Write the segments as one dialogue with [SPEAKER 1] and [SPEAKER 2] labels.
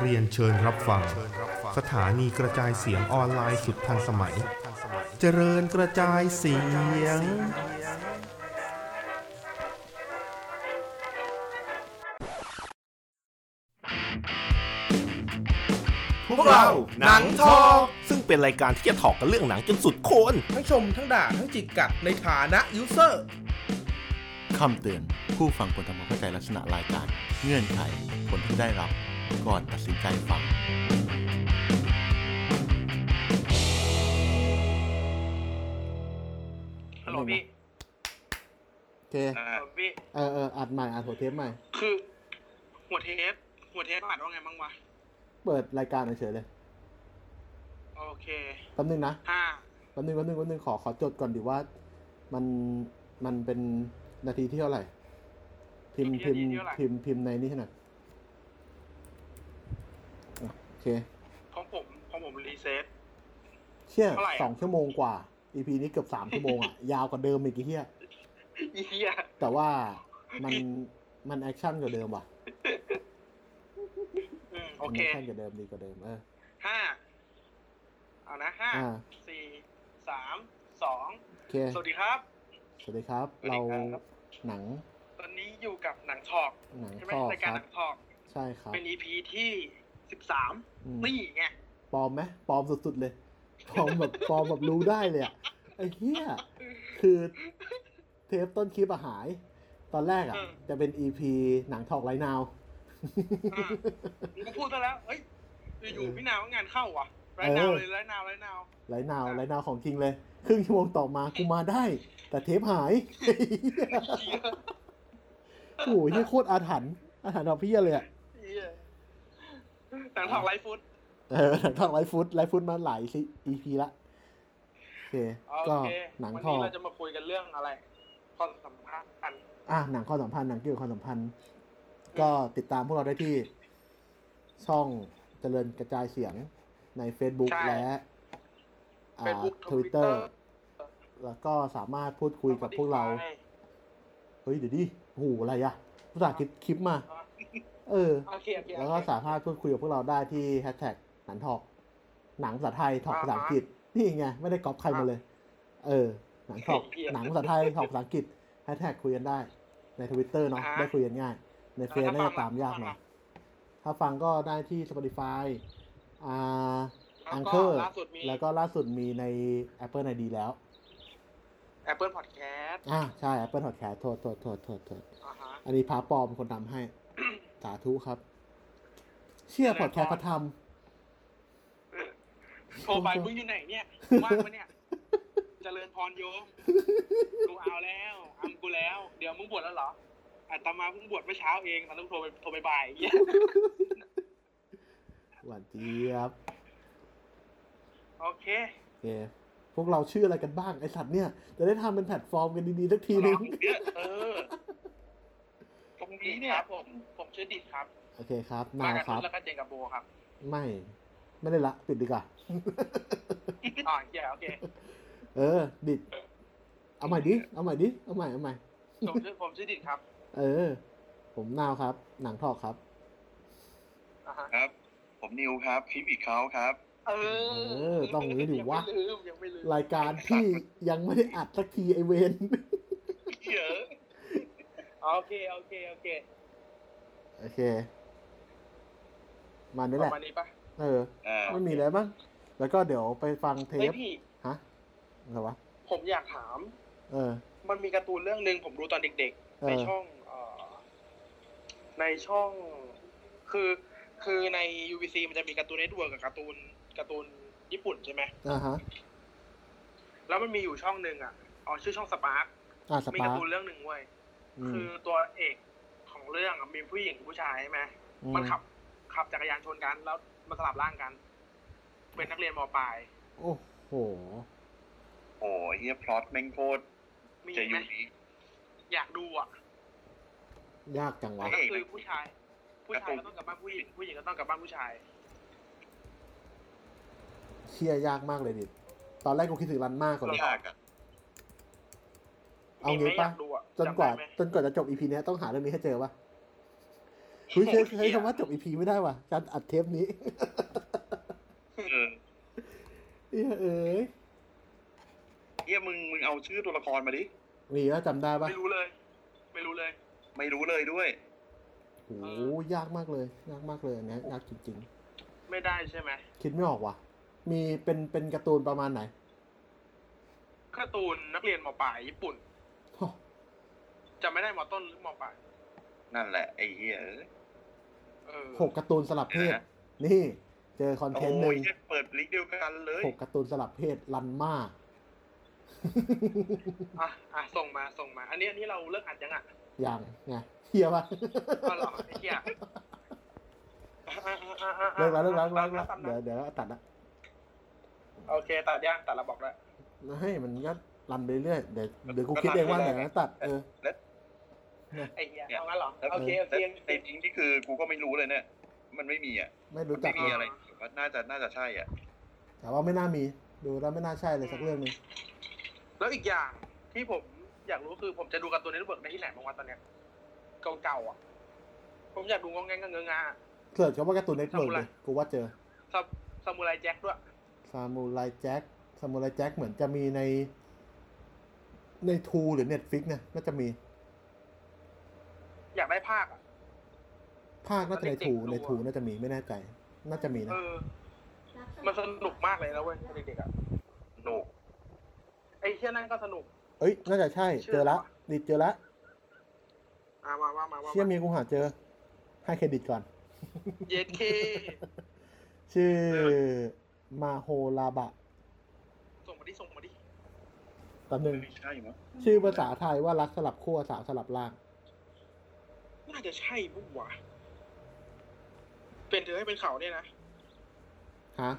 [SPEAKER 1] เรียนเชิญรับฟัง สถานีกระจายเสียงออนไลน์สุดทันสมัย เจริญกระจายเสียง
[SPEAKER 2] พวกเราหนังทอ
[SPEAKER 1] ซึ่งเป็นรายการที่จะถอกกันเรื่องหนังจนสุดโคน
[SPEAKER 2] ทั้งชมทั้งด่าทั้งจิกกัดในฐานะยูเซอร์
[SPEAKER 3] คำเตือน ผู้ฟังควรทำความเข้าใจลักษณะรายการ เงื่อนไข ผลที่ได้รับ ก่อนตัดสินใจฟัง
[SPEAKER 4] ฮัลโหลพี่
[SPEAKER 3] โอเค
[SPEAKER 4] ฮัลโหลพี่
[SPEAKER 3] เออเอออัดใหม่ อัดหัวเทปใหม่
[SPEAKER 4] คือ หัวเทปหัวเทปอัดว่าไงบ้างวะ
[SPEAKER 3] เปิดรายการเฉยๆเลย
[SPEAKER 4] โอเค
[SPEAKER 3] แป๊บนึงนะ
[SPEAKER 4] ห้า
[SPEAKER 3] แป๊บนึงแป๊บนึงแป๊บนึงขอขอจดก่อนดิว่า มัน มันเป็นนาทีที่เท่าไหร่ พิมพ์พิมพ์พิมพ์พิมพ์ในนี่ให้หน่อยอ่ะโอเค
[SPEAKER 4] ของผมของผมรีเซ็ต
[SPEAKER 3] เชี่ย
[SPEAKER 4] เท่าไหร่อะ
[SPEAKER 3] สองชั่วโมงกว่า EP นี้เกือบสามชั่วโมง อ่ะ ยาวกว่าเดิมอีกไอ้เฮีย
[SPEAKER 4] อี เหี้ย
[SPEAKER 3] แต่ว่ามัน มันแอคชั่นกว่าเดิมว่ะ
[SPEAKER 4] อืมโอ
[SPEAKER 3] มัน
[SPEAKER 4] เค
[SPEAKER 3] แอคชั่นกว่าเดิมดีกว่าเดิม เออ
[SPEAKER 4] ห้าเอานะห้า
[SPEAKER 3] อ่า
[SPEAKER 4] สี่สามสอง
[SPEAKER 3] โอเค
[SPEAKER 4] สวัสดีครับ
[SPEAKER 3] สวัสดีครับ
[SPEAKER 4] สวัสดี
[SPEAKER 3] เรา
[SPEAKER 4] ครับ
[SPEAKER 3] หนัง
[SPEAKER 4] ตอนนี้อยู่กับหนังทอก
[SPEAKER 3] หนัง
[SPEAKER 4] ใช่ไหม
[SPEAKER 3] ข้อ
[SPEAKER 4] ราย
[SPEAKER 3] ค
[SPEAKER 4] การ
[SPEAKER 3] รับ
[SPEAKER 4] หนังทอก
[SPEAKER 3] ใช่ครับ
[SPEAKER 4] เป็นอีพีที่สิบสาม
[SPEAKER 3] อืม
[SPEAKER 4] นี่ ไง
[SPEAKER 3] ปลอมไหมปลอมสุดๆเลยปลอมแบบ ปลอมแบบรู้ได้เลยอะไอ้เหี้ยคือเทปต้นคลิปอะหาย ตอนแรกอะจะเป็น EP หนังทอกไลนาว
[SPEAKER 4] อ่ามึงก็พูดซะแล้วเอ้ยอยู่ๆพี่นาวว่างานเข้าวะไร
[SPEAKER 3] เอ
[SPEAKER 4] นา
[SPEAKER 3] อ
[SPEAKER 4] วเลยไรนาวไรนาว
[SPEAKER 3] ไลนาวไลนาวของจริงเลย ครึ่งชั่วโมงต่อมากูมาได้ แต่เทปหาย
[SPEAKER 4] เหี้ย
[SPEAKER 3] โอ้โหเหี้ยโคตรอาถรรพ์อาถรรพ์แบบเพี้ยเลยอะ
[SPEAKER 4] เหี้ยหนังทอกไลฟ์ฟุต
[SPEAKER 3] เออ หนังทองไลฟ์ฟุตไลฟ์ฟุตมาหลายซีอีพีละโอเค
[SPEAKER 4] โอ
[SPEAKER 3] ก็
[SPEAKER 4] เค
[SPEAKER 3] หนัง
[SPEAKER 4] วัน
[SPEAKER 3] ทอ
[SPEAKER 4] นี้
[SPEAKER 3] ง
[SPEAKER 4] เราจะมาคุยกันเรื่องอะไรความสัมพันธ์อัน
[SPEAKER 3] อ่ะหนังข้อสัมพันธ์หนังเกี่ยวกับความสัมพันธ์ ก็ติดตามพวกเราได้ที่ช่องเจริญกระจายเสียงใน Facebook และอ่า
[SPEAKER 4] เฟซบุ๊กทวิตเตอ
[SPEAKER 3] Twitter
[SPEAKER 4] ร์
[SPEAKER 3] แล้วก็สามารถพูดคุยกับพวกเรา เฮ้ย เดี๋ยวดิโอ้โหอะไรอะผู้สาห์คิดคลิปมา เออ
[SPEAKER 4] โอเคโอเค
[SPEAKER 3] แล้วก็สามารถพูดคุยกับพวกเราได้ที่แฮชแท็กหนังทอกหนังภาษาไทยทอกภาษาอังกฤษนี่ไงไม่ได้ก๊อปใครมาเลย เออ หนังทอกหนังภาษาไทยทอกภาษาอังกฤษแฮชแท็กคุยกันได้ ในทวิตเตอร์เนาะได้คุยกันง่าย ในเฟซน่าจะตามยากหน่อยถ้าฟังก็ได้ที่ Spotify อ่า
[SPEAKER 4] แล้วก็
[SPEAKER 3] Anchor
[SPEAKER 4] ล่าสุดมี
[SPEAKER 3] แล้วก็ล่าสุดมีใน Apple ID แล้ว
[SPEAKER 4] Apple Podcast
[SPEAKER 3] อ่าใช่ Apple Podcast โทษโทษโทษโทษโทษ
[SPEAKER 4] อ่าฮะ
[SPEAKER 3] อันนี้พาปลอมคนทำให้ สาธุครับ เชื่อพอดแคสต์พระธรรม
[SPEAKER 4] โทรไปมึงอยู่ไหนเนี่ยว่างปะเนี่ย เจริญพรโยมกูเอาแล้วอัมกูแล้ว เดี๋ยวมึงบวชแล้วเหรออาตมาเพิ่งบวชเมื่อเช้าเองตอนนั้นโทรไปโทรไปบ่ายเหี้ย
[SPEAKER 3] หวานเจี๊ยบ
[SPEAKER 4] โอเค
[SPEAKER 3] โอเคพวกเราชื่ออะไรกันบ้าง ไอสัตว์เนี่ย จะได้ทำเป็นแพลตฟอร์มกันดีๆสักทีนึง
[SPEAKER 4] เออ ตรงนี้เนี่ยผมผมชื่อดิดครับ
[SPEAKER 3] โอเคครับ
[SPEAKER 4] มา
[SPEAKER 3] นา
[SPEAKER 4] กับ
[SPEAKER 3] ครั
[SPEAKER 4] นุ
[SPEAKER 3] บ
[SPEAKER 4] ชแล้วก็เจนกับโบครับ
[SPEAKER 3] ไม่ ไม่ได้ละ ปิดดีกว่า
[SPEAKER 4] อ่าเหี้ยโอเค
[SPEAKER 3] เออ ดิด เอาใหม่ดิ เอาใหม่ดิ เอาใหม่ เอาใหม่
[SPEAKER 4] ผมชื่อผมชื่อดิดครับ
[SPEAKER 3] เออ ผมนาวครับ หนังทอกครับ
[SPEAKER 4] อ่าฮะ
[SPEAKER 5] ครับ ผมนิวครับคลิปอีกเขาครับ
[SPEAKER 4] เอ
[SPEAKER 3] เออต้องอย่างนี้ดิวะ
[SPEAKER 4] ยังไม่ลืมยังไม่ลืม
[SPEAKER 3] รายการที่ยังไม่ได้อัดสักทีไอเวน
[SPEAKER 4] เยอะโอเคโอเคโอเค
[SPEAKER 3] โอเค มานี่แห
[SPEAKER 4] ประ
[SPEAKER 3] ละ
[SPEAKER 4] มาณนี้ปะ
[SPEAKER 3] เออ
[SPEAKER 5] อ่า
[SPEAKER 3] ไม่มีแล้วมั้ง แล้วก็เดี๋ยวไปฟังเท
[SPEAKER 4] เฮ้ย
[SPEAKER 3] ป
[SPEAKER 4] พี่
[SPEAKER 3] ฮะ อะไรวะ
[SPEAKER 4] ผมอยากถาม
[SPEAKER 3] เออ
[SPEAKER 4] มันมีการ์ตูนเรื่องหนึ่งผมดูตอนเด็ก
[SPEAKER 3] เอ
[SPEAKER 4] ๆ ใน
[SPEAKER 3] อ
[SPEAKER 4] ช่องเอ่อในช่อง คือคือใน UVC มันจะมีการ์ตูนเน็ตเวิร์กกับการ์ตูนการ์ตูนญี่ปุ่นใช่ไหม
[SPEAKER 3] อ่าฮะ
[SPEAKER 4] แล้วมันมีอยู่ช่องหนึ่งอ่ะอ๋อชื่อช่องสปาร์ค
[SPEAKER 3] อ่าส
[SPEAKER 4] มีการ
[SPEAKER 3] ปา์
[SPEAKER 4] ร์
[SPEAKER 3] ค
[SPEAKER 4] ตูนเรื่องหนึ่งเว้ย
[SPEAKER 3] อืม
[SPEAKER 4] คือตัวเอกของเรื่องอะมีผู้หญิงกับผู้ชายใช่ไหม
[SPEAKER 3] อื
[SPEAKER 4] มันขับขับจักรยานชนกัน แล้วมันสลับร่างกัน เป็นนักเรียนมปลาย
[SPEAKER 3] โอ้โห
[SPEAKER 5] โอ้ยเฮียพล็อตแม่งโคตร
[SPEAKER 4] มี
[SPEAKER 5] จะอ
[SPEAKER 4] ไหม
[SPEAKER 5] ยู่ดี
[SPEAKER 4] อยากดูอ่ะ
[SPEAKER 3] ยากจังวะ
[SPEAKER 4] ก็คือผู้ชาย ผู้ชายก็ต้องกลับบ้านผู้หญิง ผู้หญิงก็ต้องกลับบ้านผู้ชาย
[SPEAKER 3] เชียยากมากเลยดิ ตอนแรกกูคิดถึงรันมากก่อนเลย
[SPEAKER 5] ยากอ่ะ
[SPEAKER 3] เอ เอา
[SPEAKER 4] มีไหม
[SPEAKER 3] งี้
[SPEAKER 4] อ
[SPEAKER 3] ปะ
[SPEAKER 4] ยากดูอะ
[SPEAKER 3] จนกว่า
[SPEAKER 4] จำได้ไหม
[SPEAKER 3] จนกว่าจะจบอีพีนี้ยต้องหาเรื่องนี้ให้เจอวะเฮ้ยใช้ใช้คำว่าจบอีพีไม่ได้ว่ะการอัดเทปนี้
[SPEAKER 5] เออ
[SPEAKER 3] เอ้ยเอ้ย
[SPEAKER 5] เฮียมึงมึงเอาชื่อตัวละครมาดิ
[SPEAKER 3] มีแล้วจำได้ปะ
[SPEAKER 4] ไม่รู้เลย ไม่รู้เลย
[SPEAKER 5] ไม่รู้เลยด้วย
[SPEAKER 3] โอ้ยากมากเลย ยากมากเลยอันเนี้ยยากจริง
[SPEAKER 4] ไม่ได้ใช่ไหม
[SPEAKER 3] ๆ คิดไม่ออกว่ะ มีเป็นเป็นการ์ตูนประมาณไหน
[SPEAKER 4] การ์ตูนนักเรียนมปลายญี่ปุ่น
[SPEAKER 3] โอ้
[SPEAKER 4] จำไม่ได้มต้นหรือมปลาย
[SPEAKER 5] นั่นแหละไอ้เฮียเอ้ย
[SPEAKER 4] เออ
[SPEAKER 3] หกการ์ตูนสลับเพศ นี่ เจอคอนเทนต์ห
[SPEAKER 5] โอ้ย
[SPEAKER 3] นึ่ง
[SPEAKER 5] เฮียเปิดลิงก์เดียวกันเลย
[SPEAKER 3] หกการ์ตูนสลับเพศลันมา
[SPEAKER 4] อ่ะอ่ะส่งมาส่งมา อันนี้อันนี้เราเลิกอัดยังอ่ะ
[SPEAKER 3] อย่างไงเฮียปะ
[SPEAKER 4] ก็หรอไอ้เหี้ย
[SPEAKER 3] เลิกแล้วเลิกแล้วเลิกแล้ว
[SPEAKER 4] ตัดนะ
[SPEAKER 3] เดี๋ยวเดี๋ยวตัดละ
[SPEAKER 4] โอเคตัดย่างตัดระบอกแล้ว
[SPEAKER 3] ให้มันก็รันไปเรื่อยเดี๋ยวเดี๋ยวกูคิดเองว่าไหนนะตัดเออ
[SPEAKER 4] ไอ้เหี้ยเอางั้นเหรอโอเคโอเค
[SPEAKER 5] แต่ในลิงก์ที่คือกูก็ไม่รู้เลยเนี่ย มันไม่มีอ่ะ
[SPEAKER 3] ไม่รู้จั
[SPEAKER 5] ไม่
[SPEAKER 3] ก
[SPEAKER 5] มี
[SPEAKER 3] เลย
[SPEAKER 5] อะไรว่าน่าจะน่าจะใช่อ่ะ
[SPEAKER 3] แต่ว่าไม่น่ามี ดูแล้วไม่น่าใช่เลยสักเรื่องหนึง
[SPEAKER 4] แล้วอีกอย่างที่ผมอยากรู้คือผมจะดูการ์ตูนในรูปแบบได้ที่ไหนบ้างวะตอนเนี้ยเก่าๆอ่ะ ผมอยากดูงองแงงกับเงองา
[SPEAKER 3] เกิดเขาว่าการ์ตูนเน็ตเวิร์กเลยกูว่าเจอ
[SPEAKER 4] ซาซามูไรแจ็คด้วย
[SPEAKER 3] ซามูไรแจ็คซามูไรแจ็คเหมือนจะมีใน ในทูหรือเน็ตฟิกเนี่ยน่าจะมี
[SPEAKER 4] อยากได้ภาคอ่ะ
[SPEAKER 3] ภาคน่าจะใน
[SPEAKER 4] เด็กๆ
[SPEAKER 3] ทู
[SPEAKER 4] ดูอะ
[SPEAKER 3] ในทูน่าจะมีไม่แน่ใจ น่าจะมีนะ
[SPEAKER 4] เออ มันสนุกมากเลยนะเว้ยตอนเด็กๆอ่ะ
[SPEAKER 5] โนก
[SPEAKER 4] ไอ้เชี่ยนั่นก็สนุก
[SPEAKER 3] เอ้ย น่าจะใช่
[SPEAKER 4] เชื่อ
[SPEAKER 3] เจอละดิดเจอละ
[SPEAKER 4] อ่ะมามามามา
[SPEAKER 3] เชี่ยมีกูหาเจอ ให้เครดิตก่อน
[SPEAKER 4] เย็ดเค
[SPEAKER 3] ชื่อมาโฮลาบะ
[SPEAKER 4] ส่งมาดิส่งมาดิ
[SPEAKER 3] ตำหนึ่ง
[SPEAKER 5] ไม่ใช่มั้ง
[SPEAKER 3] ชื่อภาษาไทยว่ารักสลับขั้วสาวสลับล่าง
[SPEAKER 4] น่าจะใช่ปุ๊บวะเป็นเธอให้เป็นเขาเนี่ยนะ
[SPEAKER 3] ฮะ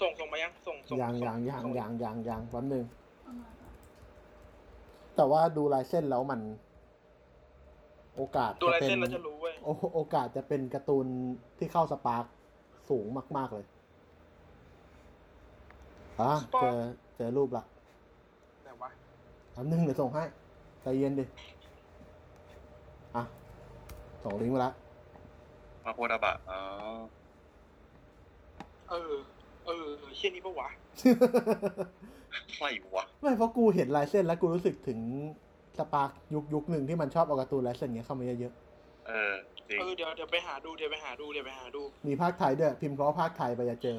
[SPEAKER 4] ส่งส่งมายัง ส่งส่ง
[SPEAKER 3] อย่างอ
[SPEAKER 4] ส่
[SPEAKER 3] ย่างอย่าง
[SPEAKER 4] ส่
[SPEAKER 3] อย่างอย่างอย่างวันหนึ่ง แต่ว่าดูลายเส้นแล้วมัน โอกาส
[SPEAKER 4] ดูลายเส้นแล้ว
[SPEAKER 3] จะ
[SPEAKER 4] จะ
[SPEAKER 3] เป็น
[SPEAKER 4] รู้เว้ย
[SPEAKER 3] โอโอกาสจะเป็นการ์ตูนที่เข้าสปาร์คสูงมาก ๆ เลยอ่ะ
[SPEAKER 4] สปาร์ค
[SPEAKER 3] เจอเจอรูปละ
[SPEAKER 4] ไหนวะ
[SPEAKER 3] อันหนึ่งเดี๋ยวส่งให้ ใจเย็นดิ อ่ะ ส่งลิงก์มาละ
[SPEAKER 5] มาโคดาบะอ๋อ
[SPEAKER 4] เออ เออเชี่ยนี้ปะวะ
[SPEAKER 5] ใช่วะ
[SPEAKER 3] ไม่เพราะกูเห็นลายเส้นแล้วกูรู้สึกถึงสปาร์คยุคยุคหนึ่งที่มันชอบเอาการ์ตูนลายเส้นเงี้ยเข้ามาเยอะ
[SPEAKER 5] เออจริง
[SPEAKER 4] เออเดี๋ยวเดี๋ยวไปหาดูเดี๋ยวไปหาดูเดี๋ยวไปหาดู
[SPEAKER 3] ๆมีภาคไทยด้วยพิมพ์เพราะภาคไทยไปจะเจอ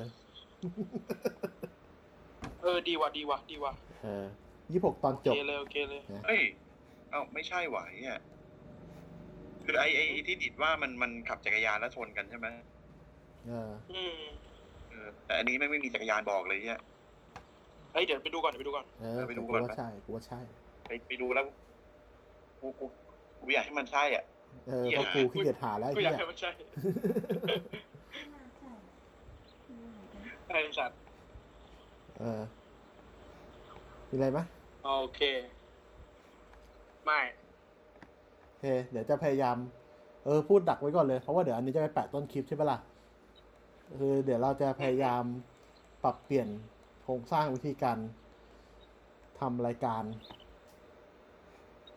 [SPEAKER 4] เออดีว่ะดีว่ะดีว่ะ
[SPEAKER 3] เออยี่หกตอน
[SPEAKER 4] โอ
[SPEAKER 3] จบ
[SPEAKER 4] เคเลยโอเคเลย
[SPEAKER 5] เอ้ย เอ้าไม่ใช่วะเนี่ยคือไอ้ไอ้ไอ้ที่ดิดว่ามันมันขับจักรยานแล้วชนกันใช่ไหม
[SPEAKER 3] เออ
[SPEAKER 4] อืม
[SPEAKER 5] เออแต่อันนี้ไม่งไม่มีจักรยานบอกเลยเนี่ย
[SPEAKER 4] เฮ้ยเดี๋ยวไปดูก่อนเดี๋ยวไปดูก่อน
[SPEAKER 3] เออ
[SPEAKER 5] ไปดู
[SPEAKER 3] กู
[SPEAKER 5] ก่อน
[SPEAKER 3] ว่า
[SPEAKER 5] ไหม
[SPEAKER 3] ใช่กูว่าใช่
[SPEAKER 5] ไปไปดูแล้วกูกูกูอยากให้มันใช่อ่ะ
[SPEAKER 3] เออ
[SPEAKER 5] เหี้
[SPEAKER 3] เพ
[SPEAKER 5] ย
[SPEAKER 3] ราะกูขี้เกียจหาแล้วไอ้
[SPEAKER 4] กูอ
[SPEAKER 3] เหี้
[SPEAKER 4] ยาย กให้มันใช่ไอ้สัตว์
[SPEAKER 3] เออมีอะไรไหม
[SPEAKER 4] โอเค ไม่
[SPEAKER 3] โอเคเดี๋ยวจะพยายาม เออพูดดักไว้ก่อนเลยเพราะว่าเดี๋ยวอันนี้จะไปแปะต้นคลิปใช่ปะล่ะคือเดี๋ยวเราจะพยายามปรับเปลี่ยนโครงสร้างวิธีการทำรายการ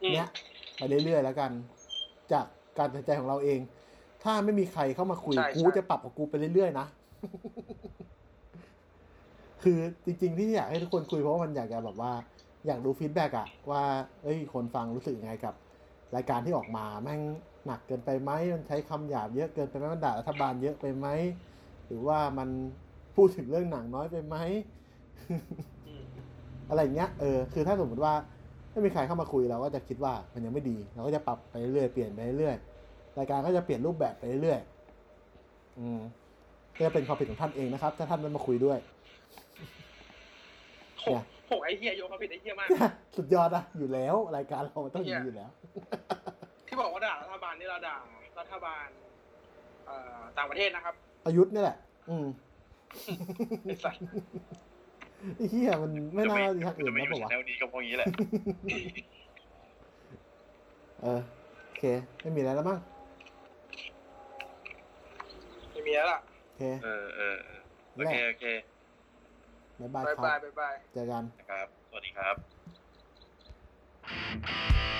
[SPEAKER 4] อืม
[SPEAKER 3] เนี้ยไปเรื่อยๆแล้วกัน จากการตัดสินใจของเราเอง ถ้าไม่มีใครเข้ามาคุย
[SPEAKER 4] ใช่
[SPEAKER 3] กู
[SPEAKER 4] ใช่
[SPEAKER 3] จะปรับของกูไปเรื่อยๆ นะ คือจริง ๆ ที่อยากให้ทุกคนคุยเพราะว่ามันอยากจะแบบว่า อยากดูฟีดแบ็กอะว่าเอ้ยคนฟังรู้สึกยังไงกับ รายการที่ออกมาแม่งหนักเกินไปไหมมันใช้คำหยาบเยอะเกินไปไหมมันด่ารัฐบาลเยอะไปไหมหรือว่ามันพูดถึงเรื่องหนังน้อยไป ไหม
[SPEAKER 4] อืม
[SPEAKER 3] อะไรอย่างเงี้ย เออ คือถ้าสมมติว่าไม่มีใครเข้ามาคุยเราก็จะคิดว่ามันยังไม่ดี เราก็จะปรับไปเรื่อยๆ เปลี่ยนไปเรื่อยๆ รายการก็จะเปลี่ยนรูปแบบไปเรื่อยๆ อืมก็จะเป็นความผิดของท่านเองนะครับ ถ้าท่านไม่มาคุย ด้วย
[SPEAKER 4] โหโหไอ้เหี้ยโยกมาผิดไอ้เหี้ยมาก
[SPEAKER 3] สุดยอดอะอยู่แล้ว รายการเรามันต้องอย่างนี้อยู่แล้ว
[SPEAKER 4] ที่บอกว่าด่ารัฐบาลนี่เราด่ารัฐบาล เอ่อต่างประเทศ นะครับ
[SPEAKER 3] อายุทธ์เนี่ยแหละ อืม
[SPEAKER 4] ไอ้สัตว์
[SPEAKER 3] ไอ้เหี้ยมันไม่น่า
[SPEAKER 5] จะ
[SPEAKER 3] มีทางอื่น
[SPEAKER 5] จะไม่
[SPEAKER 3] นะ
[SPEAKER 5] อยู่
[SPEAKER 3] ปะวะ
[SPEAKER 5] แนวนี้ก็เพราะงี้แหละ
[SPEAKER 3] เออโอเค ไม่มีอะไรแล้วมั้ง
[SPEAKER 4] ไม่มีแล้วล่ะ
[SPEAKER 3] โอเค
[SPEAKER 5] เออเออเออโอ
[SPEAKER 3] แหละ
[SPEAKER 5] เคโอเค
[SPEAKER 3] บ๊ายบาย
[SPEAKER 4] บาย
[SPEAKER 3] ครับ
[SPEAKER 4] บายบายบาย
[SPEAKER 3] เจอกัน
[SPEAKER 5] นะครับ สวัสดีครับ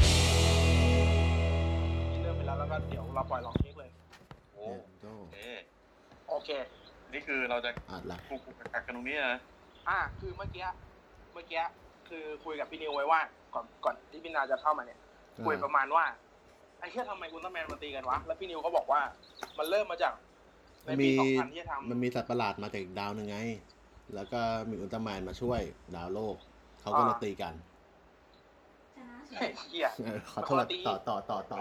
[SPEAKER 4] นี่เริ่มไปแล้วแล้วก็เดี๋ยวเราปล่อยลองเทคเลย
[SPEAKER 5] โอ้
[SPEAKER 3] โจ้
[SPEAKER 5] โอเค
[SPEAKER 4] โอเค
[SPEAKER 5] นี่คือเราจะ
[SPEAKER 3] อัดละ
[SPEAKER 5] คุกคุกกักกันตรงนี้นะ
[SPEAKER 4] อ่า คือเมื่อกี้ เมื่อกี้คือคุยกับพี่นิวไว้ว่า ก่อน ก่อนที่พี่นาจะเข้ามาเนี่ย คุยประมาณว่า ไอ้เหี้ยทำไมอุลตร้าแมนมาตีกันวะ แล้วพี่นิวก็บอกว่า มันเริ่มมาจากใน
[SPEAKER 3] มี
[SPEAKER 4] ปีสองพันที่จะทำ
[SPEAKER 3] มันมีสัตว์ประหลาดมาจากอีกดาวหนึ่งไง แล้วก็มีอุลตร้าแมนมาช่วย ดาวโลก เขาก็เลยตีกัน
[SPEAKER 4] เฮ้ยเหี้ย
[SPEAKER 3] เออขอโทษ
[SPEAKER 4] ปกติ
[SPEAKER 3] ต่อต่อต่อต่อ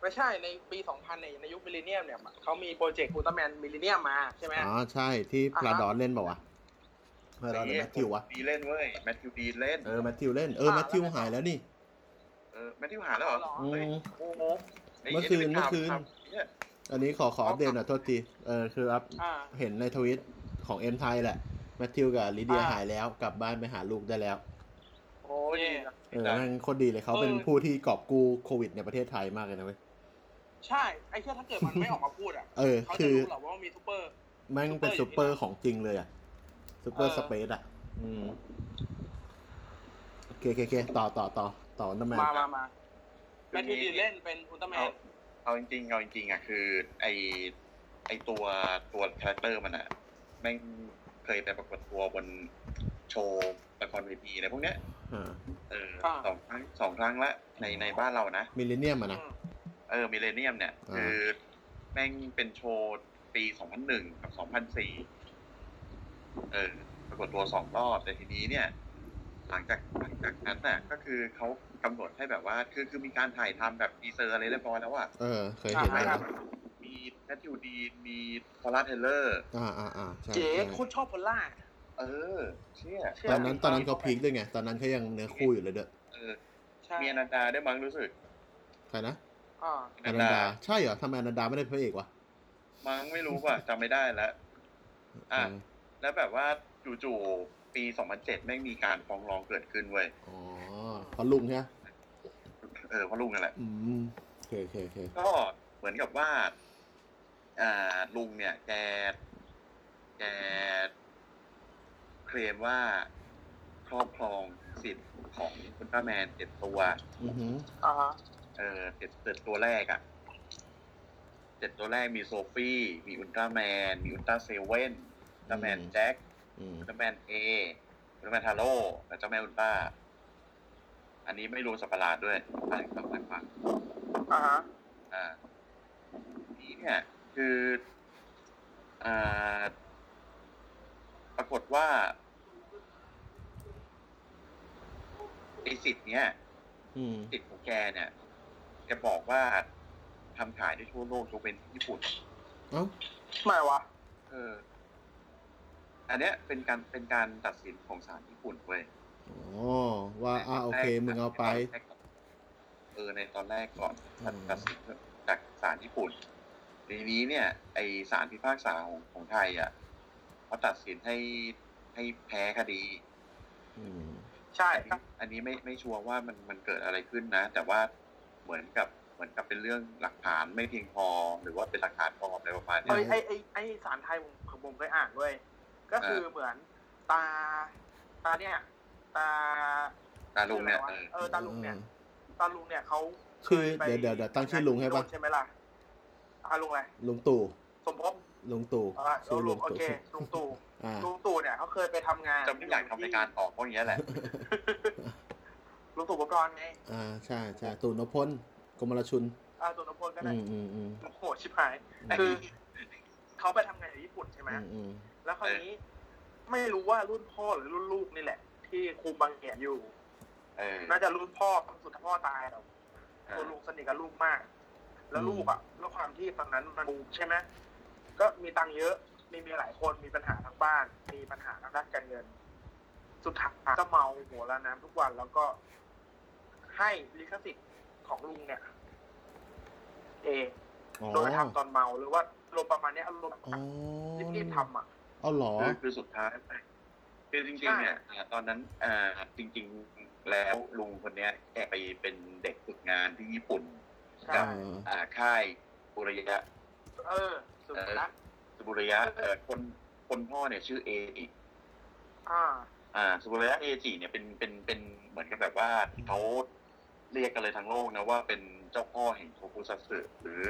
[SPEAKER 4] ไม่ใช่ ในปีสองพันเนี่ยในยุคมิลเลนเนียมเนี่ยเขามีโปรเจกต์อุลตร้าแมนมิลเลนเนียมมาใช่ไหม
[SPEAKER 3] อ๋อ ใช่ที่พ
[SPEAKER 4] อ่าฮะ
[SPEAKER 3] ลาดอนเล่นเปล่าวะพลาดอนหรือแมทธิววะ
[SPEAKER 5] ดีเล่นเว้ย แมทธิวดีเล่น
[SPEAKER 3] เออแมทธิวเล่น เออแมทธิวหายแล้วนี่
[SPEAKER 5] เออ แมทธิวหาแล้วเหรอ
[SPEAKER 3] อื
[SPEAKER 5] เฮ้ย
[SPEAKER 3] ม
[SPEAKER 5] โอ้โหไ
[SPEAKER 3] เมื่อคืนเมื่อคืน
[SPEAKER 5] เนี่ย
[SPEAKER 3] อันนี้ขอขออัปเดตหน่อยโทษที เออคืออัป
[SPEAKER 4] อ่า
[SPEAKER 3] เห็นในทวิตของเอ็มไทยแหละ แมทธิวกับลิเดีย
[SPEAKER 4] อ่า
[SPEAKER 3] หายแล้ว กลับบ้านไปหาลูกได้แล้ว
[SPEAKER 5] โอ้ยดีนะ
[SPEAKER 3] เออนั่นโคตรดีเลยเขาเป็นผู้ที่กอบกู้โควิดในประเทศไทยมากเลยนะเว้ย
[SPEAKER 4] ใช่ ไอ้เหี้ยถ้าเกิดมันไม่ออกมาพูดอ่ะ
[SPEAKER 3] เออ
[SPEAKER 4] เขา
[SPEAKER 3] คื
[SPEAKER 4] จะ
[SPEAKER 3] อ
[SPEAKER 4] รู้เหรอว่ามีซูเปอร์
[SPEAKER 3] แมันเป็นซูเปอร์ของจริงเลยอ่ะซูเปอร์
[SPEAKER 4] เออ
[SPEAKER 3] สเปซอ่ะ อืมโอเคโอเคโอเคต่อต่อต่อต่อน้ำแมน
[SPEAKER 4] มามามาแมทธิวดีนเล่นเป็นอุลตร้าแม
[SPEAKER 5] เอา
[SPEAKER 4] น
[SPEAKER 5] เอาจริงๆเอาจริงๆอ่ะคือไอไอตัวตัวคาแรคเตอร์มันอ่ะ แม่งเคยไปประกวดตัวบนโชว์ละครเวทีอะไรพวกเนี้ย
[SPEAKER 3] อ่า
[SPEAKER 5] เออ
[SPEAKER 4] อ่า
[SPEAKER 5] สองครั้งสองครั้งละในในบ้านเรานะ
[SPEAKER 3] มิลเลนเนียมอ่ะนะ
[SPEAKER 4] อืม
[SPEAKER 5] เออมิเลเนียมเนี่ย
[SPEAKER 3] อ่า
[SPEAKER 5] คือแม่งเป็นโชว์ปี 2001 กับ 2004 เออปรากฏตัวสองรอบ แต่ทีนี้เนี่ย หลังจากหลังจากนั้นน่ะ ก็คือเขากำหนดให้แบบว่า คือคือมีการถ่ายทำแบบดีเซอร์อะไรเรียบร้อยแล้วอ่ะ
[SPEAKER 3] เออ เคยเห็นเล
[SPEAKER 4] อ่า
[SPEAKER 3] ย
[SPEAKER 4] ครั
[SPEAKER 3] นะ
[SPEAKER 4] บ
[SPEAKER 5] มีแมทธิวดีนมีพอลล่าเทเลอร์
[SPEAKER 3] อ่าอ่าอ่าใช่
[SPEAKER 4] เจ๊
[SPEAKER 3] ใช่
[SPEAKER 4] โคตรชอบพอลล่า
[SPEAKER 5] เออ เชี่ย
[SPEAKER 3] ตอนนั้นตอนนั้นเขาพีคด้วยไง ตอนนั้นเขายังเนื้อคู่อยู่เลยด้วย
[SPEAKER 5] เออ
[SPEAKER 4] ใช่
[SPEAKER 5] มีอนันดาได้วยมั้งรู้สึก
[SPEAKER 3] ใครนะ
[SPEAKER 4] อ่า
[SPEAKER 3] อนันดา ใช่เหรอทำไมอนันดาไม่ได้เป็นพระเอกวะ
[SPEAKER 5] มั้งไม่รู้ว่ะจำไม่ได้แล้ว อ่ะ
[SPEAKER 3] เออ
[SPEAKER 5] แล้วแบบว่าจู่ๆปี 2007 แม่งมีการฟ้องร้องเกิดขึ้นเว้ย
[SPEAKER 3] อ๋อเพราะลุงใช่ไหม
[SPEAKER 5] เออเพราะลุงนั่นแหละ
[SPEAKER 3] อืมโอเคโอเคโอเค
[SPEAKER 5] ก็เหมือนกับว่า อ่า ลุงเนี่ย แก แก เคลมว่าครอบครองสิทธิ์ของคุณป้าแมนเจ็ดตัว
[SPEAKER 3] อือหือ
[SPEAKER 4] อ่าฮะ
[SPEAKER 5] เออเจ็ดเจ็ดตัวแรกอะ่ะเจ็ดตัวแรกมีโซฟี่ มีอุลตร้าแมน มีอุลตร้าเซเว่นอุลตร้าแมนแจ็ค
[SPEAKER 3] อืม
[SPEAKER 5] อุลตร้าแมนเออุลตร้าแมนทาโร่และเจ้าแม่อุลตร้า อันนี้ไม่รวมสัตว์ประหลาดด้วยอันนี้สัตว์ประหลาด
[SPEAKER 4] อ่าฮะ
[SPEAKER 5] อ่าทีนี้เนี่ยคืออ่าปรากฏว่าไอสิทธิ์เนี้ย
[SPEAKER 3] อืม
[SPEAKER 5] สิทธิ์ของแกเนี่ยแกบอกว่าทำขายได้ทั่วโลกยกเว้นที่ญี่ปุ่น
[SPEAKER 3] เอ้า
[SPEAKER 4] ทำไมวะ
[SPEAKER 5] เออ อันเนี้ยเป็นการเป็นการตัดสินของศาลญี่ปุ่นเว้ย
[SPEAKER 3] อ๋อว่าอ่าโอเคมึงเอาไป
[SPEAKER 5] เออในตอนแรกก่อน
[SPEAKER 3] อืม
[SPEAKER 5] ตัดสินจากศาลญี่ปุ่นทีนี้เนี่ย ไอศาลพิพากษาของของไทยอ่ะเขาตัดสินให้ให้แพ้คดี
[SPEAKER 3] อืม
[SPEAKER 4] ใช่
[SPEAKER 5] อันนี้อันนี้ไม่ไม่ชัวร์ว่ามันมันเกิดอะไรขึ้นนะ แต่ว่าเหมือนกับเหมือนกับเป็นเรื่องหลักฐานไม่เพียงพอ หรือว่าเป็นหลักฐานปลอมอะไรประมาณเนี้
[SPEAKER 4] เอ้
[SPEAKER 5] ย
[SPEAKER 4] ยไอ้ไอ้ไอ้สารไทยผมผมผมเคยอ่านเว้ย ก็คือเหมือนตา ตาเนี่ย ตา
[SPEAKER 5] ตาลุงเนี่ย
[SPEAKER 4] ชื่ออะไรวะเออตาลุงเนี่
[SPEAKER 3] อ
[SPEAKER 4] ย
[SPEAKER 3] อ
[SPEAKER 4] ตาลุงเนี่ยเขา
[SPEAKER 3] ชื่อ
[SPEAKER 4] ไป
[SPEAKER 3] เดี๋ยวเดี๋ยวเดี๋ยวตั้งชื่อลุงให้ปะ
[SPEAKER 4] ใช่ไหมล่ะอ่าลุงอะไร
[SPEAKER 3] ลุงตู่
[SPEAKER 4] สมภพ
[SPEAKER 3] ลุงตู่
[SPEAKER 4] อ่า
[SPEAKER 3] ชื่อ
[SPEAKER 4] ลุ
[SPEAKER 3] ลุ
[SPEAKER 4] ง
[SPEAKER 3] ง
[SPEAKER 4] โอ
[SPEAKER 3] ตู่
[SPEAKER 4] เค ลุงตู่
[SPEAKER 3] อ่า
[SPEAKER 4] ลุงตู่เนี่ยเขาเคยไปทำงาน
[SPEAKER 5] จะไม่อยากทำรายการต่อเพราะอย่างเงี้ยแหละ
[SPEAKER 4] ลุงตู่อุปกรณ์ไง
[SPEAKER 3] อ่าใช่ใช่ตู่นพพลกรมลชุน
[SPEAKER 4] อ่าตัวนพพลก็ได้
[SPEAKER 3] อืมอืมอืม
[SPEAKER 4] โอ้โหชิบหาย คือเขาไปทำงานอยู่ญี่ปุ่นใช่ไหม
[SPEAKER 3] อืมอืม
[SPEAKER 4] แล้วคราวนี้ไม่รู้ว่ารุ่นพ่อหรือรุ่นลูกนี่แหละ ที่ครูบังเหียนอยู่
[SPEAKER 5] เออ
[SPEAKER 4] น่าจะรุ่นพ่อสุดท้ายพ่อตายแล้วตัวลูกสนิทกับลูกมาก แล้วลูกอ่ะด้วยความที่ตอนนั้นมันบูมใช่ไหมก็มีตังค์เยอะมีเมียหลายคนมีปัญหาทางบ้าน มีปัญหาทางด้านการเงิน สุดท้ายก็เมาหัวละน้ำทุกวันแล้วก็ให้ลิขสิทธิ์ของลุงเนี่ยเอง
[SPEAKER 3] อ๋อ
[SPEAKER 4] โดยทำตอนเมาหรือว่าลมณ์ประมาณเนี้ยอารมณ์
[SPEAKER 3] อ๋อ
[SPEAKER 4] รีบๆทำอ่ะ
[SPEAKER 3] เอาเหรอ
[SPEAKER 5] คือคือสุดท้ายคือจริงๆเนี่ยอ่าตอนนั้นอ่าจริง ๆแล้วลุงคนเนี้ยแกไปเป็นเด็กฝึกงานที่ญี่ปุ่น
[SPEAKER 4] ใช่
[SPEAKER 5] กับอ่าค่ายบุริยะ
[SPEAKER 4] เออสุดละ
[SPEAKER 5] บุริยะเออคน คนพ่อเนี่ยชื่อเอจิ
[SPEAKER 4] อ่า
[SPEAKER 5] อ่าสุริยะเอจิเนี่ยเป็นเป็นเป็นเหมือนกับแบบว่าที่เขาเรียกกันเลยทั้งโลกนะว่าเป็นเจ้าพ่อแห่งโทคุซัตสึหรือ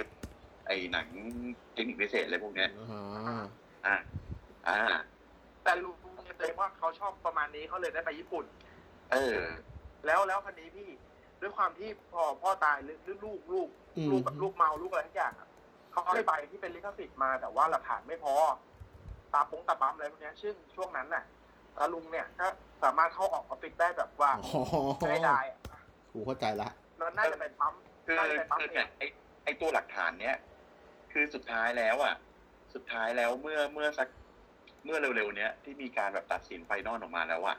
[SPEAKER 5] ไอ้หนังเทคนิคพิเศษอะไรพวกเนี้ย
[SPEAKER 3] อ่า
[SPEAKER 5] อ่า อ่า
[SPEAKER 4] แต่ลุงเตยว่าเขาชอบประมาณนี้เขาเลยได้ไปญี่ปุ่น
[SPEAKER 5] เออ
[SPEAKER 4] แล้วแล้วคันนี้พี่ด้วยความที่พอพ่อตายหรือหรือลูกลูก
[SPEAKER 3] อืม
[SPEAKER 4] ลูกแบบลูกเมาลูกอะไรทุกอย่างอะเขาได้ใบที่เป็นลิขสิทธิ์มาแต่ว่าหลักฐานไม่พอ ตาปงตาปั๊มอะไรพวกเนี้ยซึ่งช่วงนั้นน่ะตาลุงเนี่ยก็สามารถเข้าออกออฟฟิศได้แบบว่า
[SPEAKER 3] อ๋อ
[SPEAKER 4] ไม่ได้อะ
[SPEAKER 3] กูเข้าใจละ
[SPEAKER 4] แล้วน่าจะเป็นปั๊ม
[SPEAKER 5] คือ
[SPEAKER 4] น่าจะเป็นปั๊ม
[SPEAKER 5] คือ
[SPEAKER 4] เอ
[SPEAKER 5] เนี่ย
[SPEAKER 4] ง
[SPEAKER 5] ไอไอตัวหลักฐานเนี้ยคือสุดท้ายแล้วอ่ะ สุดท้ายแล้วเมื่อเมื่อสักเมื่อเร็วๆเนี้ยที่มีการแบบตัดสินไฟนอลออกมาแล้วอ่ะ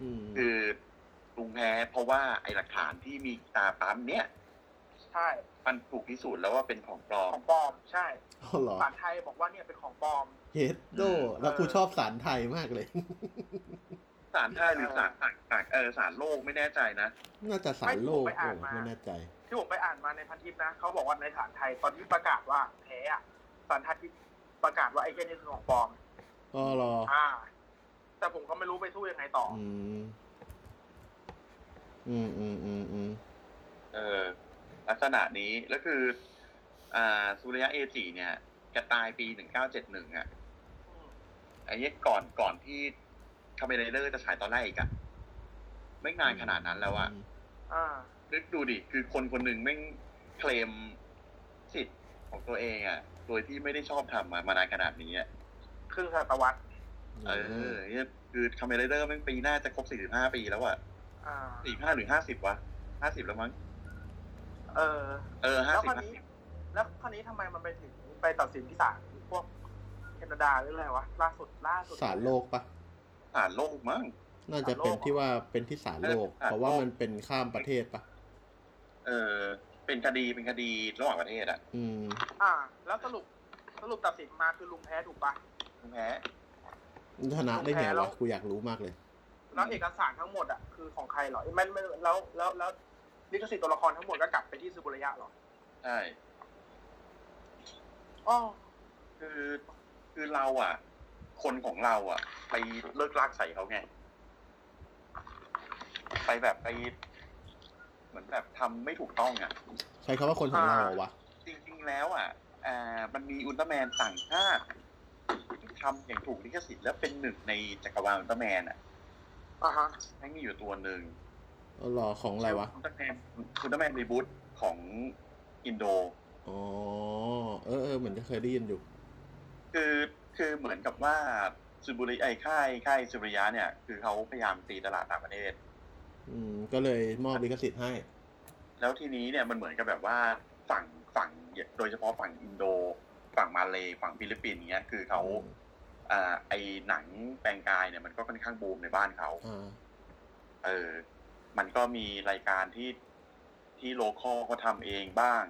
[SPEAKER 3] อืม
[SPEAKER 5] คือลุงแพ้เพราะว่าไอหลักฐานที่มีตาปั๊มเนี้ย
[SPEAKER 4] ใช่
[SPEAKER 5] มันถูกพิสูจน์แล้วว่าเป็นของปลอ
[SPEAKER 4] ข
[SPEAKER 5] ม
[SPEAKER 4] องปลอมใช่
[SPEAKER 3] อ๋อเหรอ
[SPEAKER 4] ศาลไทยบอกว่าเนี่ยเป็นของปลอม
[SPEAKER 3] เฮดโด แล้วกูชอบสารไทยมากเลย
[SPEAKER 5] สารไทยหรือสารต่างต่างเออสารโลกไม่แน่ใจนะ
[SPEAKER 3] น่าจะสารโลก
[SPEAKER 4] ไม่ผม
[SPEAKER 3] โอ้
[SPEAKER 4] ไปอ่านมา
[SPEAKER 3] ไม่แน่ใจ
[SPEAKER 4] ที่ผมไปอ่านมาในพันทิปนะเขาบอกว่าในศาลไทยตอนที่ประกาศว่าแพ้อะศาลไทยประกาศว่าไอ้เจ้านี่คือของปลอม
[SPEAKER 3] อ๋อเหรอ
[SPEAKER 4] อ่า แต่ผมก็ไม่รู้ไปสู้ยังไงต่ออ
[SPEAKER 3] อืม อืมอืมอืมอืม
[SPEAKER 5] เออ ลักษณะนี้แล้วคือ อ่าสุริยะเอจิเนี่ยแกตายปีหนึ่งเก้าเจ็ดหนึ่งอ่ะ ไอ้เนี้ยก่อนก่อนที่คาเมเลเดอร์จะฉายตอนแรกอีกอะไม่นานขนาดนั้นแล้วอะ
[SPEAKER 4] อ่า
[SPEAKER 5] นึกดูดิ คือคนคนหนึ่งแม่งเคลมสิทธิ์ของตัวเองอะโดยที่ไม่ได้ชอบทำมามานานขนาดนี้อะ
[SPEAKER 4] ครึ่งศตวรรษ
[SPEAKER 5] เออเนี่ยคือคาเมเลเดอร์แม่งปีหน้าจะครบสี่สิบห้าปีแล้วอะ
[SPEAKER 4] อ่า
[SPEAKER 5] สี่ห้าหรือห้าสิบวะห้าสิบแล้วมั้ง
[SPEAKER 4] เออ
[SPEAKER 5] เออห้า
[SPEAKER 4] แล้ว
[SPEAKER 5] สิ
[SPEAKER 4] ค
[SPEAKER 5] บ
[SPEAKER 4] ราวนี้ แล้วคราวนี้ทำไมมันไปถึงไปตัดสินที่ศาลพวกแคนาดาหรืออะไรวะ ล่าสุด ล่าสุด
[SPEAKER 3] สารโลกปะ
[SPEAKER 5] สารโลกมั้ง
[SPEAKER 3] น่าจะเป็นที่ว่าเป็นที่สารโลก เพราะว่ามันเป็นข้ามประเทศปะ
[SPEAKER 5] เออ เป็นคดีเป็นคดีระหว่างประเทศอะ
[SPEAKER 3] อืม
[SPEAKER 4] อ่า แล้วสรุป สรุปตัดสินมาคือลุงแพ้ถูกปะ
[SPEAKER 5] คุณแพ้
[SPEAKER 3] ชนะได้ไง
[SPEAKER 4] แล้ว
[SPEAKER 3] ะ
[SPEAKER 4] ว
[SPEAKER 3] กูอยากรู้มากเลย
[SPEAKER 4] แล้วเอกสารทั้งหมดอ่ะ คือของใครเหรอมันมันแล้วแล้วแล้วลิขสิทธิ์ตัวละครทั้งหมดก็กลับไปที่ซูบุระยะเหรอ
[SPEAKER 5] ใช่
[SPEAKER 4] อ๋อ
[SPEAKER 5] คือคือเราอ่ะ คนของเราอ่ะ ไปเลิกลากใส่เขาไง ไปแบบไป เหมือนแบบทำไม่ถูกต้องอ่ะ
[SPEAKER 3] ใช้คำว่าคนของเราเหรอวะ
[SPEAKER 5] จริง ๆ แล้วอ่ะอ่ามันมีอุลตร้าแมนต่างชาติที่ทำอย่างถูกลิขสิทธิ์แล้วเป็นหนึ่งในจักรวาลอุลตร้าแมนอ่ะ
[SPEAKER 4] อ่าฮะ
[SPEAKER 5] ให้มีอยู่ตัวหนึ่ง
[SPEAKER 3] อ๋อเหรอของอะไรวะ
[SPEAKER 5] อุลตร้าแมนอุลตร้าแมนรีบูตของอินโด
[SPEAKER 3] อ๋อ เออเออเหมือนจะเคยได้ยินอยู่
[SPEAKER 5] คือคือเหมือนกับว่าซูบุริไอค่ายค่ายซูบุริยะเนี่ย คือเขาพยายามตีตลาดต่างประเทศ
[SPEAKER 3] อืม ก็เลยมอบลิขสิทธิ์ให้
[SPEAKER 5] แล้วทีนี้เนี่ยมันเหมือนกับแบบว่าฝั่งฝั่งโดยเฉพาะฝั่งอินโด ฝั่งมาเลฝั่งฟิลิปปินส์เนี้ยคือเขาอ่าไอหนังแปลงกายเนี่ยมันก็ค่อนข้างบูมในบ้านเขา
[SPEAKER 3] อ่า
[SPEAKER 5] เออ มันก็มีรายการที่ที่โลคอลเขาทำเองบ้าง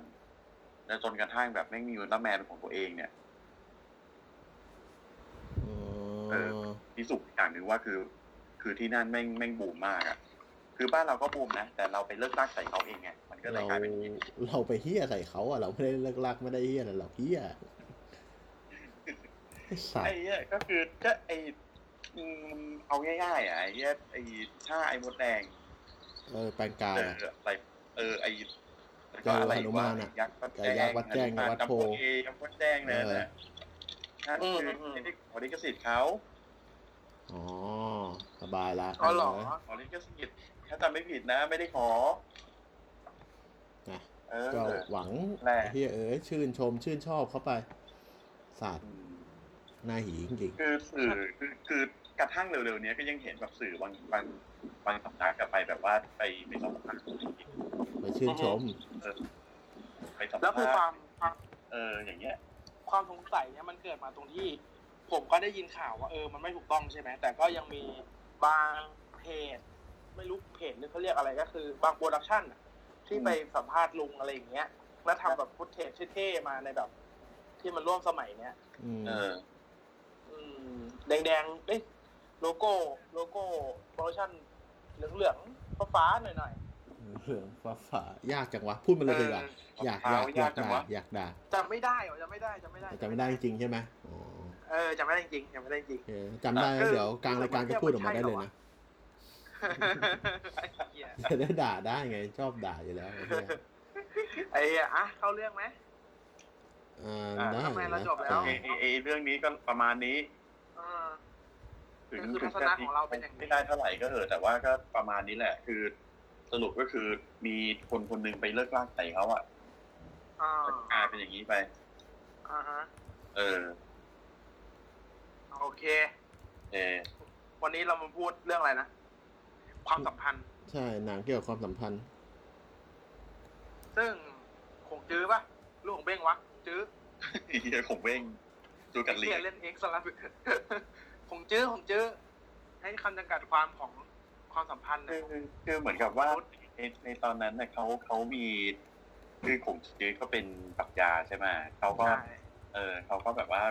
[SPEAKER 5] แล้วจนกระทั่งแบบแม่งมีอุลตร้าแมนเป็นของตัวเองเนี่ย
[SPEAKER 3] อ๋อ
[SPEAKER 5] เออ พิสูจน์อย่างหนึ่งว่าคือ คือที่นั่นแม่งแม่งบูมมากอะคือบ้านเราก็บูมนะแต่เราไปเลิกลากใส่เขาเองไงมันก็เลย
[SPEAKER 3] เรา
[SPEAKER 5] กลายเป็นอย่างนี้
[SPEAKER 3] เราไปเฮี้ยใส่เขาอ่ะ เราไม่ได้เลิกลากไม่ได้เฮี้ยอะไรหรอกเฮี้ยไอ้สัต
[SPEAKER 5] ไอ้
[SPEAKER 3] ว์
[SPEAKER 5] เนี่ยก็คือก็ไออืมเอาง่ายๆอ่ะไอ้เนี่ยไอ้ท่าไอ้มดแดง
[SPEAKER 3] เออแปลงกา
[SPEAKER 5] เอย อ
[SPEAKER 3] อะ
[SPEAKER 5] อะไรเออไอ้แล้วก็
[SPEAKER 3] เจออ
[SPEAKER 5] อะไร
[SPEAKER 3] หนุ
[SPEAKER 5] วะ
[SPEAKER 3] มานอะ
[SPEAKER 5] ยักษ์วัดแ
[SPEAKER 3] ยักษ์วัดแจ้
[SPEAKER 5] จ้
[SPEAKER 3] ง
[SPEAKER 5] ง
[SPEAKER 3] กับวัดโพ
[SPEAKER 5] หนุมานจำพวกเอยักษ์วัดแจ้งเนี่ยนะนั่นคือ
[SPEAKER 4] เออ
[SPEAKER 5] ที่ขอลิขสิทธิ์เขา
[SPEAKER 3] อ๋อ สบายละ
[SPEAKER 4] อ๋อเหรอ
[SPEAKER 5] ขอลิขสิทธิ์ถ้าจำไม่ผิดนะ ไม่ได้ขอ
[SPEAKER 3] นะ
[SPEAKER 5] เออ
[SPEAKER 3] ก็หวัง
[SPEAKER 5] แหละ
[SPEAKER 3] ไอ้เฮี้ยเอ๋ยชื่นชมชื่นชอบเข้าไปสัตว์หน้าหีจริง
[SPEAKER 5] คือสื่อคือคือกระทั่งเร็วๆเนี้ยก็ยังเห็นแบบสื่อบางบางบางสำนักกลับไปแบบว่าไปไปสัมภาษณ์
[SPEAKER 3] ๆไปชื่นชม
[SPEAKER 5] ไปสัม
[SPEAKER 4] แล้วคือ
[SPEAKER 5] ภาว
[SPEAKER 4] คา
[SPEAKER 5] ษ
[SPEAKER 4] ม
[SPEAKER 5] ณ์
[SPEAKER 4] ความ
[SPEAKER 5] เอออย่างเงี้ย
[SPEAKER 4] ความสงสัยเนี่ยมันเกิดมาตรงที่ ผมก็ได้ยินข่าวว่าเออมันไม่ถูกต้องใช่ไหมแต่ก็ยังมีบางเพจ ไม่รู้เพจหรือเขาเรียกอะไรก็คือบางโปรดักชั่นน่ะที่ไปสัมภาษณ์ลุงอะไรอย่างเงี้ย แล้วทำแบบฟุตเทจเท่ๆมาในแบบ ที่มันร่วมสมัยเนี้ย
[SPEAKER 3] อืม
[SPEAKER 5] เออ
[SPEAKER 4] อืม แดงๆเอ้ยโลโก้โลโก้โปรดักชั่นเหลืองๆฟ้าๆหน่อย
[SPEAKER 3] เหลืองฟ้าฝ่ายากจังวะ พูดมาเลยดีกว่าอยากอยากอยาก
[SPEAKER 5] จั
[SPEAKER 3] ด่าว
[SPEAKER 5] งะ
[SPEAKER 3] อยากด่า
[SPEAKER 4] ๆจำไม่ได้เหรอจำไม่ได้จำไม่ได้
[SPEAKER 3] แต่จำไม่ได้จริงๆใช่ไหมอ๋อ
[SPEAKER 4] เออจำไม่ได้จริงๆจำไม่ได้จริง
[SPEAKER 3] โอเคจำได้แล้ว
[SPEAKER 4] เออ
[SPEAKER 3] เดี๋ยวกลางรายการก็พูดออกมาได้เลยนะ
[SPEAKER 4] เหี้ย
[SPEAKER 3] จะได้ด่าได้ไงชอบด่าอยู่แล้วไอ้เหี้ย
[SPEAKER 4] ไอ้เหี้ยอ่ะเข้าเรื่องไหม
[SPEAKER 3] อ่า
[SPEAKER 5] อ่า
[SPEAKER 3] ได้
[SPEAKER 4] ทำไมเรา
[SPEAKER 3] นะ
[SPEAKER 4] จบแล้ว
[SPEAKER 5] ไอ้ไอ้ไอ้เรื่องนี้ก็ประมาณนี้
[SPEAKER 4] เออ
[SPEAKER 5] ถึง
[SPEAKER 4] ก็คือ
[SPEAKER 5] ถึ
[SPEAKER 4] ทัศนะของเราเป็นอย่างนี้
[SPEAKER 5] ไม่ได้เท่าไหร่ก็เถอะแต่ว่าก็ประมาณนี้แหละ คือสรุปก็คือมีคนคนหนึงไปเลิกลากใส่เขาอ่ะ
[SPEAKER 4] อ่าก
[SPEAKER 5] ลายเป็นอย่างนี้ไป
[SPEAKER 4] อ่าฮะ
[SPEAKER 5] เออ
[SPEAKER 4] โอเค
[SPEAKER 5] เออ
[SPEAKER 4] วันนี้เรามาพูดเรื่องอะไรนะ ความสัมพันธ์
[SPEAKER 3] ใช่หนังเกี่ยวกับความสัมพันธ์
[SPEAKER 4] ซึ่งคงจื้อปะลูกของเบ้งวะ จื้อ
[SPEAKER 5] เฮียผมเว้งดูกัน
[SPEAKER 4] ไอ้
[SPEAKER 5] เลี
[SPEAKER 4] เหี้
[SPEAKER 5] ย
[SPEAKER 4] ยเล่นเอ็กซ์ละ คงจื้อคงจื้อ ให้คำจำกัดความของความสัมพันธ์
[SPEAKER 5] คือ
[SPEAKER 4] เนี่
[SPEAKER 5] ย คือเหมือนกับว่าในในตอนนั้นเน่ะเขาเขามีคือผมจื้อเขาเป็นปรักยาใช่ไหมเขาก็
[SPEAKER 4] ใช่
[SPEAKER 5] เออเขาก็แบบว่า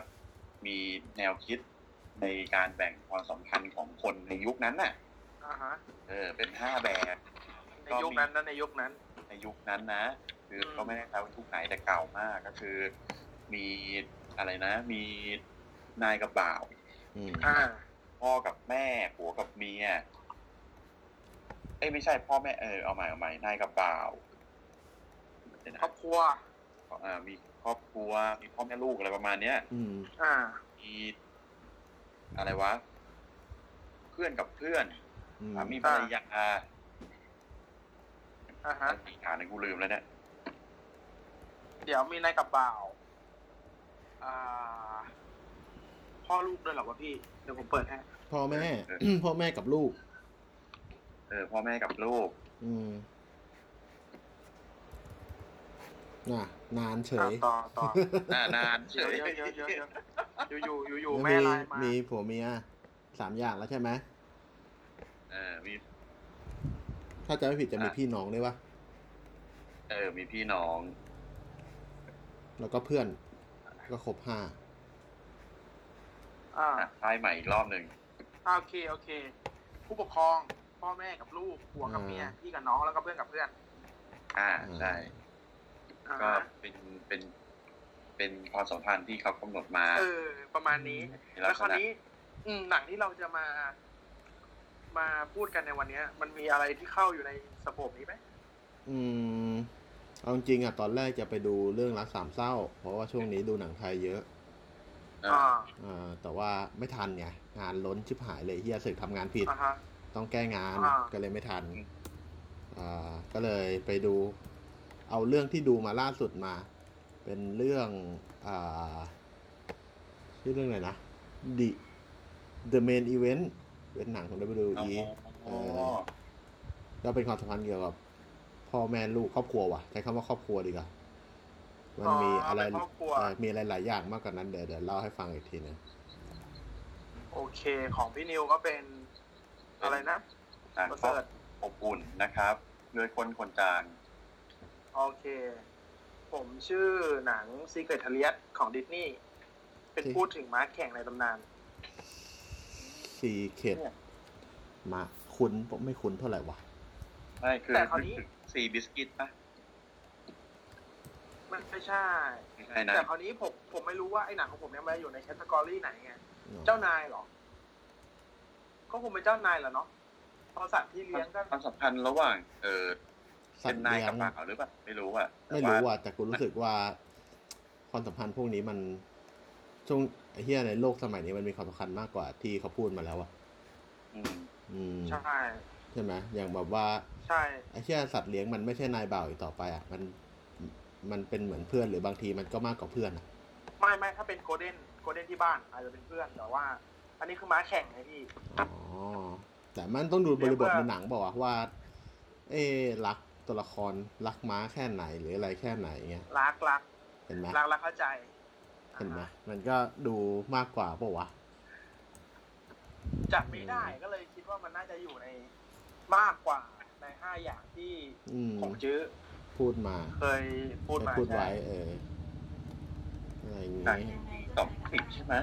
[SPEAKER 5] มีแนวคิดในการแบ่งความสัมพันธ์ของคนในยุคนั้นน่ะ
[SPEAKER 4] อ่าฮะ
[SPEAKER 5] เออ เป็นห้าแบบ
[SPEAKER 4] ในยุคนั้นนะในยุคนั้น
[SPEAKER 5] ในยุคนั้นนะ คือ
[SPEAKER 4] ม
[SPEAKER 5] ก็ไม่แน่ใจว่าทุกไหนแต่เก่ามากก็คือ มีอะไรนะ มีนายกับบ่าว
[SPEAKER 3] อืม
[SPEAKER 4] อ่า
[SPEAKER 5] พ่อกับแม่ผัวกับเมียเอ้ยไม่ใช่พ่อแม่เออเอาใหม่เอาใหม่นายกับบ่าวเดี๋ยวนะ
[SPEAKER 4] ครอบครัว
[SPEAKER 5] อ่ามีครอบครัว มีพ่อแม่ลูกอะไรประมาณเนี้ย
[SPEAKER 3] อืม
[SPEAKER 4] อ่า
[SPEAKER 5] มีอะไรวะ เพื่อนกับเพื่อน
[SPEAKER 3] อืม
[SPEAKER 5] สามีภรรยา
[SPEAKER 4] อ่าฮะ
[SPEAKER 5] อีกอย่างหนึงกูลืมแล้วเนี่ย
[SPEAKER 4] เดี๋ยวมีนายกับบ่าวอ่า พ่อลูกด้วยเหรอวะพี่ เดี๋ยวผมเปิดให้
[SPEAKER 3] พ่อแม่ พ่อแม่กับลูก
[SPEAKER 5] เออพ่อแม่กับลูก
[SPEAKER 3] อืมน่ะนานเฉ
[SPEAKER 4] อ่ะ
[SPEAKER 3] ย
[SPEAKER 4] ต่อต่อ
[SPEAKER 5] อ่านานเฉ
[SPEAKER 4] เดี๋ยวย เดี๋ยวเดี๋ยวเดี๋ยวเดี๋ยวอยู่อยู่อยู่
[SPEAKER 3] แล้
[SPEAKER 4] ๆ
[SPEAKER 3] ว
[SPEAKER 4] แม่
[SPEAKER 3] มี
[SPEAKER 4] ไลน์มา
[SPEAKER 3] มีผัวเมียสามอย่างแล้วใช่ไหม
[SPEAKER 5] เออมี
[SPEAKER 3] ถ้าจะไม่ผิดจะมี
[SPEAKER 5] อ่ะ
[SPEAKER 3] พี่น้องด้วยวะ
[SPEAKER 5] เออ มีพี่น้อง
[SPEAKER 3] แล้วก็เพื่อนแล้วก็ครบห้า
[SPEAKER 4] อ่า
[SPEAKER 5] อ่ะทายใหม่อีกรอบหนึ่ง
[SPEAKER 4] อ่าโอเคโอเค ผู้ปกครองพ่อแม่กับลูกผัวกับเมียพี่กับน้องแล้วก็เพื่อนกับเพื่อน
[SPEAKER 5] อ่าใช่
[SPEAKER 4] อ่า
[SPEAKER 5] ก็เป็นเป็นเป็นความสัมพันธ์ที่เขากำหนดมา
[SPEAKER 4] เออ ประมาณนี้
[SPEAKER 5] ใน
[SPEAKER 4] แล้
[SPEAKER 5] ลั
[SPEAKER 4] ว
[SPEAKER 5] ก
[SPEAKER 4] ค
[SPEAKER 5] ษ
[SPEAKER 4] ราว
[SPEAKER 5] ณะ
[SPEAKER 4] นี้ อืมหนังที่เราจะมา มาพูดกันในวันเนี้ย มันมีอะไรที่เข้าอยู่ในสโคปนี้ไหม
[SPEAKER 3] อืมเอาจริงๆอ่ะตอนแรกจะไปดูเรื่องรักสามเศร้า เพราะว่าช่วงนี้ดูหนังไทยเยอะ
[SPEAKER 5] อ่า
[SPEAKER 4] อ่า
[SPEAKER 3] อ่าแต่ว่าไม่ทันไงงานล้นชิบหายเลยเฮียสึกทำงานผิด
[SPEAKER 4] อ่าฮะ
[SPEAKER 3] ต้องแก้งาน
[SPEAKER 4] อ่า
[SPEAKER 3] ก็เลยไม่ทัน อ่า ก็เลยไปดู เอาเรื่องที่ดูมาล่าสุดมา เป็นเรื่องอ่าชื่อเรื่องอะไรนะ The The Main Event เป็นหนังของ WWE
[SPEAKER 5] อ๋อ
[SPEAKER 3] แล้วเป็นความสัมพันธ์เกี่ยวกับพ่อแม่ลูกครอบครัวว่ะใช้คำว่าครอบครัวดีกว่ามันมีอะไร
[SPEAKER 4] เป็นครอบครัว
[SPEAKER 3] เอ่อมีอะไรหลายอย่างมากกว่านั้นเดี๋ยวเดี๋ยวเล่าให้ฟังอีกทีหนึง
[SPEAKER 4] โอเค ของพี่นิวก็เป็นอะไรนะ
[SPEAKER 5] อ่ะ
[SPEAKER 4] ประ
[SPEAKER 5] ก็
[SPEAKER 4] เสริฐ
[SPEAKER 5] อบอุ่นนะครับโดยคนคนจาง
[SPEAKER 4] โอเค ผมชื่อหนัง Secret t a l i a t ของดิสนีย์เป็นพูดถึงม้าแข่งในตำนาน
[SPEAKER 3] ซีเข็ด
[SPEAKER 5] เนี่ย
[SPEAKER 3] มาคุ้นผมไม่คุ้นเท่าไหร่ว่ะ
[SPEAKER 5] ไม่คือ
[SPEAKER 4] แต่คราวนี้
[SPEAKER 5] สีบิสกิตปะ
[SPEAKER 4] มันไม่ใช่
[SPEAKER 5] ไม่ใช่นะ
[SPEAKER 4] แต่คราวนี้ผมผมไม่รู้ว่าไอ้หนังของผมเนี่ยมันอยู่ในแคตตากรีไหนไง เจ้านายเหรอ ก็คงเป็นเจ้านายแหละเนาะเพราะสัตว์ที่เลี้ยงก็
[SPEAKER 5] ความสัมพันธ์ระหว่าง เออ
[SPEAKER 3] สั
[SPEAKER 5] เป็
[SPEAKER 3] ต
[SPEAKER 5] น
[SPEAKER 3] ว์
[SPEAKER 5] นาย
[SPEAKER 3] เลี้ย
[SPEAKER 5] กับ
[SPEAKER 3] ง
[SPEAKER 5] บ่าวหรือเปล่าไม่รู้อ่ะแต่
[SPEAKER 3] ไม่รู้ว่ะแต่กูรู้สึกว่า ความสัมพันธ์พวกนี้มันช่วงไอ้เฮียในโลกสมัยนี้มันมีความสำคัญมากกว่าที่เขาพูดมาแล้วอ่ะ
[SPEAKER 5] อืม
[SPEAKER 3] อืม
[SPEAKER 4] ใช่
[SPEAKER 3] ใช่ไหมอย่างแบบว่า
[SPEAKER 4] ใช่
[SPEAKER 3] ไอ้เฮียสัตว์เลี้ยงมันไม่ใช่นายบ่าวอีกต่อไปอ่ะมันมันเป็นเหมือนเพื่อนหรือบางทีมันก็มากกว่าเพื่อนอ่ะ
[SPEAKER 4] ไม่ไม่ถ้าเป็นโกลเด้นโกลเด้นที่บ้านอาจจะเป็นเพื่อนแต่ว่า อันนี้คือม้าแข่งไงพี่
[SPEAKER 3] อ๋อ แต่มันต้องดูบริบทในหนังบอกว่าวะว่า เอ๊ะรักตัวละครรักม้าแค่ไหนหรืออะไรแค่ไหนเงี้ย
[SPEAKER 4] รักรัก
[SPEAKER 3] เห็นไหม
[SPEAKER 4] รักรักเข้าใจ
[SPEAKER 3] เห็นไหมมันก็ดูมากกว่าเปล่าวะ
[SPEAKER 4] จัดไม่ได้ก็เลยคิดว่ามันน่าจะอยู่ในมากกว่าในห้าอย่างที่
[SPEAKER 3] อืม
[SPEAKER 4] ของจื้อ
[SPEAKER 3] พูดมา
[SPEAKER 4] เคยพูดมา
[SPEAKER 3] พูดไว้
[SPEAKER 4] ใช่
[SPEAKER 3] เอออะไรอย่าง
[SPEAKER 5] หนัง
[SPEAKER 3] งี้
[SPEAKER 5] สองสิบใช่ไหม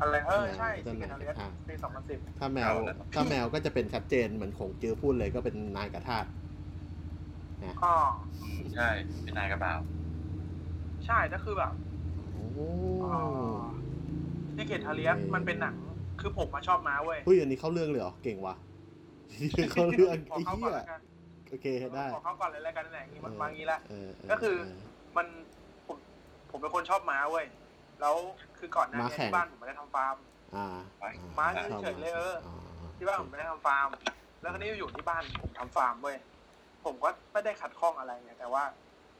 [SPEAKER 4] อะไรเออใช่สิงเกิลเลียสปีสองพันสิบ
[SPEAKER 3] ถ้าแมว
[SPEAKER 5] เอาแล้ว
[SPEAKER 3] ถ้าแมวก็จะเป็นชัดเจนเหมือนของจือพูดเลยก็เป็นนายกับทาส
[SPEAKER 4] อ๋อ
[SPEAKER 5] อืมใช่เป็นนายกับบ่าว
[SPEAKER 4] ใช่ก็คือแบบ
[SPEAKER 3] โอ้
[SPEAKER 4] เอ่อ เกตทาเลียสมันเป็นหนัง คือผมมาชอบม้าเว้ย
[SPEAKER 3] เฮ้ยอันนี้เข้าเรื่องเลยเหรอ เก่งว่ะ เข้าเรื่อง
[SPEAKER 4] ขอ
[SPEAKER 3] ไอ้
[SPEAKER 4] เข้า
[SPEAKER 3] เหี้
[SPEAKER 4] ก่อน
[SPEAKER 3] ย
[SPEAKER 4] แล้วกัน
[SPEAKER 3] โอเคได้
[SPEAKER 4] ขอเข้าก่อนเลยแล้วกันไหนอย่างนี้มันมาอย่างนี้ละ
[SPEAKER 3] เออเ
[SPEAKER 4] ก็คือ
[SPEAKER 3] เ
[SPEAKER 4] มันผมผมเป็นคนชอบม้าเว้ย แล้วคือก่อนหน้า
[SPEAKER 3] ม้า
[SPEAKER 4] นี้
[SPEAKER 3] แข่ง
[SPEAKER 4] ที่บ้านผมไม่ได้ทำฟาร์ม
[SPEAKER 3] อ่า
[SPEAKER 5] ไป
[SPEAKER 3] อ่
[SPEAKER 4] ม้า
[SPEAKER 3] ชอบ
[SPEAKER 4] เฉยๆเลยเออ
[SPEAKER 3] า
[SPEAKER 4] ที่บ้านผมไม่ได้ทำฟาร์ม แล้วคราวนี้อยู่ที่บ้านผมทำฟาร์มเว้ย ผมก็ไม่ได้ขัดข้องอะไรเนี่ยแต่ว่า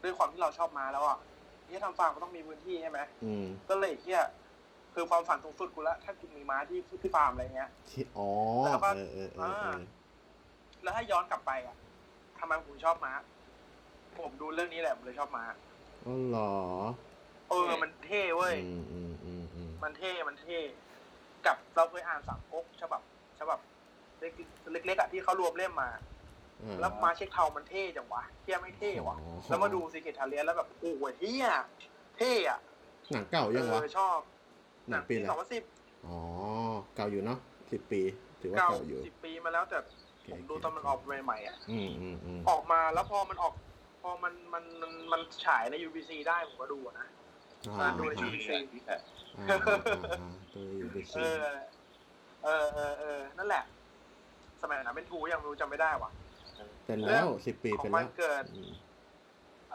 [SPEAKER 4] ด้วยความที่เราชอบม้าแล้วอ่ะที่ทำฟาร์มก็ต้องมีพื้นที่ใช่ไหม
[SPEAKER 3] อืม
[SPEAKER 4] ก็เลยเที่ยคือความฝันสูงสุดกูละถ้ากูมีม้าที่ที่ฟาร์มอะไรเงี้ย
[SPEAKER 3] ที่อ๋อ
[SPEAKER 4] แล้วก็
[SPEAKER 3] เออเออเออเอ
[SPEAKER 4] อ่า
[SPEAKER 3] อ
[SPEAKER 4] แล้วถ้าย้อนกลับไปอ่ะทำไมผมชอบม้า ผมดูเรื่องนี้แหละผมเลยชอบม้า
[SPEAKER 3] อ๋อเหรอ
[SPEAKER 4] เออ มันเท่เว้ย
[SPEAKER 3] อืมอืมอืมอืม
[SPEAKER 4] มันเท่ มันเท่ กับเราเคยอ่านสามก๊กฉบับฉบับเล็กๆอ่ะที่เขารวมเล่มมา
[SPEAKER 3] อ่า
[SPEAKER 4] แล้วมาเช็คเทามันเท่จังวะเที่ยไม่เท่วะ
[SPEAKER 3] อ๋อ
[SPEAKER 4] แล้วมาดูซีเกตทาเลียนแล้วแบบโอ้โหเที่ยเท่อะ
[SPEAKER 3] หนังเก่า
[SPEAKER 4] เอ
[SPEAKER 3] ยังวะ
[SPEAKER 4] อชอบ
[SPEAKER 3] หนังปี
[SPEAKER 4] ปี
[SPEAKER 3] อะไร
[SPEAKER 4] สองพันสิบ
[SPEAKER 3] อ๋อเก่าอยู่เนาะสิบปี ถือว่า
[SPEAKER 4] เก้า
[SPEAKER 3] เก่าอยู่
[SPEAKER 4] สิบปีมาแล้วแต่
[SPEAKER 3] โเค
[SPEAKER 4] ผมดูตอนมันออกใหม่ๆอ่ะ
[SPEAKER 3] อืมอืมอืม
[SPEAKER 4] ออกมาแล้วพอมันออกพอมันมันมันมันฉายใน UBC ได้ผมก็ดูอะนะ
[SPEAKER 3] อ่า
[SPEAKER 4] มาดู
[SPEAKER 5] ดูดีแหละ
[SPEAKER 3] อ่าอ่าอ่าตัวอยู่ไป
[SPEAKER 4] เอ
[SPEAKER 3] ซื้อ
[SPEAKER 4] อ เออเออเออนั่นแหละ สมัยนั้นเป็นทูยังไม่รู้จำไม่ได้ว่ะ
[SPEAKER 3] เป็นแล้วสิบปี
[SPEAKER 4] ขอ
[SPEAKER 3] เป็น
[SPEAKER 4] งวั
[SPEAKER 3] แล้
[SPEAKER 4] น
[SPEAKER 3] ว
[SPEAKER 4] เกิด
[SPEAKER 3] อืม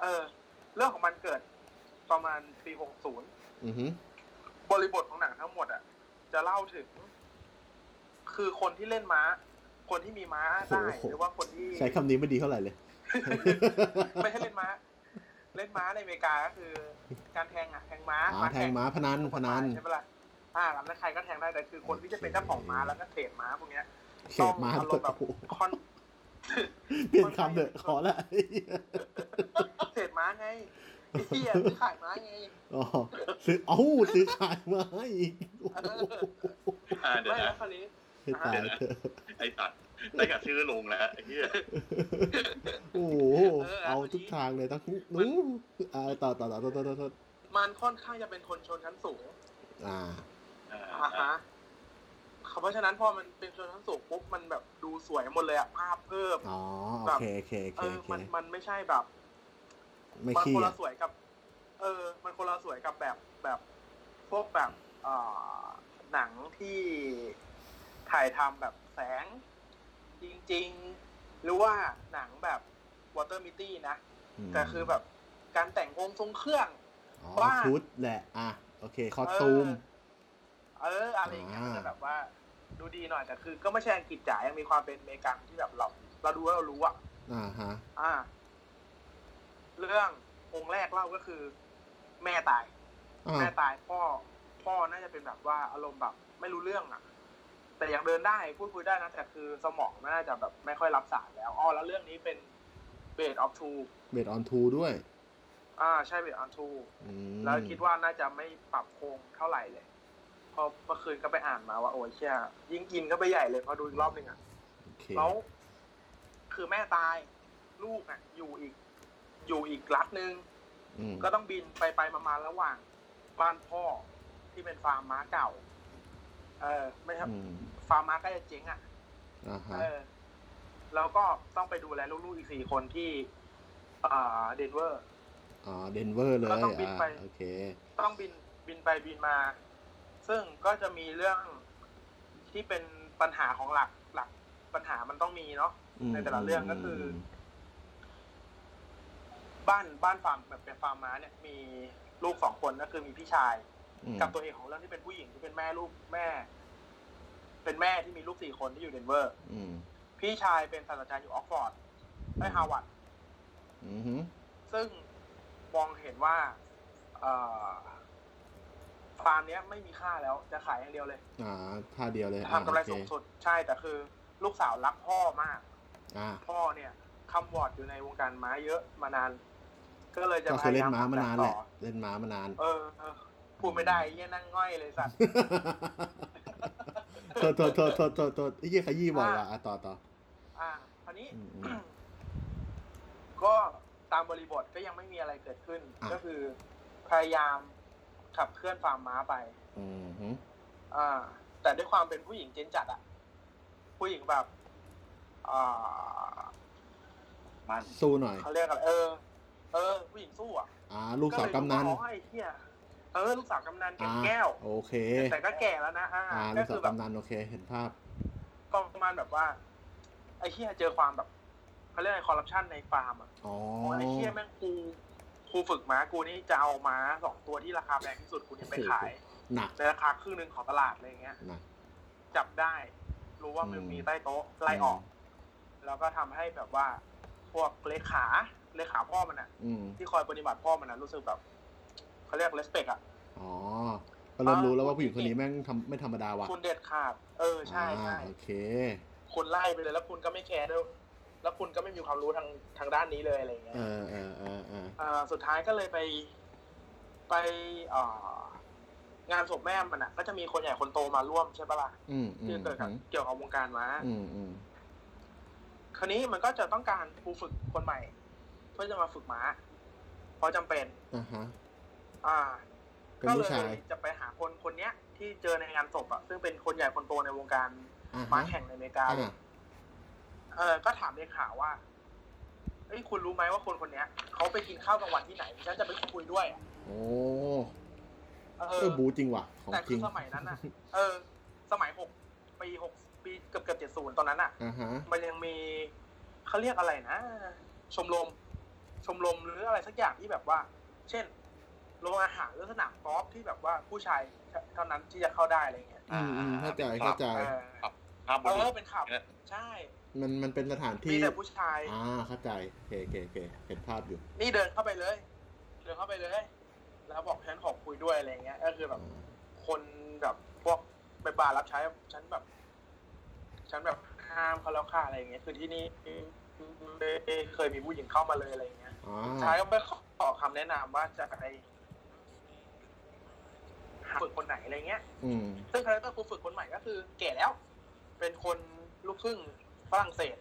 [SPEAKER 4] เออ เรื่องของมันเกิดประมาณปีหกศูนย์
[SPEAKER 3] อือหือบ
[SPEAKER 4] ริบทของหนังทั้งหมดอ่ะ จะเล่าถึง คือคนที่เล่นม้า คนที่มีม้าได้หรือว่าคนที่
[SPEAKER 3] ใช้คำนี้ไม่ดีเท่าไห ร่เลย
[SPEAKER 4] ไม่ใช่เล่นม้า เล่นม้าในอเมริกาก็คือ การแทงอ่ะแทงม้า
[SPEAKER 3] อ่าแทงม้าพนันพนัน
[SPEAKER 4] ใช่ปะล่ะอ่าหลังนั้นใครก็แทงได้แต่คือคนที่จะเป็นเจ้าของม้าแล้วก็เทรดม้าพวกเนี้ย
[SPEAKER 3] เขตม้า
[SPEAKER 4] ต้องอารมณ์แบบ
[SPEAKER 3] โอ้โห
[SPEAKER 4] คอน
[SPEAKER 3] เปลี่ยนคำเถอะขอละไอ้เหี้ย
[SPEAKER 4] เทรดม้าไงไอ้เหี้ยขายม้าไง
[SPEAKER 3] อ๋อซื้อเอ้าซื้อขายมาอีกโอ้โห
[SPEAKER 5] อ่าเดี๋ยว
[SPEAKER 4] ไม่แล้
[SPEAKER 5] นะ
[SPEAKER 4] วคราวนี้
[SPEAKER 3] ให้ตายเถอะ
[SPEAKER 5] ไอ้ตัดได้กับชื่อลงแล้วไอ้เหี้ย
[SPEAKER 3] โอ้โห
[SPEAKER 4] เออ
[SPEAKER 3] เอาทุกทางเลยทั้งนู้อ่าต่อต่อต่อต่อต่อต่อ
[SPEAKER 4] มันค่อนข้างจะเป็นคนชนชั้นสูง
[SPEAKER 3] อ่า
[SPEAKER 5] อ่า
[SPEAKER 4] อ่าฮะเพราะฉะนั้นพอมันเป็นชนชั้นสูงปุ๊บมันแบบดูสวยหมดเลยอะภาพเพิ่ม
[SPEAKER 3] อ๋อโอเคโอเคโอ
[SPEAKER 4] เอ
[SPEAKER 3] เค
[SPEAKER 4] อ
[SPEAKER 3] โอเค
[SPEAKER 4] มันมันไม่ใช่แบบ
[SPEAKER 3] ไม่
[SPEAKER 4] มัน
[SPEAKER 3] ขี้
[SPEAKER 4] คน
[SPEAKER 3] อ่ะ
[SPEAKER 4] ละสวยกับ เออ มันคนละสวยกับแบบแบบพวกแบบเอ่อหนังที่ถ่ายทำแบบแสง จริง ๆ หรือว่าหนังแบบวอเตอร์มิตี้นะ
[SPEAKER 3] ม
[SPEAKER 4] แต่คือแบบการแต่งองค์ทรงเครื่อง
[SPEAKER 3] อ๋อ
[SPEAKER 4] บ้า
[SPEAKER 3] ชุดแหละอ่ะโอเคคอสตูม
[SPEAKER 4] เออ อะไรอย่างเงี้ย
[SPEAKER 3] อ่า
[SPEAKER 4] จะแบบว่าดูดีหน่อยแต่คือ ก็ไม่ใช่อังกฤษจ๋ายังมีความเป็นอเมริกันที่แบบเรา เราดูแล้วเรารู้อะ
[SPEAKER 3] อ่าฮะ
[SPEAKER 4] อ่า เรื่ององค์แรกเล่าก็คือ แม่ตาย
[SPEAKER 3] อ่า
[SPEAKER 4] แม่ตายพ่อ พ่อน่าจะเป็นแบบว่าอารมณ์แบบไม่รู้เรื่องอ่ะ แต่ยังเดินได้พูดคุยได้นะแต่คือสมองมันน่าจะแบบไม่ค่อยรับสารแล้วอ๋อแล้วเรื่องนี้เป็นเบดออฟทู
[SPEAKER 3] เบดออนทูด้วย
[SPEAKER 4] อ่าใช่เบดออฟทู
[SPEAKER 3] อืม
[SPEAKER 4] แล้วคิดว่าน่าจะไม่ปรับโครงเท่าไหร่เลยเพอเมื่อคืนก็ไปอ่านมาว่าโอ้ยเชี่ยยิ่งกินก็ไปใหญ่เลยพอดูอีกรอบหนึ่งอ่ะ
[SPEAKER 3] โอเค
[SPEAKER 4] แล้วคือแม่ตายลูกอ่ะ อยู่อีก อยู่อีกรัฐหนึ่ง
[SPEAKER 3] อืม
[SPEAKER 4] ก็ต้องบินไปไปมามาระหว่างบ้านพ่อที่เป็นฟาร์มม้าเก่า เออไม่ใช่
[SPEAKER 3] อืม
[SPEAKER 4] ฟาร์มม้าก็จะเจ๊งอ่ะ
[SPEAKER 3] อ่าฮะ
[SPEAKER 4] เออ แล้วก็ต้องไปดูแลลูกๆอีกสี่คนที่เอ่อเดนเวอร์
[SPEAKER 3] อ๋อเดนเวอร์เลย
[SPEAKER 4] ก็
[SPEAKER 3] อ่
[SPEAKER 4] ต้องบินไป
[SPEAKER 3] าโอเค
[SPEAKER 4] ต้องบินบินไปบินมา ซึ่งก็จะมีเรื่องที่เป็นปัญหาของหลักหลักปัญหามันต้องมีเนาะ
[SPEAKER 3] อืม
[SPEAKER 4] ในแต่ละเรื่องก็คือ บ้านบ้านฟาร์มแบบเป็นฟาร์มม้าเนี่ยมีลูกสองคนก็คือมีพี่ชาย
[SPEAKER 3] อืม
[SPEAKER 4] กับตัวเอกของเรื่องที่เป็นผู้หญิงที่เป็นแม่ลูกแม่ เป็นแม่ที่มีลูกสี่คนที่อยู่เดนเวอร์
[SPEAKER 3] อืม
[SPEAKER 4] พี่ชายเป็นศาสตราจารย์อยู่ออกฟอร์ดไอฮาวาด
[SPEAKER 3] อือหือ
[SPEAKER 4] ซึ่งมองเห็นว่าเอ่อฟาร์มเนี้ยไม่มีค่าแล้วจะขายอย่างเดียวเลย
[SPEAKER 3] อ่าท่าเดียวเลย
[SPEAKER 4] ทำกำไรสูงสุดใช่แต่คือ ลูกสาวรักพ่อมาก
[SPEAKER 3] อ่า
[SPEAKER 4] พ่อเนี่ยคำวอร์ดอยู่ในวงการม้าเยอะมานาน ก็เลยจะ
[SPEAKER 3] ก็คือย
[SPEAKER 4] พา
[SPEAKER 3] เล่
[SPEAKER 4] ยาน ม
[SPEAKER 3] ม้ามานานแหละ
[SPEAKER 4] ต่อ
[SPEAKER 3] เล่นม้ามานาน
[SPEAKER 4] เออเออพูดไม่ได้เยี่ยนั่งง่อยเลยสั ตว์
[SPEAKER 3] โทษโทษโทษโทษโทษโทษไอ้เหี้ยขยี้บอกว่ะอ่ะต่อต่อ
[SPEAKER 4] อ่าคราวนี้
[SPEAKER 3] อืมอืม
[SPEAKER 4] ก็ตามบริบทก็ยังไม่มีอะไรเกิดขึ้น
[SPEAKER 3] อ่ะ
[SPEAKER 4] ก็คือพยายามขับเคลื่อนฟาร์มม้าไป
[SPEAKER 3] อือหือ
[SPEAKER 4] อ่า แต่ด้วยความเป็นผู้หญิงเจนจัดอะผู้หญิงแบบอ่า
[SPEAKER 5] มัน
[SPEAKER 3] สู้หน่อย
[SPEAKER 4] เขาเรียกอะไรเออ เออ ผู้หญิงสู้อะ
[SPEAKER 3] อ่า ลูกสาวกำนัน
[SPEAKER 4] ก็เลยดูว่าอ๋อไอ้เหี้ยเ เออลูกสาวกำนันเก็
[SPEAKER 3] อ่า
[SPEAKER 4] บแก้ว
[SPEAKER 3] โอเค
[SPEAKER 4] แต่ก็แก่แล้วนะอ่า
[SPEAKER 3] อ่าลู
[SPEAKER 4] ก็
[SPEAKER 3] กสา
[SPEAKER 4] คื
[SPEAKER 3] ว
[SPEAKER 4] อแบบ
[SPEAKER 3] กำนันโอเค เห็นภาพ
[SPEAKER 4] ก็ประมาณแบบว่า ไอ้เฮียเจอความแบบเขาเรียกอะไรคอร์รัปชันในฟาร์มอ่ะ
[SPEAKER 3] อ๋อ
[SPEAKER 4] ไอ้เฮียแม่งกูกูฝึกม้ากูนี่จะเอาม้าสองตัวที่ราคาแพงที่สุดกูเนี่ยไปขาย
[SPEAKER 3] หนัก
[SPEAKER 4] ในราคาครึ่งหนึ่งของตลาดอะไรอย่างเงี้ย
[SPEAKER 3] หนัก
[SPEAKER 4] จับได้รู้ว่ามัน
[SPEAKER 3] อืม
[SPEAKER 4] มีใต้โต๊ะไล่ออก แล้วก็ทำให้แบบว่า พวกเลขาเลขาพ่อมันอะ
[SPEAKER 3] อืม
[SPEAKER 4] ที่คอยปฏิบัติพ่อมันอะรู้สึกแบบเขาเรียกเลสเปกอะ
[SPEAKER 3] อ๋อ ก็เริ่มรู้แล้วว่าผู้หญิงคนนี้แม่งทำไม่ธรรมดาว่ะ
[SPEAKER 4] คุณเด็ดขาด เออใช่
[SPEAKER 3] อ่า
[SPEAKER 4] ใช่
[SPEAKER 3] โอเค
[SPEAKER 4] คุณไล่ไปเลยแล้วคุณก็ไม่แคร์ด้วยแล้วคุณก็ไม่มีความรู้ทางทางด้านนี้เลยอะไรอย่างเงี้ย
[SPEAKER 3] เออเออเออเออ
[SPEAKER 4] เอ่อสุดท้ายก็เลยไปไปเอ่องานศพแม่มันอะก็จะมีคนใหญ่คนโตมาร่วมใช่ปะล่ะ
[SPEAKER 3] อืมอื
[SPEAKER 4] ที่
[SPEAKER 3] ม
[SPEAKER 4] เกิดกับ
[SPEAKER 3] อืม
[SPEAKER 4] เกี่ยวกับวงการม้า
[SPEAKER 3] อืมอืม
[SPEAKER 4] คราวนี้มันก็จะต้องการครูฝึกคนใหม่ เพื่อจะมาฝึกม้า เพราะจำเป็น
[SPEAKER 3] อ่าฮะ
[SPEAKER 4] อ่า
[SPEAKER 3] เป็น
[SPEAKER 4] ก็
[SPEAKER 3] ผู้
[SPEAKER 4] เลย
[SPEAKER 3] ชาย
[SPEAKER 4] จะไปหาคนคนเนี้ย ที่เจอในงานศพอ่ะซึ่งเป็นคนใหญ่คนโตในวงการ
[SPEAKER 3] อ่า
[SPEAKER 4] ม้า
[SPEAKER 3] ฮะ
[SPEAKER 4] แข่งในอเมริกา
[SPEAKER 3] อ่า
[SPEAKER 4] เออก็ถามเลขาว่าเอ้ยคุณรู้ไหมว่าคนคนเนี้ยเขาไปกินข้าวกลางวันที่ไหนฉันจะไปคุยด้วยอะ
[SPEAKER 3] โอ้
[SPEAKER 4] เอ
[SPEAKER 3] เออ
[SPEAKER 4] อ
[SPEAKER 3] บูจริงว่ะ ของ
[SPEAKER 4] แต่
[SPEAKER 3] จ
[SPEAKER 4] คื
[SPEAKER 3] ริ
[SPEAKER 4] อง สมัยนั้นอ่ะ เออ สมัยหกปีหกปีเกือบเกือบเจ็ดศูนย์ตอนนั้นอ่ะ
[SPEAKER 3] อ่าฮะ
[SPEAKER 4] มันยังมีเขาเรียกอะไรนะ ชมรมชมรมหรืออะไรสักอย่างที่แบบว่า เช่นโรงอาหารหรือสนามกอล์ฟที่แบบว่าผู้ชายเท่านั้นที่จะเข้าได้อะไรเงี้ย
[SPEAKER 3] อืมอืมเข้าใจ
[SPEAKER 5] เป็น
[SPEAKER 3] เข้าใจ
[SPEAKER 4] เออ
[SPEAKER 5] ภาพบ
[SPEAKER 4] เอน อเป็นขับ ใช่
[SPEAKER 3] มันมันเป็นสถาน
[SPEAKER 4] มี
[SPEAKER 3] ที่
[SPEAKER 4] แต่ผู้ชาย
[SPEAKER 3] อ่าเข้าใจโอเคโอเคโอเคเห็นภาพอยู่
[SPEAKER 4] นี่เดินเข้าไปเลย เดินเข้าไปเลย แล้วบอกฉันขอคุยด้วยอะไรเงี้ยก็คือแบบ คนแบบพวกไปบาร์รับใช้ฉันแบบ ฉันแบบห้ามเขาแล้วค่ะอะไรอย่างเงี้ยคือที่นี่ไม่เคยมีผู้หญิงเข้ามาเลยอะไรอย่างเงี้ย
[SPEAKER 3] อ่า
[SPEAKER 4] สุดท้ายก็ไปขอคำแนะนำว่าจะไปหาฝึกคนไหนอะไรเงี้ย
[SPEAKER 3] อืม
[SPEAKER 4] ซึ่งคาแรคเตอร์ครูฝึกคนใหม่ก็คือแก่แล้ว เป็นคนลูกครึ่งฝรั่งเศส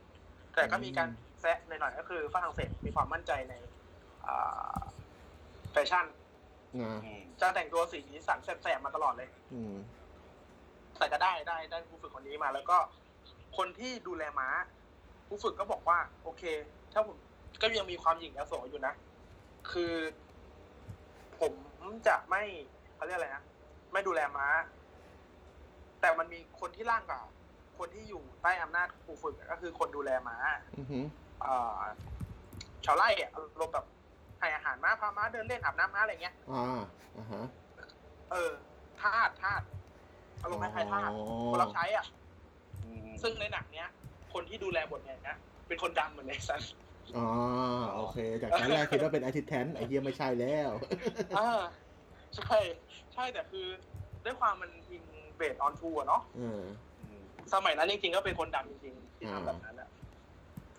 [SPEAKER 4] แต่ก็มีการแซะหน่อยๆก็คือฝรั่งเศสมีความมั่นใจในอ่าแฟชั่น
[SPEAKER 3] อ่า
[SPEAKER 5] อืม
[SPEAKER 4] จะแต่งตัวสีสันแสบๆมาตลอดเลย
[SPEAKER 3] อืม
[SPEAKER 4] แต่ก็ได้ได้ได้ผู้ฝึกคนนี้มา แล้วก็คนที่ดูแลม้า ผู้ฝึกก็บอกว่า โอเค ถ้าผมก็ยังมีความหยิ่งยโสอยู่นะ คือ ผมจะไม่เขาเรียกอะไรนะไม่ดูแลม้า แต่มันมีคนที่ล่างกว่าคนที่อยู่ใต้อำนาจครูฝึกอะก็คือคนดูแลม้า
[SPEAKER 3] อือหือ
[SPEAKER 4] เอ่อชาวไร่อะอารมณ์แบบให้อาหารม้าพาม้าเดินเล่นอาบน้ำม้าอะไรเงี้ย
[SPEAKER 3] อ่าอ่าฮะ
[SPEAKER 4] เออทาสทาสอารมณ์คล้ายๆทาส
[SPEAKER 3] อ๋อ
[SPEAKER 4] คนรับใช้อ่ะ
[SPEAKER 5] อืม
[SPEAKER 4] ซึ่งในหนังเนี้ย คนที่ดูแลบทเนี้ยนะเป็นคนดำเหมือนในซัน
[SPEAKER 3] อ๋อโอเค จากตอนแรกคิดว่าเป็น a อ s i ิ t แ n นไอเฮียไม่ใช่แล้ว
[SPEAKER 4] อ่าใช่ ใช่แต่คือด้วยความมันอิงเบสออนทัวเนาะ
[SPEAKER 3] เออ
[SPEAKER 5] อืม
[SPEAKER 4] สมัยนั้นจริงๆก็เป็นคนดำจริงๆ ที่ทำแบบนั้นอะ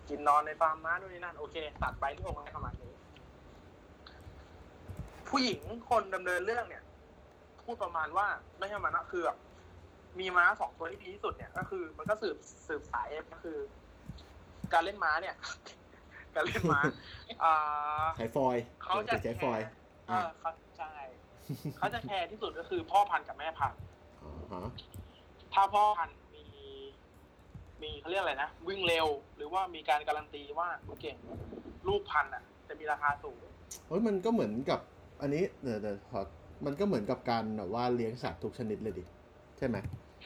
[SPEAKER 4] กินนอนในฟาร์มม้านู่นนี่นั่น โอเค ตัดไปที่องค์ประมาณนี้ ผู้หญิงคนดำเนินเรื่องเนี่ย พูดประมาณว่าไม่ใช่มันนะคือแบบมีม้าสองตัวที่ดีที่สุดเนี่ย ก็คือ มันก็สืบสืบสายก็คือ การเล่นม้าเนี่ย การเล่นม้าอ่า
[SPEAKER 3] ใช้ฟอยล์
[SPEAKER 4] เขาจะ
[SPEAKER 3] ใช้ฟอยล์
[SPEAKER 4] เออเขาใช่เขาจะแคร์ที่สุดก็คือพ่อพันธุ์กับแม่พันธุ์
[SPEAKER 3] อ๋อฮะ
[SPEAKER 4] ถ้าพ่อพันธุ์มี มีเขาเรียกอะไรนะ วิ่งเร็ว หรือว่ามีการการันตีว่าเก่งลูกพันธุ์อ่ะ จะมีราคาสูง
[SPEAKER 3] เฮ้ยมันก็เหมือนกับอันนี้เดี๋ยวเดี๋ยวขอมันก็เหมือนกับการแบบว่าเลี้ยงสัตว์ทุกชนิดเลยดิ ใช่ไหม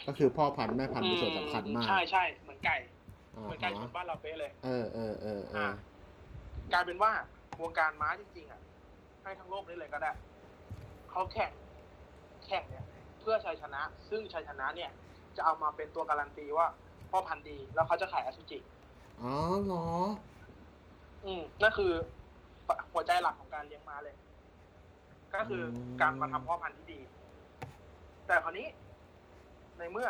[SPEAKER 3] ก็คือพ่อพันธุ์แม่พันธุ์มีส่วนสำคัญมาก
[SPEAKER 4] ใช่ใช่เหมือนไก่
[SPEAKER 3] อ่า
[SPEAKER 4] เหมือนไก่ข
[SPEAKER 3] ฮะ
[SPEAKER 4] องบ้านเราเป๊ะเลย
[SPEAKER 3] เออเออเออเออ
[SPEAKER 4] กลายเป็นว่าวงการม้าจริง ๆ อ่ะ ให้ทั้งโลกนี้เลยก็ได้ เขาแข่ง แข่งเนี่ย เพื่อชัยชนะ ซึ่งชัยชนะเนี่ย จะเอามาเป็นตัวการันตีว่า พ่อพันธุ์ดี แล้วเขาจะขายอสุจิ
[SPEAKER 3] อ๋อเหรอ
[SPEAKER 4] อืมนั่นคือหัวใจหลักของการเลี้ยงม้าเลย ก็คืออ
[SPEAKER 3] ม
[SPEAKER 4] การมาทำพ่อพันธุ์ที่ดี แต่คราวนี้ ในเมื่อ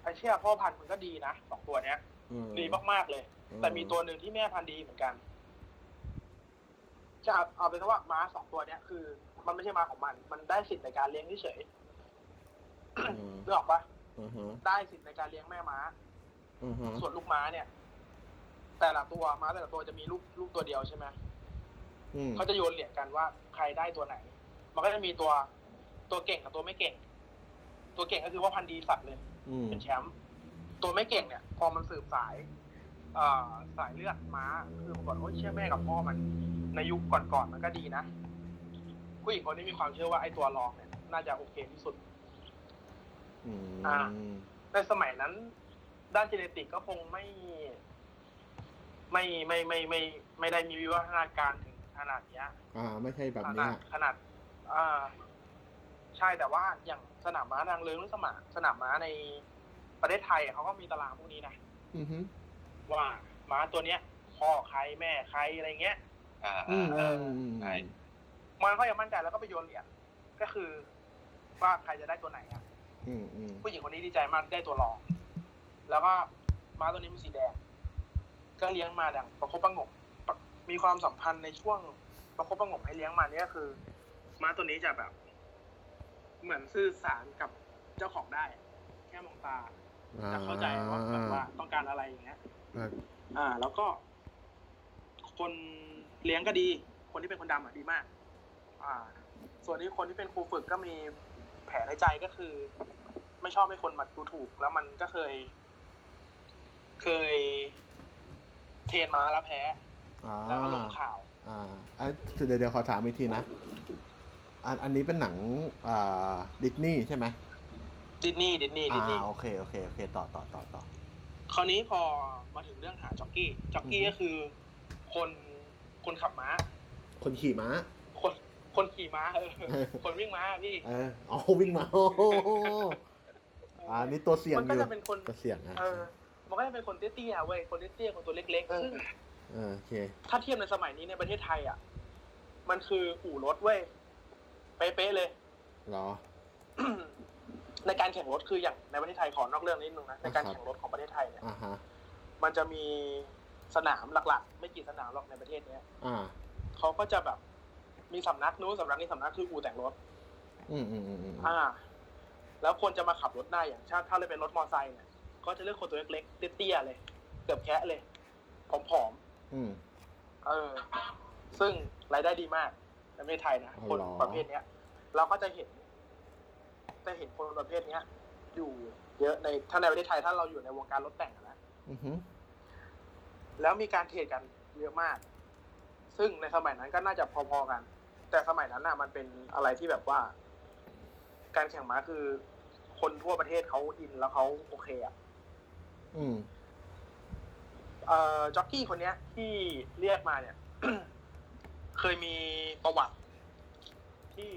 [SPEAKER 4] ไอเชี่ยพ่อพันธุ์มันก็ดีนะสองตัวเนี้ย
[SPEAKER 3] เออ
[SPEAKER 4] ดีมากๆเลย แต่มีตัวหนึ่งที่แม่พันธุ์ดีเหมือนกัน จะเอาเอาเป็นว่าม้าสองตัวเนี้ยคือ มันไม่ใช่ม้าของมัน มันได้สิทธิ์ในการเลี้ยงเฉย
[SPEAKER 3] เออ
[SPEAKER 4] ๆนึกออกปะ
[SPEAKER 3] อ่าฮะ
[SPEAKER 4] ได้สิทธิ์ในการเลี้ยงแม่ม้า
[SPEAKER 3] อ่าฮะ
[SPEAKER 4] ส่วนลูกม้าเนี่ย แต่ละตัวม้าแต่ละตัวจะมีลูกลูกตัวเดียวใช่ไหม
[SPEAKER 3] อืม
[SPEAKER 4] เขาจะโยนเหรียญกันว่าใครได้ตัวไหน มันก็จะมีตัวตัวเก่งกับตัวไม่เก่ง ตัวเก่งก็คือว่าพันธุ์ดีสัตว์เลย
[SPEAKER 3] อืม
[SPEAKER 4] เป็นแชมป์ ตัวไม่เก่งเนี่ย พอมันสืบสายเอ่อสายเลือดม้า คือบอกว่าโอ้ยเชื่อแม่กับพ่อมัน ในยุคก่อนๆมันก็ดีนะ ผู้หญิงคนนี้มีความเชื่อว่าไอ้ตัวรองเนี่ย น่าจะโอเคที่สุด
[SPEAKER 3] อืม
[SPEAKER 4] อ่า ในสมัยนั้น ด้านเจเนติกก็คงไม่ ไม่ไม่ไม่ไม่ไม่ได้มีวิวัฒนาการถึงขนาดเนี้ย
[SPEAKER 3] อ่า ไม่ใช่แบบ
[SPEAKER 4] ข
[SPEAKER 3] นี้
[SPEAKER 4] นาด
[SPEAKER 3] อะ
[SPEAKER 4] ขนาดอ่าใช่แต่ว่าอย่างสนามม้านางเลิ้งหรือสมามสนามม้าในประเทศไทยเขาก็มีตารางพวกนี้นะ
[SPEAKER 3] อือฮึ
[SPEAKER 4] ว่าม้าตัวเนี้ยพ่อใครแม่ใครอะไรเงี้ย
[SPEAKER 5] อ่า
[SPEAKER 3] อืมอืมอืม
[SPEAKER 5] ใช่
[SPEAKER 4] มันก็ยังมั่นใจแล้วก็ไปโยนเหรียญก็คือ ว่าใครจะได้ตัวไหนครับ
[SPEAKER 3] อืมอืม
[SPEAKER 4] ผู้หญิงคนนี้ดีใจมากได้ตัวรอง แล้วก็ม้าตัวนี้มีสีแดง ก็เลี้ยงมาดังประคบประหงมประมีความสัมพันธ์ในช่วงประคบประหงมให้เลี้ยงมาเนี่ยก็คือ ม้าตัวนี้จะแบบ เหมือนสื่อสารกับเจ้าของได้ แค่มองตา
[SPEAKER 3] อ่า
[SPEAKER 4] จะเข้าใจว่าแบบว่าต้องการอะไรอย่างเงี้ย
[SPEAKER 3] อ่า
[SPEAKER 4] อ่า แล้วก็ คนเลี้ยงก็ดี คนที่เป็นคนดำอ่ะดีมาก อ่า ส่วนที่คนที่เป็นครูฝึกก็มีแผลในใจก็คือ ไม่ชอบให้คนมาดูถูก แล้วมันก็เคย เคย เทรนมาแล้วแพ้
[SPEAKER 3] อ่า
[SPEAKER 4] แล้วก็ลงข่าว
[SPEAKER 3] อ่าอ่ะเดี๋ยวเดี๋ยวขอถามอีกทีนะ อันอันนี้เป็นหนัง อ่าดิสนีย์ใช่ไหม
[SPEAKER 4] ดิสนีย์ดิสนีย์ดิ
[SPEAKER 3] อ่า
[SPEAKER 4] สนีย์
[SPEAKER 3] โอเคโอเคโอเคต่อต่อต่อต่อ
[SPEAKER 4] คราวนี้พอมาถึงเรื่องหาจ็อกกี้ จ็อกกี้
[SPEAKER 3] อือฮึ
[SPEAKER 4] ก็คือ คนคนขับม้า
[SPEAKER 3] คนขี่ม้า
[SPEAKER 4] คนคนขี่ม้า เออคนวิ่งม้าพี่
[SPEAKER 3] เอออ๋อวิ่งมา โอ้โหอ่านี่ตัวเสี่ยง
[SPEAKER 4] มัน
[SPEAKER 3] อ
[SPEAKER 4] ก็
[SPEAKER 3] ยู่
[SPEAKER 4] จะเป็นคน
[SPEAKER 3] ตัวเสี่ยงอ่ะ
[SPEAKER 4] เออมันก็จะเป็นคนเตี้ยๆอ่ะเว้ย คนเตี้ยๆ คนตัวเล็กๆ ซึ่ง
[SPEAKER 3] เออโอเค
[SPEAKER 4] ถ้าเทียบในสมัยนี้ในประเทศไทยอ่ะ มันคืออู่รถเว้ย เป๊ะๆเลย
[SPEAKER 3] เหรอ
[SPEAKER 4] ในการแข่งรถคืออย่างในประเทศไทยขอนอกเรื่องนิดนึงนะ ในการแข่งรถของประเทศไทยเนี่ย
[SPEAKER 3] อ่าฮะ
[SPEAKER 4] มันจะมีสนามหลักๆ ไม่กี่สนามหรอกในประเทศเนี้ย
[SPEAKER 3] อ่า
[SPEAKER 4] เขาก็จะแบบมีสำนักนู้นสำนักนี้สำนักคืออู่แต่งรถ
[SPEAKER 3] อืมอืมอืมอืม
[SPEAKER 4] อ่า แล้วคนจะมาขับรถได้อย่างชาติถ้าเลยเป็นรถมอไซค์เนี่ย ก็จะเลือกคนตัวเล็กๆ เตี้ยๆ เลย เกือบแคะเลยผอมๆ
[SPEAKER 3] อืม
[SPEAKER 4] เออ ซึ่งรายได้ดีมากในประเทศไทยนะ
[SPEAKER 3] อ๋อ
[SPEAKER 4] คน
[SPEAKER 3] เหรอ
[SPEAKER 4] ประเภทเนี้ย เราก็จะเห็นจะเห็นคนประเภทเนี้ย อยู่เยอะในถ้าในประเทศไทยถ้าเราอยู่ในวงการรถแต่งอะนะ
[SPEAKER 3] อือหือ
[SPEAKER 4] แล้วมีการเทรดกันเยอะมาก ซึ่งในสมัยนั้นก็น่าจะพอๆกัน แต่สมัยนั้นน่ะมันเป็นอะไรที่แบบว่า การแข่งม้าคือ คนทั่วประเทศเขาอินแล้วเขาโอเคอะ
[SPEAKER 3] อืม
[SPEAKER 4] เอ่อจ็อกกี้คนเนี้ยที่เรียกมาเนี่ย เคยมีประวัติ ที่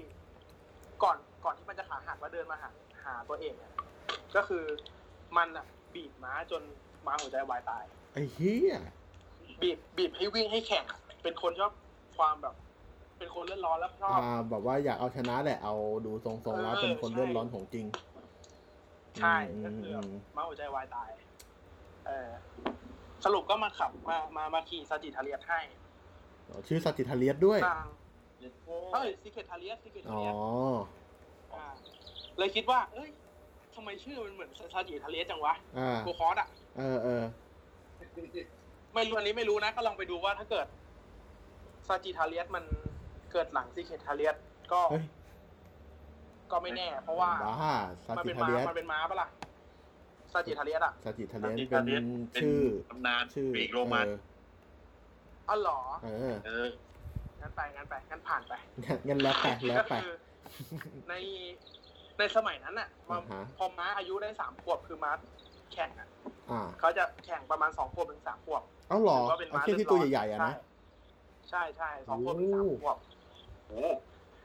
[SPEAKER 4] ก่อนก่อนที่มันจะขาหักแล้วเดินมาหาหาตัวเองเนี่ยก็คือมันอ่ะ บีบม้าจนม้าหัวใจวายตาย
[SPEAKER 3] ไอ้เหี้ย
[SPEAKER 4] บีบบีบให้วิ่งให้แข่งอะเป็นคนชอบความแบบ เป็นคนเลือดร้อนแล้วชอบ
[SPEAKER 3] อ่า แบบว่าอยากเอาชนะแหละ เอาดูทรงๆแล้ว
[SPEAKER 4] เออ
[SPEAKER 3] เป็นคน
[SPEAKER 4] ใช่
[SPEAKER 3] เลื่อนร้อนของจริง
[SPEAKER 4] ใช่
[SPEAKER 3] อืม
[SPEAKER 4] ก็คือ
[SPEAKER 3] อื
[SPEAKER 4] แบ
[SPEAKER 3] ม
[SPEAKER 4] บม้าหัวใจวายตาย เออสรุปก็มาขับมามามาขี่ซาจิทาเลียสให้
[SPEAKER 3] ชื่อสติทาเลียสด้วย
[SPEAKER 4] ทางเอ้ยซิเกตทาเลียสซิเกตทา
[SPEAKER 3] อ๋อ
[SPEAKER 4] เลียส อ่าเลยคิดว่า เอ้ยทำไมชื่อมันเหมือนซาจิทะเลสจังวะ
[SPEAKER 3] อ่า
[SPEAKER 4] โกคอร์สอ่ะ
[SPEAKER 3] เออเออ
[SPEAKER 4] ไม่รู้อันนี้ไม่รู้นะ ก็ลองไปดูว่าถ้าเกิดซาจิทาเลียสมันเกิดหลังซิเคทาเลียสก็
[SPEAKER 3] เฮ้ย
[SPEAKER 4] ก็ไม่แน่ เพราะว่า
[SPEAKER 3] บ้าส
[SPEAKER 4] มัน
[SPEAKER 3] ติ
[SPEAKER 4] เป็น
[SPEAKER 3] ทา
[SPEAKER 4] ม้า
[SPEAKER 3] เลียส
[SPEAKER 4] มันเป็นม้าปะล่ะซาจิทาเลียสอ่ะ
[SPEAKER 3] สติทาเลียส
[SPEAKER 5] ซาจิ
[SPEAKER 3] เป็
[SPEAKER 5] ทาเลีย
[SPEAKER 3] น
[SPEAKER 5] ส
[SPEAKER 3] ชื่อ
[SPEAKER 5] ตำนาน
[SPEAKER 3] ชื่อ
[SPEAKER 5] ปีกโรมัน
[SPEAKER 4] อ๋อเหรอ
[SPEAKER 3] เออ
[SPEAKER 5] เออ
[SPEAKER 4] งั้นไป งั้นไป งั้นผ่านไป
[SPEAKER 3] เออ งั้นแล้วไปแล้ว
[SPEAKER 4] ก็
[SPEAKER 3] ไป
[SPEAKER 4] คือในในสมัยนั้นอ่ะพอ
[SPEAKER 3] อ่าฮะ
[SPEAKER 4] พอม้าอายุได้สามขวบคือม้าแข่งอ่ะ
[SPEAKER 3] อ่า
[SPEAKER 4] เขาจะแข่งประมาณสองขวบถึงสามขวบ
[SPEAKER 3] เอ้าเหรอ
[SPEAKER 4] ถืว่าป็น
[SPEAKER 3] เอา
[SPEAKER 4] ม้า
[SPEAKER 3] เชือกที่ตัวใหญ่ๆอะนะ
[SPEAKER 4] ใช่ใช่ใช่สองขวบถึงสามขวบ
[SPEAKER 5] โอ้โห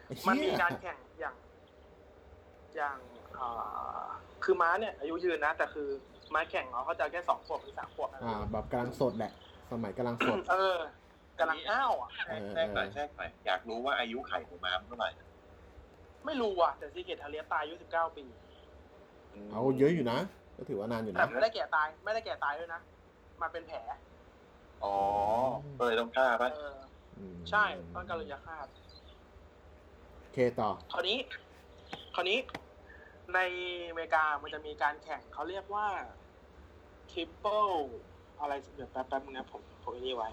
[SPEAKER 3] ไอ้เหี้ย
[SPEAKER 4] มันมีการแข่งอย่าง อย่างเอ่อคือม้าเนี่ย อายุยืนนะ แต่คือม้าแข่งเขาก็จะแค่สองขวบถึงสามขวบนะ
[SPEAKER 3] อ่า แบบกำลังสดแหละ สมัยกำลังสด
[SPEAKER 4] เออกำลังอ้าวอ่ะ
[SPEAKER 5] แทรกแทรกหน่อยแทรกหน่อยอยากรู้ว่าอายุไขของม้ามนเท่าไหร่
[SPEAKER 4] ไม่รู้ว่ะ แต่ซีเกตทาเลียตายอายุสิบเก้าปี
[SPEAKER 5] ม
[SPEAKER 3] เอาเยอะอยู่นะ ก็ถือว่านานอยู่
[SPEAKER 4] แต่
[SPEAKER 3] นะ
[SPEAKER 4] ไม่ได้แก่ตาย ไม่ได้แก่ตายด้วยนะ มันเป็นแผล
[SPEAKER 5] อ๋อก็เลยต้องฆ่า
[SPEAKER 4] เอ
[SPEAKER 5] ปะ
[SPEAKER 4] อ
[SPEAKER 3] อืม
[SPEAKER 4] ใช่ตอนการุญยฆาต
[SPEAKER 3] โอเคต่อ
[SPEAKER 4] คราวนี้ คราวนี้ในอเมริกามันจะมีการแข่งเขาเรียกว่า triple อะไรเดี๋ยวแป๊บแป๊บนึงนะผมผมไอ้นี่ไว้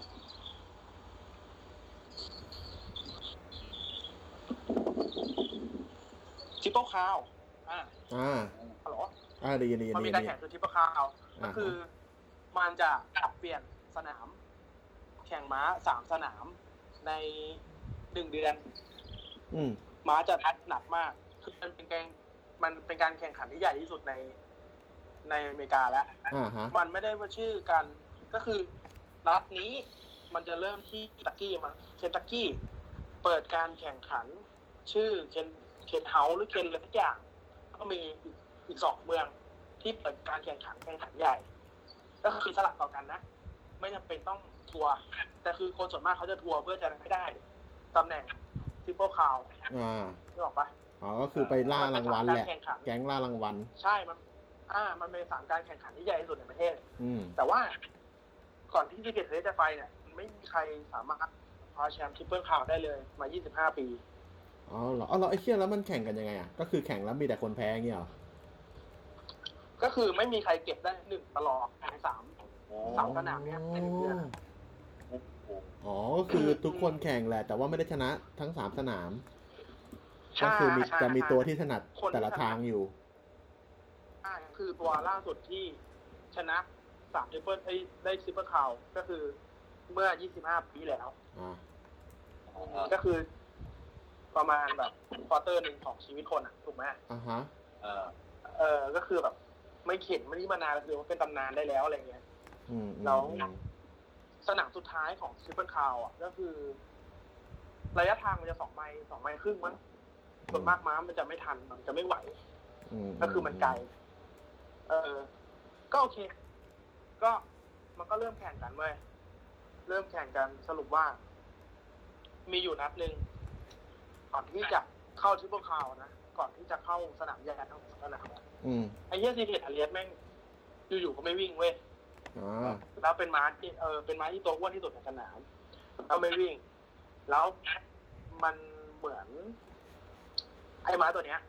[SPEAKER 4] triple crown อ่า
[SPEAKER 3] อ่า
[SPEAKER 4] ฮัลโหล
[SPEAKER 3] อ่าได้ยินได้ยิน
[SPEAKER 4] มัน
[SPEAKER 3] ได้
[SPEAKER 4] มี
[SPEAKER 3] ยิน
[SPEAKER 4] การ
[SPEAKER 3] ได้ยิน
[SPEAKER 4] แข่งคือ triple crown ก็
[SPEAKER 3] อ่าฮะ
[SPEAKER 4] คือ มันจะขับเปลี่ยนสนาม แข่งม้าสามสนามในหนึ่งเดือน
[SPEAKER 3] อืม
[SPEAKER 4] ม้าจะทัดหนักมาก คือมันเป็นแกงมันเป็นการแข่งขันที่ใหญ่ที่สุดในในอเมริกาแล้ว
[SPEAKER 3] อ่าฮะ
[SPEAKER 4] มันไม่ได้ว่าชื่อกันก็คือรัฐนี้มันจะเริ่มที่เคนตักกี้มาเคนตักกี้ เปิดการแข่งขัน ชื่อเคนเคนเฮาหรือเคนอะไรสักอย่างก็มีอีกอีกสองเมืองที่เปิดการแข่งขันแข่งขันใหญ่ ก็คือสลับต่อกันนะ ไม่จำเป็นต้องทัวร์แต่คือคนส่วนมากเขาจะทัวร์เพื่อจะไม่ได้ตำแหน่งทิปเปิลคาว
[SPEAKER 3] อ่า
[SPEAKER 4] นึกออกปะ
[SPEAKER 3] อ๋อ ก็คือไปล่ารางวัลแห
[SPEAKER 4] มัน
[SPEAKER 3] ละ
[SPEAKER 4] เป็นสมการข่งขัน
[SPEAKER 3] แก๊งล่ารางวัล
[SPEAKER 4] ใช่ มัน อ่า มันเป็นสามการแข่งขันที่ใหญ่ที่สุดในประเทศ
[SPEAKER 3] อืม
[SPEAKER 4] แต่ว่าก่อนที่ทีเกตเลสจะไปเนี่ยไม่มีใครสามารถคว้าแชมป์ทริปเปิลคาวได้เลยมา 25 ปี
[SPEAKER 3] อ๋อเหรออ๋อเหรอไอ้เชี่ยแล้วมันแข่งกันยังไงอ่ะ ก็คือแข่งแล้วมีแต่คนแพ้อย่างเงี้ยเหรอ
[SPEAKER 4] ก็คือไม่มีใครเก็บได้หนึ่งตลอดภายในสาม
[SPEAKER 5] โอ้
[SPEAKER 4] เสา ม ร์ สนมเนี่ยไม่มีเพื่อน
[SPEAKER 5] โห
[SPEAKER 3] อ๋อ ก็คือทุกคนแข่งแหละ แต่ว่าไม่ได้ชนะทั้งสามสนาม ก็คือมี
[SPEAKER 4] ใช่
[SPEAKER 3] จะมีตัวที่
[SPEAKER 4] ใช่
[SPEAKER 3] ถนัด
[SPEAKER 4] คนที่
[SPEAKER 3] แต่ละทางอยู่
[SPEAKER 4] ใช่คือตัวล่าสุดที่ชนะสามทริปเปิลไอ้ยได้ทริปเปิลคาวก็คือเมื่อ 25 ปีแล้ว
[SPEAKER 3] อ่า
[SPEAKER 4] ก็คือประมาณแบบควอเตอร์หนึ่งของชีวิตคนอ่ะ ถูกไหม
[SPEAKER 3] อ่าฮะ
[SPEAKER 5] เออ
[SPEAKER 4] เออก็คือแบบไม่เข็นไม่ได้มานานแล้วคือว่าเป็นตำนานได้แล้วอะไรเงี้ย
[SPEAKER 3] อืมอืม
[SPEAKER 4] แล้ว
[SPEAKER 3] อืม
[SPEAKER 4] สนามสุดท้ายของซูเปอร์คาวอ่ะก็คือ ระยะทางมันจะสองไมล์สองไมล์ครึ่งมั้งส่วนมากม้ามันจะไม่ทันมันจะไม่ไหว ก็คือมันไกล เออ ก็โอเค ก็มันก็เริ่มแข่งกันเว้ยเริ่มแข่งกันสรุปว่า มีอยู่นัดหนึ่งก่อนที่จะเข้าทริปเปิลคาวนะ ก่อนที่จะเข้าสนามแย่ทั้งสองสนามอะ
[SPEAKER 3] อืม
[SPEAKER 4] ไอ้เหี้ยซีเทตอเลียสแม่ง อยู่ๆก็ไม่วิ่งเว้ย
[SPEAKER 3] อ่า
[SPEAKER 4] แล้วเป็นม้าที่เออเป็นม้าที่ตัวอ้วนที่สุดในสนามแล้วไม่วิ่ง แล้วมันเหมือน ไอ้ม้าตัวเนี้ย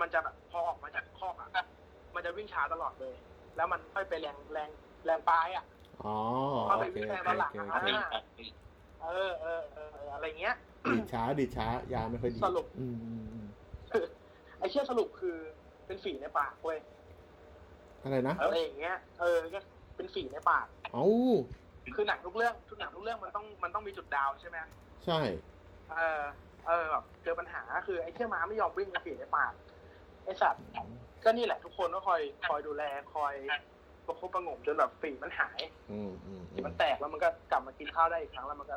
[SPEAKER 4] มันจะแบบพอออกมาจากคอกอะมันจะวิ่งช้าตลอดเลย แล้วมันค่อยไปแรงแรงแรงปลายอะ
[SPEAKER 3] อ๋อ โอ
[SPEAKER 4] เอาไป
[SPEAKER 3] เค
[SPEAKER 4] วิ่ง
[SPEAKER 3] โอ
[SPEAKER 4] แทน
[SPEAKER 3] เค
[SPEAKER 4] ตอนหลัง
[SPEAKER 3] โอ
[SPEAKER 4] นะ
[SPEAKER 3] เค
[SPEAKER 4] เออเออเออเอออะไรเงี้ย
[SPEAKER 3] ดีดช้า ดีดช้า ยาไม่ค่อยดี
[SPEAKER 4] สรุป
[SPEAKER 3] อืมอืมอืม
[SPEAKER 4] ไอ้เชี่ยสรุปคือเป็นฝีในปากเว้ย
[SPEAKER 3] อะไรนะ
[SPEAKER 4] อะไรอย่างเงี้ยเออก็เป็นฝีในปาก
[SPEAKER 3] เอ้า
[SPEAKER 4] คือหนังทุกเรื่องทุกหนังทุกเรื่องมันต้องมันต้องมีจุดดาวใช่ไหม
[SPEAKER 3] ใช่
[SPEAKER 4] เออ เออแบบเจอปัญหาคือไอ้เชี่ยม้าไม่ยอมวิ่งกระสีในปากไอ้สัตว์ก็นี่แหละทุกคนก็คอยคอยดูแลคอยประคบประหงมจนแบบฝีมันหาย
[SPEAKER 3] อืมอืม
[SPEAKER 4] ฝีมันแตกแล้วมันก็กลับมากินข้าวได้อีกครั้งแล้วมันก็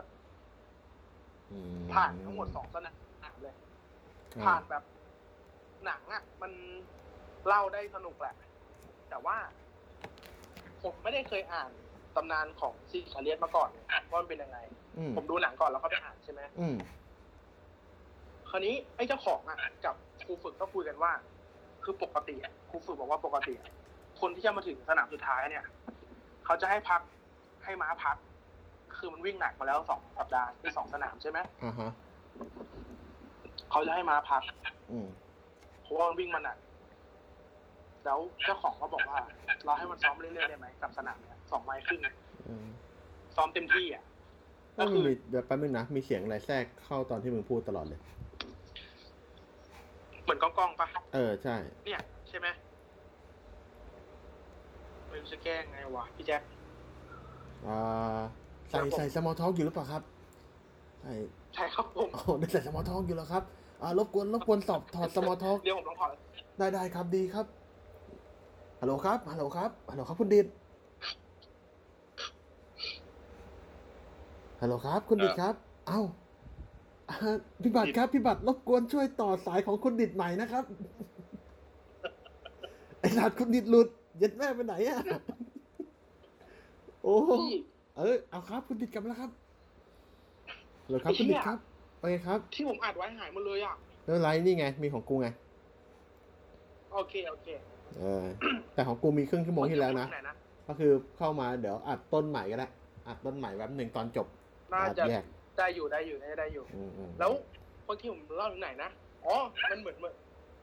[SPEAKER 3] อืม
[SPEAKER 4] ผ่านทั้งหมดสองสนามเลย ผ่านแบบหนังอ่ะ มันเล่าได้สนุกแหละ แต่ว่า ผมไม่ได้เคยอ่านตำนานของซีคาเลียสมาก่อนว่ามันเป็นยังไง
[SPEAKER 3] อืม
[SPEAKER 4] ผมดูหนังก่อนแล้วก็ไปอ่านใช่ไหม
[SPEAKER 3] อืม
[SPEAKER 4] คราวนี้ไอ้เจ้าของอ่ะกับครูฝึกก็คุยกันว่า คือปกติอะครูฝึกบอกว่าปกติอะคนที่จะมาถึงสนามสุดท้ายเนี่ย เขาจะให้พักให้ม้าพัก คือมันวิ่งหนักมาแล้วสองสัปดาห์ที่สองสนามใช่ไหม
[SPEAKER 3] อ่าฮะ
[SPEAKER 4] เขาจะให้ม้าพัก
[SPEAKER 3] อืม
[SPEAKER 4] เพราะว่ามันวิ่งมาหนักแล้วเจ้าของก็บอกว่า เราให้มันซ้อมเรื่อยๆได้ไหมกับสนามเนี่ยสองไมล์ครึ่ง
[SPEAKER 3] อืม
[SPEAKER 4] ซ้อมเต็มที่อ่ะ
[SPEAKER 3] เอ้
[SPEAKER 4] ก็
[SPEAKER 3] ย
[SPEAKER 4] คือ
[SPEAKER 3] มีเดี๋ยวแป๊บนึงนะ มีเสียงอะไรแทรกเข้าตอนที่มึงพูดตลอดเลย
[SPEAKER 4] เหมือนกล้องๆปะ
[SPEAKER 3] เออ ใช่
[SPEAKER 4] เนี่ยใช่ไหมไม่รู้จะแก้ไงวะพี่แจ๊ค
[SPEAKER 3] อ่า ใส่
[SPEAKER 4] ครับผม
[SPEAKER 3] ใส่สมอลท็อกอยู่หรือเปล่าครับ ใส่
[SPEAKER 4] ใช่ครับผม
[SPEAKER 3] โอ้โหได้ใส่สมอลท็อกอยู่แล้วครับ อ่ารบกวนรบกวนสอบถอดสมอลท็อก
[SPEAKER 4] เดี๋ยวผมลองถอด
[SPEAKER 3] ได้ได้ครับดีครับ ฮัลโหลครับ ฮัลโหลครับ ฮัลโหลครับคุณดิดฮัลโหลครับ คุณดิดครับ เอ้าอ่าพี่บัตรครับ พี่บัตรรบกวนช่วยต่อสายของคุณดิดใหม่นะครับ ไอ้หลาดคุณดิดหลุดเยัดแม่ไปไหนอะโอ้โห
[SPEAKER 4] ที่
[SPEAKER 3] เออเอาครับ คุณดิดกลับมาแล้วครับฮัลโหลครับคุณดิดครับไปไงครับ
[SPEAKER 4] ที่ผมอัดไว้หายหมดเลยอ่ะ
[SPEAKER 3] ไม่เป็นไรนี่ไง มีของกูไง
[SPEAKER 4] โอเค โอเค
[SPEAKER 3] เออ แต่ของกูมีครึ่งชั่วโมงที่แล้วนะ
[SPEAKER 4] ไหนะ
[SPEAKER 3] ก็คือเข้ามาเดี๋ยวอัดต้นใหม่ก็ได้อัดต้นใหม่แป๊บหนึ่งตอนจบ
[SPEAKER 4] น่า
[SPEAKER 3] อัด
[SPEAKER 4] จะ
[SPEAKER 3] แยก
[SPEAKER 4] ได้อยู่ได้อยู่ได้ได้อยู่
[SPEAKER 3] อืมอืม
[SPEAKER 4] แล้วเมื่อกี้ผมเล่าถึงไหนนะ อ๋อ มันเหมือนเหมือน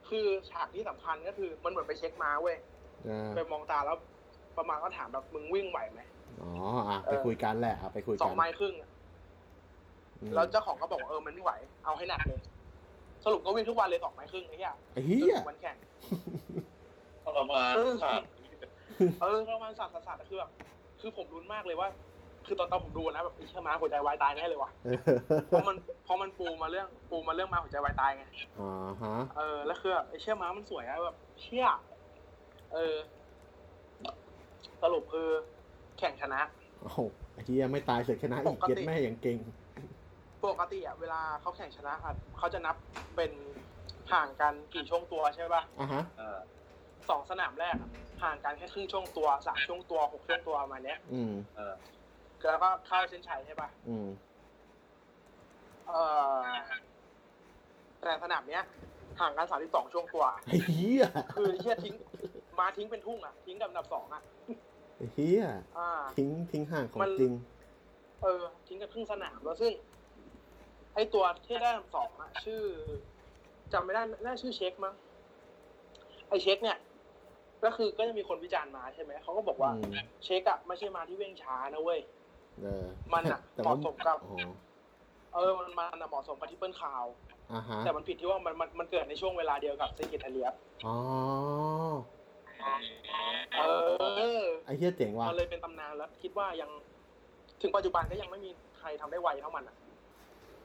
[SPEAKER 4] คือฉากที่สำคัญก็คือ มันเหมือนไปเช็คม้าเว้ย
[SPEAKER 3] เออ
[SPEAKER 4] ไปมองตาแล้วประมาณก็ถามแบบมึงวิ่งไหวไหม
[SPEAKER 3] อ๋ออ่ะ
[SPEAKER 4] เอ
[SPEAKER 3] ไป
[SPEAKER 4] อ
[SPEAKER 3] คุยกันแหละอ่ะไปคุย
[SPEAKER 4] สอ
[SPEAKER 3] กั
[SPEAKER 4] ง
[SPEAKER 3] น
[SPEAKER 4] ไมล์ครึ่งอะ
[SPEAKER 3] อืม
[SPEAKER 4] แล้วเจ้าของก็บอกว่าเออ มันไม่ไหว เอาให้หนักเลย สรุปก็วิ่งทุกวันเลยสองไมล์ครึ่งไอ้เหี้ย
[SPEAKER 3] ไอ้เฮี
[SPEAKER 4] จน
[SPEAKER 3] ย
[SPEAKER 4] ถึงวันแข่ง
[SPEAKER 5] ทรมาน
[SPEAKER 4] เออ
[SPEAKER 5] สัตว์
[SPEAKER 4] เออประมาณสัตว์สัตว์คือแบบคือผมรุ้นมากเลยว่า คือตอนตอนผมดูนะแบบไอ้เชื่อม้าหัวใจวายตายแน่เลยว่ะ
[SPEAKER 3] เออ
[SPEAKER 4] เพราะมันเพราะมันปูมาเรื่องปูมาเรื่องม้าหัวใจวายตายไง
[SPEAKER 3] อ่าฮะ
[SPEAKER 4] เออแล้วคือไอ้เชื่อม้ามันสวยอะแบบเชี่ยเออสรุปคือแข่งชนะ
[SPEAKER 3] โอ้โหไอ้ที่ยังไม่ตายเสร็จชนะอีก
[SPEAKER 4] ปกติ
[SPEAKER 3] เย็ดแม่อย่างเก่ง
[SPEAKER 4] ปกติอะเวลาเขาแข่งชนะอะเขาจะนับเป็นห่างกันกี่ช่วงตัวใช่ป่ะ
[SPEAKER 3] อ่ะฮะ
[SPEAKER 5] เออ
[SPEAKER 4] สองสนามแรกอะห่างกันแค่ครึ่งช่วงตัวสามช่วงตัวหกช่วงตัวประมาณเนี้ย
[SPEAKER 3] อืม
[SPEAKER 5] เออ
[SPEAKER 4] แล้วก็เข้าเส้นชัยใช่ป่ะ
[SPEAKER 3] อืม
[SPEAKER 4] เอ่อแต่สนามเนี้ยห่างกันสามสิบสองช่วงกว่า
[SPEAKER 3] ไอ้เหี้ย
[SPEAKER 4] คือเฮียทิ้ง มาทิ้งเป็นทุ่งอ่ะ ทิ้งกับอันดับสองอ่ะ
[SPEAKER 3] ไอ้เหี้ย
[SPEAKER 4] อ่า
[SPEAKER 3] ทิ้งทิ้งห่างของ
[SPEAKER 4] มัน
[SPEAKER 3] จริง
[SPEAKER 4] เออ ทิ้งกันครึ่งสนามแล้วซึ่ง ไอตัวที่ได้อันดับสองอ่ะ ชื่อจำไม่ได้น่าชื่อเช็คมั้งไอเช็คเนี่ย ก็คือก็จะมีคนวิจารณ์มาใช่ไหมเขาก็บอกว่า
[SPEAKER 3] อืม
[SPEAKER 4] เช็คอ่ะไม่ใช่มาที่เว่งช้านะเว้ย
[SPEAKER 3] เออ
[SPEAKER 4] มันอะ
[SPEAKER 3] แต่
[SPEAKER 4] เห
[SPEAKER 3] ว่า
[SPEAKER 4] มาะสมกับ
[SPEAKER 3] อ๋อ
[SPEAKER 4] เออมันมันอะเหมาะสมกับทิปเปิลคาว
[SPEAKER 3] อ่ะฮะ
[SPEAKER 4] แต่มันผิดที่ว่ามันมันมันเกิดในช่วงเวลาเดียวกับเซกิทาเลียบ
[SPEAKER 3] อ๋อ
[SPEAKER 4] เออ
[SPEAKER 3] ไอ้เหี้ยเจ๋งว่ะ
[SPEAKER 4] มันเลยเป็นตำนานแล้วคิดว่ายังถึงปัจจุบันก็ยังไม่มีใครทำได้ไวเท่ามันอ่ะ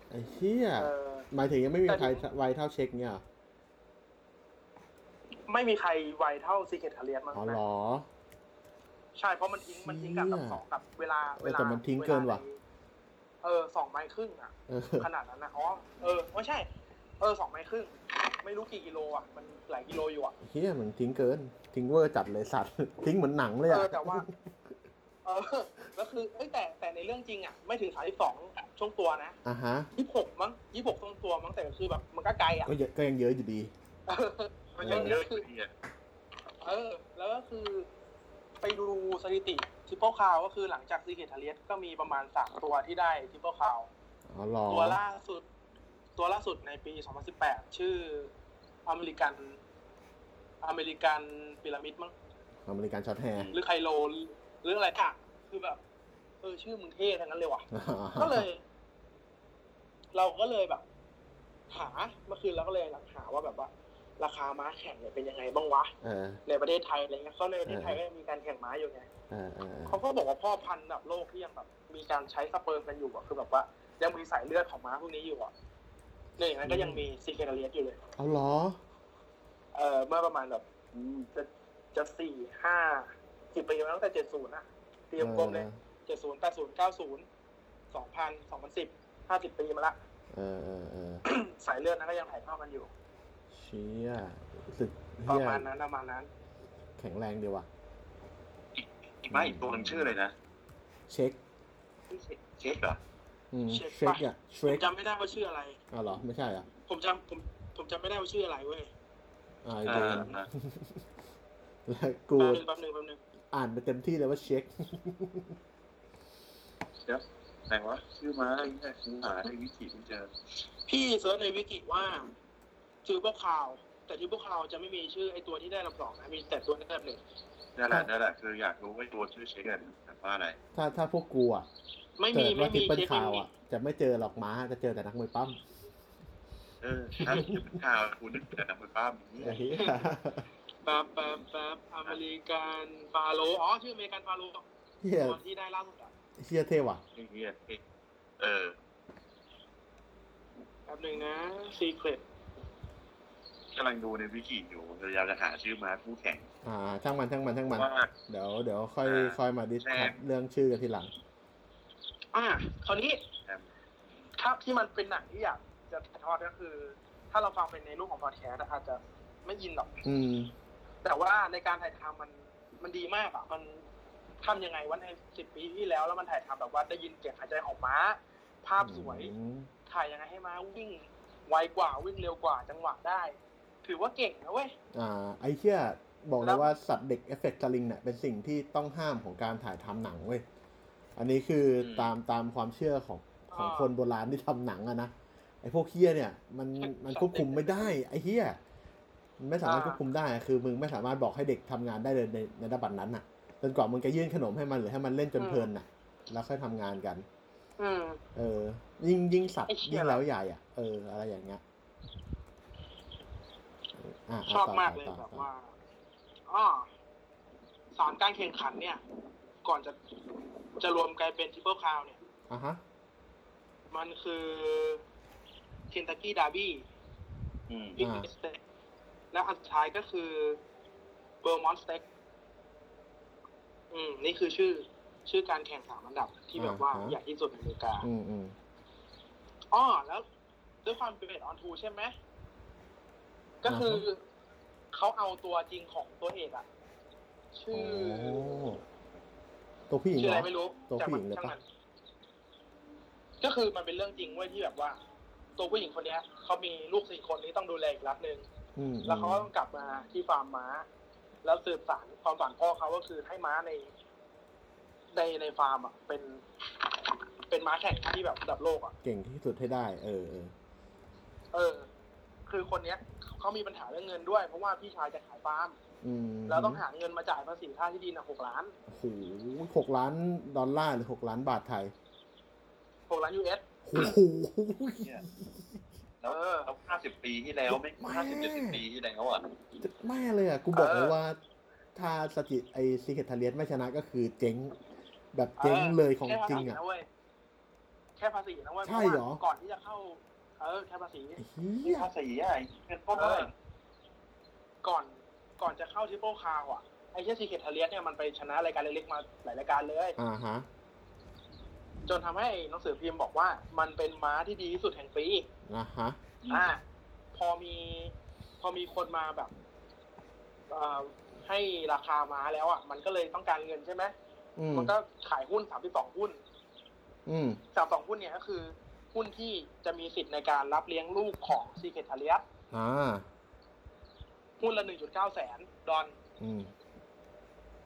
[SPEAKER 3] ไอ้เหี้ย
[SPEAKER 4] เออ
[SPEAKER 3] หมายถึงยังไม่มี
[SPEAKER 4] แต่
[SPEAKER 3] ใคร
[SPEAKER 4] ดู
[SPEAKER 3] ไวเท่าเช็คเนี่ยเหรอ
[SPEAKER 4] ไม่มีใครไวเท่าซีเกตคาเรียสมั้ง
[SPEAKER 3] อ๋อเห
[SPEAKER 4] นะ
[SPEAKER 3] รอ
[SPEAKER 4] ใช่เพราะมันทิ้งมันทิ้งกับ
[SPEAKER 3] เชี่ย
[SPEAKER 4] ลำสองกับเวลา
[SPEAKER 3] เออ
[SPEAKER 4] เวลา
[SPEAKER 3] แต่มันทิ้งเกินว่ะ
[SPEAKER 4] เออสองไม้ครึ่งอ่ะ
[SPEAKER 3] เออ
[SPEAKER 4] ขนาดนั้นนะอ๋อเออไม่ใช่ เออสองไม้ครึ่ง ไม่รู้กี่กิโลอ่ะ มันหลายกิโลอยู่อ่ะ
[SPEAKER 3] เหี้ยมันทิ้งเกิน ทิ้งเวอร์จัดเลยสัตว์ ทิ้งเหมือนหนังเลย
[SPEAKER 4] เอ
[SPEAKER 3] อ่ะ
[SPEAKER 4] อแต่ว่า เออ แล้วคือเอ้ยแต่แต่ในเรื่องจริงอ่ะ ไม่ถึงสามสิบสองช่วงตัวนะ
[SPEAKER 3] อ่ะฮะ
[SPEAKER 4] ยี่สิบหกมั้งยี่สิบหกช่วงตัวมั้งแต่ก็คือแบบมันก็ไกลอ่ะ
[SPEAKER 3] ก็เยอะก็ยังเยอะอยู่ดี
[SPEAKER 4] เออ
[SPEAKER 5] มันยังเยอะอยู่ดีอะ
[SPEAKER 4] เออ แล้วก็คือไปดูสถิติทิปเปิลคาวก็คือหลังจากซีเกตทาเลียสก็มีประมาณสามตัวที่ได้ทิปเปิลคาว
[SPEAKER 3] อ๋อเหรอ
[SPEAKER 4] ตัวล่าสุด ตัวล่าสุดในปี 2018 ชื่ออเมริกันอเมริกันพีระมิดมั้ง
[SPEAKER 3] อเมริกันช็อตแฮร์
[SPEAKER 4] หรือไคโลหรืออะไรต่างคือแบบ เออ ชื่อมึงเท่ทั้งนั้ นเลยว่ะ ก็เลย เราก็เลยแบบ หาเมื่อคืนเราก็เลยหาว่าแบบว่า ราคาม้าแข่งเนี่ยเป็นยังไงบ้างวะ
[SPEAKER 3] เออ
[SPEAKER 4] ในประเทศไทยอะไรเงี้ยเขาในประเทศไทยก็ยังมีการแข่งม้าอยู่ไง
[SPEAKER 3] เออเออเออ
[SPEAKER 4] เขาก็บอกว่าพ่อพันธุ์แบบโลกที่ยังแบบมีการใช้สเปิร์มกันอยู่อะคือแบบว่ายังมีสายเลือดของม้าพวกนี้อยู่อะเนี่ยอย่างนั้นก็ยังมีซีเกนาเลียสอยู่เลย
[SPEAKER 3] เอาเหรอ
[SPEAKER 4] เออเมื่อประมาณแบบจะจะสี่ห้าสิบปีมาตั้งแต่เจ็ดศูนย์อะเตรียมกลมเลยเจ็ดศูนย์แปดศูนย์เก้าศูนย์สองพันสองพันสิบห้าสิบปีมาละ
[SPEAKER 3] เออเออเออ
[SPEAKER 4] สายเลือดนั้นก็ยังถ่ายทอดกันอยู่
[SPEAKER 3] เชี่ยสึก
[SPEAKER 4] ป
[SPEAKER 3] เฮี
[SPEAKER 4] ระ
[SPEAKER 3] ย
[SPEAKER 4] มาณนั้นประมาณนั้น
[SPEAKER 3] แข็งแรงดีว่ะ
[SPEAKER 5] อีกไม้อีกตัวหนึ่งชื่ออะไรนะ
[SPEAKER 3] เช็ค
[SPEAKER 5] เช็คเหรอ
[SPEAKER 3] อืม
[SPEAKER 4] เช็ค
[SPEAKER 3] เช็ค
[SPEAKER 4] ปะ
[SPEAKER 3] อ่ะเช
[SPEAKER 4] ผม
[SPEAKER 3] ค
[SPEAKER 4] จำไม่ได้ว่าชื่ออะไร
[SPEAKER 3] อ๋อเหรอ ไม่ใช่เหรอ่ะ
[SPEAKER 4] ผมจำผมผมจำไม่ได้ว่าชื่ออะไรเว้ย
[SPEAKER 3] อ่า
[SPEAKER 5] เอ
[SPEAKER 3] เด
[SPEAKER 5] อน เออ
[SPEAKER 3] แล้วกู
[SPEAKER 4] แป๊บนึงแป๊บนึงแป๊บนึง
[SPEAKER 3] อ่านไปเต็มที่เลยว่าเช็ค
[SPEAKER 5] เดี๋ยวไหนวะชื่อมาอะไรเนี่ยชื่อหาในวิกิที่เจอ
[SPEAKER 4] พี่เซิร์ชในวิกิว่าทิวเบอร์คาวแต่ทิวเบอร์คาวจะไม่มีชื่อไอตัวที่ได้ลำสองนะมีแต่ตัวที่ได้ลำหนึ่ง
[SPEAKER 5] นั่นแหละนั่นแหละคืออยากรู้ว่าตัวชื่อเช็คกันแต่ว่าอะไร
[SPEAKER 3] ถ้าถ้าพวกกูอ่ะ
[SPEAKER 4] ไม่
[SPEAKER 3] เกิ
[SPEAKER 4] มี
[SPEAKER 3] ด
[SPEAKER 4] ไม่
[SPEAKER 3] ว่าทิ
[SPEAKER 4] มี
[SPEAKER 3] ปเปิล
[SPEAKER 4] เช็ค
[SPEAKER 3] คา
[SPEAKER 4] ไม่
[SPEAKER 3] ว
[SPEAKER 4] มี
[SPEAKER 3] อ่ะ จะไม่เจอหรอกม้า จะเจอแต่นักมวย ปั้ม
[SPEAKER 5] เออถ้าเป็นข่าวคุณนึกแต่หนังมือป้ามี
[SPEAKER 3] ไอ้เหี้ย
[SPEAKER 4] แป๊บแป๊บแป๊บอเมริกันฟาโลอ๋อชื่ออเมริกันฟาโล
[SPEAKER 3] เฮีย
[SPEAKER 4] ตัวที่ได้ล่าสุดอะ
[SPEAKER 3] เฮียเท่ว่ะ
[SPEAKER 5] ไอ้เงี้ยเออ
[SPEAKER 4] แป๊บหนึ่งนะซีเครต
[SPEAKER 5] กำลังดูในวิกิอยู่พยายามจะหาชื่อมาคู่แข่ง
[SPEAKER 3] อ่า ช่างมันช่างมันช่างมัน
[SPEAKER 5] ว่า
[SPEAKER 3] เดี๋ยวเดี๋ยวค่อย
[SPEAKER 5] อ่า
[SPEAKER 3] ค่อยมาดิส
[SPEAKER 5] แน่
[SPEAKER 3] คัทเรื่องชื่อกันทีหลัง
[SPEAKER 4] อ่ะคราวนี้ถ้าที่มันเป็นหนังที่อยากจะถ่ายทอดก็คือ ถ้าเราฟังเป็นในรูปของพอดแคสต์อะอาจจะไม่ยินหรอก
[SPEAKER 3] อืม
[SPEAKER 4] แต่ว่าในการถ่ายทำมันมันดีมากอ่ะ มันทำยังไงวะในสิบปีที่แล้วแล้วมันถ่ายทำแบบว่าได้ยินเสียงหายใจของม้า ภาพสวย
[SPEAKER 3] อืม
[SPEAKER 4] ถ่ายยังไงให้ม้าวิ่ง ไวกว่าวิ่งเร็วกว่าจังหวะได้ ถือว่าเก่งนะเว้ย
[SPEAKER 3] อ่า ไอ้เหี้ยบอกเล
[SPEAKER 4] แล้
[SPEAKER 3] ยว ว่าสัตว์เด็กเอฟเฟกต์สลิงเนี่ยเป็นสิ่งที่ต้องห้ามของการถ่ายทำหนังเว้ย อันนี้คืออ
[SPEAKER 5] ม
[SPEAKER 3] ตามตามความเชื่อของของคนโบราณที่ทำหนังอะนะ ไอ้พวกเหี้ยเนี่ยมันมันควบคุมไม่ได้ ไอ้เหี้ยมันไม่สามารถควบคุมได้ คือมึงไม่สามารถบอกให้เด็กทำงานได้เลยในในระดับนั้นน่ะ จนกว่ามึงจะยื่นขนมให้มันหรือให้มันเล่นจนเพลินน่ะ แล้วค่อยทำงานกัน
[SPEAKER 4] อืม
[SPEAKER 3] เออ ยิ่งยิ่งสัตว์
[SPEAKER 4] ไอ้เหี้ย
[SPEAKER 3] ยิ่งแล้วใหญ่อ่ะ เออ อะไรอย่างเงี้ยะะ
[SPEAKER 4] ชอบ
[SPEAKER 3] ต่
[SPEAKER 4] มากเลย
[SPEAKER 3] ต่
[SPEAKER 4] แบบ
[SPEAKER 3] ต่
[SPEAKER 4] ว่าอ๋อสามการแข่งขันเนี่ย ก่อนจะ จะรวมกลายเป็นทิปเปิลคาวเนี่ย
[SPEAKER 3] อ่ะฮะ
[SPEAKER 4] มันคือเคนตักกี้ดาร์บี้
[SPEAKER 5] อืม
[SPEAKER 4] บิ๊ก
[SPEAKER 3] อ่า
[SPEAKER 4] สเต็กแล้วอันสุดท้ายก็คือเบอร์มอนสเต็กอืม นี่คือชื่อชื่อการแข่งสามอันดับที่แบบว่า
[SPEAKER 3] อ่าฮะ
[SPEAKER 4] ใหญ่ที่สุดในอเมริกา
[SPEAKER 3] อืมอืม
[SPEAKER 4] อ๋อแล้วด้วยความเป็นเบสออนทูใช่ไหม ก็คืออเขาเอาตัวจริงของตัวเอกอะชื่อ
[SPEAKER 3] ตัวผู้หญิง
[SPEAKER 4] ชื่อ
[SPEAKER 3] เหร
[SPEAKER 4] อะ
[SPEAKER 3] อ
[SPEAKER 4] ไรไม่รู้
[SPEAKER 3] ตัวผู้หญิงห
[SPEAKER 4] จำ
[SPEAKER 3] รือ
[SPEAKER 4] ช่าง
[SPEAKER 3] เป
[SPEAKER 4] มั
[SPEAKER 3] ล่า
[SPEAKER 4] นก็คือมันเป็นเรื่องจริงเว้ยที่แบบว่า ตัวผู้หญิงคนเนี้ยเขามีลูกสี่คนที่ต้องดูแลอีกรัฐหนึ่ง
[SPEAKER 3] อืม
[SPEAKER 4] แล้วเขาก็ต้องกลับมาที่ฟาร์มม้า แล้วสืบสานความฝันพ่อเขาก็คือให้ม้าใน ในในฟาร์มอ่ะเป็น เป็นม้าแข่งที่แบบระดับโลกอ่ะ
[SPEAKER 3] เก่งที่สุดให้ได้ เออเออ
[SPEAKER 4] เออ คือคนเนี้ยเขามีปัญหาเรื่องเงินด้วย เพราะว่าพี่ชายจะขายฟาร์ม
[SPEAKER 3] อืม
[SPEAKER 4] แล้วต้องหาเงินมาจ่ายภาษีค่าที่ดินอ่ะหกล้าน
[SPEAKER 3] โอ้โหหกล้านดอลลาร์หรือหกล้านบาทไทย
[SPEAKER 4] หกล้านยูเอส
[SPEAKER 3] โอ้โห
[SPEAKER 5] เนี่ยแล้ว
[SPEAKER 4] เออ
[SPEAKER 5] แล้วห้าสิบปีที่แล้วไม่
[SPEAKER 3] แม่
[SPEAKER 5] ห้าสิบเจ็ดสิบปีที่แล้วอ่ะ
[SPEAKER 3] แม่เลยอ่ะ กูบอกเลย
[SPEAKER 4] เออ
[SPEAKER 3] ว่า ถ้าสจิไอซีเกตทาเลียนไม่ชนะก็คือเจ๊ง แบบเจ๊ง
[SPEAKER 4] ออ
[SPEAKER 3] เลยของจริง
[SPEAKER 4] แค่ภาษี
[SPEAKER 3] อ่ะ
[SPEAKER 4] นะเว้ยแค่ภาษีนะเว้ย
[SPEAKER 3] ใช่เหรอ
[SPEAKER 4] พาะว่าก่อนที่จะเข้า เออ แค่ภาษี
[SPEAKER 3] เฮีย
[SPEAKER 5] ภาษีอะไอ้เงินต้น
[SPEAKER 4] เอ
[SPEAKER 5] เล
[SPEAKER 4] อ
[SPEAKER 5] ย
[SPEAKER 4] ก่อน ก่อนจะเข้าทริปเปิลคาวอ่ะ ไอ้เชสซีเกตเทเลียสเนี่ยมันไปชนะรายการเล็กๆมาหลายรายการเลย
[SPEAKER 3] อ่าฮะ
[SPEAKER 4] จนทำให้หนังสือพิมพ์บอกว่า มันเป็นม้าที่ดีที่สุดแห่งปี
[SPEAKER 3] อ่าฮะ
[SPEAKER 4] อ่า พอมี พอมีคนมาแบบเอ่อให้ราคาม้าแล้วอ่ะ มันก็เลยต้องการเงินใช่ไหม
[SPEAKER 3] อืม
[SPEAKER 4] มันก็ขายหุ้นสามสิบสองหุ้น
[SPEAKER 3] อืม
[SPEAKER 4] จากสองหุ้นเนี่ยก็คือ หุ้นที่จะมีสิทธิ์ในการรับเลี้ยงลูกของซีเคทาเลียส
[SPEAKER 3] อ่า
[SPEAKER 4] หุ้นละหนึ่งจุดเก้าแสนดอล
[SPEAKER 3] อืม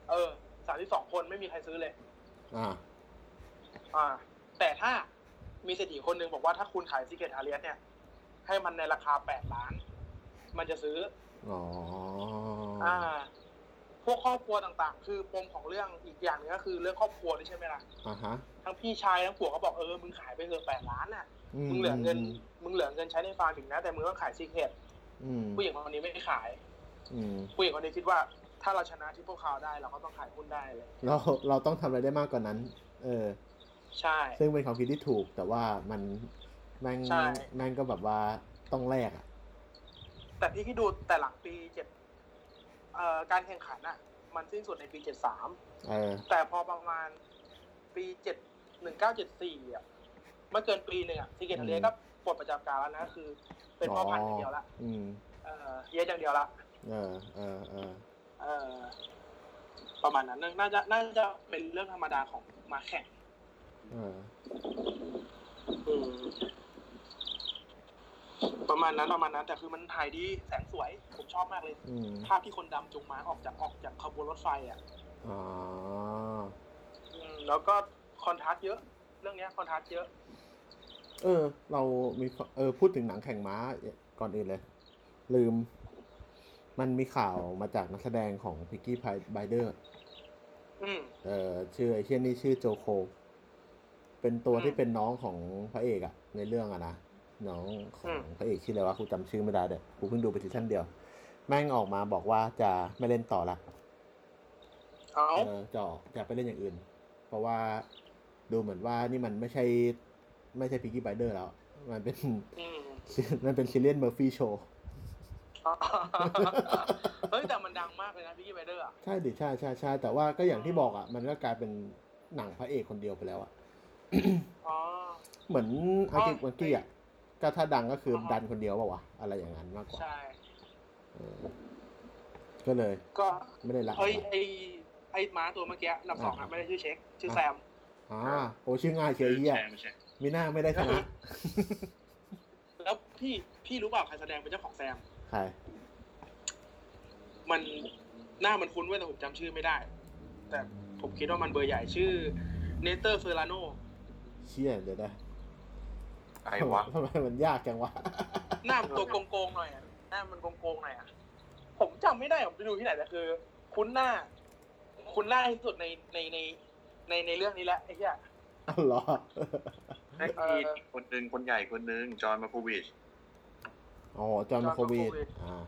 [SPEAKER 4] เออสามที่สองคนไม่มีใครซื้อเลย
[SPEAKER 3] อ่า
[SPEAKER 4] อ่า แต่ถ้ามีเศรษฐีคนหนึ่งบอกว่าถ้าคุณขายซีเคทาเลียสเนี่ย ให้มันในราคาแปดล้าน มันจะซื้อ
[SPEAKER 3] อ๋อ
[SPEAKER 4] ออ่า พวกครอบครัวต่างๆ คือปมของเรื่องอีกอย่างหนึงก็คือเรื่องครอบครัวด้วยใช่ไหมล่ะ
[SPEAKER 3] อ่าฮะ
[SPEAKER 4] ทั้งพี่ชายทั้งผัวก็บอกเออมึงขายไปเถอะแปดล้านน่ะ
[SPEAKER 3] อื
[SPEAKER 4] มึงเหลือเงินมึงเหลือเงินใช้ในฟาร์มอีกนะแต่มึงต้องขายซีเคท
[SPEAKER 3] อืม
[SPEAKER 4] ผู้หญิงคนนี้ไม่ขาย
[SPEAKER 3] อืม
[SPEAKER 4] ผู้หญิงคนนี้คิดว่าถ้าเราชนะที่พวกเขาได้ เราก็ต้องขายหุ้นได้เลย
[SPEAKER 3] เราเราต้องทำอะไรได้มากกว่านั้น เออ
[SPEAKER 4] ใช่
[SPEAKER 3] ซึ่งเป็นความคิดที่ถูก แต่ว่ามันแม่ง
[SPEAKER 4] ใช่
[SPEAKER 3] แม่งก็แบบว่าต้องแลกอ่ะ
[SPEAKER 4] แต่ที่ที่ดูแต่หลังปีเจ็ดเอ่อการแข่งขันอ่ะ มันสิ้นสุดในปีเจ็ดสาม
[SPEAKER 3] เออ
[SPEAKER 4] แต่พอประมาณปีเจ็ดหนึ่งเก้าเจ็ดสี่อ่ะไม่เกินปีหนึ่งอ่ะซีเกตทะเลก็ปลดประจำการแล้วนะ คือ เป็นพ่อพันธุ์อย่างเดียวละ
[SPEAKER 3] อืม
[SPEAKER 4] เอ่อเยอะอย่างเดียวละ
[SPEAKER 3] เออ เออ เออ
[SPEAKER 4] เอ่อประมาณนั้น น่าจะน่าจะเป็นเรื่องธรรมดาของมาแข่ง
[SPEAKER 3] เออ
[SPEAKER 4] อืมประมาณนั้นประมาณนั้นแต่คือมันถ่ายดีแสงสวย ผมชอบมากเลย
[SPEAKER 3] อืม
[SPEAKER 4] ภาพที่คนดำจุงม้าออกจากออกจากขบวนรถไฟอ่ะ
[SPEAKER 3] อ๋อ
[SPEAKER 4] อืมแล้วก็คอนทราสต์เยอะ เรื่องเนี้ยคอนทราสต์เยอะ
[SPEAKER 3] เออ เรามีเออพูดถึงหนังแข่งม้าก่อนอื่นเลย ลืม มันมีข่าวมาจากนักแสดงของพิกกี้ไบเดอร์
[SPEAKER 4] อืม
[SPEAKER 3] เออชื่อไอเช่นนี่ชื่อโจโค เป็นตัว
[SPEAKER 4] อืม
[SPEAKER 3] ที่เป็นน้องของพระเอกอะในเรื่องอะนะน้องขอ
[SPEAKER 4] อื
[SPEAKER 3] ง
[SPEAKER 4] ม
[SPEAKER 3] พระเอกชื่ออะไรวะกูจำชื่อไม่ได้เด็กกูเพิ่งดูไปทีท่านเดียว แม่งออกมาบอกว่าจะไม่เล่นต่อละ
[SPEAKER 4] เอา
[SPEAKER 3] เออจะออกจะไปเล่นอย่างอื่น เพราะว่าดูเหมือนว่านี่มันไม่ใช่ ไม่ใช่พิกกี้ไบเดอร์แล้ว มันเป็น
[SPEAKER 4] อืม
[SPEAKER 3] มันเป็นซิเลียนเมอร์ฟี่โชว์
[SPEAKER 4] เฮ้ยแต่มันดังมากเลยนะพี่กี้ไบเดอร์อ่ะ
[SPEAKER 3] ใช่ดิใช่ใช่ใช่แต่ว่าก็อย่างที่บอกอะมันก็กลายเป็นหนังพระเอกคนเดียวไปแล้วอะ
[SPEAKER 4] อ๋อ
[SPEAKER 3] เหมือนอากิ
[SPEAKER 4] อ๋อ
[SPEAKER 3] วังกี้อ่ะ ก็ถ้าดังก็คืออา
[SPEAKER 4] ฮะ
[SPEAKER 3] ดันคนเดียวเปล่าวะ อะไรอย่างนั้นมากกว่า
[SPEAKER 4] ใช่
[SPEAKER 3] เออก็เลย
[SPEAKER 4] ก็
[SPEAKER 3] ไม่ได้ละ
[SPEAKER 4] เอ้ยไอไอม้าตัวเมื่อกี้ลำสองอ่ะไม่ได้ชื่อเช็ค ชื่อแซม
[SPEAKER 3] อ่าโอชื่อง่ายเชียร์เฮีย
[SPEAKER 5] แชร์ไม่ใช่
[SPEAKER 3] มีหน้าไม่ได้ชนะ
[SPEAKER 4] แล้วพี่พี่รู้เปล่าใครแสดงเป็นเจ้าของแซม
[SPEAKER 3] ใคร
[SPEAKER 4] มันหน้ามันคุ้นเว้ยแต่ผมจำชื่อไม่ได้ แต่ผมคิดว่ามันเบอร์ใหญ่ชื่อเนเตอร์เฟอร์ลาโน
[SPEAKER 3] เชี่ยเดี๋ยวนะ
[SPEAKER 5] ไอ้วะ
[SPEAKER 3] ทำไมมันยากจังวะ
[SPEAKER 4] หน้ามันตัวโกงๆหน่อยอะหน้ามันโกงๆหน่อยอะผมจำไม่ได้ผมไปดูที่ไหนแต่คือ คุ้นหน้า คุ้นหน้าที่สุดในในในในในเรื่องนี้แหละไอ้เหี้ย
[SPEAKER 3] อ้าวเหรอ
[SPEAKER 5] ได้มี
[SPEAKER 4] เออ
[SPEAKER 5] อีกคนหนึ่งคนใหญ่คนหนึ่งจอห์นมาโควิช
[SPEAKER 3] อ๋อ จอห์นโควิด
[SPEAKER 4] จอห์นโควิด
[SPEAKER 3] อ่า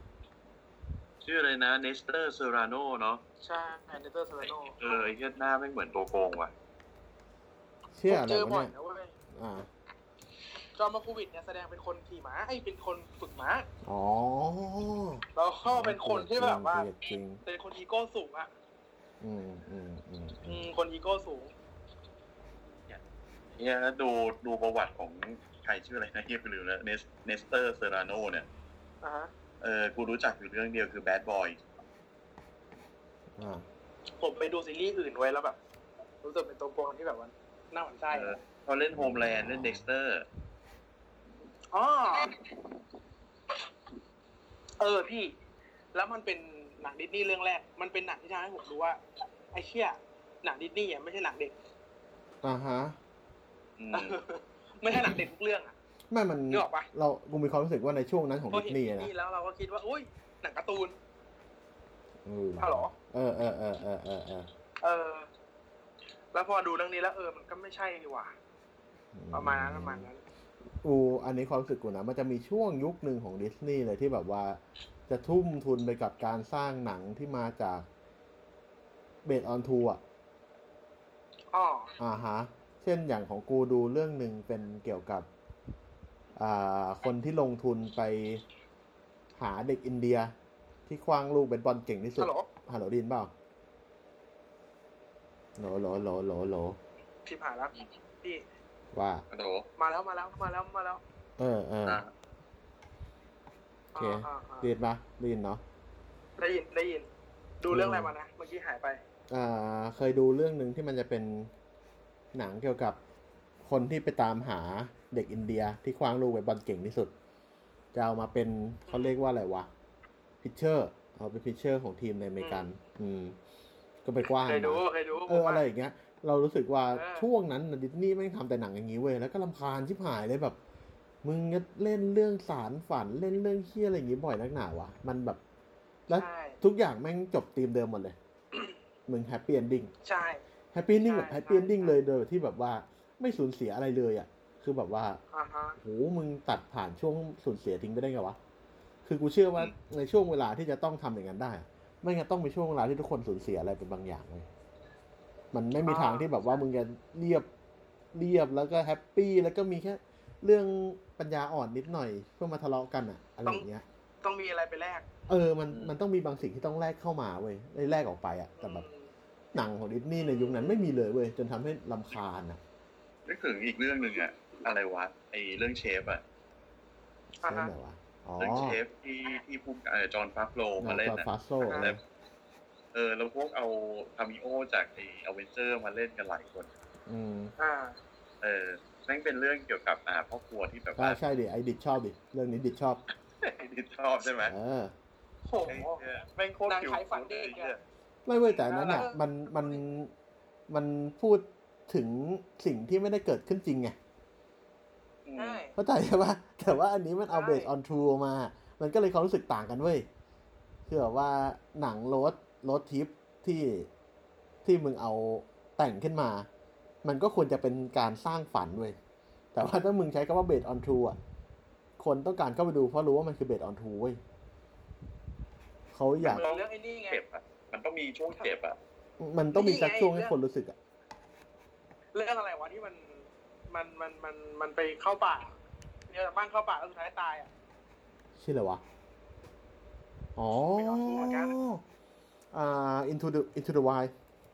[SPEAKER 5] ชื่ออะไรนะเนสเตอร์เซราโนเนาะ
[SPEAKER 4] ใช่แอนเดอร์เซอร์โน
[SPEAKER 5] เออไอ้เหี้ยหน้าไม่งเหมือนตัวโกงว่ะ
[SPEAKER 3] เชื่อ
[SPEAKER 4] ผม
[SPEAKER 3] อะไร
[SPEAKER 4] เจอบ่
[SPEAKER 3] วะ
[SPEAKER 4] อย
[SPEAKER 3] เนี่ย
[SPEAKER 4] นะเว้ย
[SPEAKER 3] อ่า
[SPEAKER 4] จอมโควิดเนี่ยแสดงเป็นคนขี่ม้าไอ้ยเป็นคนฝึกม้า
[SPEAKER 3] อ๋อ
[SPEAKER 4] แล้วก็เป็นคนที่แบบว่า
[SPEAKER 3] จริงจริง
[SPEAKER 4] เป็นคนอีโก้สูงอ่ะ
[SPEAKER 3] อืมอืมอืม
[SPEAKER 4] อืมคนอีโก้สูง
[SPEAKER 5] เนี่ยแล้วดูดูประวัติของใครชื่ออะไรนะเฮียไปลืมแล้วเนสเนสเตอร์เซราโนเนี่ย
[SPEAKER 4] อ่าฮะ
[SPEAKER 5] เออกูรู้จักอยู่เรื่องเดียวคือแบดบอย
[SPEAKER 3] อ่า
[SPEAKER 4] ผมไปดูซีรีส์อื่นไว้แล้วแบบ รู้สึกเป็นตัวโกงที่แบบว่าน่าหวั่นไส้
[SPEAKER 5] เออเขาเล่นโฮมแลนด์เล่นเด็กสเตอร์
[SPEAKER 4] อ๋อเออพี่ แล้วมันเป็นหนังดิสนีย์เรื่องแรก มันเป็นหนังที่ทำให้ผมรู้ว่า ไอ้เชี่ยหนังดิสนีย์อ่ะไม่ใช่หนังเด็ก
[SPEAKER 3] อ่าฮะ
[SPEAKER 4] ไม่ใช่หนังเด็กทุกเรื่องอ่ะ
[SPEAKER 3] ไม่มัน
[SPEAKER 4] นึกออกปะ
[SPEAKER 3] เรากูมีความรู้สึกว่าในช่วงนั้นของ
[SPEAKER 4] พอ
[SPEAKER 3] ดิส
[SPEAKER 4] เห็น
[SPEAKER 3] นีย์นะ
[SPEAKER 4] ดิสนีย์แล้วเราก็คิดว่าอุ้ยหนังการ์ตูน
[SPEAKER 3] เออ
[SPEAKER 4] อ้าวเหรอ
[SPEAKER 3] เออเออเออเออเออเออ
[SPEAKER 4] เออ แล้วพอดูเรื่องนี้แล้วเออมันก็ไม่ใช่นี่หว่า ประมาณนั้นประมาณนั้น
[SPEAKER 3] อูอันนี้ความรู้สึกกูนะมันจะมีช่วงยุคหนึ่งของดิสนีย์เลยที่แบบว่า จะทุ่มทุนไปกับการสร้างหนังที่มาจากเบสออนทัวร์
[SPEAKER 4] อ๋อ
[SPEAKER 3] อ่าฮะ เช่นอย่างของกูดูเรื่องหนึ่งเป็นเกี่ยวกับ อ่า คนที่ลงทุนไปหาเด็กอินเดีย ที่คว้างลูกเป็นบอลเก่งที่สุด
[SPEAKER 4] ฮัลโหล
[SPEAKER 3] ฮัลโหลไดยินเปล่าโหลโหลโหลโหลโหล
[SPEAKER 4] ชิบหายแล้วพี่
[SPEAKER 3] ว่า
[SPEAKER 5] ฮัลโหล
[SPEAKER 4] มาแล้วมาแล้วมาแล้วมาแล้ว
[SPEAKER 3] เออเออ
[SPEAKER 5] อ่ะ
[SPEAKER 3] โอเค
[SPEAKER 4] าาอ่า
[SPEAKER 3] ไดีนปะไดีนเนาะ
[SPEAKER 4] ได้ยินได้ยิน ดูเรื่องอะไรมานะเมื่อกี้หายไป
[SPEAKER 3] อ่า เคยดูเรื่องหนึ่งที่มันจะเป็นหนังเกี่ยวกับคนที่ไปตามหาเด็กอินเดียที่คว้างลูกไว้บอลเก่งที่สุด จะเอามาเป็นเขาเรียกว่าอะไรวะพิชเชอร์ เอาเป็นพิชเชอร์ของทีมในอเมริกัน อืม ก็ไปกว้าง
[SPEAKER 4] เคยดู
[SPEAKER 3] มา
[SPEAKER 4] เคยดู
[SPEAKER 3] เออ
[SPEAKER 4] ผมว่า
[SPEAKER 3] อะไรอย่างเงี้ย เรารู้สึกว่า
[SPEAKER 4] เออ
[SPEAKER 3] ช่วงนั้นดิสนีย์ไม่งทำแต่หนังอย่างนี้เว้ย แล้วก็ลำคาญชิบหายเลยแบบ มึงจะเล่นเรื่องสารฝันเล่นเรื่องเฮี้ยอะไรอย่างงี้บ่อยนักหนาวะมันแบบแล้ว
[SPEAKER 4] ใช่
[SPEAKER 3] ทุกอย่างแม่งจบธีมเดิมหมดเลย มึงแฮปปี้เอนดิ้ง
[SPEAKER 4] ใช่
[SPEAKER 3] แฮปปี้เอนดิ้งแบบ
[SPEAKER 4] ใช่
[SPEAKER 3] แฮปปี้เอนดิ้ง
[SPEAKER 4] ใช่
[SPEAKER 3] เลยโดยที่แบบว่าไม่สูญเสียอะไรเลยอ่ะ คือแบบว่า
[SPEAKER 4] อ่าฮะ
[SPEAKER 3] โห มึงตัดผ่านช่วงสูญเสียทิ้งไปได้ไงวะ คือกูเชื่อว่าในช่วงเวลาที่จะต้องทำอย่างนั้นได้อะไม่งั้นต้องมีช่วงเวลาที่ทุกคนสูญเสียอะไรเป็นบางอย่างเลยมันไม่มี
[SPEAKER 4] อ่า
[SPEAKER 3] ทางที่แบบว่ามึงจะเรียบเรียบแล้วก็แฮปปี้แล้วก็มีแค่เรื่องปัญญาอ่อนนิดหน่อยเพื่อมาทะเลาะกันอะอะไรอย่างเงี้ย
[SPEAKER 4] ต้องมีอะไรไปแลก
[SPEAKER 3] เออ มัน มันต้องมีบางสิ่งที่ต้องแลกเข้ามาเว้ยได้แลกออกไปอะแต่แบบ
[SPEAKER 4] อืม
[SPEAKER 3] หนังของดิสนีย์ในยุคนั้นไม่มีเลยเว้ยจนทำให้ลำคาญอ่ะ
[SPEAKER 5] นึกถึงอีกเรื่องหนึ่งอะอะไรวะไอเรื่องเชฟอะ
[SPEAKER 4] อ่า
[SPEAKER 3] เรื่อง
[SPEAKER 4] ฮะ
[SPEAKER 3] ไหนวะอ๋อ
[SPEAKER 5] เรื่องเชฟที่ที่ภูมิกับจอห์นฟาฟโล
[SPEAKER 3] หนั
[SPEAKER 5] มาง เล่น
[SPEAKER 3] กา
[SPEAKER 5] อะ
[SPEAKER 3] ฟาโซ
[SPEAKER 4] อ่า
[SPEAKER 3] เลย
[SPEAKER 5] เออแล้วพวกเอาคามิโอจากไออเวนเจอร์มาเล่นกันหลายคน
[SPEAKER 3] อืม
[SPEAKER 4] อ่า
[SPEAKER 5] เออนั่นเป็นเรื่องเกี่ยวกับอ่าพ่อครัวที่แบบ
[SPEAKER 3] ใช่
[SPEAKER 5] ว่า
[SPEAKER 3] ใช่ดิไอ้ดิดชอบดิ เรื่องนี้ดิดชอบ
[SPEAKER 5] ที่ชอบใช่ไหม
[SPEAKER 3] เออ
[SPEAKER 4] โห
[SPEAKER 5] ไอ้เหี้ยแม่งโคตร
[SPEAKER 4] นาง
[SPEAKER 5] คิว
[SPEAKER 4] ขายฝันเด็กอะ
[SPEAKER 5] เลย
[SPEAKER 3] ไม่เว้ยแต่อันนั้นอ่ะ
[SPEAKER 4] เออ
[SPEAKER 3] มันมันมันพูดถึงสิ่งที่ไม่ได้เกิดขึ้นจริงไง
[SPEAKER 5] อืม
[SPEAKER 4] ใช่
[SPEAKER 3] เข้าใจใช่ปะ แต่ว่าอันนี้มันเอา
[SPEAKER 4] ใช่
[SPEAKER 3] เบสออนทรูมา มันก็เลยความรู้สึกต่างกันเว้ยคือแบบว่าหนังโรดโรดทิปที่ที่มึงเอาแต่งขึ้นมา มันก็ควรจะเป็นการสร้างฝันเว้ยแต่ว่าถ้ามึงใช้คำว่าเบสออนทรูอ่ะ คนต้องการเข้าไปดูเพราะรู้ว่ามันคือเบสออนทรูเว้ยเขาอยาก
[SPEAKER 4] เหมือนเรื่องไอ้นี่ไง
[SPEAKER 5] เจ็บอ่ะมันต้องมีช่วงเจ็บอ่ะ
[SPEAKER 3] มันต้องมีสักช่วงให้
[SPEAKER 4] เรื่อง
[SPEAKER 3] คนรู้สึกอ่ะ
[SPEAKER 4] เรื่องอะไรวะที่มัน มันมันมันมันไปเข้าป่าเดี๋ยวบ้านเข้าป่าแล้วสุดท้ายตายอ่ะ
[SPEAKER 3] ชื่ออะไรวะ อ๋อ
[SPEAKER 4] ไม่ออกชื่อเหมือนกัน
[SPEAKER 3] อ่า into the into the wild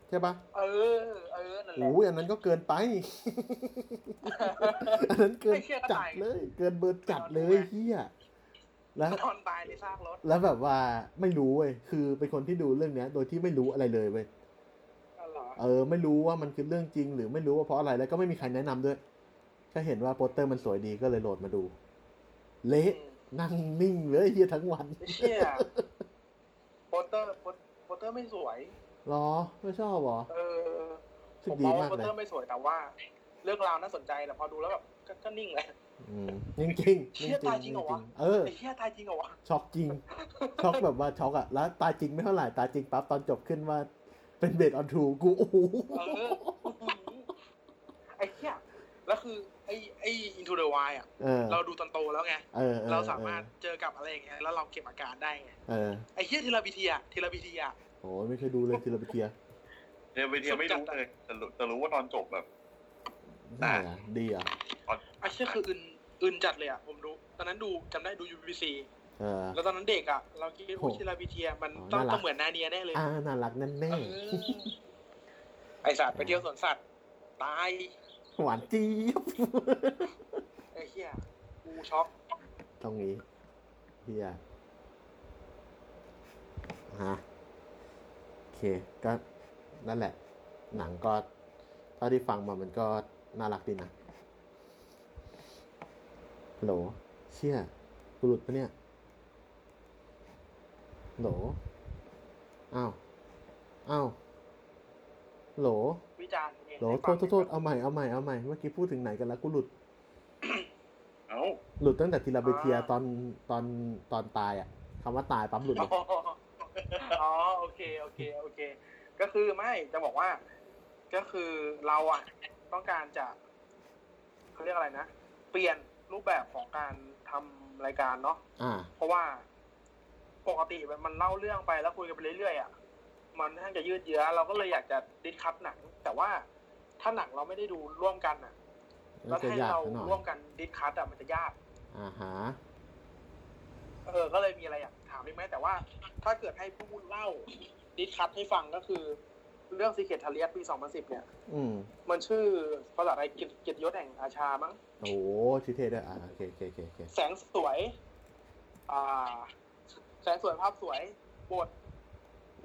[SPEAKER 3] ใช่ปะ
[SPEAKER 4] เออ เออนั่นแหละ
[SPEAKER 3] โอ้ยอันนั้นก็เกิน ไป อันนั้นเกิน
[SPEAKER 4] ไม่เชื่อก็
[SPEAKER 3] จัด
[SPEAKER 4] ตาย
[SPEAKER 3] เลย เกินเบอร์จัดเลย
[SPEAKER 4] ไม่ยอมดูนะ
[SPEAKER 3] เฮียแล้ว
[SPEAKER 4] นอนตายในซากรถ
[SPEAKER 3] แล้วแบบว่าไม่รู้เว้ย คือเป็นคนที่ดูเรื่องเนี้ย โดยที่ไม่รู้อะไรเลยเว้ย
[SPEAKER 4] นั่นเหรอ
[SPEAKER 3] เออ ไม่รู้ว่ามันคือเรื่องจริง หรือไม่รู้ว่าเพราะอะไร แล้วก็ไม่มีใครแนะนำด้วย แค่เห็นว่าโปสเตอร์มันสวยดีก็เลยโหลดมาดู เละ นั่งนิ่งเลยเฮียทั้งวัน
[SPEAKER 4] ไอ้เชี่ยโปสเตอร์โปสโปสเตอร์ไม่สวย
[SPEAKER 3] หรอ ไม่ชอบหรอ
[SPEAKER 4] เออ
[SPEAKER 3] รู้สึ
[SPEAKER 4] ผ
[SPEAKER 3] ก
[SPEAKER 4] ม
[SPEAKER 3] ดี
[SPEAKER 4] มอง
[SPEAKER 3] มา
[SPEAKER 4] ว่าก โปส
[SPEAKER 3] เลย
[SPEAKER 4] เตอร์ไม่สวยแต่ว่า เรื่องราวน่าสนใจแต่พอดูแล้วแบบก็ก็นิ่งเลย
[SPEAKER 3] อืมจริงจริงๆจริง
[SPEAKER 4] เชื่อตาย
[SPEAKER 3] ๆ
[SPEAKER 4] จริงเหรอวะ
[SPEAKER 3] เออ
[SPEAKER 4] ไอ้เหี้ยตายจริงเหรอวะ
[SPEAKER 3] ช็อกจริง ช็อกแบบว่าช็อกอะแล้วตายจริงไม่เท่าไหร่ ตายจริงปั๊บตอนจบขึ้นว่าเป็นเบสออนทูกู โอ้โห
[SPEAKER 4] เออ ไอ้เหี้ยแล้วคือ ไอ้ไอ้อินทูเดอร์ไวอ่ะ
[SPEAKER 3] เออ
[SPEAKER 4] เราดูตอนโตแล้วไง
[SPEAKER 3] เออออ
[SPEAKER 4] เราสามารถเจอกับอะไรอย่างเงี้ยแล้วเราเก็บอาการได้ไง
[SPEAKER 3] เออ
[SPEAKER 4] ไอ้เหี้ยทีละบิทีอะทีละบิทีอะ
[SPEAKER 3] โอ้ยไม่เคยดูเลยทีละเทีย
[SPEAKER 5] เดี๋ยวไปเดียวไม่
[SPEAKER 4] สุดจัด
[SPEAKER 5] รู้
[SPEAKER 4] อะ
[SPEAKER 5] เลยแต่รู้แต่รู้ว่าตอนจบแบบ
[SPEAKER 3] ได้เหรอดีเหรอ่ะ
[SPEAKER 4] ไอ้เชี่ยคืออึนอึนจัดเลยอ่ะผมดู ตอนนั้นดูจำได้ดู UBC
[SPEAKER 3] เออ
[SPEAKER 4] แล้วตอนนั้นเด็กอ่ะ เราคิดว่า
[SPEAKER 3] โอ้
[SPEAKER 4] โอ้ชิลาบิเทียมัน
[SPEAKER 3] อ๋อ
[SPEAKER 4] ต้อง
[SPEAKER 3] น่ารัก
[SPEAKER 4] ต้องเหมือนนาเนียแน่เลย
[SPEAKER 3] อ่าน่ารักแน่แน่
[SPEAKER 4] เออไอสัตว์ไปเที่ยวสวนสัตว์ ตาย
[SPEAKER 3] หวานเจี๊ยบ
[SPEAKER 4] ไอ้เชี่ยกูช็อก
[SPEAKER 3] ตรงนี้เฮียฮะโอเค ก็นั่นแหละ หนังก็เท่าที่ฟังมามันก็น่ารักดีนะฮัลโหลเชี่ยกูหลุดปะเนี่ยฮัลโหลอ้าวอ้าวฮัลโหล
[SPEAKER 4] วิจารณ์
[SPEAKER 3] ฮัลโหลโทษโทษโทษเอาใหม่เอาใหม่เอาใหม่เมื่อกี้พูดถึงไหนกันแล้วกูหลุด
[SPEAKER 5] เอ้า
[SPEAKER 3] หลุดตั้งแต่ทีลาเบเทียตอนตอนตอนตายอ่ะคำว่าตายปั๊มหลุดเลย
[SPEAKER 4] อ๋ออ๋อโอเคโอเคโอเค ก็คือไม่จะบอกว่า ก็คือเราอ่ะต้องการจะเขาเรียกอะไรนะ เปลี่ยนรูปแบบของการทำรายการเนาะ
[SPEAKER 3] อ่า
[SPEAKER 4] เพราะว่าปกติมันมันเล่าเรื่องไปแล้วคุยกันไปเรื่อยๆอ่ะมันค่อนข้างจะยืดเยื้อเราก็เลยอยากจะดิสคัพหนัง แต่ว่าถ้าหนังเราไม่ได้ดูร่วมกันอ่ะ แล้
[SPEAKER 3] น่าว จะ
[SPEAKER 4] ให้
[SPEAKER 3] ยาก
[SPEAKER 4] เรา
[SPEAKER 3] ซะหน่อย
[SPEAKER 4] ร่วมกันดิสคัพอ่ะมันจะยาก
[SPEAKER 3] อ่าฮะ
[SPEAKER 4] เออ ก็เลยมีอะไรอยากถามได้ไหมแต่ว่าถ้าเกิดให้พูดเล่าดิสคัพให้ฟังก็คือ เรื่อง Secret t a l i a ปี 2010 เนี่ย
[SPEAKER 3] อืม
[SPEAKER 4] มันชื่อภาษาไทยเกียรติเกียรติยศแห่งอาชามั้ง
[SPEAKER 3] โอ้โหชิเทด้วยอ่าโอเคโอเคโอเคโอเค
[SPEAKER 4] แสงสวย อ่า แสงสวยภาพสวย บท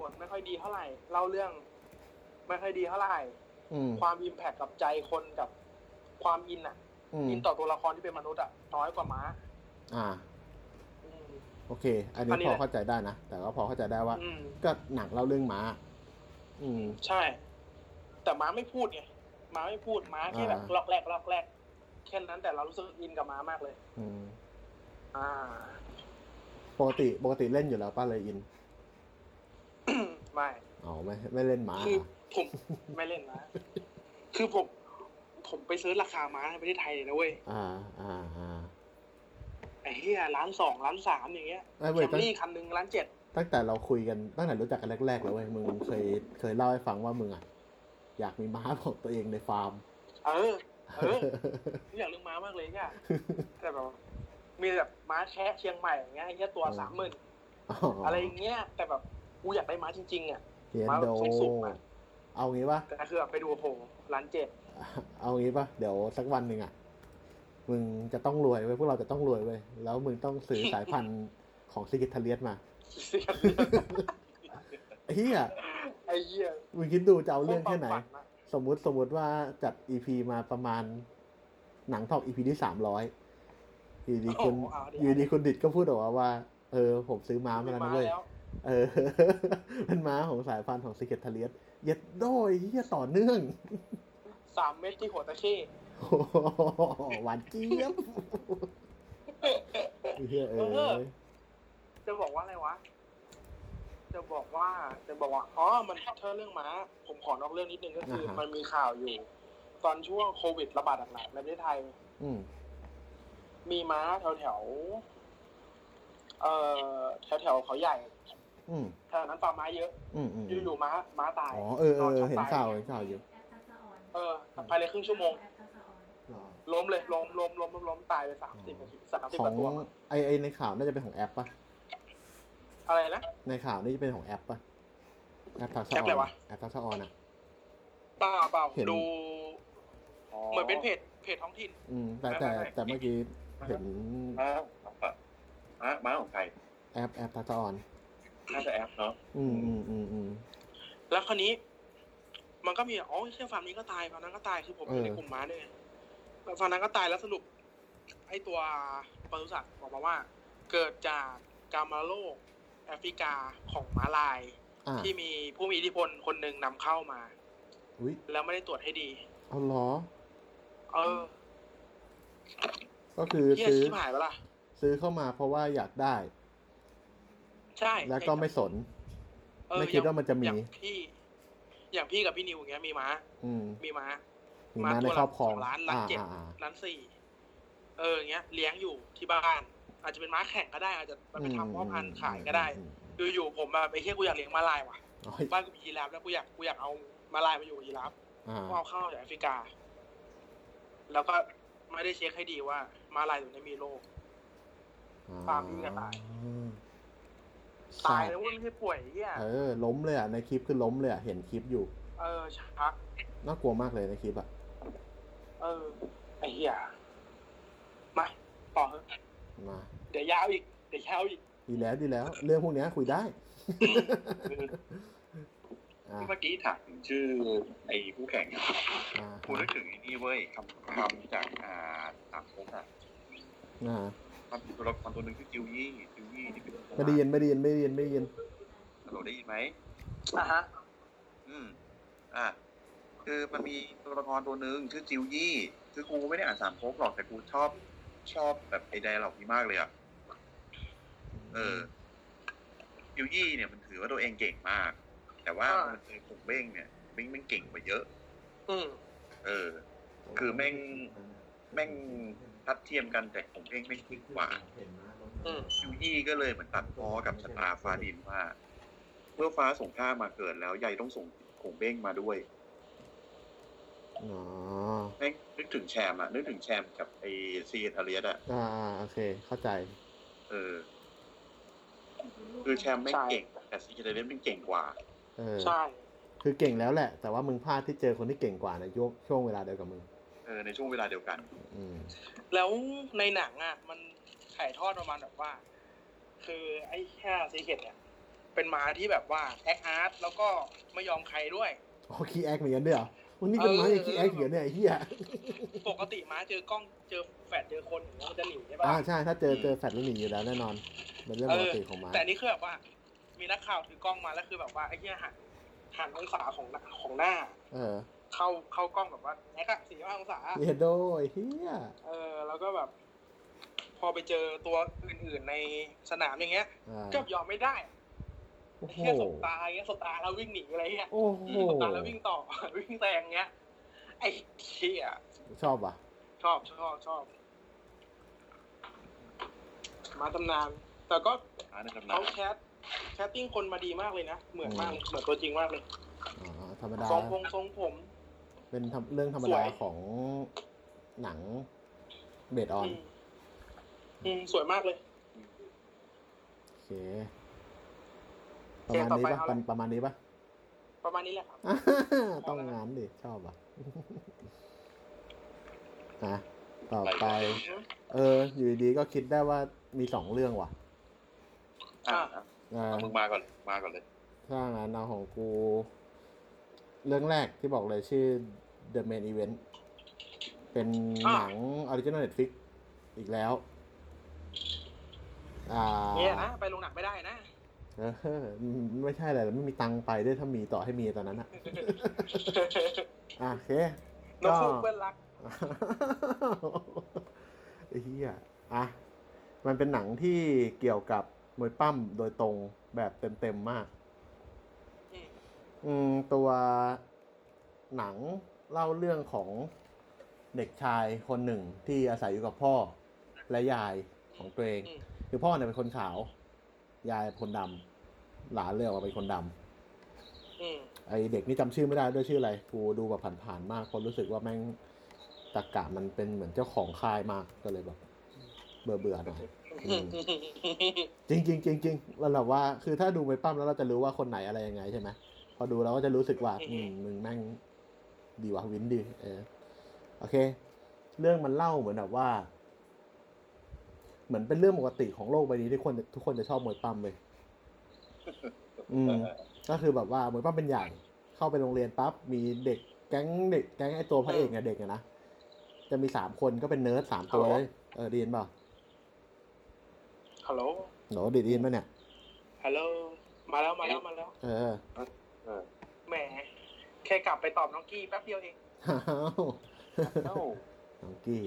[SPEAKER 4] บทไม่ค่อยดีเท่าไหร่ เล่าเรื่อง ไม่ค่อยดีเท่าไหร่
[SPEAKER 3] อืม
[SPEAKER 4] ความอิมแพคกับใจคนกับความอินอ่ะ
[SPEAKER 3] อืม
[SPEAKER 4] อินต่อตัวละครที่เป็นมนุษย์อ่ะ น้อยกว่าม้า
[SPEAKER 3] อ่า
[SPEAKER 4] อืม
[SPEAKER 3] โอเค อัน
[SPEAKER 4] อั
[SPEAKER 3] นี้
[SPEAKER 4] นนี้
[SPEAKER 3] พอ
[SPEAKER 4] แหละ
[SPEAKER 3] เข้าใจได้นะ แต่ก็พอเข้าใจได้ว่า
[SPEAKER 4] อืม
[SPEAKER 3] ก็หนังเล่าเรื่องหมา อืม
[SPEAKER 4] ใช่ แต่ม้าไม่พูดไงม้าไม่พูดม้าแค่แบบ
[SPEAKER 3] อ่า
[SPEAKER 4] ลอกแรกลอกแรกแค่นั้นแต่เรารู้สึกอินกับม้ามากเลย
[SPEAKER 3] อืม
[SPEAKER 4] อ่า
[SPEAKER 3] ปกติปกติเล่นอยู่แล้วป้าเลยอิน
[SPEAKER 4] ไม่
[SPEAKER 3] อ๋อไม่ไม่เล่นหมา
[SPEAKER 4] คื
[SPEAKER 3] เห
[SPEAKER 4] อ
[SPEAKER 3] รอ
[SPEAKER 4] ผมไม่เล่นม้าคือผม ผมไปซื้อราคาม้าในประเทศไทยเลยนะเว้ย
[SPEAKER 3] อ่า อ่า อ่า
[SPEAKER 4] ไอ้เหี้ยร้านสองร้านสามอย่างเงี้ย
[SPEAKER 3] ไอ้ย
[SPEAKER 4] แค
[SPEAKER 3] เว้ย
[SPEAKER 4] ม
[SPEAKER 3] ตั้ง
[SPEAKER 4] รี่คันหนึ่งร้านเจ็ด
[SPEAKER 3] ตั้งแต่เราคุยกันตั้งแต่รู้จักกันแรกๆแล้วเว้ย มึงเคยเคยเล่าให้ฟังว่ามึงอ่ะ อยากมีม้าของตัวเองในฟาร์ม
[SPEAKER 4] เออ เออ รู้อยากเรื่องม้ามากเลยเนี่ยแต่แบบมีแบบม้าแคะเชียงใหม่อย่างเงี้ยไอ้เหี้ยตัว
[SPEAKER 3] อืม
[SPEAKER 4] สามหมื่นอะไรอย่างเงี้ย แต่แบบกูอยากได้ม้าจริงๆอ่ะ
[SPEAKER 3] เฮียนโด
[SPEAKER 4] มาสุกๆอะ
[SPEAKER 3] เอางี้ปะ
[SPEAKER 4] แต่คือแบบไปดูโอ้โหร้านเจ็ด
[SPEAKER 3] เอางี้ปะเดี๋ยวสักวันหนึ่งอ่ะ มึงจะต้องรวยเว้ยพวกเราจะต้องรวยเว้ย แล้วมึงต้องซื้อสายพันธุ์ของซิกิทาเลียสมาเฮีย
[SPEAKER 4] ไอ้เหี้ย
[SPEAKER 3] มึงคิดดูจะเอาเรื่องแค่ไหน
[SPEAKER 4] วามฝัะ
[SPEAKER 3] สมมุติสมมุติว่าจัดอีพีมาประมาณ หนังทอกอีพีที่สามร้อยอยู่ดีคุณ
[SPEAKER 4] โอ้โหเอาดิ
[SPEAKER 3] อยู่ดีคุณดิดก็พูดออกมาว่า เออ ผมซื้อม้ามาแล้ว
[SPEAKER 4] มา
[SPEAKER 3] นะเว้ย
[SPEAKER 4] แล้ว
[SPEAKER 3] เออ เป็นม้าของ สายพันธุ์ของซิกิทาเลียสเย็ดโด้ยเฮียต่อเนื่อง
[SPEAKER 4] สามเม็ดที่หัวตะเข้
[SPEAKER 3] โอ้โหหวานเจี๊ยบ เฮ้ยเอ้ย
[SPEAKER 4] จะบอกว่าอะไรวะ จะบอกว่า จะบอกว่า อ๋อ มันเธอเรื่องม้า ผมขอนอกเรื่องนิดนึงก็คืออา
[SPEAKER 3] ฮะ
[SPEAKER 4] มันมีข่าวอยู่ ตอนช่วงโควิดระบาดหนักๆในประเทศไทย
[SPEAKER 3] อืม
[SPEAKER 4] มีม้าแถวแถวๆเอ่อแถวแถวๆเขาใหญ่
[SPEAKER 3] อืม
[SPEAKER 4] แถวนั้นฟาร์มม้าเยอะ
[SPEAKER 3] อืมอืม
[SPEAKER 4] อยู่ๆม้า ม้าตาย
[SPEAKER 3] อ๋อเออเออ เห็นข่าวเห็นข่าวอยู่
[SPEAKER 4] เออภายในครึ่งชั่วโมง
[SPEAKER 3] หรอ
[SPEAKER 4] ล้มเลย ล้มล้มล้มล้มล้มตายไปสามสิบสามสิบ
[SPEAKER 3] ข
[SPEAKER 4] ก
[SPEAKER 3] อง
[SPEAKER 4] ว่าตัว
[SPEAKER 3] ไอไอในข่าวน่าจะเป็นของแอปป่ะ
[SPEAKER 4] อะไรนะ
[SPEAKER 3] ในข่าวนี่จะเป็นของแอปป่ะ แอปทักษะ
[SPEAKER 4] แอป
[SPEAKER 3] อ
[SPEAKER 4] อะไร
[SPEAKER 3] อน
[SPEAKER 4] วะ
[SPEAKER 3] แอปทักษะออนอ่ะ
[SPEAKER 4] เปล่าเปล่า
[SPEAKER 3] เห็น
[SPEAKER 4] ดู
[SPEAKER 5] อ๋อ
[SPEAKER 4] เหมือนเป็นเพจเพจท้องถิ่น
[SPEAKER 3] อืม แต่แต่แต่เมื่อกี้เห็น
[SPEAKER 5] ม้าม้าม้าของใคร
[SPEAKER 3] แอปแอปทักษะออน
[SPEAKER 5] น่าจะแอปเนาะ
[SPEAKER 3] อืมอืมอืมอืม
[SPEAKER 4] แล้วคราวนี้ มันก็มีอ๋อเชื่อฟาร์มนี้ก็ตายฟาร์มนั้นก็ตายคือผมอยู่
[SPEAKER 3] เออ
[SPEAKER 4] ในกลุ่มม้าด้วยไงแล้วฟาร์มนั้นก็ตายแล้วสรุป ไอ้ตัวปศุสัตว์บอกมาว่า เกิดจากการมาโรคแอฟริกาของม้าลาย
[SPEAKER 3] อ่ะ
[SPEAKER 4] ที่มีผู้มีอิทธิพลคนหนึ่งนำเข้ามา
[SPEAKER 3] อุ้ย
[SPEAKER 4] แล้วไม่ได้ตรวจให้ดี
[SPEAKER 3] เอาเหรอ
[SPEAKER 4] เออ
[SPEAKER 3] ก็คือ
[SPEAKER 4] เฮีย
[SPEAKER 3] ซื้อ
[SPEAKER 4] ชิบหายไปะล่ะ
[SPEAKER 3] ซื้อเข้ามาเพราะว่าอยากได้
[SPEAKER 4] ใช่
[SPEAKER 3] แล้วก็ไม่สน
[SPEAKER 4] เออ
[SPEAKER 3] ไม่คิดว่ามันจะมี
[SPEAKER 4] อย่างพี่ อย่างพี่กับพี่นิวอย่างเงี้ยมีม้า
[SPEAKER 3] อืม
[SPEAKER 4] มีม้า
[SPEAKER 3] มีม้าในครอบครอง
[SPEAKER 4] สองล้านล้านเจ็ด
[SPEAKER 3] อ่า
[SPEAKER 4] ร้านสี่ เอออย่างเงี้ย เลี้ยงอยู่ที่บ้าน อาจจะเป็นม้าแข่งก็ได้ อาจจะ
[SPEAKER 3] ๆ
[SPEAKER 4] มันไปทำพ่อพันธุ์ขายก็ได้
[SPEAKER 3] อืมอืมอืม
[SPEAKER 4] อยู่ๆผมมาไปเที่ยวกูอยากเลี้ยงม้าลายว่ะ
[SPEAKER 3] อ๋อให้
[SPEAKER 4] บ้านกูมียีราฟแล้วกูอยากกูอยากเอาม้าลายมาอยู่กับยีราฟ
[SPEAKER 3] อ่า
[SPEAKER 4] กูเอาเข้าจากแอฟริกา แล้วก็ไม่ได้เช็คให้ดีว่ามาลายตัวนี้มีโรค ตามนี้ก็ตาย
[SPEAKER 3] อืม
[SPEAKER 4] ตายแล้วเว้ยไม่ใช่ป่วยไอ้เหี้ย
[SPEAKER 3] เออ ล้มเลยอ่ะ ในคลิปคือล้มเลยอ่ะ เห็นคลิปอยู่
[SPEAKER 4] เออชัก
[SPEAKER 3] น่ากลัวมากเลยในคลิปอ่ะ
[SPEAKER 4] เออ ไอ้เหี้ยมาต่อเถอะ
[SPEAKER 3] มา
[SPEAKER 4] เดี๋ยวยาวอีก เดี๋ยวยาวอีก
[SPEAKER 3] ดีแล้วดีแล้ว เรื่องพวกเนี้ยคุยได้อ่ะ
[SPEAKER 5] เมื่อกี้ถามถึงชื่อไอ้คู่แข่งอะ
[SPEAKER 3] อ่ะ
[SPEAKER 5] กูนึกถึงไอ้นี่เว้ยคำคำจากอ่าสามก๊กอะ
[SPEAKER 3] อ่ะ
[SPEAKER 5] มันมีตัวละครตัวหนึ่งชื่อจิวยี่จิวยี่ที่เป็น
[SPEAKER 3] ไม่ได้ยินไม่ได้ยินไม่ได้ยินไม่ได้ยิน
[SPEAKER 5] เราได้ยินไหม
[SPEAKER 4] อ่ะฮะ
[SPEAKER 5] อืม อ่ะ คือมันมีตัวละครตัวหนึ่งชื่อจิวยี่ คือกูไม่ได้อ่านสามก๊กหรอกแต่กูชอบชอบแบบไอเดียเหล่านี้มากเลยอ่ะ เออ จิวยี่เนี่ยมันถือว่าตัวเองเก่งมาก แต่ว่า
[SPEAKER 4] อ่ามั
[SPEAKER 5] มันเจอผมเบ้งเนี่ยเบ้งแม่งเก่งกว่าเยอะ
[SPEAKER 4] อืม
[SPEAKER 5] เออ คือแม่ง แม่งทัดเทียมกันแต่ผมเบ้งแม่งขึ้นกว่า
[SPEAKER 4] อืม
[SPEAKER 5] จิวยี่ก็เลยเหมือนตัดพ้อกับชะตาฟ้าดินว่าเมื่อฟ้าส่งข้ามาเกิดแล้วยายต้องส่งผมเบ้งมาด้วย
[SPEAKER 3] อ๋อ
[SPEAKER 5] แม่งนึกถึงแชมป์อะนึกถึงแชมป์กับไอซีทาเลียสอะ
[SPEAKER 3] อ่าโอเค เข้าใจ
[SPEAKER 5] เออ คือแชมป์ไม่งเก่ง แต่ซีทาเลียสเป็นเก่งกว่า
[SPEAKER 3] เออ
[SPEAKER 4] ใช่
[SPEAKER 3] คือเก่งแล้วแหละ แต่ว่ามึงพลาดที่เจอคนที่เก่งกว่าในช่วงช่วงเวลาเดียวกับมึง
[SPEAKER 5] เออ ในช่วงเวลาเดียวกัน
[SPEAKER 3] อืม
[SPEAKER 4] แล้วในหนังอ่ะ มันถ่ายทอดประมาณแบบว่า คือไอ้แค่ซีเกตเนี่ย เป็นหมาที่แบบว่าแอคอาร์ตแล้วก็ไม่ยอมใครด้วย
[SPEAKER 3] อ๋อคีแอคเหมือนกันด้วยเหรอวันนี้เป็นไม้คีแอคเหมือนเนี่ยไอ้เหี้ย
[SPEAKER 4] ปกติหมาเจอกล้องเจอแฟดเจอคนอย่างเงี้ยมันจะหนีใช่ปะ
[SPEAKER 3] อ่าใช่ ถ้าเจอเจอแฟลตแล้วหนีอยู่แล้วแน่นอน เป็นเรื่องปกติของไม้
[SPEAKER 4] แต่อันนี่คือแบบว่า มีนักข่าวถือกล้องมาแล้วคือแบบว่าไอ้เหี้ยหันหันองศาของหน้าของหน้า
[SPEAKER 3] เออ
[SPEAKER 4] เข้าเข้ากล้องแบบว่าแอคอะสี่ห้าองศา
[SPEAKER 3] เยโดไอ้เหี้ย
[SPEAKER 4] เออแล้วก็แบบ พอไปเจอตัวอื่นๆในสนามอย่างเงี้ย
[SPEAKER 3] อ่า
[SPEAKER 4] ก็ยอมไม่ได้
[SPEAKER 3] โอ้โห
[SPEAKER 4] แค่สบตาอย่างเงี้ยสบตาแล้ววิ่งหนีอะไรเงี้ย
[SPEAKER 3] โอ้โห
[SPEAKER 4] สบตาแล้ววิ่งต่อ วิ่งแซงเงี้ย ไอ้เชี่ย
[SPEAKER 3] ชอบว่ะ
[SPEAKER 4] ชอบชอบชอบ มาตำนาน แต่ก็
[SPEAKER 5] อ่าในตำนา
[SPEAKER 4] เขา
[SPEAKER 5] น
[SPEAKER 4] แคสแคสติ้งคนมาดีมากเลยนะ เหมือนมากเหมือนตัวจริงมากเลย
[SPEAKER 3] อ๋อธรรมดา
[SPEAKER 4] ทรงผมทรงผม
[SPEAKER 3] เป็นธรรมเรื่องธรรมดาของหนังเบดออน
[SPEAKER 4] อืมอืมสวยมากเลย
[SPEAKER 3] โอเคประมาณนี้ปะ
[SPEAKER 4] โอเคต่อไปเอาอะไร
[SPEAKER 3] ประมาณนี้ปะ
[SPEAKER 4] ประมาณนี้แหละครับ
[SPEAKER 3] อ่าต้องงานดิชอบว่ะอ่ะต่อไป เออ อยู่ดีๆก็คิดได้ว่ามีสองเรื่องว่ะ
[SPEAKER 5] อ่ะ
[SPEAKER 3] เออ
[SPEAKER 5] เอามึงมาก่อน มาก่อนเลย
[SPEAKER 3] ถ้างั้นเอาของกู เรื่องแรกที่บอกเลยชื่อ The Main Event เป็น
[SPEAKER 4] อ่ะ
[SPEAKER 3] หนัง Original Netflix อีกแล้ว อ่า
[SPEAKER 4] เนี่ยนะไปลงหนังไม่ได้ นะ
[SPEAKER 3] เออ ไม่ใช่อะไรหรอกไม่มีตังค์ไปด้วยถ้ามีต่อให้มีตอนนั้นอะอ่ะโอเค
[SPEAKER 4] น้องฟูกเพื่อนรัก
[SPEAKER 3] ไอ้เหี้ยอ่ะ มันเป็นหนังที่เกี่ยวกับมวยปั้มโดยตรงแบบเต็มๆมาก
[SPEAKER 4] อืม
[SPEAKER 3] อืม ตัวหนังเล่าเรื่องของเด็กชายคนหนึ่งที่อาศัยอยู่กับพ่อและยายของตัวเอง
[SPEAKER 4] อืม
[SPEAKER 3] คือพ่อเนี่ยเป็นคนขาว ยายเป็นคนดำหลานเลยออกมาเป็นคนดำ
[SPEAKER 4] อืม
[SPEAKER 3] ไอเด็กนี่จำชื่อไม่ได้ด้วยชื่ออะไรกูดูแบบผ่านๆมากเพราะรู้สึกว่าแม่งตะกะมันเป็นเหมือนเจ้าของค่ายมากก็เลยแบบ เบื่อเบื่อๆหน่อยอืมจริงจริงจริงจริงๆแล้วเราว่าคือถ้าดูไปปั้มแล้วเราจะรู้ว่าคนไหนอะไรยังไงใช่ไหมพอดูเราก็จะรู้สึกว่า อืมมึงแม่งดีว่ะวินดีเออโอเค เรื่องมันเล่าเหมือนแบบว่า เหมือนเป็นเรื่องปกติของโลกใบนี้ที่คนทุกคนจะชอบมวยปั้มเลยอืม ก็คือแบบว่าเหมือนป้าเป็นใหญ่เข้าไปโรงเรียนปั๊บมีเด็กแก๊งเด็กแก๊งไอตัวพระเอกเนี่ยเด็กอะนะจะมีสามคนก็เป็นเนิร์ดสามตัว
[SPEAKER 4] ฮัลโหล
[SPEAKER 3] เลยเออไดีนเปล่า
[SPEAKER 4] ฮัลโหล
[SPEAKER 3] โหนดีนป่ะเนี่ย
[SPEAKER 4] ฮัลโหล มาแล้วมาแล้วมาแล้ว
[SPEAKER 3] เออ
[SPEAKER 5] เออ
[SPEAKER 4] แหม แค่กลับไปตอบน้องกี้แป๊บเดียวเอง
[SPEAKER 3] อ้าว
[SPEAKER 5] เอ้า
[SPEAKER 3] น้องกี้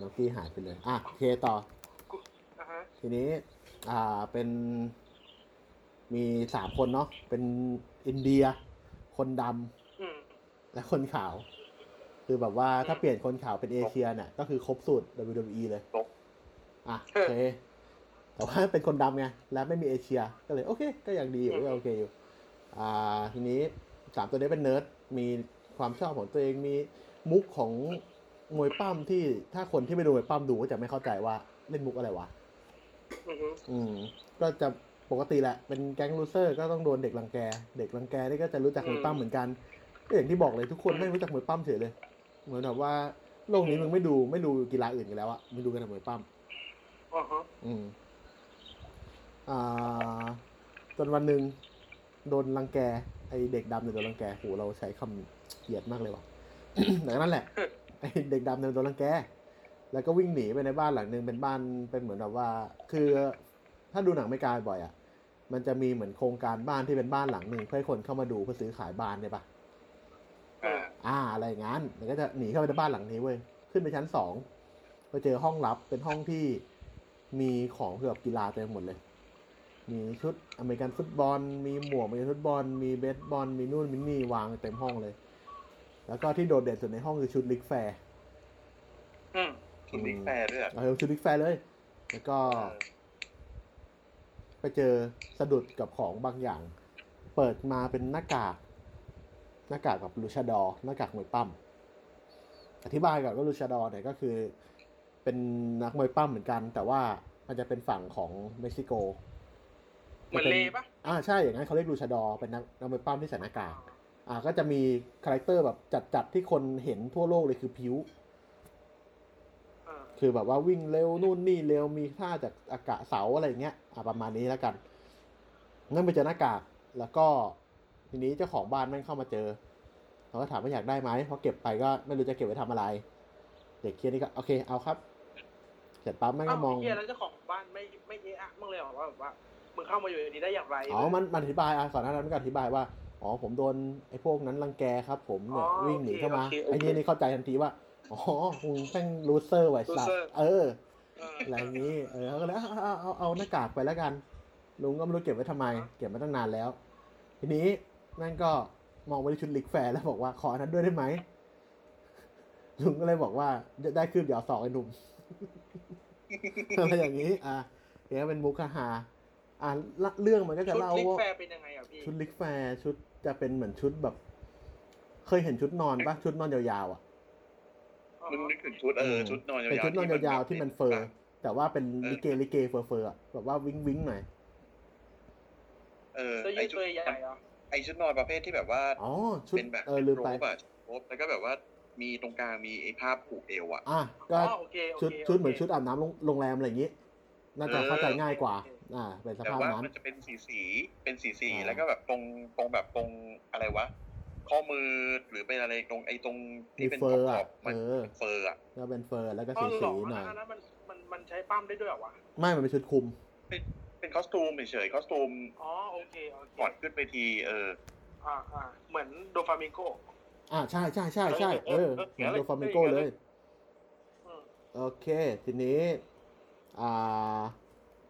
[SPEAKER 3] น้องกี้หายไปเลยอ่ะโอเคต่อ
[SPEAKER 4] อ่ะฮะ
[SPEAKER 3] ทีนี้ อ่าเป็นมีสามคนเนาะเป็นอินเดีย คนดำ
[SPEAKER 4] อืม
[SPEAKER 3] และคนขาว คือแบบว่าถ้าเปลี่ยนคนขาวเป็นเอเชียเนี่ยก็คือครบสูตร WWE เลย อ่ะโอเค แต่ว่าเป็นคนดำไง และไม่มีเอเชีย ก็เลยโอเค ก็ยังดีอยู่ก็ยังโอเคอยู่ อ่า ทีนี้สามตัวนี้เป็นเนิร์ด มีความชอบของตัวเอง มีมุกของ มวยปั้มที่ถ้าคนที่ไม่ดูมวยปั้มดูก็จะไม่เข้าใจว่าเล่นมุกอะไรวะ
[SPEAKER 6] อือฮึ
[SPEAKER 3] อืม ก็จะปกติแหละ เป็นแก๊งลูเซอร์ก็ต้องโดนเด็กรังแก เด็กรังแกนี่ก็จะรู้จักมวยปั้มเหมือนกันก็อย่างที่บอกเลยทุกคนไม่รู้จักมวยปั้มเฉยเลย เหมือนแบบว่าโลกนี้มึงไม่ดูไม่ดูกีฬาอื่นกันแล้วอะมึงดูกันแต่มวยปั้ม
[SPEAKER 6] อือฮึ
[SPEAKER 3] อืม อ่า จนวันหนึ่งโดนรังแก ไอเด็กดำเนี่ยโดนรังแกโหเราใช้คำเหยียดมากเลยว่ะ แต่ก็นั่นแหละ ไอเด็กดำเนี่ยโดนรังแก แล้วก็วิ่งหนีไปในบ้านหลังหนึ่งเป็นบ้านเป็นเหมือนแบบว่า คือถ้าดูหนังไม่กายบ่อยอะ่ะ มันจะมีเหมือนโครงการบ้านที่เป็นบ้านหลังหนึ่งเพื่อให้คนเข้ามาดูเพื่อซื้อขายบ้านเนี่ยปะ
[SPEAKER 5] อ่า
[SPEAKER 3] อ่าอะไรอย่างนั้นมันก็จะหนีเข้าไปในบ้านหลังนี้เว้ย ขึ้นไปชั้นสองไปเจอห้องลับเป็นห้องที่มีของเกี่ยวกับกีฬาเต็มไปหมดเลย มีชุดอเมริกันฟุตบอล มีหมวกอเมริกันฟุตบอล มีเบสบอล มีนู่นมีนี่วางเต็มห้องเลย แล้วก็ที่โดดเด่นสุดในห้องคือชุดลิกแฟร์
[SPEAKER 6] อืม
[SPEAKER 5] คุณลิงแฟร์ด้วยอะ
[SPEAKER 3] เอาชุดลิกแฟร์เลย แล้วก็
[SPEAKER 5] เออ
[SPEAKER 3] ไปเจอสะดุดกับของบางอย่าง เปิดมาเป็นหน้ากาก หน้ากากกับลูชาดอร์หน้ากากมวยปั้ม อธิบายก่อนว่าลูชาดอร์เนี่ยก็คือ เป็นนักมวยปั้มเหมือนกัน แต่ว่ามันจะเป็นฝั่งของเม็กซิโก
[SPEAKER 6] เหมือนเลปะ
[SPEAKER 3] อ่าใช่อย่างนั้นเขาเรียกลูชาดอร์เป็นนักนักมวยปั้มที่ใส่หน้ากาก อ่าก็จะมีคาแรคเตอร์แบบจัดๆที่คนเห็นทั่วโลกเลยคือพิ้ว
[SPEAKER 6] เออ
[SPEAKER 3] คือแบบว่าวิ่งเร็วนู่นนี่เร็วมีท่าจากอากาศเสาอะไรอย่างเงี้ยอ่ะประมาณนี้แล้วกัน นั่นไปเจอหน้ากากแล้วก็ทีนี้เจ้าของบ้านแม่งเข้ามาเจอเขาก็ถามว่าอยากได้ไหมพอเก็บไปก็ไม่รู้จะเก็บไว้ทำอะไร เด็กเคียนี่ก็โอเคเอาครับ เสร็จปั๊บแม่ง
[SPEAKER 6] เอ้า
[SPEAKER 3] ก็มอง
[SPEAKER 6] ไอ้เฮียแล้วเจ้าของบ้านไม่ไม่เอะอะมึงเลยเหรอว่าแบบว่ามึงเข้ามาอยู่ในนี้ได้อย่างไร
[SPEAKER 3] อ๋อมันมันอธิบายอ่ะก่อนหน้านั้นมันก็อธิบายว่า อ๋อ ผมโดนไอ้พวกนั้นรังแกครับ ผมเนี่ย
[SPEAKER 6] อ๋อ
[SPEAKER 3] วิ่งหนีเข้ามา
[SPEAKER 6] โอเคโอเค
[SPEAKER 3] ไอ้นี่นี่เข้าใจทันทีว่า อ๋อมึงแม่งลูเซอร์ไว้สัตว์
[SPEAKER 6] loser
[SPEAKER 3] เออ
[SPEAKER 6] เออ
[SPEAKER 3] อะไรอย่างนี้ เออเขาก็เลยเอาเอาเอาเอาหน้ากากไปแล้วกัน ลุงก็ไม่รู้เก็บไว้ทำไม เก็บมาตั้งนานแล้ว ทีนี้แม่งก็มองไปที่ชุดลิกแฟร์แล้วบอกว่าขออันนั้นด้วยได้ไหม ลุงก็เลยบอกว่าจะได้คืบเดี๋ยวสองไอ้หนุ่ม อะไรอย่างนี้ อ่ะเดี๋ยวเป็นมุกฮาๆอ่ะละเรื่องมันก็จะ
[SPEAKER 6] ชุด
[SPEAKER 3] เล่า
[SPEAKER 6] ลิก
[SPEAKER 3] ว่า
[SPEAKER 6] แฟร์เป็นยังไงอ่ะพี่
[SPEAKER 3] ชุดลิกแฟร์ชุดจะเป็นเหมือนชุดแบบ เคยเห็นชุดนอนปะชุดนอนยาวๆอ่ะ
[SPEAKER 6] อ๋อ
[SPEAKER 5] มึงนึกถึงชุดเออชุดนอนยาวๆ
[SPEAKER 3] เป็นชุดนอนยาวๆที่มันเฟอร์
[SPEAKER 5] ะ
[SPEAKER 3] แต่ว่าเป็น
[SPEAKER 5] เออ
[SPEAKER 3] ลิเกลิเกเฟอร์เฟอร์อะแบบว่าวิ้งวิ้งหน่อย
[SPEAKER 5] เออ
[SPEAKER 6] เสื้อยื
[SPEAKER 5] ไอ
[SPEAKER 6] ด
[SPEAKER 5] ชุ
[SPEAKER 6] ตั
[SPEAKER 5] ด
[SPEAKER 6] วใหญ่ๆเหรอ
[SPEAKER 5] ไอชุดนอนประเภทที่แบบว่า
[SPEAKER 3] อ๋อชุด
[SPEAKER 5] เป็นแบบ
[SPEAKER 3] เออลืมไป
[SPEAKER 5] โรบอะโรบแล้วก็แบบว่ามีตรงกลางมีไอ้ผ้าผูกเอวอะ
[SPEAKER 6] อ
[SPEAKER 3] อ่ะ
[SPEAKER 6] ๋
[SPEAKER 3] ก็
[SPEAKER 6] อโอเคโอเค
[SPEAKER 3] ชุด
[SPEAKER 6] โค
[SPEAKER 3] ชุดเหมือนชุดอาบน้ำโรงโรงแรมอะไรอย่างงี้ น่าจะ
[SPEAKER 5] เออ
[SPEAKER 3] เข้าใจง่ายกว่า อ่า เป็นส
[SPEAKER 5] แต่
[SPEAKER 3] ภาพ
[SPEAKER 5] ว่า
[SPEAKER 3] นั้น
[SPEAKER 5] มันจะเป็นสีสีๆเป็นสีสี
[SPEAKER 3] อ่า
[SPEAKER 5] แล้วก็แบบตรงตรงแบบตรงอะไรวะ ข้อมือหรือเป็นอะไรตรงไอ้ตรง
[SPEAKER 3] มี
[SPEAKER 5] ที่เป็น
[SPEAKER 3] เฟอร์
[SPEAKER 5] ข
[SPEAKER 3] อ่ะ
[SPEAKER 5] บๆ
[SPEAKER 3] เอ
[SPEAKER 5] มัน
[SPEAKER 3] อ
[SPEAKER 5] เฟอร์อะ
[SPEAKER 3] ก็เป็นเฟอร์แล้วก็
[SPEAKER 6] อ๋
[SPEAKER 3] สี
[SPEAKER 6] อเหร
[SPEAKER 3] สี
[SPEAKER 6] อ
[SPEAKER 3] หน่อย
[SPEAKER 6] อันนั้นมันมันมันใช้ปั้มได้ด้วยเหรอวะ
[SPEAKER 3] ไม่มันเป็นชุดคลุม
[SPEAKER 5] เป็นคอสตูมเฉยๆคอสตูม
[SPEAKER 6] อ๋อโอเคโอเค
[SPEAKER 5] ก่อนขึ้นไปทีเออ
[SPEAKER 6] อ่าอ่าเหมือนโดฟามิงโก
[SPEAKER 3] อ่าใช่ใช่ใช่ใช่เออเหมือนโดฟามิงโกเลย
[SPEAKER 6] อืม
[SPEAKER 3] โอเค ทีนี้อ่า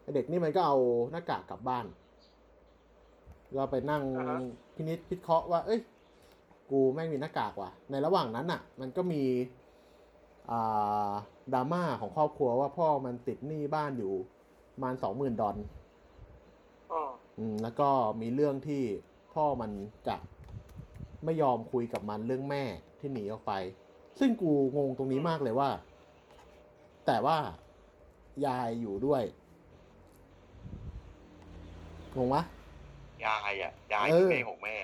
[SPEAKER 3] ไอ้เด็กนี่มันก็เอาหน้ากากกลับบ้านก็ไปนั่งพินิจพิเคราะห์ว่า เอ้ย กูแม่งมีหน้ากากว่ะ ในระหว่างนั้นน่ะ มันก็มีอ่าดราม่าของครอบครัวว่าพ่อมันติดหนี้บ้านอยู่ประมาณสองหมื่นดอล
[SPEAKER 6] อ๋อ
[SPEAKER 3] อืมแล้วก็มีเรื่องที่พ่อมันจะไม่ยอมคุยกับมันเรื่องแม่ที่หนีออกไป ซึ่งกูงงตรงนี้มากเลยว่า แต่ว่ายายอยู่ด้วยงงวะ
[SPEAKER 5] ยายอะยายคือ
[SPEAKER 3] เออ
[SPEAKER 5] แม่ของแม่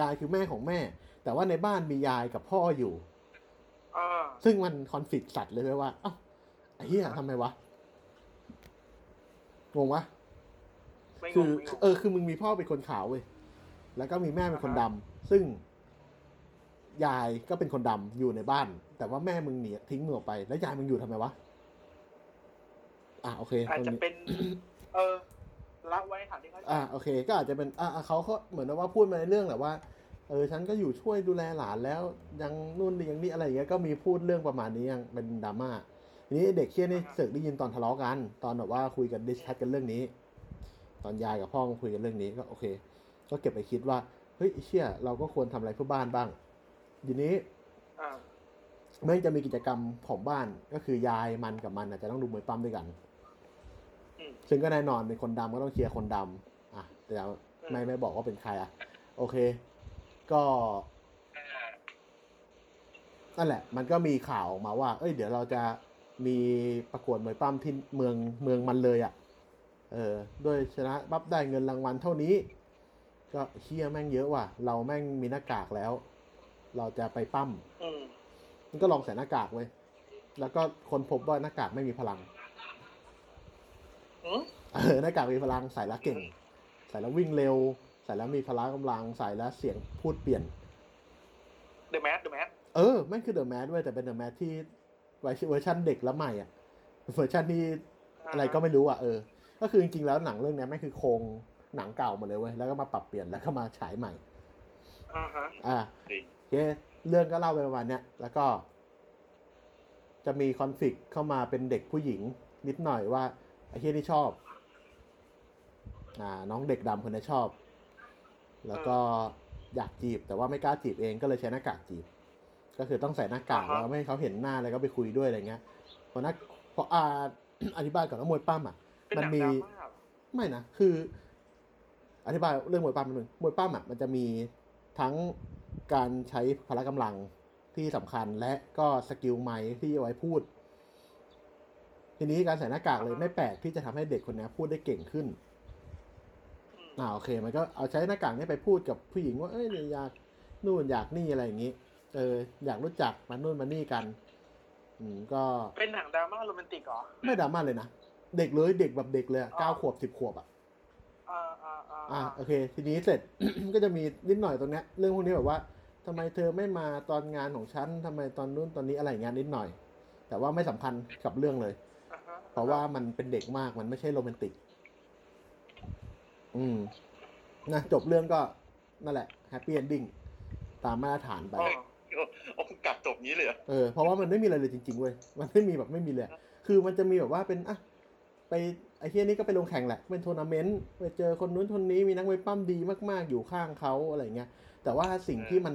[SPEAKER 3] ยายคือแม่ของแม่ แต่ว่าในบ้านมียายกับพ่ออยู่
[SPEAKER 6] อ่า
[SPEAKER 3] ซึ่งมันคอนฟ lict สัตว์เลยเว้ยว่าเอ้าไอ้เหี้ยทำไมวะงงวะ
[SPEAKER 6] ไม่ง
[SPEAKER 3] คื
[SPEAKER 6] ง
[SPEAKER 3] อ
[SPEAKER 6] ไม่งง
[SPEAKER 3] เออคือมึงมีพ่อเป็นคนขาวเว้ยแล้วก็มีแม่เป็นคนดำซึ่ง ยายก็เป็นคนดำอยู่ในบ้าน แต่ว่าแม่มึงหนีทิ้งมึงออกไป แล้วยายมึงอยู่ทำไมวะอ่ะโอเค
[SPEAKER 6] อาจ
[SPEAKER 3] ตรง
[SPEAKER 6] จะ
[SPEAKER 3] นี้
[SPEAKER 6] เป็น เออละไว้ฐานที่เขา
[SPEAKER 3] อ่ะโอเค ก็อาจจะเป็นอ่ะอ่ะเขาก็เหมือนว่าพูดมาในเรื่องแหละว่าเออฉันก็อยู่ช่วยดูแลหลานแล้วยังนู่นนี่ยังนี่อะไรอย่างเงี้ยก็มีพูดเรื่องประมาณนี้ยังเป็นดราม่าทีนี้เด็กเคี้ยนี่เสือกได้ยินตอนทะเลาะกัน ตอนแบบว่าคุยกันดิสคัทกันเรื่องนี้ ตอนยายกับพ่อคุยกันเรื่องนี้ก็โอเค ก็เก็บไปคิดว่า เฮ้ยไอ้เชี่ยเราก็ควรทำอะไรเพื่อบ้านบ้าง ทีนี้
[SPEAKER 6] อ่า
[SPEAKER 3] แม่งจะมีกิจกรรมของบ้านก็คือยายมันกับมันอาจจะต้องดูมวยปั้มด้วยกัน
[SPEAKER 6] อืม
[SPEAKER 3] ซึ่งก็แน่นอนเป็นคนดำก็ต้องเคลียร์คนดำอ่ะแต่ไม่
[SPEAKER 6] อืม
[SPEAKER 3] ไม่บอกว่าเป็นใครอ่ะ โอเค ก็ นั่นแหละ มันก็มีข่าวออกมาว่า เอ้ย เดี๋ยวเราจะมีประกวดมวยปั้มที่เมืองเมืองมันเลยอะ่ะ เออด้วยชนะปั๊บได้เงินรางวัลเท่านี้ ก็เฮียแม่งเยอะว่ะ เราแม่งมีหน้ากากแล้ว เราจะไปปั้ม
[SPEAKER 6] อืม
[SPEAKER 3] มันก็ลองใส่หน้ากากเว้ย แล้วก็คนพบว่าหน้ากากไม่มีพลัง
[SPEAKER 6] หือ
[SPEAKER 3] เออ หน้ากากมีพลังใส่แล้วเก่ง ใส่แล้ววิ่งเร็ว ใส่แล้วมีพละกำลัง ใส่แล้วเสียงพูดเปลี่ยน
[SPEAKER 6] เดอะแมสเดอะแมส
[SPEAKER 3] เออแม่งคือเดอะแมสเว้ยแต่เป็นเดอะแมสที่เวอร์ชันเวอร์ชันเด็กแล้วใหม่อ่ะ เวอร์ชันที่อะไรก็ไม่รู้อ่ะเออ ก็คือจริงๆแล้วหนังเรื่องเนี้ยแม่งคือโครงหนังเก่าหมดเลยเว้ย แล้วก็มาปรับเปลี่ยนแล้วก็มาฉายใหม่
[SPEAKER 6] อ่าฮะ
[SPEAKER 3] อ่า
[SPEAKER 5] จริง
[SPEAKER 3] โอเคเรื่องก็เล่าไปประมาณเนี้ย แล้วก็จะมีคอนฟ lict เข้ามาเป็นเด็กผู้หญิง นิดหน่อยว่าไอ้เฮียนี่ชอบ อ่า น้องเด็กดำคนนี้ชอบ แล้วก็อยากจีบ แต่ว่าไม่กล้าจีบเองก็เลยใช้หน้ากากจีบ ก็คือต้องใส่หน้ากากแล้วไม่ให้เขาเห็นหน้าแล้วก็ไปคุยด้วยอะไรเงี้ยเพราะนักเพราะ อ่า อธิบายก่อนว่ามวยปั้มอ่ะ
[SPEAKER 6] เป็น
[SPEAKER 3] มั
[SPEAKER 6] หนัง
[SPEAKER 3] นมี
[SPEAKER 6] ดราม่าเหรอ
[SPEAKER 3] ไม่นะ คือ อธิบายเรื่องมวยปั้มนิดนึงมวยปั้มอ่ะมันจะมีทั้งการใช้พละกำลังที่สำคัญและก็สกิลไม้ที่เอาไว้พูด ทีนี้การใส่หน้ากากเลยไม่แปลกที่จะทำให้เด็กคนเนี้ยพูดได้เก่งขึ้น
[SPEAKER 6] อืม
[SPEAKER 3] อ่าโอเค มันก็เอาใช้หน้ากากเนี่ยไปพูดกับผู้หญิงว่า เอ้ยเนี่ยอยากนู่นอยากนี่อะไรอย่างนี้ เออ อยากรู้จักมานู่นมานี่กัน อืมก็
[SPEAKER 6] เป็นหนังดราม่าโรแมนติกเหรอ
[SPEAKER 3] ไม่ดราม่าเลยนะ เด็กเลยเด็กแบบเด็กเลยอะเก้าขวบสิบขวบอ่ะ
[SPEAKER 6] อ่าอ่าอ่า
[SPEAKER 3] อ่าโอเค ทีนี้เสร็จ ก็จะมีนิดหน่อยตรงเนี้ยเรื่องพวกนี้แบบว่าทำไมเธอไม่มาตอนงานของฉันทำไมตอนนู้นตอนนี้อะไรอย่างเงี้ยนิดหน่อย แต่ว่าไม่สำคัญกับเรื่องเลย
[SPEAKER 6] อ่ฮ
[SPEAKER 3] เพราะว่ามันเป็นเด็กมากมันไม่ใช่โรแมนติก อืมนะจบเรื่องก็นั่นแหละแฮปปี้เอนดิ้งตามมาตรฐานไป
[SPEAKER 6] อ๋อ
[SPEAKER 5] โอ้กลับจบนี้เลยเหรอ
[SPEAKER 3] เออเพราะว่ามันไม่มีอะไรเลยจริงๆเว้ยมันไม่มีแบบไม่มีเลยอะคือมันจะมีแบบว่าเป็นอ่ะไปไอ้เฮียนี่ก็ไปลงแข่งแหละ เป็นทัวร์นาเมนต์ไปเจอคนนู้นคนนี้มีนักมวยปั้มดีมากๆอยู่ข้างเขาอะไรเงี้ยแต่ว่าสิ่งที่มัน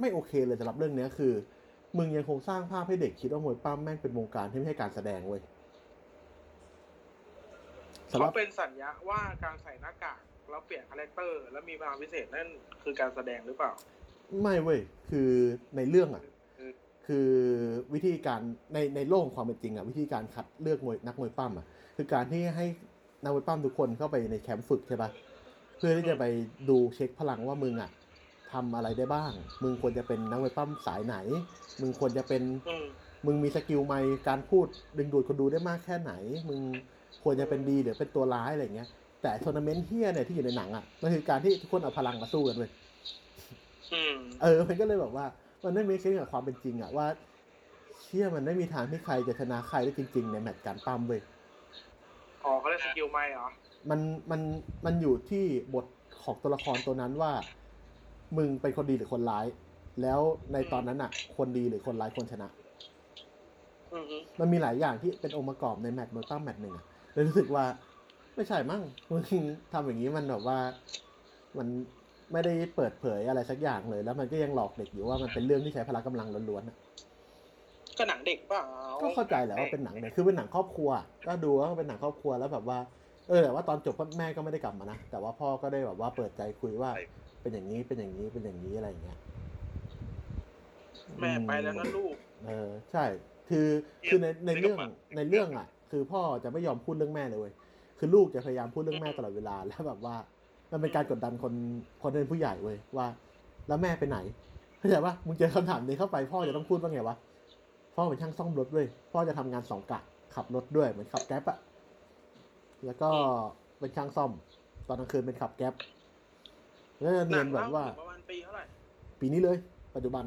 [SPEAKER 3] ไม่โอเคเลยสำหรับเรื่องเนี้ยคือ มึงยังคงสร้างภาพให้เด็กคิดว่ามวยปั้มแม่งเป็นวงการที่ไม่ใช่การแสดงเว้ยสำห
[SPEAKER 6] เขา
[SPEAKER 3] รับ
[SPEAKER 6] เป็นสัญญาว่าการใส่หน้ากากแล้วเปลี่ยนคาแรคเตอร์ แล้วมีพลังพิเศษนั่นคือการแสดงหรือเปล่า
[SPEAKER 3] ไม่เว้ยคือในเรื่องอ่ะ
[SPEAKER 5] คือ
[SPEAKER 3] คือวิธีการในในโลกของความเป็นจริงอ่ะวิธีการคัดเลือกมวยนักมวยปั้มอ่ะคือการที่ให้นักมวยปั้มทุกคนเข้าไปในแคมป์ฝึกใช่ปะเพื่อที่จะไปดูเช็คพลังว่ามึงอ่ะทำอะไรได้บ้าง มึงควรจะเป็นนักมวยปั้มสายไหน มึงควรจะเป็น
[SPEAKER 6] อืม
[SPEAKER 3] มึงมีสกิลไหมการพูดดึงดูดคนดูได้มากแค่ไหน มึงควรจะเป็นดีหรือเป็นตัวร้ายอะไรอย่างเงี้ยแต่ทัวร์นาเมนต์เฮียเนี่ยที่อยู่ในหนังอ่ะมันคือการที่ทุกคนเอาพลังมาสู้กันเลย
[SPEAKER 6] อืม
[SPEAKER 3] เออ มันก็เลยแบบว่า มันไม่มีเซนกับความเป็นจริงอะว่า เชื่อมันไม่มีทางที่ใครจะชนะใครได้จริง ๆ ในแมตช์การปั้มเว้ย
[SPEAKER 6] อ๋อเขาเรียกสกิลไม่เหรอ
[SPEAKER 3] มันมันมันอยู่ที่บทของตัวละครตัวนั้นว่า มึงเป็นคนดีหรือคนร้าย แล้วในตอนนั้นอะคนดีหรือคนร้ายคนชนะ
[SPEAKER 6] อืมฮึ
[SPEAKER 3] มันมีหลายอย่างที่เป็นองค์ประกอบในแมตช์มวยปั้มแมตช์หนึ่งอะเลยรู้สึกว่า ไม่ใช่มั้งมึงทำอย่างนี้มันแบบว่ามันไม่ได้เปิดเผยอะไรสักอย่างเลย แล้วมันก็ยังหลอกเด็กอยู่ว่ามันเป็นเรื่องที่ใช้พละกำลังล้วนๆอะ
[SPEAKER 6] ก็หนังเด็กเปล่า
[SPEAKER 3] ก็เข้าใจแหละว่าเป็นหนังเนี่ยคือเป็นหนังครอบครัว ก็ดูว่าเป็นหนังครอบครัวแล้วแบบว่า เออแต่ว่าตอนจบพ่อแม่ก็ไม่ได้กลับมานะ แต่ว่าพ่อก็ได้แบบว่าเปิดใจคุยว่า เป็นอย่างนี้ เป็นอย่างนี้ เป็นอย่างนี้อะไรอย่างเงี้ย
[SPEAKER 6] แม่ไปแล้วนะลูก
[SPEAKER 3] เออ ใช่ คือ คือในในเรื่อง ในเรื่องอ่ะ คือพ่อจะไม่ยอมพูดเรื่องแม่เลยเว้ย คือลูกจะพยายามพูดเรื่องแม่ตลอดเวลา แล้วแบบว่า มันเป็นการกดดันคนคนเป็นผู้ใหญ่เว้ยว่า แล้วแม่ไปไหนเข้าใจปะมึงเจอคำถามนี้เข้าไปพ่อจะต้องพูดว่าไงวะ พ่อเป็นช่างซ่อมรถเว้ยพ่อจะทำงานสองกะขับรถด้วยเหมือนขับแก๊ปอะแล้วก็เป็นช่างซ่อม ตอนกลางคืนเป็นขับแก๊ปแล้วเนียนแบบว่า
[SPEAKER 6] หงเล่ถึงประมาณปีเท่าไหร่
[SPEAKER 3] ปีนี้เลย ปัจจุบัน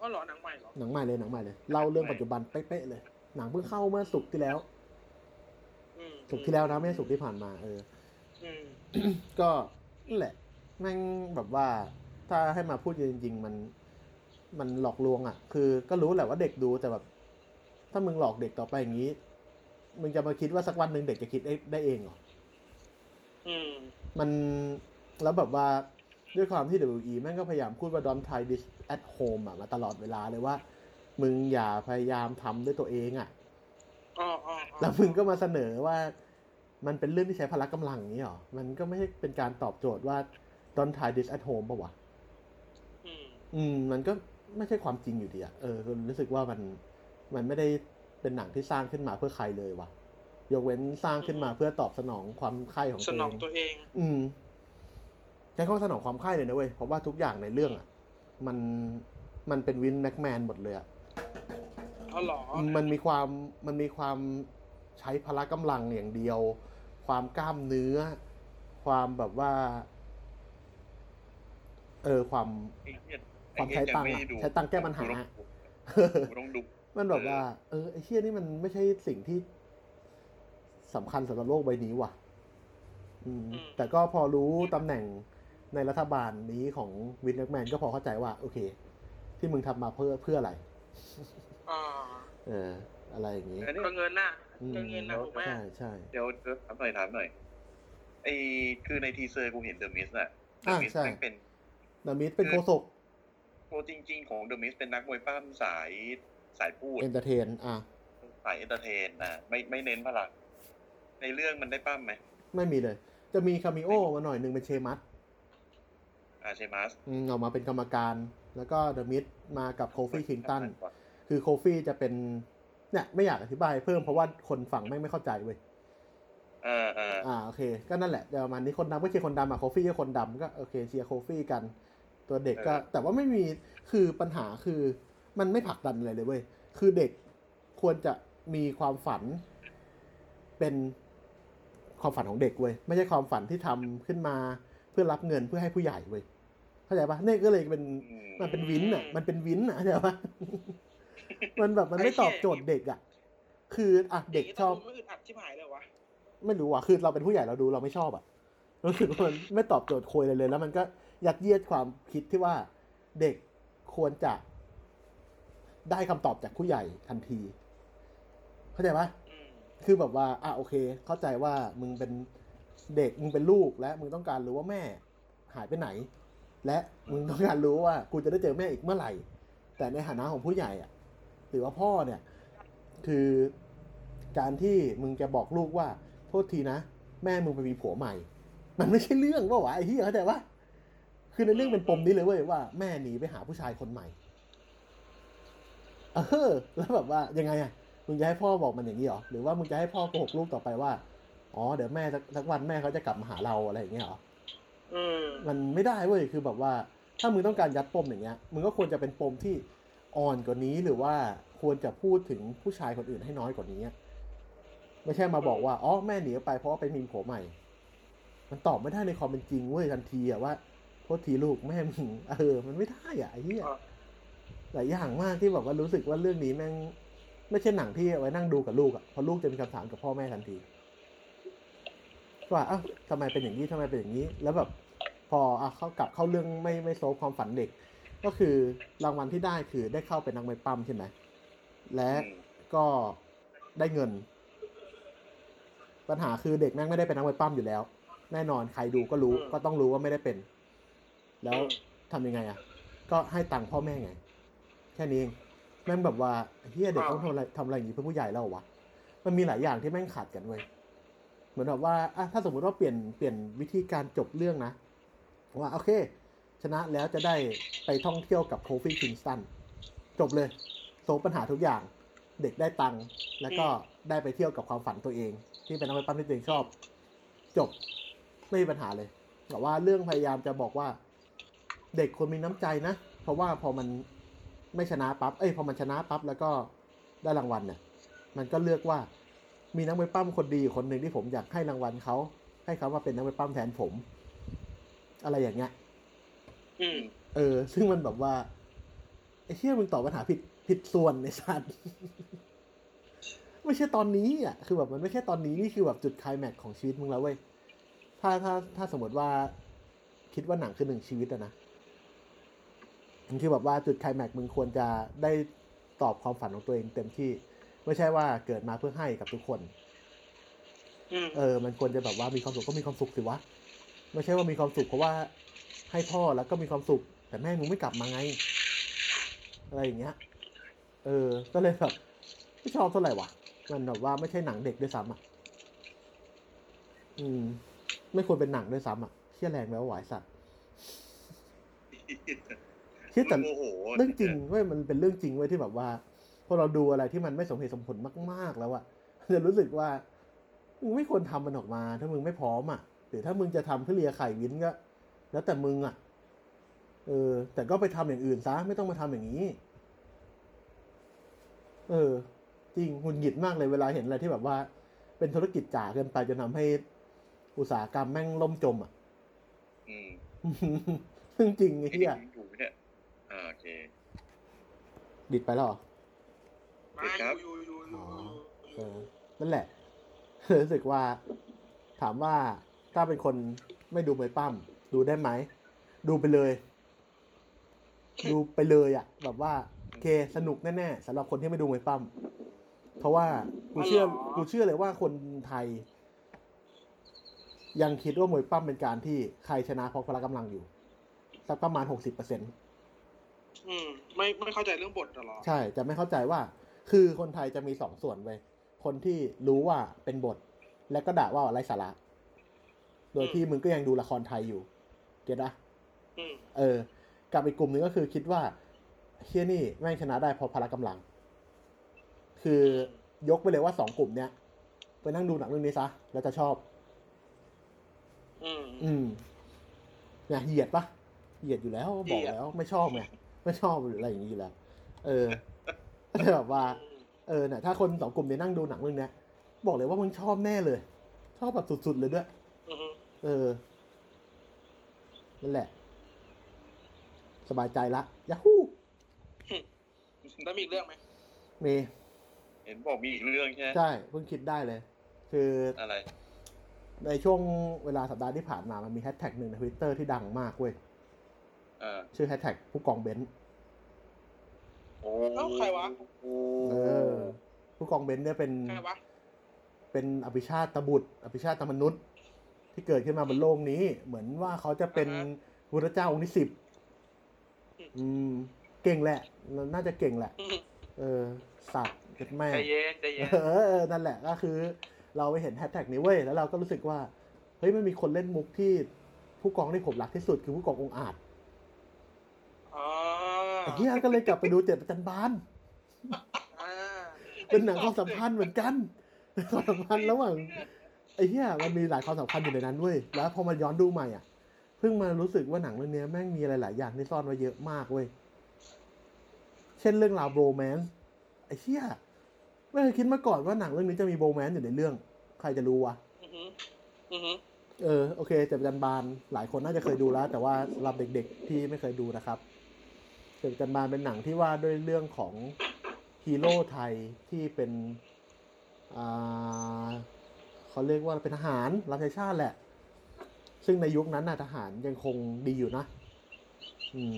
[SPEAKER 6] อ๋อเหรอหนังใหม่เหรอ
[SPEAKER 3] หนังใหม่เลยหนังใหม่เลยเล่าเรื่องปัจจุบันเป๊ะๆเลย หนังเพิ่งเข้าเมื่อสุกร์ที่แล้ว
[SPEAKER 6] อืม
[SPEAKER 3] สุกร์ที่แล้วนะไม่ใช่สุกร์ที่ผ่านมาเออ
[SPEAKER 6] อืม
[SPEAKER 3] ก็นั่นแหละแม่งแบบว่า ถ้าให้มาพูดจริงๆมัน มันหลอกลวงอะ่ะ คือก็รู้แหละว่าเด็กดูแต่แบบ ถ้ามึงหลอกเด็กต่อไปอย่างนี้ มึงจะมาคิดว่าสักวันหนึ่งเด็กจะคิดได้ได้เองเหรอ
[SPEAKER 6] อืม
[SPEAKER 3] มันแล้วแบบว่าด้วยความที่ WE แม่งก็พยายามพูดว่า don't try this at home อ่ะมาตลอดเวลาเลยว่า มึงอย่าพยายามทำด้วยตัวเองอ่ะ
[SPEAKER 6] อ๋ออ๋ออ๋อ
[SPEAKER 3] แล้วมึงก็มาเสนอว่า มันเป็นเรื่องที่ใช้พละกำลังอย่างนี้หรอ มันก็ไม่ใช่เป็นการตอบโจทย์ว่า don't try this at home ปะวะ
[SPEAKER 6] อืม
[SPEAKER 3] อืม มันก็ ไม่ใช่ความจริงอยู่ดีอะเออคือรู้สึกว่ามันมันไม่ได้เป็นหนังที่สร้างขึ้นมาเพื่อใครเลยว่ะ ยกเว้นสร้างขึ้นมาเพื่อตอบสนองความใคร่ของ
[SPEAKER 6] ส
[SPEAKER 3] ตัวเอน
[SPEAKER 6] อง
[SPEAKER 3] ง
[SPEAKER 6] ตัวเอง
[SPEAKER 3] อืมใช้ข้อสนองความคาดเลยนะเว้ย เพราะว่าทุกอย่างในเรื่องอ่ะ มันมันเป็นวินแม็กแมนหมดเลยอ่ะ
[SPEAKER 6] อ๋อเหรอ
[SPEAKER 3] มันมีความมันมีความใช้พละกำลังอย่างเดียว ความกล้ามเนื้อ ความแบบว่า เออความ
[SPEAKER 5] ไอ้เหี้ย
[SPEAKER 3] ความใช้ตังค์อะ
[SPEAKER 5] ไอ้เหี้ยยัไม่ดู
[SPEAKER 3] ใช้ตังค์แก้ปัญหา
[SPEAKER 5] กูต้องดู
[SPEAKER 3] มันแบบว่า เออไอ้เชี่ยนี่มันไม่ใช่สิ่งที่สำคัญสำหรับโลกใบนี้ว่ะ อืม
[SPEAKER 6] อืม
[SPEAKER 3] แต่ก็พอรู้ตำแหน่งในรัฐบาลนี้ของวินแมนก็พอเข้าใจว่า โอเค ที่มึงทำมาเพื่อเพื่ออะไร
[SPEAKER 6] อ่า
[SPEAKER 3] เออ อะไรอย่างนี้
[SPEAKER 5] อันนี้
[SPEAKER 6] ก็เงินน่ะ
[SPEAKER 3] อืม
[SPEAKER 6] ก็เงินน่ะถูกไหม
[SPEAKER 3] ใช่ใช่
[SPEAKER 5] เดี๋ยวเดี๋ยวถามหน่อยถามหน่อยไอ้คือในทีเซอร์กูเห็นเดอะมิสอะเดอะ
[SPEAKER 3] อ่า
[SPEAKER 5] มิส
[SPEAKER 3] ใช่
[SPEAKER 5] เป็น
[SPEAKER 3] นามิดเป็นโคศก
[SPEAKER 5] ตัวจริง ๆ ของเดอะมิสเป็นนักมวยปล้ำสายสายพูด
[SPEAKER 3] เอนเตอร์เทน อ่ะ
[SPEAKER 5] สายเอนเตอร์เทนนะไม่ไม่เน้นพลังในเรื่องมันได้ปั้มไหม
[SPEAKER 3] ไม่มีเลย จะมีคาเมิโอมาหน่อยหนึ่งเป็นเชมัส
[SPEAKER 5] อาเชมัส
[SPEAKER 3] อืมออกมาเป็นกรรมการ แล้วก็เดอะมิดมากับโคฟี่คิงตัน คือโคฟี่จะเป็นเนี่ยไม่อยากอธิบายเพิ่มเพราะว่าคนฝั่งแม่งไม่เข้าใจเว้ย
[SPEAKER 5] เออเออ
[SPEAKER 3] อ่าโอเค ก็นั่นแหละเดี๋ยวประมาณนี้คนดำก็เชียร์คนดำอ่ะโคฟี่ก็คนดำก็โอเคเชียร์โคฟี่กัน ตัวเด็กก็ แต่ว่าไม่มีคือปัญหาคือมันไม่ผลักดันอะไรเลยเว้ยคือเด็กควรจะมีความฝันเป็นความฝันของเด็กเว้ยไม่ใช่ความฝันที่ทำขึ้นมาเพื่อรับเงินเพื่อให้ผู้ใหญ่เว้ยเข้าใจปะเนี่ยก็เลยเป็น
[SPEAKER 5] อืม
[SPEAKER 3] มันเป็นวินอ่ะ มันเป็นวินอ่ะเข้าใจปะ มันแบบมันไม่
[SPEAKER 6] ไอ้เหี้ย
[SPEAKER 3] ตอบโจทย์เด็กอ่ะ คืออ่ะเด็กชอบ
[SPEAKER 6] ย่างนี้ตะลุมไม่อึดอัดชิบหายเลยวะ
[SPEAKER 3] ไม่รู้ว่ะ คือเราเป็นผู้ใหญ่เราดูเราไม่ชอบอ่ะ รู้สึกว่ามันไม่ตอบโจทย์โคุยเลยเลย แล้วมันก็ยัดเยียดความคิดที่ว่าเด็กควรจะได้คำตอบจากผู้ใหญ่ทันที เข้าใจปะ
[SPEAKER 6] อืม
[SPEAKER 3] คือแบบว่า อ่ะโอเค เข้าใจว่ามึงเป็นเด็ก มึงเป็นลูก และมึงต้องการรู้ว่าแม่ หายไปไหน และมึงต้องการรู้ว่ากูจะได้เจอแม่อีกเมื่อไหร่ แต่ในฐานะของผู้ใหญ่อะหรือว่าพ่อเนี่ย คือการที่มึงจะบอกลูกว่า โทษทีนะ แม่มึงไปมีผัวใหม่ มันไม่ใช่เรื่องว่าวะไอ้เหี้ยเข้าใจปะคือในเรื่องเป็นปมนี้เลยเว้ยว่าแม่หนีไปหาผู้ชายคนใหม่ เออ แล้วแบบว่ายังไงอะ มึงจะให้พ่อบอกมันอย่างนี้เหรอ หรือว่ามึงจะให้พ่อโกหกลูกต่อไปว่า อ๋อ เดี๋ยวแม่สักสักวันแม่เขาจะกลับมาหาเราอะไรอย่างเงี้ยเหรอ
[SPEAKER 6] อืม
[SPEAKER 3] มันไม่ได้เว้ย คือแบบว่า ถ้ามึงต้องการยัดปมอย่างเงี้ย มึงก็ควรจะเป็นปมที่อ่อนกว่านี้ หรือว่าควรจะพูดถึงผู้ชายคนอื่นให้น้อยกว่านี้ ไม่ใช่มาบอกว่า อ๋อ แม่หนีไปเพราะว่าไปมีผัวใหม่ มันตอบไม่ได้ในความเป็นจริงเว้ยทันทีอะว่าโทษทีลูกแม่มึง เออ มันไม่ได้อะไอ้เหี้ย
[SPEAKER 6] อ่ะ
[SPEAKER 3] หลายอย่างมากที่แบบว่ารู้สึกว่าเรื่องนี้แม่งไม่ใช่หนังที่เอาไว้นั่งดูกับลูกอะเพราะลูกจะมีคำถามกับพ่อแม่ทันที ว่าเอ้าทำไมเป็นอย่างนี้ทำไมเป็นอย่างนี้ แล้วแบบพออ่ะเข้ากลับเข้าเรื่องไม่ไม่โซฟความฝันเด็ก ก็คือรางวัลที่ได้คือได้เข้าเป็นนักมวยปั้มใช่ไหมและ
[SPEAKER 5] อืม
[SPEAKER 3] ก็ได้เงิน ปัญหาคือเด็กแม่งไม่ได้เป็นนักมวยปั้มอยู่แล้ว แน่นอนใครดูก็รู้
[SPEAKER 6] อืม
[SPEAKER 3] ก็ต้องรู้ว่าไม่ได้เป็น แล้วทำยังไงอ่ะ ก็ให้ตังค์พ่อแม่ไง แค่นี้เองแม่งแบบว่าเฮียเด็กต้องทำอะไรทำอะไรอย่างนี้เพื่อผู้ใหญ่แล้วเหรอวะ มันมีหลายอย่างที่แม่งขาดกันเว้ย เหมือนแบบว่าอ่ะถ้าสมมุติว่าเปลี่ยนเปลี่ยนวิธีการจบเรื่องนะ ว่าโอเค ชนะแล้วจะได้ไปท่องเที่ยวกับโคฟี่คิงสตัน จบเลย โซลปัญหาทุกอย่าง เด็กได้ตังค์แล้วก็ได้ไปเที่ยวกับความฝันตัวเอง ที่เป็นนักมวยปั้มที่ตัวเองชอบ จบ ไม่มีปัญหาเลย แต่ว่าเรื่องพยายามจะบอกว่า เด็กควรมีน้ำใจนะ เพราะว่าพอมันไม่ชนะปั๊บ เอ้ยพอมันชนะปั๊บแล้วก็ได้รางวัลเนี่ย มันก็เลือกว่า มีนักมวยปั้มคนดีอยู่คนหนึ่งที่ผมอยากให้รางวัลเขาให้เขามาเป็นนักมวยปั้มแทนผม อะไรอย่างเงี้ย
[SPEAKER 6] อืม
[SPEAKER 3] เออ ซึ่งมันแบบว่าไอ้เชี่ยมึงตอบปัญหาผิดผิดส่วนในสัตว์ ไม่ใช่ตอนนี้อ่ะ คือแบบมันไม่ใช่ตอนนี้นี่คือแบบจุดไคลายแม็กซ์ของชีวิตมึงแล้วเว้ย ถ้าถ้าถ้าสมมติว่าคิดว่าหนังคือหนึ่งชีวิตอะนะมันคือแบบว่าจุดไคลายแม็กซ์มึงควรจะได้ตอบความฝันของตัวเองเต็มที่ ไม่ใช่ว่าเกิดมาเพื่อให้กับทุกคน
[SPEAKER 6] อืม
[SPEAKER 3] เออ มันควรจะแบบว่ามีความสุขก็มีความสุขสิวะ ไม่ใช่ว่ามีความสุขเพราะว่าให้พ่อแล้วก็มีความสุข แต่แม่มึงไม่กลับมาไง อะไรอย่างเงี้ย เออ ก็เลยแบบไม่ชอบเท่าไหร่วะ มันแบบว่าไม่ใช่หนังเด็กด้วยซ้ำอ่ะ อืม ไม่ควรเป็นหนังด้วยซ้ำอ่ะเชี่ยแรงแล้วหวายสัตว์ เชี่ย คิดแต่
[SPEAKER 5] โมโห
[SPEAKER 3] เรื่องจริงเว้ยมันเป็นเรื่องจริงเว้ยที่แบบว่าพอเราดูอะไรที่มันไม่สมเหตุสมผลมากๆแล้วอะ จะรู้สึกว่ามึงไม่ควรทำมันออกมา ถ้ามึงไม่พร้อมอะหรือถ้ามึงจะทำเพื่อเลียไข่วินก็ แล้วแต่มึงอะเออ แต่ก็ไปทำอย่างอื่นซะไม่ต้องมาทำอย่างนี้ เออ จริงหุนหงิดมากเลยเวลาเห็นอะไรที่แบบว่า เป็นธุรกิจจ๋าเกินไปจนทำให้อุตสาหกรรมแม่งล่มจมอะ
[SPEAKER 5] อืม
[SPEAKER 3] ซึ่งจริงไอ้
[SPEAKER 5] ไอ้
[SPEAKER 3] เหี้ย
[SPEAKER 5] อยู่ไหมเนี่ยอ่าโอเค
[SPEAKER 3] ดิดไปแล้วเหรอ
[SPEAKER 6] มาอยู่อยู่อยู่อยู่อ
[SPEAKER 3] เอยู่ อนั่นแหละ รู้สึกว่า ถามว่าถ้าเป็นคนไม่ดูมวยปั้มดูได้ไหม ดูไปเลย ดูไปเลยอะแบบว่าโอเคสนุกแน่ๆสำหรับคนที่ไม่ดูมวยปั้มเพราะว่ากูเชื่อ
[SPEAKER 6] อ๋อเหรอ
[SPEAKER 3] กูเชื่อเลยว่าคนไทย ยังคิดว่ามวยปั้มเป็นการที่ใครชนะเพราะพละกำลังอยู่สักประมาณหกสิบเปอร์เซ็นต์
[SPEAKER 6] อืมไม่ไม่เข้าใจเรื่องบทเหรอ
[SPEAKER 3] ใช่ จะไม่เข้าใจว่า คือคนไทยจะมีสองส่วนเว้ยคนที่รู้ว่าเป็นบท และก็ด่าว่าไร้สาระ โดยที่มึงก็ยังดูละครไทยอยู่ เก็ตอะ
[SPEAKER 6] อืม
[SPEAKER 3] เออ กับอีกกลุ่มหนึงก็คือคิดว่าเฮียนี่แม่งชนะได้เพราะพละกำลัง คือยกไปเลยว่าสองกลุ่มเนี้ยไปนั่งดูหนังเรื่องนี้ซะ แล้วจะชอบ
[SPEAKER 6] อืม
[SPEAKER 3] อืมเนี่ยเหยียดปะเหยียดอยู่แล้วบอกแล้วไม่ชอบไงไม่ชอบหรืออะไรอย่างนี้อยู่แล้ว เอ อแต่แบบว่า เออเนี่ยถ้าคนสองกลุ่มเนี่ยนั่งดูหนังเรื่องเนี้ยบอกเลยว่ามึงชอบแน่เลย ชอบแบบสุดๆเลยด้วย
[SPEAKER 6] อืม
[SPEAKER 3] เออ นั่นแหละ สบายใจละยาฮู
[SPEAKER 6] แล้วมีอีกเรื่องไหม
[SPEAKER 3] เม
[SPEAKER 5] เห็นบอกมีอีกเรื่องใช่ไหม
[SPEAKER 3] ใช่เพิ่งคิดได้เลย คือ
[SPEAKER 5] อะไร
[SPEAKER 3] ในช่วงเวลาสัปดาห์ที่ผ่านมามันมีแฮชแท็กหนึ่งในทวิตเตอร์ที่ดังมากเว้ย
[SPEAKER 5] เออ
[SPEAKER 3] ชื่อแฮชแท็กผู้กองเบนซ์
[SPEAKER 5] โอ้
[SPEAKER 6] เอ้าใครวะ
[SPEAKER 5] โอ้
[SPEAKER 3] เออ ผู้กองเบนซ์เนี่ยเป็น
[SPEAKER 6] ใครวะ
[SPEAKER 3] เป็นอภิชาติตบุตร อภิชาติตมนุษย์ ที่เกิดขึ้นมาบนโลกนี้ เหมือนว่าเขาจะเป็น
[SPEAKER 6] อ่าฮะ
[SPEAKER 3] พุทธเจ้าองค์ที่สิบ
[SPEAKER 6] อืม
[SPEAKER 3] อืม เก่งแหละ น่าจะเก่งแหละ
[SPEAKER 6] อืม
[SPEAKER 3] เออ สัตว์เจ็ดแม่
[SPEAKER 6] ใจเย็นใจเย็น
[SPEAKER 3] เออเออ นั่นแหละก็คือ เราไปเห็นแฮชแท็กนี้เว้ย แล้วเราก็รู้สึกว่า เฮ้ย มันมีคนเล่นมุกที่ผู้กองที่ผมรักที่สุดคือผู้กององอาจ
[SPEAKER 6] อ๋อ
[SPEAKER 3] ไอ้เฮียก็เลยกลับไปดูเจ็ดประจันบาน
[SPEAKER 6] อ่า
[SPEAKER 3] เป็นหนังความสัมพันธ์เหมือน กันความสัมพันธ์ระหว่าง ไอ้เหี้ยมันมีหลายความสำคัญอยู่ในนั้นเว้ย แล้วพอมาย้อนดูใหม่อ่ะ เพิ่งมารู้สึกว่าหนังเรื่องเนี้ยแม่งมีอะไรหลายอย่างที่ซ่อนไว้เยอะมากเว้ย เช่นเรื่องราวโบแมนส์ไอ้เหี้ยไม่เคยคิดมาก่อนว่าหนังเรื่องนี้จะมีโบแมนส์อยู่ในเรื่อง ใครจะรู้วะ
[SPEAKER 6] อือหืออือหือ
[SPEAKER 3] เออโอเคเจ็บจันบานหลายคนน่าจะเคยดูแล้ว แต่ว่าสำหรับเด็กๆที่ไม่เคยดูนะครับเจ็บจันบานเป็นหนังที่ว่าด้วยเรื่องของฮีโร่ไทยที่เป็นอ่าเขาเรียกว่าเป็นทหารรับใช้ชาติแหละ ซึ่งในยุคนั้นน่ะทหารยังคงดีอยู่นะ อืม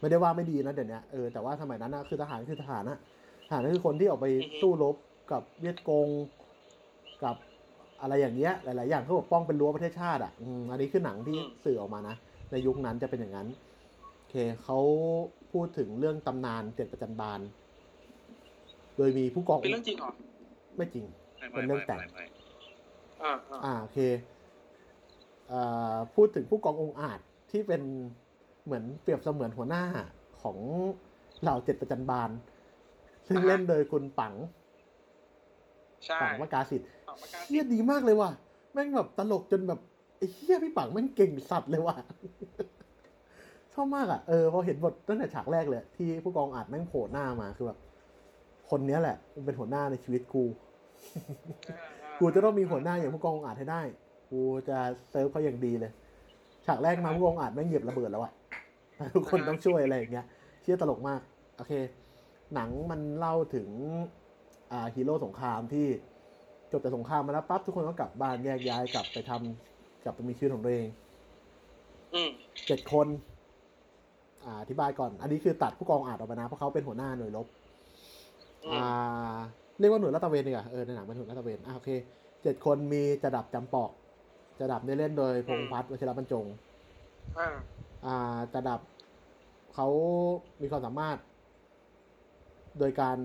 [SPEAKER 3] ไม่ได้ว่าไม่ดีนะเดี๋ยวนี้เออแต่ว่าสมัยนั้นนะคือทหารคือทหารนะทหารก็คือคนที่ออกไป
[SPEAKER 6] อือฮึ
[SPEAKER 3] สู้รบกับเวียดกงกับอะไรอย่างเงี้ย หลาย ๆ อย่างเพื่อปกป้องเป็นรั้วประเทศชาติอ่ะอืมอันนี้คือหนังที่สื่อออกมานะในยุคนั้นจะเป็นอย่างนั้นโอเคเขาพูดถึงเรื่องตำนานเจ็ดประจันบาน โดยมีผู้กอง
[SPEAKER 6] เป็นเรื่องจริงเหรอ
[SPEAKER 3] ไม่จริง
[SPEAKER 5] ไม่
[SPEAKER 3] เป็
[SPEAKER 5] ไม่
[SPEAKER 3] นเรื่
[SPEAKER 5] ไม่
[SPEAKER 3] องแต่ง
[SPEAKER 5] ไม่ไม่
[SPEAKER 6] อ่าอ่า
[SPEAKER 3] อ่าโอเคเอ่อพูดถึงผู้กององค์อาจที่เป็นเหมือนเปรียบเสมือนหัวหน้าของเหล่าเจ็ดประจันบาน ซึ่งเล่นโดยคุณปัง
[SPEAKER 6] ใช่
[SPEAKER 3] ปังวากาสิทธิ์
[SPEAKER 6] อ่ะประกาศ
[SPEAKER 3] เฮียดีมากเลยว่ะ แม่งแบบตลกจนแบบไอ้เฮียพี่ปังแม่งเก่งสัตว์เลยว่ะ ชอบมากอ่ะเออพอเห็นบทตั้งแต่ฉากแรกเลย ที่ผู้กองอาจแม่งโผล่หน้ามาคือแบบคนเนี้ยแหละมันเป็นหัวหน้าในชีวิตกู
[SPEAKER 6] อ่าา
[SPEAKER 3] กูจะต้องมีหัวหน้าอย่างผู้กององอาจให้ได้ กูจะเซิร์ฟเขาอย่างดีเลย ฉากแรกมาผู้กององอาจแม่งเหยียบระเบิดแล้วอะ ทุกคนต้องช่วยอะไรอย่างเงี้ย เชี่ยตลกมาก โอเค หนังมันเล่าถึง อ่าฮีโร่สงครามที่จบจากสงครามมาแล้วปั๊บทุกคนก็กลับบ้านแยกย้ายกลับไปทำกลับไปมีชีวิตของตัวเอง
[SPEAKER 6] อืม
[SPEAKER 3] เจ็ดคนอ่าอธิบายก่อน อันนี้คือตัดผู้กองอาจออกไปนะ เพราะเขาเป็นหัวหน้าหน่วยรบ
[SPEAKER 6] อื
[SPEAKER 3] อ่
[SPEAKER 6] มา
[SPEAKER 3] เรียกว่าหน่วยลาดตระเวนดีกว่าเออในหนังเป็นหน่วยลาดตระเวน อ่าโอเค เจ็ดคนมีจะดับจำปอกจะดับได้เล่นโดยพงษ์พัฒน์วชิรบรรจง
[SPEAKER 6] อ่า
[SPEAKER 3] อ่าจะดับเขามีความสามารถ โดยการ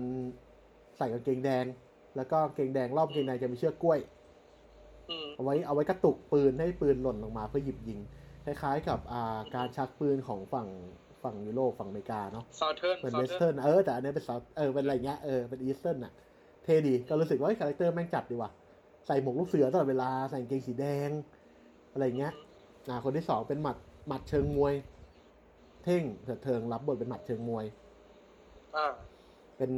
[SPEAKER 3] ใส่กางเกงแดง แล้วก็กางเกงแดงรอบกางเกงแดงจะมีเชือกกล้วย
[SPEAKER 6] อืม
[SPEAKER 3] เอาไว้เอาไว้กระตุกปืนให้ปืนหล่นลงมาเพื่อหยิบยิง คล้ายๆกับอ่าการชักปืนของฝั่ง ฝั่งยุโรปฝั่งอเมริกาเนาะ
[SPEAKER 6] ซาวเทิร์น
[SPEAKER 3] เป็น
[SPEAKER 6] ซา
[SPEAKER 3] เว
[SPEAKER 6] ว
[SPEAKER 3] ส
[SPEAKER 6] เทิ
[SPEAKER 3] เทิ
[SPEAKER 6] ร์น
[SPEAKER 3] ร์นเออแต่อันเนี้ยเป็น South เออเป็นอะไรเงี้ยเออเป็นอีสเทิร์นน่ะเท่ดีก็รู้สึกว่าคาแรคเตอร์แม่งจัดดีว่ะใส่หมวกลูกเสือตลอดเวลาใส่กางเกงสีแดง อะไรเงี้ยอ่าคนที่สองเป็นหมัดหมัดเชิงมวย เท่งเถิดเทิงรับบทเป็นหมัดเชิงมวย
[SPEAKER 6] อ่า
[SPEAKER 3] เป็น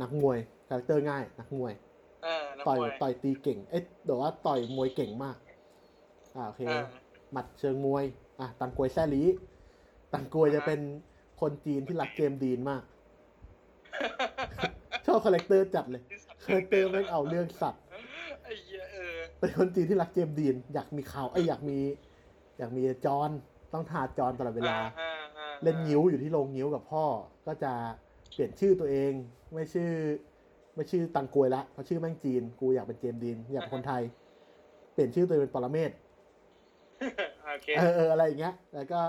[SPEAKER 3] นักมวยคาแรคเตอร์ง่าย นักมวย
[SPEAKER 6] อ่านัก
[SPEAKER 3] ต่อย
[SPEAKER 6] มวย
[SPEAKER 3] ต่อยตีเก่งเอ๊ะแต่ว่าต่อยมวยเก่งมากอ่าโอเค
[SPEAKER 6] อ่า
[SPEAKER 3] หมัดเชิงมวย อ่ะ ตังกวยแซ่ลีตังกวยจะเป็นคนจีนที่รักเกมดีนมาก ชอบคาแรคเตอร์จัดเลยคาแรคเตอร์แม่งเอาเรื่องสัตว์
[SPEAKER 6] ไอ้เหี้ยเออ
[SPEAKER 3] เป็นคนจีนที่รักเกมดีน อยากมีข่าวไอ้ยอยากมี อยากมีจอนต้องทาจอนตลอดเวลา
[SPEAKER 6] อ่อ่อ่า
[SPEAKER 3] เล่นงิ้วอยู่ที่โรงงิ้วกับพ่อ ก็จะเปลี่ยนชื่อตัวเอง ไม่ชื่อ ไม่ชื่อตังกวยละเพราะชื่อแม่งจีน กูอยากเป็นเจมส์ดีน อยากเป็นคนไทย เปลี่ยนชื่อตัวเองเป็นปรเมศ
[SPEAKER 6] โอเค
[SPEAKER 3] เออเอออะไรอย่างเงี้ย แล้วก็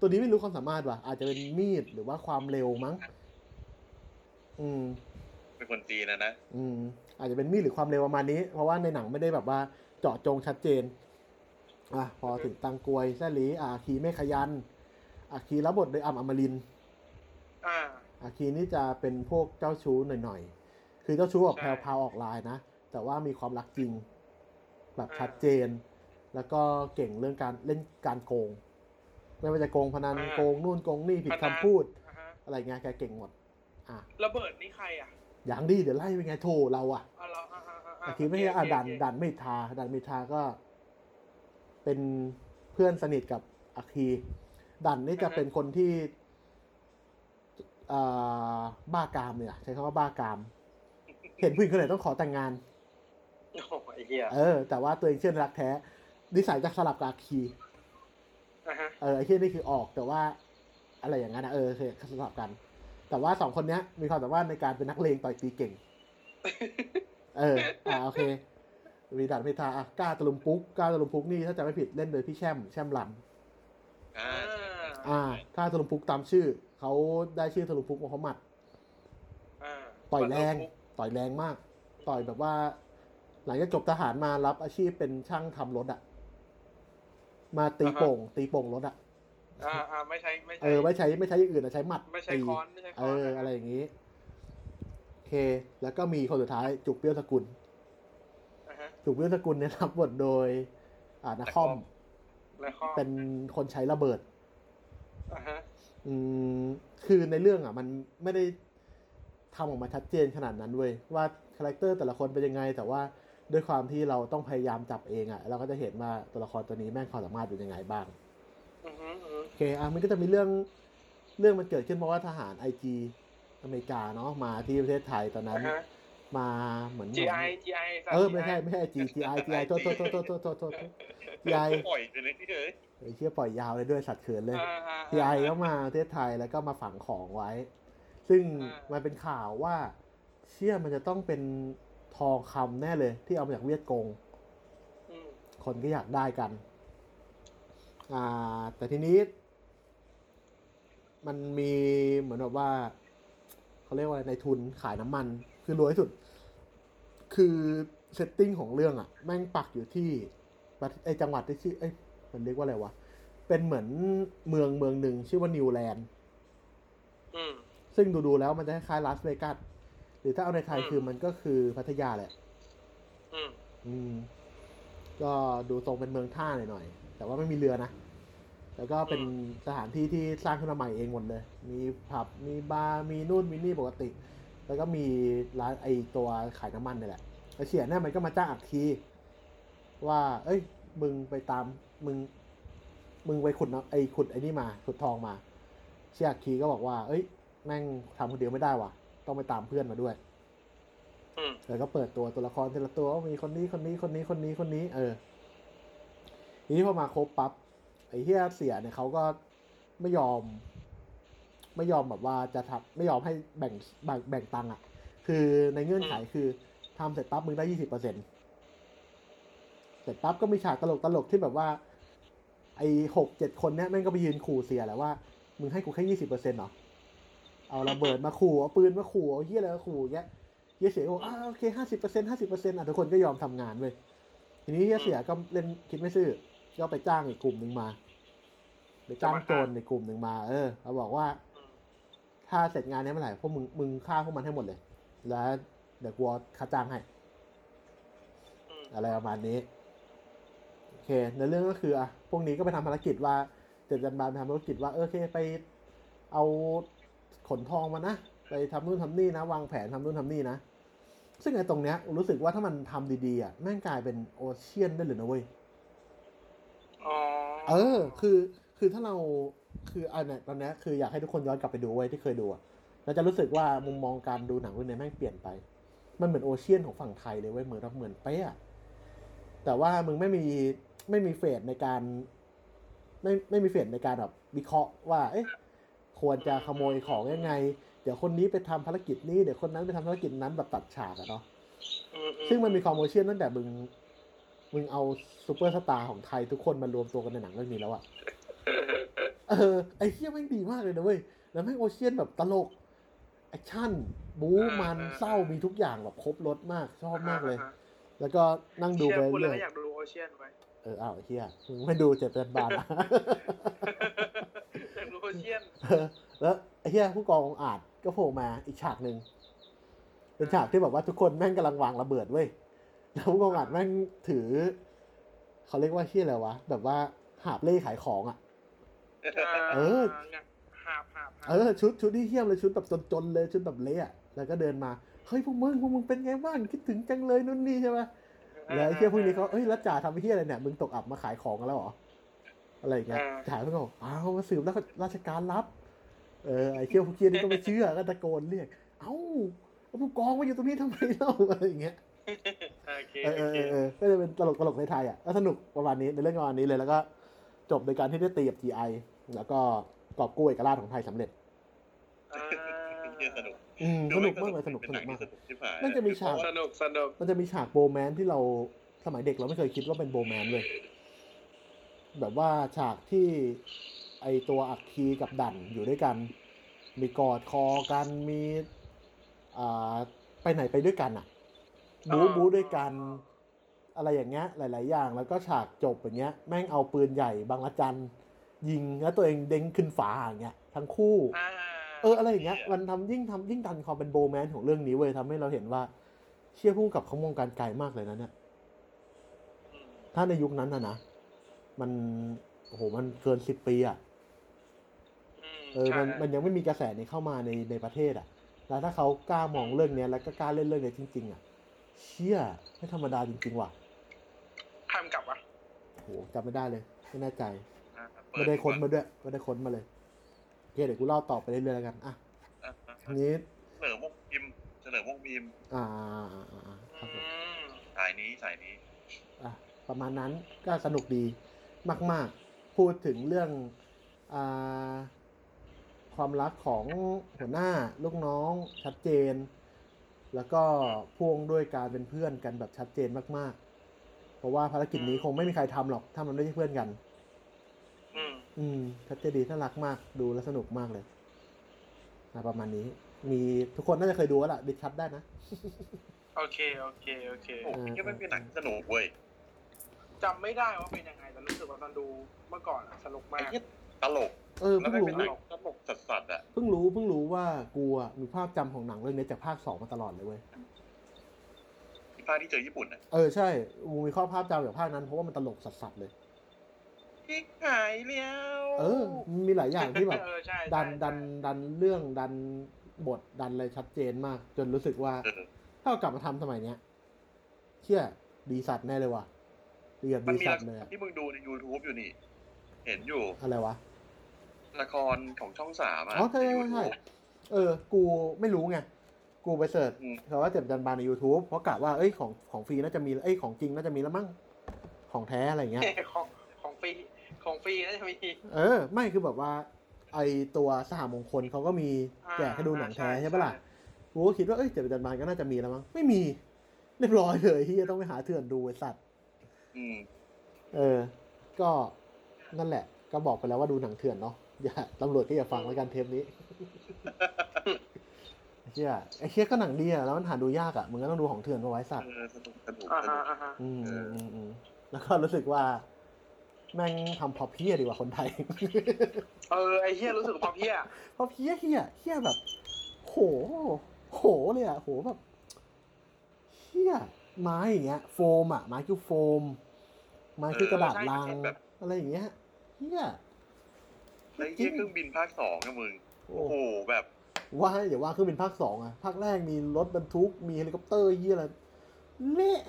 [SPEAKER 3] ตัวนี้ไม่รู้ความสามารถว่ะ อาจจะเป็นมีดหรือว่าความเร็วมั้ง อืม
[SPEAKER 5] เป็นคนจีนนะนะ
[SPEAKER 3] อืม อาจจะเป็นมีดหรือความเร็วประมาณนี้ เพราะว่าในหนังไม่ได้แบบว่าเจาะจงชัดเจน อ่ะ พอถึงตังกวยแซลีอาคีเมฆขยัน อาคีรับบทโดยอัมอมรินทร์
[SPEAKER 6] อ่า
[SPEAKER 3] อาคีนี่จะเป็นพวกเจ้าชู้หน่อยๆ คือเจ้าชู้แบบ
[SPEAKER 6] ใช่
[SPEAKER 3] แพรวๆออกลายนะ แต่ว่ามีความรักจริง แบบ
[SPEAKER 6] อ่า
[SPEAKER 3] ชัดเจน แล้วก็เก่งเรื่องการเล่นการโกง ไม่ว่าจะโกงพนันโกงนู่นโกงนี่ผิดคำพูด
[SPEAKER 6] อ่าฮะ
[SPEAKER 3] อะไรเงี้ยแกเก่งหมด อ่ะ
[SPEAKER 6] ระเบิดนี่ใครอ่ะ
[SPEAKER 3] อย่างดีเดี๋ยวไล่ไปไงโทรเราอ่ะ
[SPEAKER 6] อ่าเราอ่าอ่าอ่า
[SPEAKER 3] แต่ทีไม่ใช่อ่ะ
[SPEAKER 6] โเค
[SPEAKER 3] ดัน
[SPEAKER 6] โเค
[SPEAKER 3] ดันไม่ทาดันไม่ทาก็ เป็นเพื่อนสนิทกับอาคี ดันนี่จะเป็นคนที่เอ่อบ้ากามเนี่ยใช้คำว่าบ้ากาม เห็นผู้หญิงคนไหนต้องขอแต่งงาน
[SPEAKER 6] โอ้โหไอ้เหี้ย
[SPEAKER 3] เออ แต่ว่าตัวเองเชื่อรักแท้ นิสัยจะสลับกับอาคี
[SPEAKER 6] อ่าฮะ
[SPEAKER 3] เออไอ้ที่นี่คือออกแต่ว่าอะไรอย่างนั้นนะเออคือสลับกัน แต่ว่าสองคนเนี้ย มีความสามารถในการเป็นนักเลงต่อยตีเก่ง เอออ่าโอเควีดันพิธาอ่ะกล้าตะลุมปุ๊กกล้าตะลุมปุ๊กนี่ถ้าจำไม่ผิดเล่นโดยพี่แช่มแช่มล
[SPEAKER 5] อ่า
[SPEAKER 6] อ่า
[SPEAKER 3] ำอ่าถ้าตะลุมปุ๊กตามชื่อเขาได้ชื่อตะลุมปุ๊กโมฮัมหมัด
[SPEAKER 6] อ่า
[SPEAKER 3] ต่อยแรงต่อยแรงมาก ต่อยแบบว่า หลังจากจบทหารมารับอาชีพเป็นช่างทำรถอ่ะ มาตีโป่ง ตีโป่งรถอ่ะ
[SPEAKER 6] อ่าอ่าไม่ใช่ไม่ใช่
[SPEAKER 3] เออไม่ใช้ไม่ใช้อย่างอื่นนะใช้หมัด
[SPEAKER 6] ไม่ใช่
[SPEAKER 3] ตี
[SPEAKER 6] ค้อนไม่ใช่
[SPEAKER 3] เอ
[SPEAKER 6] ค้อน
[SPEAKER 3] อ อะไรอย่างนี้ โอเค แล้วก็มีคนสุดท้ายจุกเปรี้ยวสกุล
[SPEAKER 6] อ่าฮะ
[SPEAKER 3] จุกเปรี้ยวสกุลเนี่ย รับบทโดย อ่านาคอม
[SPEAKER 6] แล้วข้อ
[SPEAKER 3] เป็นคนใช้ระเบิด
[SPEAKER 6] อ่าฮะ
[SPEAKER 3] อืมคือในเรื่องอ่ะ มันไม่ได้ทำออกมาชัดเจนขนาดนั้นเว้ยว่าคาแรคเตอร์แต่ละคนเป็นยังไง แต่ว่าด้วยความที่เราต้องพยายามจับเองอ่ะ เราก็จะเห็นว่าตัวละครตัวนี้แม่งความสามารถเป็นยังไงบ้าง
[SPEAKER 6] อือฮึอือฮึ
[SPEAKER 3] โอเค อ่ะ มันก็จะมีเรื่อง เรื่องมันเกิดขึ้นเพราะว่าทหารไอจีอเมริกาเนาะ มาที่ประเทศไทยตอนนั้น
[SPEAKER 6] อ่าฮะ
[SPEAKER 3] มาเหมือน
[SPEAKER 6] GI GI สาม
[SPEAKER 3] เออ ไม่
[SPEAKER 6] GI
[SPEAKER 3] ใช่ ไม่ใช่ G G I G I โทษโทษโทษโทษโทษโทษโทษ G I
[SPEAKER 5] ปล่อยไปเลยที่เลย
[SPEAKER 3] ไอ้เชี่ยปล่อยยาวเลยด้วยสัตว์เขินเลย
[SPEAKER 6] อ่าอ่า
[SPEAKER 3] G I ก็มาประเทศไทยแล้วก็มาฝังของไว้ ซึ่ง
[SPEAKER 6] อ่ามั
[SPEAKER 3] มันเป็นข่าวว่า เชี่ยมันจะต้องเป็นทองคำแน่เลย ที่เอามาจากเวียดกง
[SPEAKER 6] อืม
[SPEAKER 3] คนก็อยากได้กัน อ่า แต่ทีนี้ มันมีเหมือนแบบว่า เขาเรียกว่าอะไรในทุนขายน้ำมัน คือรวยที่สุด คือเซตติ้งของเรื่องอะแม่งปักอยู่ที่ประเทศไอจังหวัดที่ชื่อเอ้ยมันเรียกว่าอะไรวะ เป็นเหมือนเมืองเมืองหนึ่งชื่อว่านิวแลนด์
[SPEAKER 6] อืม
[SPEAKER 3] ซึ่งดูๆแล้วมันจะคล้ายๆลาสเวกัส หรือถ้าเอาในไทย
[SPEAKER 6] อืม
[SPEAKER 3] คือมันก็คือพัทยาแหละ
[SPEAKER 6] อืม
[SPEAKER 3] อืม ก็ดูทรงเป็นเมืองท่าหน่อยๆ แต่ว่าไม่มีเรือนะ แล้วก็เป็นสถานที่ที่สร้างขึ้นมาใหม่เองหมดเลย มีผับ มีบาร์ มีนู่น มีนี่ปกติ แล้วก็มีร้านไอตัวขายน้ำมันนี่แหละไอเฉียนเนี่ยมันก็มาจ้างอักคีว่า เอ้ย มึงไปตาม มึง มึงไปขุดน้ำไอขุดไอนี่มา ขุดทองมา เชียอักคีก็บอกว่า เอ้ย แม่งทำคนเดียวไม่ได้ว่ะ ต้องไปตามเพื่อนมาด้วย
[SPEAKER 6] อืม
[SPEAKER 3] แล้วก็เปิดตัวตัวละครแต่ละตัวว่ามีคนนี้คนนี้คนนี้คนนี้คนนี้ เออทีนี้พอมาครบปั๊บไอ้เฮียเสียเนี่ยเขาก็ไม่ยอม ไม่ยอมแบบว่าจะทำไม่ยอมให้แบ่งแบ่งแบ่งตังค์อ่ะ คือในเงื่อนไขคือทำเสร็จปั๊บมึงได้ยี่สิบเปอร์เซ็นเสร็จปั๊บก็มีฉากตลกตลกๆที่แบบว่า ไอ้หกเจ็ดคนเนี้ยแม่งก็ไปยืนขู่เสียแหละว่า มึงให้กูแค่ยี่สิบเปอร์เซ็นต์หรอ เอาระเบิดมาขู่เอาปืนมาขู่เอาเฮียอะไรมาขู่อย่างเงี้ย เฮียเสียก็บอกอ่าโอเคห้าสิบเปอร์เซ็นต์ห้าสิบเปอร์เซ็นต์อ่ะทุกคนก็ยอมทำงานเว้ยทีนี้เฮียเสียก็เล่นคิดไม่ซื่อก็ไปจ้างอีกกลุ่มหนึ่งมา รือจ้างโจรในกลุ่มหนึ่งมา เออเราบอกว่า
[SPEAKER 6] อืม
[SPEAKER 3] ถ้าเสร็จงานนี้เมื่อไหร่พวกมึงมึงฆ่าพวกมันให้หมดเลย แล้วเดี๋ยวกูเอาค่าจ้างให้
[SPEAKER 6] อืม
[SPEAKER 3] อะไรประมาณนี้ โอเคในเรื่องก็คืออ่ะพวกนี้ก็ไปทำภารกิจว่าเจ็ดจันบานไปทำภารกิจว่าเออโอเคไปเอาขนทองมานะ ไปทำนู่นทำนี่นะ วางแผนทำนู่นทำนี่นะ ซึ่งไอ้ตรงเนี้ยรู้สึกว่าถ้ามันทำดีๆอ่ะแม่งกลายเป็นโอเชียนได้เลยนะเว้ย
[SPEAKER 6] อ๋อ
[SPEAKER 3] เออ คือ คือถ้าเรา คืออันเนี้ยตอนเนี้ยคืออยากให้ทุกคนย้อนกลับไปดูไว้ยที่เคยดูอะเราจะรู้สึกว่ามุมมองการดูหนังเรื่องนี้แม่งเปลี่ยนไป มันเหมือนโอเชียนของฝั่งไทยเลยเว้ยเหมือนเหมือนเป๊ะอะแต่ว่ามึงไม่มี ไม่มีเฟสในการ ไม่ไม่มีเฟสในการแบบวิเคราะห์ว่า เอ๊ะ ควรจะขโมยของยังไง เดี๋ยวคนนี้ไปทำภารกิจนี้ เดี๋ยวคนนั้นไปทำภารกิจนั้นแบบตัดฉากอะเนาะ
[SPEAKER 6] อือื
[SPEAKER 3] ซึ่งมันมีความโอเชียนตั้งแต่มึง มึงเอาซูเปอร์สตาร์ของไทยทุกคนมารวมตัวกันในหนังเรื่องนี้แล้วอะเออ ไอ้เฮียแม่งดีมากเลยนะเว้ย แล้วแม่งโอเชียนแบบตลก แอคชั่น บู๊มันเศร้ามีทุกอย่างแบบครบรถมาก ชอบมากเลย
[SPEAKER 6] อ่ฮะ
[SPEAKER 3] แล้วก็นั่งดู
[SPEAKER 6] เชี่ย
[SPEAKER 3] ไป
[SPEAKER 6] พูดแล้ว
[SPEAKER 3] เรื่อย
[SPEAKER 6] ก็อยากดูโอเชียนไว้
[SPEAKER 3] เอออ้าวไอ้เฮียมึงไม่ดูเจ็บเป็นบาทนะ
[SPEAKER 6] อยากดูโอเชียน
[SPEAKER 3] เออแล้วไอ้เหี้ยผู้กององอาจก็โผล่มาอีกฉากหนึ่งเป็นฉากที่แบบว่าทุกคนแม่งกำลังวางระเบิดเว้ยแล้วผู้กององอาจแม่งถือ เขาเรียกว่าเหี้ยอะไรวะแบบว่าหาบเล่ขายของอ่ะ เออ
[SPEAKER 6] หาบหาบหาบ
[SPEAKER 3] เออชุดชุดที่เหี้ยมเลยชุดแบบจนๆเลยชุดแบบเละอะแล้วก็เดินมาเฮ้ยพวกมึงพวกมึงเป็นไงบ้างคิดถึงจังเลยนู่นนี่ใช่ไหมแล้วไอ้เหี้ยพวกนี้เขาเอ้ยแล้วจ่าทำไอ้เหี้ยอะไรเนี่ยมึงตกอับมาขายของกันแล้วเหรออะไรอย่างเงี้ยจ่าเพิ่งบอกอ้าวมาสืบแล้วก็ราชการรับ เออไอ้เหี้ยพวกเหี้ยนี่ก็ไม่เชื่อก็ตะโกนเรียก เอ้าแล้วผู้กองมาอยู่ตรงนี้ทำไมเล่าอะไรอย่างเงี้ย
[SPEAKER 6] โอเค
[SPEAKER 3] เออ
[SPEAKER 6] โอ
[SPEAKER 3] เออ
[SPEAKER 6] เค
[SPEAKER 3] เออเออก็จะเป็นตลกตลกในไทยอ่ะก็สนุกประมาณนี้ในเรื่องประมาณนี้เลย แล้วก็จบโดยการที่ได้ตีกับ GI แล้วก็กอบกู้เอกราชของไทยสำเร็จ
[SPEAKER 6] อ่า
[SPEAKER 5] เหี้ยสนุก
[SPEAKER 3] อืมสนุกมากเลยสนุกส
[SPEAKER 5] เป็นห
[SPEAKER 3] นุ
[SPEAKER 5] นั
[SPEAKER 3] ก
[SPEAKER 5] ง
[SPEAKER 3] มา
[SPEAKER 5] ที่ส
[SPEAKER 3] ก
[SPEAKER 5] นุกที่ผ่าน
[SPEAKER 3] น่าจะมีฉาก
[SPEAKER 6] สนุกสนุก
[SPEAKER 3] มันจะมีฉากโบแมนที่เราสมัยเด็กเราไม่เคยคิดว่าเป็นโบแมนเลย แบบว่าฉากที่ไอตัวอักคีกับดันอยู่ด้วยกัน มีกอดคอกันมีอ่าไปไหนไปด้วยกันอะบู๊บู๊ด้วยกัน อะไรอย่างเงี้ยหลาย ๆ อย่าง แล้วก็ฉากจบอย่างเงี้ย แม่งเอาปืนใหญ่บางระจัน ยิงแล้วตัวเองเด้งขึ้นฟ้าอย่างเงี้ยทั้งคู่
[SPEAKER 6] อ่า
[SPEAKER 3] เอออะไรอย่างเงี้ยมันทำยิ่งทำยิ่งดันความเป็นโบว์แมนของเรื่องนี้เว้ยทำให้เราเห็นว่า เชี่ยผู้กำกับเขามองการไกลมากเลยนะเนี่ย ถ้าในยุคนั้นนะนะ มันโอ้โหมันเกินสิบปีอ่ะ
[SPEAKER 6] ม
[SPEAKER 3] เออมัน
[SPEAKER 6] ใช่
[SPEAKER 3] มันยังไม่มีกระแสนี้เข้ามาในในประเทศอ่ะ แล้วถ้าเขากล้ามองเรื่องเนี้ยแล้วก็กล้าเล่นเรื่องเนี้ยจริง ๆ อ่ะ เชี่ยไม่ธรรมดาจริง ๆ ว่ะ
[SPEAKER 6] ทำกลับวะ
[SPEAKER 3] โอ้โหจำไม่ได้เลย ไม่แน่ใจ
[SPEAKER 5] อ่ะเปิ
[SPEAKER 3] ไม่ได้ค้นมาด้วยไม่ได้ค้นมาเลยโอเคเดี๋ยวกูเล่าต่อไปเรื่อยๆแล้วกันอ่ะ
[SPEAKER 5] อ่ะอ่ะ
[SPEAKER 3] ทีนี้
[SPEAKER 5] เฉลิมวงพิมพ์เฉลิมวงพิมพ์
[SPEAKER 3] อ่าอ่าอ่าอ่าครับผม
[SPEAKER 6] อืม
[SPEAKER 5] สายนี้สายนี้
[SPEAKER 3] อ่ะประมาณนั้นก็สนุกดีมาก ๆ พูดถึงเรื่องอาความรักของหัวหน้าลูกน้องชัดเจน แล้วก็พ่วงด้วยการเป็นเพื่อนกันแบบชัดเจนมาก ๆ เพราะว่าภารกิจนี้คงไม่มีใครทำหรอกถ้ามันไม่ใช่เพื่อนกัน
[SPEAKER 6] อืม
[SPEAKER 3] อืมชัดเจนดีน่ารักมากดูแล้วสนุกมากเลยอ่ะประมาณนี้ มีทุกคนน่าจะเคยดูแล้วล่ะดิสคัทได้นะ
[SPEAKER 6] โอเคโอเคโอเค
[SPEAKER 5] โอ้ยยังไม่เป็นหนังที่สนุกเว้ย
[SPEAKER 6] จำไม่ได้ว่าเป็นยังไงแต่รู้สึกว่าตอนดูเมื่อก่อนอะสนุกมา
[SPEAKER 5] ไอ้
[SPEAKER 6] ก
[SPEAKER 5] เหี้ยตลก
[SPEAKER 3] เออ
[SPEAKER 5] แล้ว
[SPEAKER 3] เพิ่ง
[SPEAKER 5] ไม่เป็น
[SPEAKER 3] รู้
[SPEAKER 5] หนังตลกสัสๆอ่ะ
[SPEAKER 3] เพิ่งรู้เพิ่งรู้ว่ากูอ่ะมีภาพจำของหนังเรื่องนี้จากภาคสองมาตลอดเลยเว้ย
[SPEAKER 5] ที่ภาคที่เจอญี่ปุ่นอ่ะ
[SPEAKER 3] เออใช่มูมีข้อภาพจำจากภาคนั้นเพราะว่ามันตลกสัสๆเลย
[SPEAKER 5] ที่หายแล้ว
[SPEAKER 3] เออ มีหลายอย่างที่แบบ
[SPEAKER 6] เออใช่ใช่
[SPEAKER 3] ดัน
[SPEAKER 6] ใช่
[SPEAKER 3] ดันดันเรื่องดันบทดันอะไรชัดเจนมาก จนรู้สึกว่า
[SPEAKER 5] เออ
[SPEAKER 3] ถ้าเอากลับมาทำสมัยเนี้ยเชี่ยดีสัตว์แน่เลยว่ะดีแบบ
[SPEAKER 5] มัน
[SPEAKER 3] ดี
[SPEAKER 5] มี
[SPEAKER 3] สั
[SPEAKER 5] ละ
[SPEAKER 3] ตว์เลยอะ
[SPEAKER 5] ที่มึงดูใน YouTube อยู่นี่ เห็นอยู่
[SPEAKER 3] อะไรวะ
[SPEAKER 5] ละครของช่องสามอะ
[SPEAKER 3] อ๋อใช่
[SPEAKER 5] น
[SPEAKER 3] ใช่ใช่
[SPEAKER 5] YouTube
[SPEAKER 3] เออ กูไม่รู้ไง กูไปเสิร์ช
[SPEAKER 5] อืม
[SPEAKER 3] คำว่าเจ็บจันบานใน YouTube เพราะกะว่าเอ้ยของของฟรีน่าจะมีเอ้ยของจริงน่าจะมีแล้วมั้งของแท้อะไรอย่างเงี้ย
[SPEAKER 6] ของของฟรีของฟรีน่าจะมี
[SPEAKER 3] เออ ไม่คือแบบว่า ไอตัวสหมงคลเขาก็มี
[SPEAKER 6] อ่า
[SPEAKER 3] แจกให้ดูหนังแท้
[SPEAKER 6] ใช่
[SPEAKER 3] ใช่ปะล่ะ
[SPEAKER 6] ใช่
[SPEAKER 3] กูก็คิดว่าเอ้ยเจ็ดประจันบานก็น่าจะมีแล้วมั้งไม่มีเรียบร้อยเลยที่จะต้องไปหาเถื่อนดูไอสัตว์
[SPEAKER 5] อืม
[SPEAKER 3] เออ ก็นั่นแหละ ก็บอกไปแล้วว่าดูหนังเถื่อนเนาะอย่าตำรวจก็อย่าฟังแล้วกันเทปนี้ ไอ้เชี่ยไอ้เชี่ยก็หนังดีอะแล้วมันหาดูยากอะมึงก็ต้องดูของเถื่อนมาไว้สัตว์
[SPEAKER 5] เออสนุกสนุก
[SPEAKER 6] อ่า
[SPEAKER 5] ส
[SPEAKER 6] ฮะ
[SPEAKER 5] นุก
[SPEAKER 6] อ่าฮะ
[SPEAKER 3] อืมอืมอืมแล้วก็รู้สึกว่า แม่งทำพอเพี้ยดีกว่าคนไทย
[SPEAKER 6] เออไอเฮียรู้สึกพอเพี้ย
[SPEAKER 3] พอเพี้ยเฮียเฮียแบบ โห โหเลยอะโหแบบเฮียไม้อย่างเงี้ย โฟมอะไม้คือโฟม ไม้คือกระดาษลัง อะไรอย่างเงี้ยเฮีย
[SPEAKER 5] แล้วไอ้เหี้ยเครื่องบินภาคสองนะมึง
[SPEAKER 3] โอ้
[SPEAKER 5] โอ้โหแบบ
[SPEAKER 3] ว่าอย่าว่าเครื่องบินภาคสองอะภาคแรกมีรถบรรทุกมีเฮลิคอปเตอร์เฮียอะไรเละ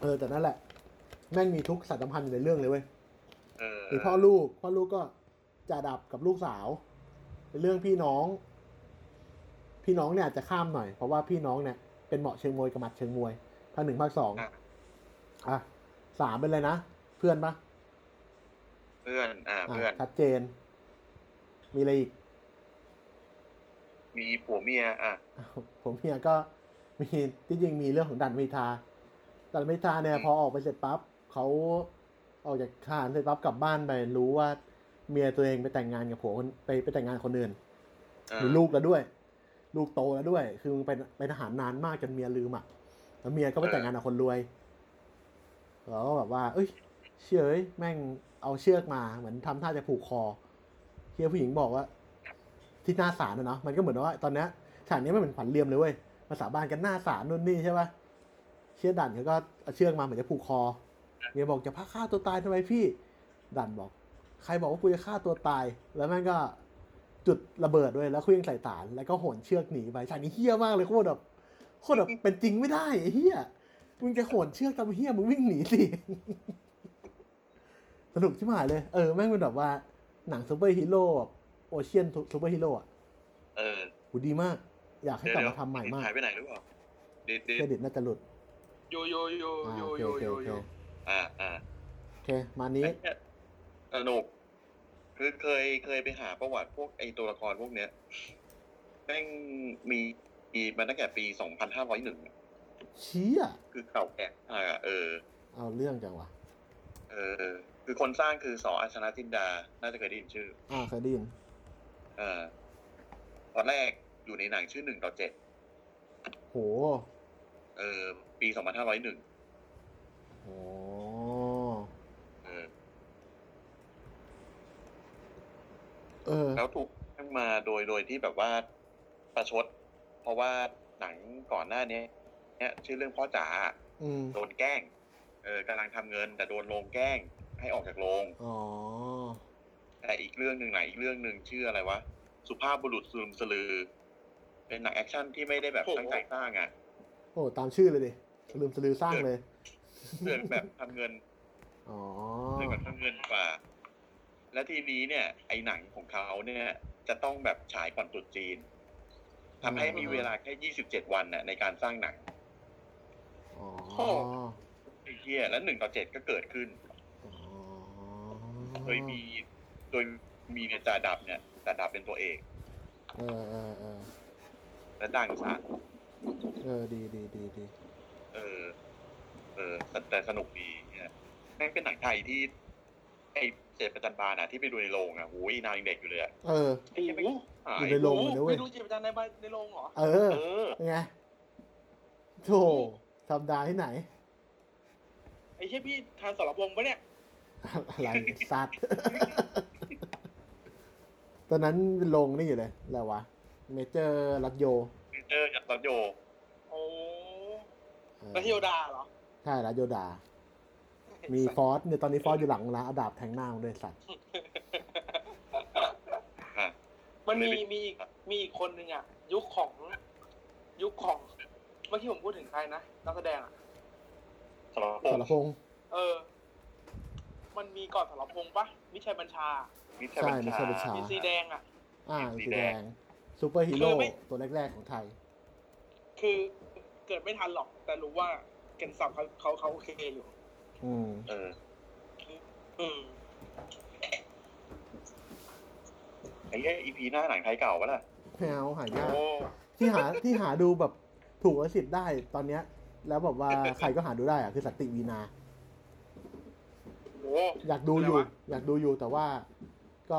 [SPEAKER 3] เออแต่นั่นแหละ แม่งมีทุกสัตว์สัมพันธ์อยู่ในเรื่องเลยเว้ย
[SPEAKER 5] เออ
[SPEAKER 3] มีพ่อลูก พ่อลูกก็จะดับกับลูกสาว เป็นเรื่องพี่น้อง พี่น้องเนี่ยอาจจะข้ามหน่อย เพราะว่าพี่น้องเนี่ยเป็นเหมาะเชิงมวยกับหมัดเชิงมวยภาคหนึ่งภาคสองอ่ะสามเป็นเลยนะ เพื่อนปะ
[SPEAKER 5] เพื่อน อ่า
[SPEAKER 3] อ่ะ
[SPEAKER 5] เพื่อน
[SPEAKER 3] ชัดเจน มีอะไรอีก
[SPEAKER 5] มีผัวเมีย อ่ะ
[SPEAKER 3] อ้าวผมเฮียก็มีที่จริงมีเรื่องของดันมิทาดันมิทาเนี่ย พอออกไปเสร็จปั๊บเขาออกจากทหารเสร็จปั๊บกลับบ้านไปรู้ว่า เมียตัวเองไปแต่งงานกับผัวคนไปไปแต่งงานคนอื่น
[SPEAKER 5] เออ
[SPEAKER 3] มีลูกแล้วด้วย ลูกโตแล้วด้วย คือมึงเป็นเป็นทหารนานมากจนเมียลืมอ่ะแล้วเมียก็ไปแต่งงานกับคนรวยแล้วก็แบบว่า เอ้ย เชื่อเอ้ยแม่งเอาเชือกมาเหมือนทำท่าจะผูกคอเฮียผู้หญิงบอกว่า ที่หน้าศาลนะเนาะมันก็เหมือนว่า ตอนเนี้ยฉากนี้ไม่เหมือนขวัญเรียมเลยเว้ยมาสาบานกันหน้าศาลนู่นนี่ใช่ปะเชื่อดันเขาก็เอาเชือกมาเหมือนจะผูกคอเมียบอกจะพักฆ่าตัวตายทำไมพี่ ดันบอก ใครบอกว่ากูจะฆ่าตัวตาย แล้วแม่งก็จุดระเบิดด้วยแล้วเครื่องใส่ฐาน แล้วก็โหนเชือกหนีไปฉากนี้เฮี้ยมากเลยโคตรแบบโคตรแบบเป็นจริงไม่ได้ไอ้เฮี้ยมึงจะโหนเชือกทำเฮี้ยมึงวิ่งหนีสิ สนุกที่หมายเลย เออแม่งเป็นแบบว่าหนังซูเปอร์ฮีโร่แบบโอเชียนซูเปอร์ฮีโร่อะ
[SPEAKER 5] เออ
[SPEAKER 3] หูดีมาก อยากให้
[SPEAKER 5] เดี๋ยว
[SPEAKER 3] กลับ
[SPEAKER 5] เดี๋ยว
[SPEAKER 3] มาทำใหม่มาก
[SPEAKER 5] หายไปไหนหรือเปล่าเดดเด
[SPEAKER 3] เคร
[SPEAKER 5] ด
[SPEAKER 3] ดิตน่าจะหลุด
[SPEAKER 6] โยโยโย
[SPEAKER 3] อ่า
[SPEAKER 6] โย
[SPEAKER 3] โอเค
[SPEAKER 6] โย
[SPEAKER 3] โอเค
[SPEAKER 6] โย
[SPEAKER 3] โอเค
[SPEAKER 6] โย
[SPEAKER 5] อ่า อ่า
[SPEAKER 3] โอเคมานี้
[SPEAKER 5] ไอ้เยสนุกคือเคยเคยไปหาประวัติพวกไอตัวละครพวกเนี้ยแม่งมีมีมาตั้งแต่ปีสองพันห้าร้อยหนึ่ง
[SPEAKER 3] เชี่ย
[SPEAKER 5] คือเก่าแก่อ่าเออ
[SPEAKER 3] เอาเรื่องจังวะ
[SPEAKER 5] เออ คือคนสร้างคือสออัชนะจินดา น่าจะเคยได้ยินชื่อ
[SPEAKER 3] อ่าเคยได้ยิน
[SPEAKER 5] เออตอนแรกอยู่ในหนังชื่อหนึ่งต่อเจ็ด
[SPEAKER 3] โห
[SPEAKER 5] เออ ปีสองพันห้าร้อยหนึ่ง
[SPEAKER 3] โอ้
[SPEAKER 5] เออ
[SPEAKER 3] เออ
[SPEAKER 5] แล้วถูกสร้างมาโดยโดยที่แบบว่าประชด เพราะว่าหนังก่อนหน้าเนี้ยเนี่ยชื่อเรื่องพ่อจ๋า
[SPEAKER 3] อืม
[SPEAKER 5] โดนแกล้ง เออกำลังทำเงิน แต่โดนโรงแกล้ง ให้ออกจากโรง
[SPEAKER 3] อ๋อ
[SPEAKER 5] แต่อีกเรื่องหนึ่งไหนอีกเรื่องหนึ่งชื่ออะไรวะ สุภาพบุรุษสุมสลือ เป็นหนังแอคชั่นที่ไม่ได้แบบตั้งใจสร้างอ่ะ
[SPEAKER 3] โอ้ ตามชื่อเลยดิลืมสลือสร้างเลย
[SPEAKER 5] เรื่องแบบทำเงิ น
[SPEAKER 3] อ๋อ
[SPEAKER 5] เรื่องแบบทำเงินกว่า และทีนี้เนี่ย ไอหนังของเขาเนี่ย จะต้องแบบฉายก่อนตรุษจีนทำให้มีเวลาแค่ 27 วันน่ะในการสร้างหนัง
[SPEAKER 3] อ๋อ
[SPEAKER 5] ไอ้เหี้ยแล้วหนึ่งต่อเจ็ดก็เกิดขึ้น โดยมีโดยมีเนี่ยจ่าดับเนี่ยจ่าดับเป็นตัวเอก
[SPEAKER 3] เออเออเออ
[SPEAKER 5] และดังสา
[SPEAKER 3] เออ ดีดีดีดี
[SPEAKER 5] เออ เออแต่แต่สนุกดีเนี่ยแม่งเป็นหนังไทยที่ ไอเจดประจันบานอะที่ไปดูในโรงอะโอ้ยนาวยังเด็กอยู่เลยอะ
[SPEAKER 3] เออ
[SPEAKER 6] ไอ้เหี้ยไม่
[SPEAKER 5] หา
[SPEAKER 3] อยู่
[SPEAKER 5] ย
[SPEAKER 3] ในโรงเลยนะเว้
[SPEAKER 6] ไม่
[SPEAKER 3] ย
[SPEAKER 6] ดูจีบอาจารย์ในบ้านในโรงเหรอ
[SPEAKER 3] เออ
[SPEAKER 5] เออ
[SPEAKER 3] เป็นไงโถสัปดาห์ที่ไหน
[SPEAKER 6] ไอ้เชี่ยพี่ทานสรพงษ์ปะเนี่ย
[SPEAKER 3] อะไรสั ตว์ ตอนนั้นลงนี่อยู่เลย อะไรวะ เมเจอร์รัตโย
[SPEAKER 5] เจอจากตอนโย
[SPEAKER 6] โอ้แล้วเทวดาเหรอ
[SPEAKER 3] ใช่รัตโยดา มีฟอสเนี่ยตอนนี้ฟอสอยู่หลังละเอาดาบแทงหน้ามันด้วยสัตว์
[SPEAKER 5] อ่ะ
[SPEAKER 6] มันมีมีอีกมีอีกคนหนึ่งอ่ะ ยุคของ ยุคของ เมื่อกี้ผมพูดถึงใครนะนักแสดงอ่ะ
[SPEAKER 5] สำหรับผ
[SPEAKER 3] ส
[SPEAKER 5] ม
[SPEAKER 3] รพงษ์
[SPEAKER 6] เออ มันมีก่อนสรพงษ์ปะมิชัยบัญชา
[SPEAKER 5] มิช
[SPEAKER 3] ใช่มิ
[SPEAKER 5] า
[SPEAKER 3] ชา
[SPEAKER 5] บั
[SPEAKER 3] บั
[SPEAKER 5] ญ
[SPEAKER 3] ญ
[SPEAKER 5] ชา
[SPEAKER 3] ชา
[SPEAKER 6] มีสีแดงอ่ะ
[SPEAKER 3] อ่า
[SPEAKER 5] สี
[SPEAKER 3] สี
[SPEAKER 5] แด
[SPEAKER 3] แด
[SPEAKER 5] ง
[SPEAKER 3] งซูเปอร์ฮีโร่
[SPEAKER 6] คือไม่
[SPEAKER 3] ตัวแรก ๆ ของไทย
[SPEAKER 6] คือเกิดไม่ทันหรอก แต่รู้ว่าเกนสับเขาเขาเขาโอเคอยู่
[SPEAKER 3] อืม
[SPEAKER 5] เออ
[SPEAKER 6] อืม
[SPEAKER 5] ไอ้เอ้อีพีหน้าหนังไทยเก่าวะล่ะ
[SPEAKER 3] แมวหายาก
[SPEAKER 5] โอ้
[SPEAKER 3] ที่หาที่หาดูแบบถูกสิทธิ์ได้ตอนเนี้ย แล้วแบบ ว่า ใครก็หาดูได้อะคือสันติวีนา
[SPEAKER 6] โอ้
[SPEAKER 3] อยากดูอยู่
[SPEAKER 6] อะไรวะ
[SPEAKER 3] อยากดูอยู่แต่ว่าก็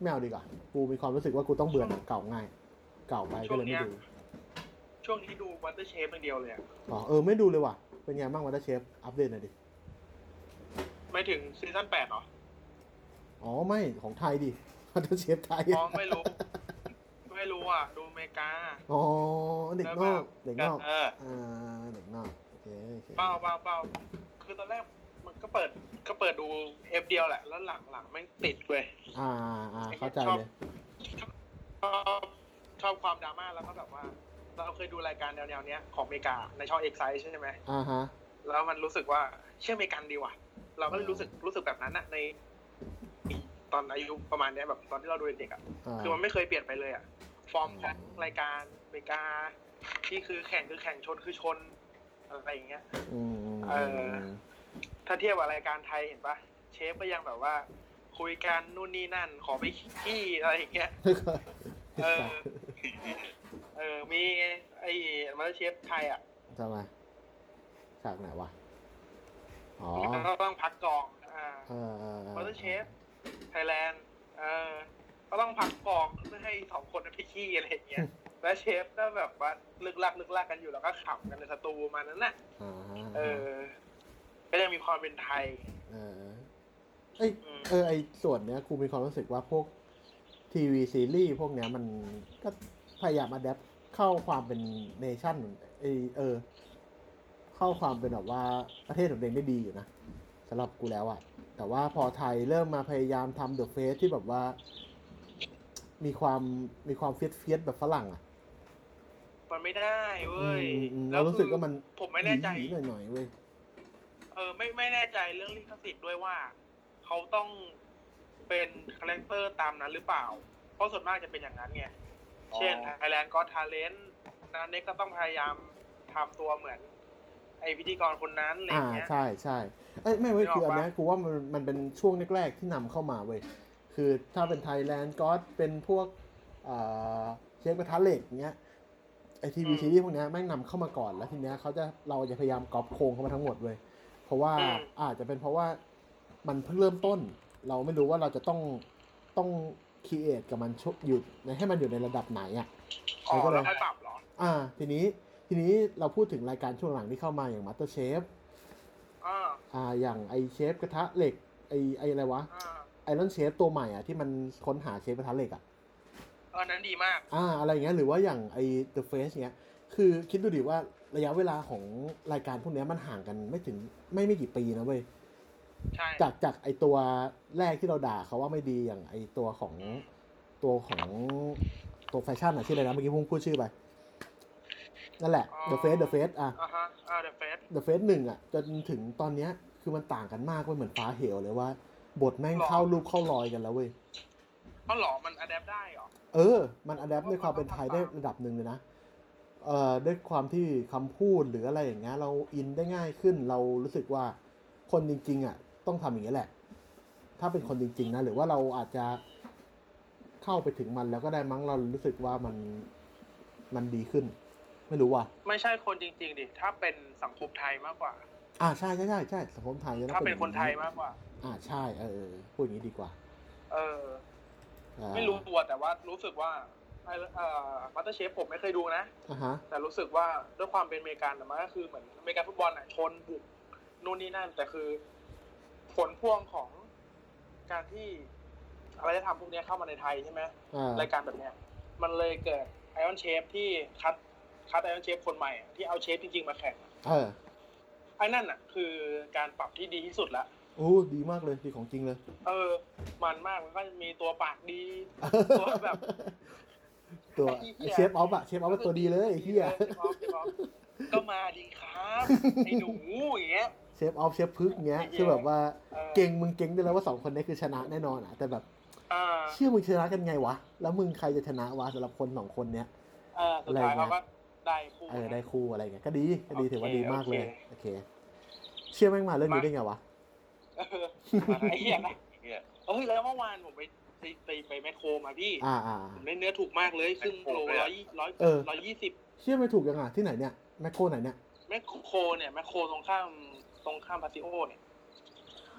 [SPEAKER 3] ไม่เอาดีกว่า กูมีความรู้สึกว่ากูต้องเบื่อหนังเก่าง่าย เก่าไปก็เลยไม่ดู
[SPEAKER 6] ช
[SPEAKER 4] ช่วงนี้ดูวัตเตอร์เชฟอย่างเดียวเลยอะ
[SPEAKER 3] อ๋อเออไม่ดูเลยว่ะ เป็นไงบ้างวันเชฟอัปเดตหน่อยดิ
[SPEAKER 4] ไม่ถึงซีซั่นแปดหรอ
[SPEAKER 3] อ๋อไม่ของไทยดิ วันเชฟไทย
[SPEAKER 4] อ๋อไม่รู้ ไม่รู้อ่ะ ดูอเมริกา
[SPEAKER 3] อ๋อเด็กนอกเด็กนอก
[SPEAKER 4] เออ
[SPEAKER 3] อ่าเด็กนอกโอเคโอเค
[SPEAKER 4] เปล่าเปล่าเปล่าคือตอนแรกมันก็เปิดก็เปิดดูเทปเดียวแหละ แล้วหลังหลังไม่งติดเว้ย
[SPEAKER 3] อ่าอ่าเข้าใจเลย
[SPEAKER 4] ชอบชอบความดราม่าแล้วก็แบบว่า เราเคยดูรายการแนวๆเนี้ยของอเมริกาในช่องเอ็กไซใช่ไหม
[SPEAKER 3] อ่าฮะ
[SPEAKER 4] แล้วมันรู้สึกว่าเชื่ออเมริกันดีว่ะ เราก็เลยรู้สึกรู้สึกแบบนั้นนะในตอนอายุประมาณเนี้ยแบบตอนที่เราดูเด็กๆอ่ะ
[SPEAKER 3] อ่า
[SPEAKER 4] คือมันไม่เคยเปลี่ยนไปเลยอ่ะ ฟอร์มของรายการอเมริกา ที่คือแข่งคือแข่งชนคือชนอะไรอย่างเงี้ย
[SPEAKER 3] อื ม
[SPEAKER 4] เอ่อ ถ้าเทียบกับรายการไทยเห็นปะเชฟก็ยังแบบว่า คุยกันนู่นนี่นั่น ขอไปขี้อะไรอย่างเงี้ย เอ อ เออ มีไอ้มาสเชฟไทยอ่ะ
[SPEAKER 3] ทำไมฉากไหนวะ อ๋อ
[SPEAKER 4] มันก็ต้องพักกองอ่า
[SPEAKER 3] เออเออออ
[SPEAKER 4] มาสเตอร์เชฟไทยแลนด์เออก็ต้องพักกองเพื่อให้สองคนนั้นไปขี้อะไรอย่าง เงี้ย และเชฟก็แบบว่าลึกลักลึกลักกันอยู่แล้วก็ขำกันในสตูประมาณนั้นน่ะ
[SPEAKER 3] อ่าฮะ
[SPEAKER 4] เออ ก็ยังมีความเป็นไทย
[SPEAKER 3] เออเอ้ย
[SPEAKER 4] อืม
[SPEAKER 3] เออ ไอส่วนเนี้ยครูมีความรู้สึกว่าพวกทีวีซีรีส์พวกเนี้ยมันก็พยายามอัดแอปเข้าความเป็นเนชั่นเออเออ เข้าความเป็นแบบว่าประเทศของตัวเองได้ดีอยู่นะสำหรับกูแล้วอะแต่ว่าพอไทยเริ่มมาพยายามทำเดอะเฟสที่แบบว่า มีความมีความเฟียสเฟียสแบบฝรั่งอะ
[SPEAKER 4] มันไม่ได้เว้ย
[SPEAKER 3] อืมอืม
[SPEAKER 4] คือ
[SPEAKER 3] เรารู้สึกว่ามัน
[SPEAKER 4] ผมไม่แน่ใจ
[SPEAKER 3] หน่อยหน่อยๆเว้ย
[SPEAKER 4] เออ ไม่ไม่แน่ใจเรื่องลิขสิทธิ์ด้วยว่า เขาต้องเป็นคาแรคเตอร์ตามนั้นหรือเปล่า เพราะส่วนมากจะเป็นอย่างนั้นไง เช่น
[SPEAKER 5] อ๋อ
[SPEAKER 4] ไทยแลนด์ก็ทาเลนต์นันเน็กก็ต้องพยายามทำตัวเหมือน ไอพิธีกรคนนั้นอะไรอ
[SPEAKER 3] อ่า
[SPEAKER 4] ย่างเงี้ย
[SPEAKER 3] ใช่ใช่เอ้ยไม่เว้ย
[SPEAKER 4] นึกออก
[SPEAKER 3] คืออัน
[SPEAKER 4] ปะ
[SPEAKER 3] เนี้ยกูว่ามันมันเป็นช่วงแรก ๆ ที่นำเข้ามาเว้ยคือถ้าเป็นไทยแลนด์ก็เป็นพวกเอ่อเชฟกระทะเหล็กเงี้ยไอทีวีซีรีส์พวกเนี้ยแม่งนำเข้ามาก่อนแล้วทีเนี้ยเขาจะเราจะพยายามกอบโครงเข้ามาทั้งหมดเว้ยเพราะว่า
[SPEAKER 4] อืม
[SPEAKER 3] อาจจะเป็นเพราะว่ามันเพิ่งเริ่มต้น เราไม่รู้ว่าเราจะต้องต้องคีเอทกับมันชุอยู่ในให้มันอยู่ในระดับไหนอ่ะ
[SPEAKER 4] อ๋อ
[SPEAKER 3] มันก็เล
[SPEAKER 4] แล้ว
[SPEAKER 3] ย
[SPEAKER 4] ค่อยปรับเหรอ
[SPEAKER 3] อ่า ทีนี้ทีนี้เราพูดถึงรายการช่วงหลังที่เข้ามาอย่างมาสเตอร์เชฟ
[SPEAKER 4] อ่า
[SPEAKER 3] อ่าอย่างไอเชฟกระทะเหล็กไอไออะไรวะ
[SPEAKER 4] อ่า
[SPEAKER 3] ไอรอนเชฟตัวใหม่อ่ะที่มันค้นหาเชฟกระทะเหล็กอ่ะ
[SPEAKER 4] เออนั้นดีมาก
[SPEAKER 3] อ่าอะไรอย่างเงี้ยหรือว่าอย่างไอ The Face เงี้ยคือคิดดูดิว่าระยะเวลาของรายการพวกเนี้ยมันห่างกันไม่ถึงไม่ไม่กี่ปีนะเว้ย
[SPEAKER 4] ใช่
[SPEAKER 3] จากจากไอตัวแรกที่เราด่าเขาว่าไม่ดีอย่างไอตัวของตัวของตัวแฟชั่นอ่ะชื่ออะไรนะเมื่อกี้พุ่งพูดชื่อไปนั่นแหละ The Face The Face อ่ะ
[SPEAKER 4] อ่าฮะ อ่าเดอะเฟส
[SPEAKER 3] The Face หนึ่งอ่ะจนถึงตอนเนี้ยคือมันต่างกันมากเว้ยเหมือนฟ้าเหวเลยว่า บทแม่ง
[SPEAKER 4] หรอ
[SPEAKER 3] เข้ารูปเข้ารอยกันแล้วเว้ย
[SPEAKER 4] เขาหรอมันอัดแอปได้เหรอ
[SPEAKER 3] เออ มันอัดแอปในความเป็นไทยได้ระดับหนึ่งเลยนะ เอ่อด้วยความที่คำพูดหรืออะไรอย่างเงี้ยเราอินได้ง่ายขึ้น เรารู้สึกว่าคนจริง ๆ อ่ะ ต้องทำอย่างนี้ยแหละ ถ้าเป็นคนจริง ๆ นะ หรือว่าเราอาจจะเข้าไปถึงมันแล้วก็ได้มั้งเรารู้สึกว่ามันมันดีขึ้น ไม่รู้ว่ะ
[SPEAKER 4] ไม่ใช่คนจริง ๆ ดิ ถ้าเป็นสังคมไทยมากกว่า
[SPEAKER 3] อ่าใช่ใช่ใช่ใช่สังคมไทยจะต้อง
[SPEAKER 4] ถ้าเป็น
[SPEAKER 3] อ
[SPEAKER 4] คนไทยมากกว่า
[SPEAKER 3] อ่าใช่เออเออพูดอย่างนี้ดีกว่า
[SPEAKER 4] เออ
[SPEAKER 3] อ่า
[SPEAKER 4] ไม่รู้ตัวแต่ว่ารู้สึกว่าไอ้เอ่อมาสเตอร์เชฟผมไม่เคยดูนะ
[SPEAKER 3] อ่าฮะ
[SPEAKER 4] แต่รู้สึกว่าด้วยความเป็นอเมริกันน่ะมันก็คือเหมือนอเมริกันฟุตบอลอ่ะชนบุกนู่นนี่นั่น แต่คือผลพวงของการที่อะไรจะทำพวกเนี้ยเข้ามาในไทยใช่ไหม
[SPEAKER 3] อ่าร
[SPEAKER 4] ายการแบบเนี้ย มันเลยเกิดไอออนเชฟที่คัดคัดไอออนเชฟคนใหม่อ่ะที่เอาเชฟจริงๆมาแข่งอ่ะ
[SPEAKER 3] เออ
[SPEAKER 4] ไอ้นั่นอ่ะ คือการปรับที่ดีที่สุดละ
[SPEAKER 3] โอ้ดีมากเลยดีของจริงเลย
[SPEAKER 4] เออ มันมากมันก็มีตัวปากดี ตัวแบบ
[SPEAKER 3] ตัว
[SPEAKER 4] ไอ้เหี้
[SPEAKER 3] ไอ้
[SPEAKER 4] ย
[SPEAKER 3] เชฟออฟอะเชฟออฟเป็น ตัวดีเลยไอ้เหี้ย
[SPEAKER 4] เชฟออฟเชฟออฟก็มาดีครับไอ้หนูอย่างเงี้ย
[SPEAKER 3] เชฟออฟเชฟพึกเงี้ย
[SPEAKER 4] ไอ้เหี้ย
[SPEAKER 3] คือแบบว่า
[SPEAKER 4] ออ
[SPEAKER 3] เก่งมึงเก่งได้แล้วว่าสองคนนี้คือชนะแน่นอนอะแต่แบบ
[SPEAKER 4] อ่า
[SPEAKER 3] เชื่อมึงชนะกันไงวะ แล้วมึงใครจะชนะวะสำหรับคนสองคนเนี้ย
[SPEAKER 4] เออสุดท้าย
[SPEAKER 3] อะไรเงี้ย
[SPEAKER 4] เขาก็ได้คู่
[SPEAKER 3] เออได้คู่อะไรเงี้ยก็ดีก็ดี
[SPEAKER 4] โอเค
[SPEAKER 3] ถือว่าดีมากเลย
[SPEAKER 4] โอเค
[SPEAKER 3] โอเค เชื่อแม่งมาเรื่องนี้ได้ไงวะ
[SPEAKER 4] เออไอ้เหี้ยนะ
[SPEAKER 5] เนี่ย
[SPEAKER 4] เอ้ยแล้วเมื่อวานผมไปไปไปไปแมคโครมาพี่
[SPEAKER 3] อ่าอ่า
[SPEAKER 4] ผมได้เนื้อถูกมากเลยครึ่งโล
[SPEAKER 5] แมคโครเลย
[SPEAKER 4] ร้
[SPEAKER 5] อะ
[SPEAKER 4] อยร้อย
[SPEAKER 3] เออ
[SPEAKER 4] ร้อยยี่สิบ
[SPEAKER 3] เชื่อไม่ถูกยังอ่ะที่ไหนเนี่ยแมคโครไหนเนี่ย
[SPEAKER 4] แมคโครเนี่ยแมคโครตรงข้ามตรงข้ามพาซิโอเนี่ย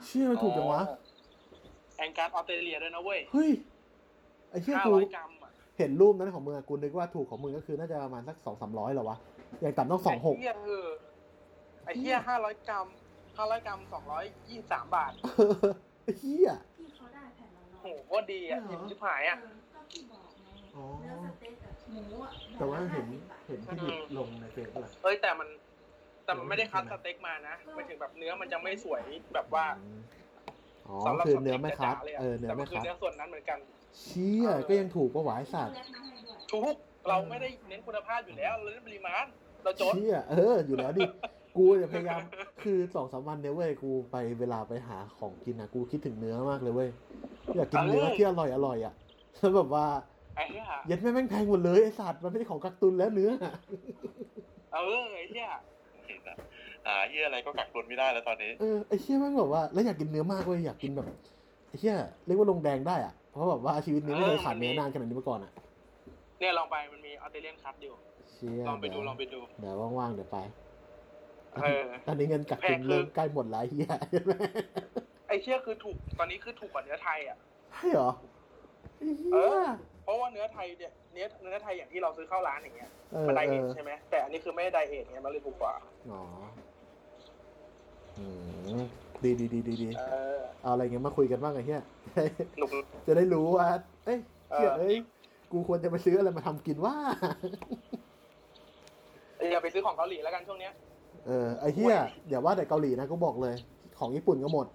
[SPEAKER 3] เชื่อไม่ถูกยังวะ
[SPEAKER 4] แองการ์ดออสเตรเลียด้วยนะเว้ย
[SPEAKER 3] เฮ้ยไอ้เหี้ย
[SPEAKER 4] ห้า
[SPEAKER 3] กู
[SPEAKER 4] ร้อยกรัมอ่ะ
[SPEAKER 3] เ เห็นรูปนั้นของมึงอะกูนึกว่าถูกของมึงก็คือน่าจะประมาณสักสองสามร้อยหรอวะ อย่างต่ำต้องสองหก
[SPEAKER 4] ไเหี้ยคือไอ้เหี้ยห้าร้อยกรัมห้าร้อยกรัมสองร้อยยี่สามบาท
[SPEAKER 3] เฮีย
[SPEAKER 7] พี่เขาได้แผ่นละร้
[SPEAKER 4] โห
[SPEAKER 7] อย
[SPEAKER 4] โคตรดีอ่ะ
[SPEAKER 3] เหรอ
[SPEAKER 4] อิ่มชิบหายอ่ะ
[SPEAKER 7] เก็พี่บอกไง
[SPEAKER 3] อ๋อ
[SPEAKER 7] เนื้อสเต็กกับหมูอะ
[SPEAKER 3] แต่ว่าเห็น
[SPEAKER 7] แบบละ50บาท
[SPEAKER 3] เห็นที่หยิบลงในเฟซบุ๊กอะ
[SPEAKER 4] เอ้ยแต่มัน แต่มันไม่ได้คัดสเต็กมานะหมายถึงแบบเนื้อมันยังไม่สวยแบบว่า
[SPEAKER 3] อ๋อ
[SPEAKER 4] สำหรับ
[SPEAKER 3] คือ
[SPEAKER 4] สต็ก
[SPEAKER 3] เนื้อไม่คัด
[SPEAKER 4] จ๋าๆลยะ
[SPEAKER 3] เออเนื้อ
[SPEAKER 4] แต่มั
[SPEAKER 3] ไม่
[SPEAKER 4] นคือ
[SPEAKER 3] คัด
[SPEAKER 4] เนื้อส่วนนั้นเหมือนกัน
[SPEAKER 3] เชี่ยก็ยังถูกปะหวายสัตว์
[SPEAKER 7] มีแรปมาให้ด้วย
[SPEAKER 4] ทุกเราไม่ได้เน้นคุณภาพอยู่แล้ว เราเน้นปริมาณเราจด
[SPEAKER 3] เชี่ยเออ อยู่แล้วดิกูเนี่ยพยายามคือสองสามวันเนี่ยเว้ยกูไปเวลาไปหาของกินนะกูคิดถึงเนื้อมากเลยเว้ยอยากกินเนื้อที่อร่อยอร่อยๆอ่ะแล้วแบบว่า
[SPEAKER 4] ไอ้เหี้ย
[SPEAKER 3] เย็ดแม่งแม่งแพงหมดเลยไอสัตว์มันไม่ใช่ของกักตุนแล้วเนื้ออะ
[SPEAKER 4] เออไอ้เหี้ย
[SPEAKER 5] เห็นอะหาเฮียอะไรก็กักตุนไม่ได้แล้วตอนนี้
[SPEAKER 3] เออไอเชี่ยแม่งแบบว่าแล้วอยากกินเนื้อมากเว้ยอยากกินแบบไอเชี่ยเรียกว่าลงแดงได้อ่ะเพราะแบบว่าชีวิตนี้ไม่เคยขาดเนื้อนานขนาดนี้มาก่อนอ่ะ
[SPEAKER 4] เนี่ยลองไปมันมีออสเตรเลียนคัพอยู่
[SPEAKER 3] เชี่ย
[SPEAKER 4] ลองไปดูลองไปดู
[SPEAKER 3] เดี๋ยวว่างๆเดี๋ยวไป
[SPEAKER 4] เออ
[SPEAKER 3] ตอนนี้เงินกักตุน
[SPEAKER 4] แพงคือ
[SPEAKER 3] เริ่มใกล้หมดแล้วเฮีย
[SPEAKER 4] ไอ้เชี่ยคือถูกตอนนี้คือถูกกว่าเนื้อไทยอ่ะ
[SPEAKER 3] ใช่เหรอ
[SPEAKER 4] เอ
[SPEAKER 3] เฮี
[SPEAKER 4] อ
[SPEAKER 3] ย
[SPEAKER 4] เพราะว่าเนื้อไทยเนี่ยเนื้อเนื้อไทยอย่างที่เราซื้อเข้าร้านอย่างเงี้ย
[SPEAKER 3] เออ
[SPEAKER 4] มันได
[SPEAKER 3] เอ
[SPEAKER 4] เอท
[SPEAKER 3] อ
[SPEAKER 4] ใช่ไหมแต่อันนี้คือไม่ได้ไดเอทไงมันเลยถูกกว่า
[SPEAKER 3] หนออืมดีดีดีดีดี
[SPEAKER 4] เออ
[SPEAKER 3] เอาอะไรเงี้ยมาคุยกันบ้างไอ้เฮีย
[SPEAKER 4] หนุก
[SPEAKER 3] จะได้รู้ว่า เอ้ย
[SPEAKER 4] เออ
[SPEAKER 3] เฮียเอ้ยกูควรจะไปซื้ออะไรมาทำกินว่า
[SPEAKER 4] อย่าไปซื้อของเกาหลีแล้วกันช่วงเนี้ย
[SPEAKER 3] เออไอ้เฮียอย่าว่าแต่เกาหลีนะกูบอกเลย ของญี่ปุ่นก็หมด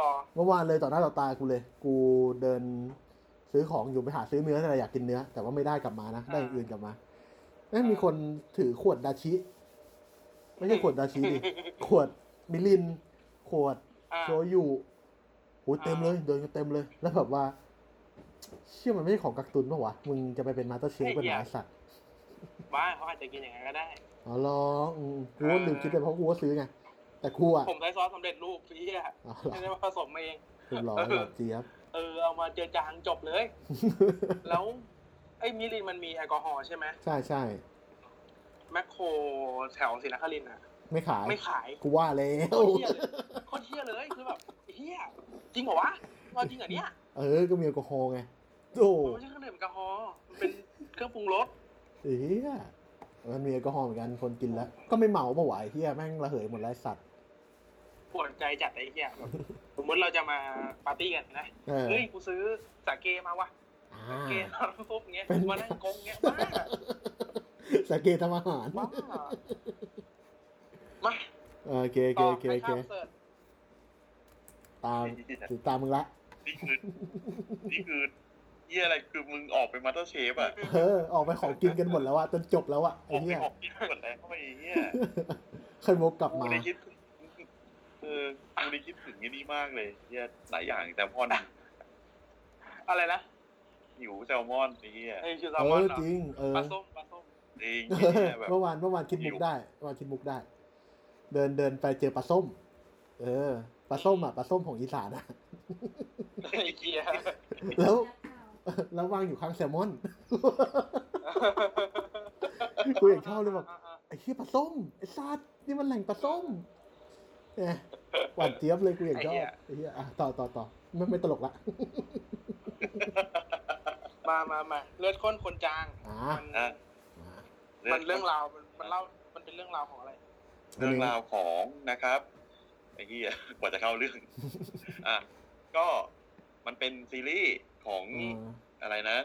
[SPEAKER 4] รอ
[SPEAKER 3] เมื่อวานเลยต่อหน้าต่อตากูเลย กูเดินซื้อของอยู่ไปหาซื้อเนื้ออะไรอยากกินเนื้อ แต่ว่าไม่ได้กลับมานะ ได้อย่างอื่นกลับมาแม่งมีคนถือขวดดาชิ ไม่ใช่ขวดดาชิดิ ขวดมิลิน ขวด
[SPEAKER 4] อ่า
[SPEAKER 3] โชยุโหเต็มเลยเดินกันเต็มเลย แล้วแบบว่า เชื่อมันไม่ใช่ของกักตุนปะวะ มึงจะไปเป็นมาสเตอร์เชฟเป็นหลายสัตว์
[SPEAKER 4] บ้าเขาอาจจะกินอย่างนั้นก็ได้
[SPEAKER 3] อ๋อเหรออืมกูก็ลืมคิดไปเพราะกูก็ซื้อไง แต่กูอ่ะ
[SPEAKER 4] ผมใช้ซอสสำเร็จรูปพี่อ่ะ
[SPEAKER 3] อ๋อเหรอ
[SPEAKER 4] ไม่ได้ว่าผสมมาเอง
[SPEAKER 3] ถูกหลอกหลอกเจี๊ยบ
[SPEAKER 4] เออเอามาเจอจางจบเลย แล้วไอ้มิลินมันมีแอลกอฮอล์ใช่ไหม
[SPEAKER 3] ใช่ใช่
[SPEAKER 4] แมคโครแถวศรีนครินทร์อ่ะ
[SPEAKER 3] ไม่ขาย
[SPEAKER 4] ไม่ขาย
[SPEAKER 3] กูว่าแล้
[SPEAKER 4] โคว ตรเฮี้ยเลยโคตรเฮี้ยเลยคือแบบเฮี้ยจริงเหรอวะเราจริงเหรอเนี่ย
[SPEAKER 3] เออ ก็มีแอลกอฮอล์ไง โอ้
[SPEAKER 4] มันไม่ใช่เครื่องดื่มแอลกอฮอล์มันเป็นเครื่องปรุงรส
[SPEAKER 3] เฮียมันมีแอลกอฮอล์เหมือนกัน คนกินแล้ว ก็ไม่เมาปะวะไอ้เฮียแม่งระเหยหมดแล้วไอ้สัตว์
[SPEAKER 4] ปวดใจจัดไอ้เฮี้ยแบบสมมติเราจะมาปาร์ตี้กันนะ
[SPEAKER 3] เออ
[SPEAKER 4] เฮ้ยกูซื้อสาเกมาวะ
[SPEAKER 3] อ่า
[SPEAKER 4] สาเกมาปุ๊บเงี้ยมานั่งกงเงี้ยบ้า
[SPEAKER 3] สังเกตทำอาหาร
[SPEAKER 4] บ้ามา
[SPEAKER 3] เออโอเคโอเคโอ
[SPEAKER 4] ต่อ
[SPEAKER 3] เค
[SPEAKER 4] ไป
[SPEAKER 3] โอเค
[SPEAKER 4] ข้ามเสิร์ช
[SPEAKER 3] ตามติดตามมึงละ
[SPEAKER 5] นี่คือ นี่คือเฮียอะไรคือมึงออกไปมาสเตอร์เชฟอะ
[SPEAKER 3] เออ ออกไปของกินกันหมดแล้วอะจนจบแล้วอะ
[SPEAKER 5] อ
[SPEAKER 3] ไอ้
[SPEAKER 5] อก
[SPEAKER 3] เฮี
[SPEAKER 5] ไป
[SPEAKER 3] ย
[SPEAKER 5] ออกกินหมดแล้วไอ้เฮีย
[SPEAKER 3] เคยโมกกลับ
[SPEAKER 5] กู
[SPEAKER 3] มา
[SPEAKER 5] ได้คิดถึง เออกูได้คิดถึงอันนี้มากเลยเฮียหลายอย่างแต่พอน
[SPEAKER 4] อะไรนะ
[SPEAKER 5] หิวแซลมอนไอ้เฮีย
[SPEAKER 4] ไอ้คิว
[SPEAKER 3] เอ
[SPEAKER 4] ซามอน
[SPEAKER 3] อ
[SPEAKER 4] เหรอ
[SPEAKER 3] จริง เออ
[SPEAKER 4] ปลาส้มปลาส้ม
[SPEAKER 5] จริงไอ้เฮียแบบ
[SPEAKER 3] เมื่อวานเมื่อวานคิดมุกได้เมื่อวานคิดมุกได้ เดินเดินไปเจอปลาส้ม เออ ปลาส้มอะปลาส้มของอีสานอะ
[SPEAKER 4] ไอ้เกีย
[SPEAKER 3] แล้ว แล้ววางอยู่ข้างแซลมอน กูอยากชอบเลยแบบ ไอ้เหี้ยปลาส้มไอ้ซาดนี่มันแหล่งปลาส้มเนี่ยหวานเจี๊ยบเลยกูอยากชอบไอ้เหี้ยอ่ะต่อต่อต่อไม่ไม่ตลกละ
[SPEAKER 4] มามามาเลือดข้นคนจาง
[SPEAKER 3] อ่า
[SPEAKER 4] มัน
[SPEAKER 5] อ่ะ
[SPEAKER 3] อ่า
[SPEAKER 4] มันเรื่องราว มันมันเล่า มันเป็นเรื่องราวของอะไร
[SPEAKER 5] เรื่องราวของนะครับไอ้เหี้ยกว่าจะเข้าเรื่อง อ่ะก็มันเป็นซีรีส์ของ
[SPEAKER 3] เออ
[SPEAKER 5] อะไรนะ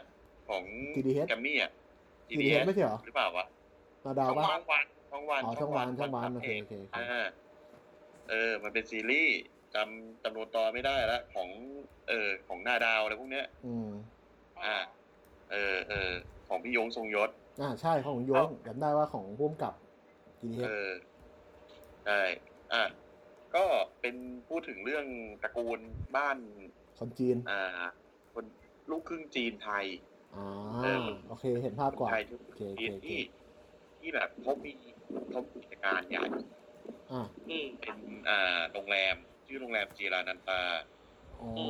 [SPEAKER 5] ของ
[SPEAKER 3] GDH
[SPEAKER 5] แกมมี่อ่ะ
[SPEAKER 3] กินเห็นไม่ใช่เหรอ
[SPEAKER 5] หรือเปล่าวะ
[SPEAKER 3] มาดาว
[SPEAKER 5] ช่อง
[SPEAKER 3] ว่า
[SPEAKER 5] วันช่องวัน
[SPEAKER 3] อ๋อช่องวันช่องวัน
[SPEAKER 5] ช่
[SPEAKER 3] โอเค
[SPEAKER 5] เอก
[SPEAKER 3] โอเคครับ
[SPEAKER 5] อ่าเออ มันเป็นซีรีส์จำจำนวนตอนไม่ได้ละของ เออ ของหน้าดาวอะไรพวกเนี้ย
[SPEAKER 3] อืม
[SPEAKER 5] อ่า เออเออของพี่ยงทรงยศ
[SPEAKER 3] อ่าใช่ของโยงจำได้ว่าของร่วมกับกินเห็
[SPEAKER 5] เอน อใช่อ่ะก็เป็นพูดถึงเรื่องตระกูลบ้าน
[SPEAKER 3] คนจีน
[SPEAKER 5] อ่า คนลูกครึ่งจีนไทย
[SPEAKER 3] อ่า
[SPEAKER 5] เออ
[SPEAKER 3] โอเคเห็นภาพก่อน
[SPEAKER 5] ไทยทุก
[SPEAKER 3] โอเค
[SPEAKER 5] จี
[SPEAKER 3] โอน เคโอเค
[SPEAKER 5] ที่ที่แบบเขามีเขามีกิจการใหญ่
[SPEAKER 3] อ่า
[SPEAKER 4] อืม
[SPEAKER 5] เป็นอ่าโรงแรม ชื่อโรงแรมจีรานันตา
[SPEAKER 3] อ๋อ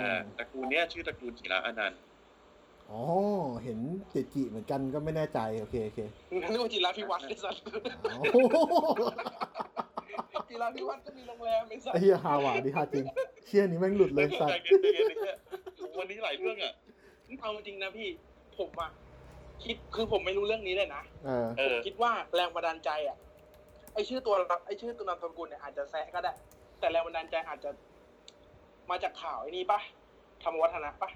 [SPEAKER 5] อ่าตระกูลเนี้ยชื่อตระกูลจีราอนันต์
[SPEAKER 3] อ๋อเห็นจิจิเหมือนกันก็ไม่แน่ใจโอเคโอ เค
[SPEAKER 4] นั่นคือจิราพิวัตรไอ้สัส
[SPEAKER 3] เอ้า
[SPEAKER 4] จิราพิวัตรก็มีโรงแรมไอ้สัส
[SPEAKER 3] ไอ้เหี้ยฮาหวาดิฮาจริงเชี่ยนี้แม่งหลุดเลยสัตว์
[SPEAKER 5] ใจเย็นๆใจเย็นๆวันนี้หลายเรื่องอ่ะ
[SPEAKER 4] เอาจริงนะพี่ ผมอะคิดคือผมไม่รู้เรื่องนี้เลยนะ
[SPEAKER 3] เออ
[SPEAKER 5] เออ
[SPEAKER 4] คิดว่าแรงบันดาลใจอ่ะไอชื่อตัวไอชื่อตัวนามสกุลเนี่ยอาจจะแซะก็ได้ แต่แรงบันดาลใจอาจจะมาจากข่าวไอ้นี่ปะธรรมวัฒนะปะ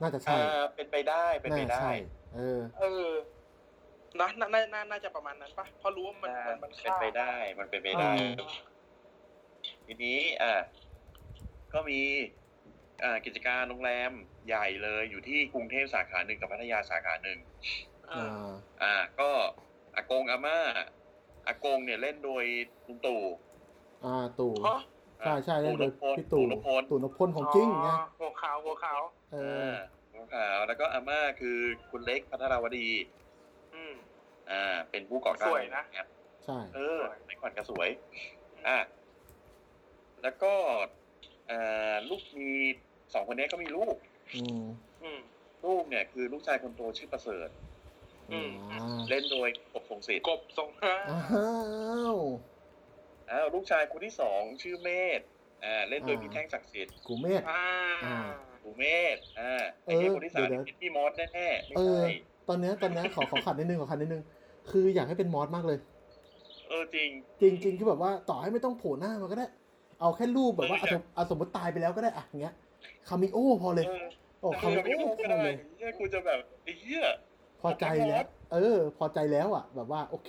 [SPEAKER 3] น่าจะใช่
[SPEAKER 5] อ่าเป็นไปได้เป็นไป
[SPEAKER 3] น่าจะ
[SPEAKER 5] ได้
[SPEAKER 3] ใช่ เออ
[SPEAKER 4] เออนะน่าน่าน่าน่าจะประมาณนั้นปะเพราะรู้ว่ามัน
[SPEAKER 5] อ่า
[SPEAKER 4] มันมัน
[SPEAKER 5] เป็น
[SPEAKER 4] ฆ่า
[SPEAKER 5] ไปได้ มันเป็นไปได้
[SPEAKER 3] อืม
[SPEAKER 5] ทีนี้เอ่อก็มีเอ่อกิจการโรงแรมใหญ่เลยอยู่ที่กรุงเทพสาขาหนึ่งกับพัทยาสาขาหนึ่ง
[SPEAKER 4] เอ
[SPEAKER 3] อ่
[SPEAKER 4] อา
[SPEAKER 5] อ่า ก็อากงอาม่าอากงเนี่ยเล่นโดยลุงตู่
[SPEAKER 3] อ่า ตู่
[SPEAKER 4] เพราะ
[SPEAKER 5] อ่า
[SPEAKER 3] ใช่ใช่เล่นโดย
[SPEAKER 5] ตู่นพล
[SPEAKER 3] พี่ตู่
[SPEAKER 5] นพล
[SPEAKER 3] ตู่นพพลของจริงไง
[SPEAKER 4] อ๋อหัวขาวหัวขาว
[SPEAKER 3] เอ
[SPEAKER 5] เอ
[SPEAKER 3] อ
[SPEAKER 5] อขาวแล้วก็อาม่าคือคุณเล็กพัทรวดี
[SPEAKER 4] อืม
[SPEAKER 5] อ่า เป็นผู้ก่อตั้ง
[SPEAKER 4] สวยนะ
[SPEAKER 5] แอป
[SPEAKER 3] ใช่
[SPEAKER 5] เออในขวัญก็สวย อ่ะ แล้วก็เอ่อลูกมีสองคนนี้ก็มีลูก
[SPEAKER 3] อืม
[SPEAKER 4] อืม
[SPEAKER 5] ลูกเนี่ยคือลูกชายคนโตชื่อประเสริฐ
[SPEAKER 4] อืม
[SPEAKER 3] อ่า
[SPEAKER 5] เล่นโดยกบพงศิษฐ์
[SPEAKER 4] กบทรง ห้า
[SPEAKER 3] อ้าว
[SPEAKER 5] อ้าวลูกชายคนที่สองชื่อเมธอ่าเล่นโดยพี่แท่งศักดิ์สิทธิ์
[SPEAKER 3] กูเมธ
[SPEAKER 4] อ่า
[SPEAKER 3] อ่า
[SPEAKER 5] ปู่เมธอ่าไอ้เนี้ยคนที่สามเนี่ยเป็นพี่มอสแน่ๆไม่
[SPEAKER 3] เออ
[SPEAKER 5] ใช่
[SPEAKER 3] ตอนเนี้ยตอนเนี้ยขอขอขัดนิดนึงขอขัดนิดนึง คืออยากให้เป็นมอสมากเลย
[SPEAKER 5] เออจริง
[SPEAKER 3] จริงจริงคือแบบว่าต่อให้ไม่ต้องโผล่หน้ามาก็ได้ เอาแค่รูปแบบว่า
[SPEAKER 5] เออ
[SPEAKER 3] เอาสมเอาสมมติตายไปแล้วก็ได้อะอย่างเงี้ยคามิโอพอเลย
[SPEAKER 5] เออ
[SPEAKER 3] โอ้คา
[SPEAKER 5] แต่
[SPEAKER 3] มิ
[SPEAKER 5] เราไม่
[SPEAKER 3] โอ
[SPEAKER 5] พูด
[SPEAKER 3] พ
[SPEAKER 5] ก็
[SPEAKER 3] อ
[SPEAKER 5] ได้
[SPEAKER 3] เลย
[SPEAKER 5] เหี้ยกูจะแบบไอ้เหี้ย
[SPEAKER 3] พอใจแล้ว เออ พอใจแล้วอ่ะ แบบว่า โอเค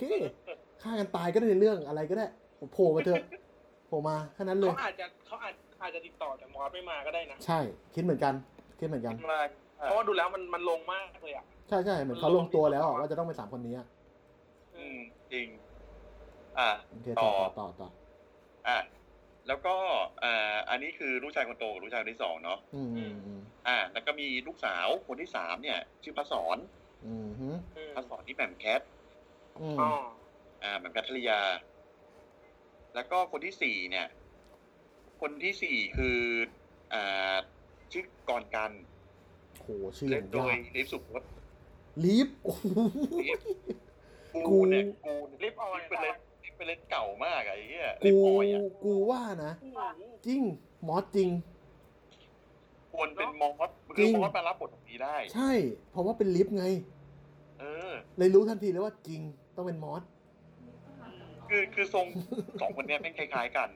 [SPEAKER 3] ฆ่ากันตายก็ได้ในเรื่องอะไรก็ได้โผล่มาเถอะโผล่มาแค่นั้นเลย
[SPEAKER 4] เขาอาจจะเขาอาจอาจจะติดต่อแต่มอสไม่มาก็ได้นะ
[SPEAKER 3] ใช่คิดเหมือนกันคิดเหมือนกัน
[SPEAKER 5] มา
[SPEAKER 4] เพราะว่าดูแล้วมันมันลงมากเลยอ่ะ
[SPEAKER 3] ใช่ใช่เหมือนเขาลงตัวแล้วอะว่าจะต้องไปนสามคนนี้อะ
[SPEAKER 5] อืมจริง อ่า
[SPEAKER 3] โอเคต่อต่อต่อต่อ
[SPEAKER 5] อ่ะแล้วก็อ่าอันนี้คือลูกชายคนโตกับลูกชายคนที่สองเนาะ
[SPEAKER 3] อืมอืมอืม
[SPEAKER 5] อ่า แล้วก็มีลูกสาวคนที่สามเนี่ย ชื่อพระสอน
[SPEAKER 3] อืมฮึ
[SPEAKER 4] อืม
[SPEAKER 5] พระสอนที่แหม่มแคท
[SPEAKER 3] อืม
[SPEAKER 4] อ๋อ
[SPEAKER 5] อ่าแหม่มแคทธริยา แล้วก็คนที่สี่เนี่ย คนที่สี่คืออ่าชื่อกรกัน
[SPEAKER 3] โหชื่อ
[SPEAKER 5] เล่
[SPEAKER 3] อน ย่าง
[SPEAKER 5] โด
[SPEAKER 3] ยาย ก
[SPEAKER 5] ลิฟสุพจน์
[SPEAKER 3] ลิฟ โอ้โห กู
[SPEAKER 5] กูเนี่ยกู
[SPEAKER 4] ลิฟต์ออยล์
[SPEAKER 5] เป็นเล่นลิฟต์เป็นเล่นเก่ามากอะไอ้เงี้ยลิฟ
[SPEAKER 3] กู
[SPEAKER 5] ต์ออยล์อะ
[SPEAKER 3] กูว่านะ จริงมอสจริง
[SPEAKER 5] ควรเป็นมอส
[SPEAKER 3] จ
[SPEAKER 5] คื
[SPEAKER 3] ริ
[SPEAKER 5] อง มอสมารับบทตรงนี้ได้
[SPEAKER 3] ใช่ เพราะว่าเป็นลิฟไง
[SPEAKER 5] เออ
[SPEAKER 3] เลยรู้ทันทีเลยว่าจริงต้องเป็นมอส
[SPEAKER 5] คือคือทรง สองคนเนี้ยเป็นคล้าย ๆ กัน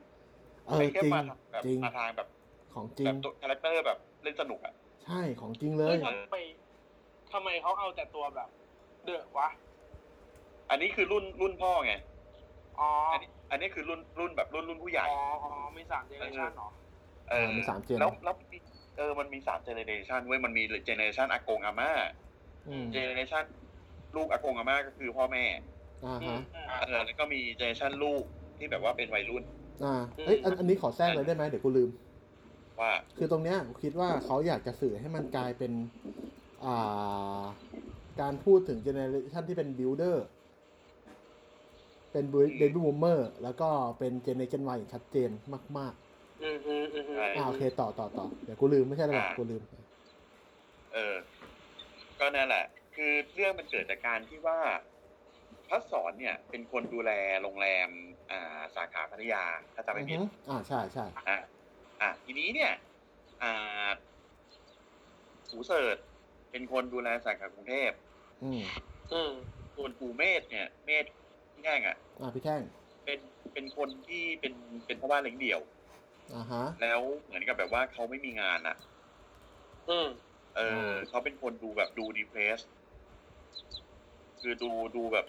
[SPEAKER 3] เออ
[SPEAKER 5] แค่
[SPEAKER 3] จริง
[SPEAKER 5] มาทางแบบ
[SPEAKER 3] จริง
[SPEAKER 5] มาทางแบบ
[SPEAKER 3] ของจริ
[SPEAKER 5] แบ
[SPEAKER 3] ง
[SPEAKER 5] บตัวคาแรคเตอร์แบบเล่นสนุกอ่ะ
[SPEAKER 3] ใช่ของจริงเลย
[SPEAKER 4] เฮ้ยทำไมทำไมเขาเอาแต่ตัวแบบ เดอะวะ
[SPEAKER 5] อันนี้คือรุ่นรุ่นพ่อไง
[SPEAKER 4] อ๋อ
[SPEAKER 5] อันนี้อันนี้คือรุ่นรุ่นแบบรุ่นรุ่นผู้ใหญ่
[SPEAKER 4] อ๋ออ๋อมีสามเจเนอเรชันเหรอ
[SPEAKER 5] เออ
[SPEAKER 3] มีสามเจน
[SPEAKER 5] แล้วแล้วมีเออมันมีสามเจเนเรชันเว้ยมันมีเจเนเรชันอากงอาม่า
[SPEAKER 3] อืม
[SPEAKER 5] เจเนเรชันลูกอากงอาม่าก็คือพ่อแม่
[SPEAKER 3] อ่าฮะ
[SPEAKER 5] เออแล้วก็มีเจเนเรชันลูกที่แบบว่าเป็นวัยรุ่น
[SPEAKER 3] อ่าเอ้ยอันอันนี้ขอแทรกเลยได้ไหมเดี๋ยวกูลืม
[SPEAKER 5] ว่า
[SPEAKER 3] คือตรงเนี้ยคิดว่าเขาอยากจะสื่อให้มันกลายเป็น อ่า การพูดถึงเจเนอเรชันที่เป็นบิลดเออร์เป็น
[SPEAKER 5] อืม
[SPEAKER 3] เบบี้บูมเมอร์แล้วก็เป็นเจเนเรชันวายอย่างชัดเจนมาก
[SPEAKER 4] อืมอืมอืมอืม
[SPEAKER 5] ใช่
[SPEAKER 3] ๆอ่าโอเคต่อต่อต่อเดี๋ยวกูลืมไม่ใช่หรอก
[SPEAKER 5] อ่ากู
[SPEAKER 3] กูลืม
[SPEAKER 5] เออ ก็นั่นแหละ คือเรื่องมันเกิดจากการที่ว่าพระสอนเนี่ย เป็นคนดูแลโรงแรม อ่า สาขาพัทยา ถ้าจำไม่ผิด
[SPEAKER 3] อือฮึอ่าใช่ใช่
[SPEAKER 5] อ่ะอ่ะทีนี้เนี่ย อ่าสูเสิร์ตเป็นคนดูแลสาขากรุงเทพ
[SPEAKER 3] อืม
[SPEAKER 4] อืม
[SPEAKER 5] ส่วนปู่เมธเนี่ย เมธที่แง่งอ่ะ
[SPEAKER 3] อ่าพี่แท่ง
[SPEAKER 5] เป็นเป็นคนที่เป็นเป็นพ่อบ้านเลี้ยงเดี่ยว
[SPEAKER 3] อ่าฮะ
[SPEAKER 5] แล้วเหมือนกับแบบว่าเขาไม่มีงานอ่ะ
[SPEAKER 4] อืม
[SPEAKER 5] เออ
[SPEAKER 3] ม
[SPEAKER 5] เขาเป็นคนดูแบบดูดีเพรสคือดูดูแบบ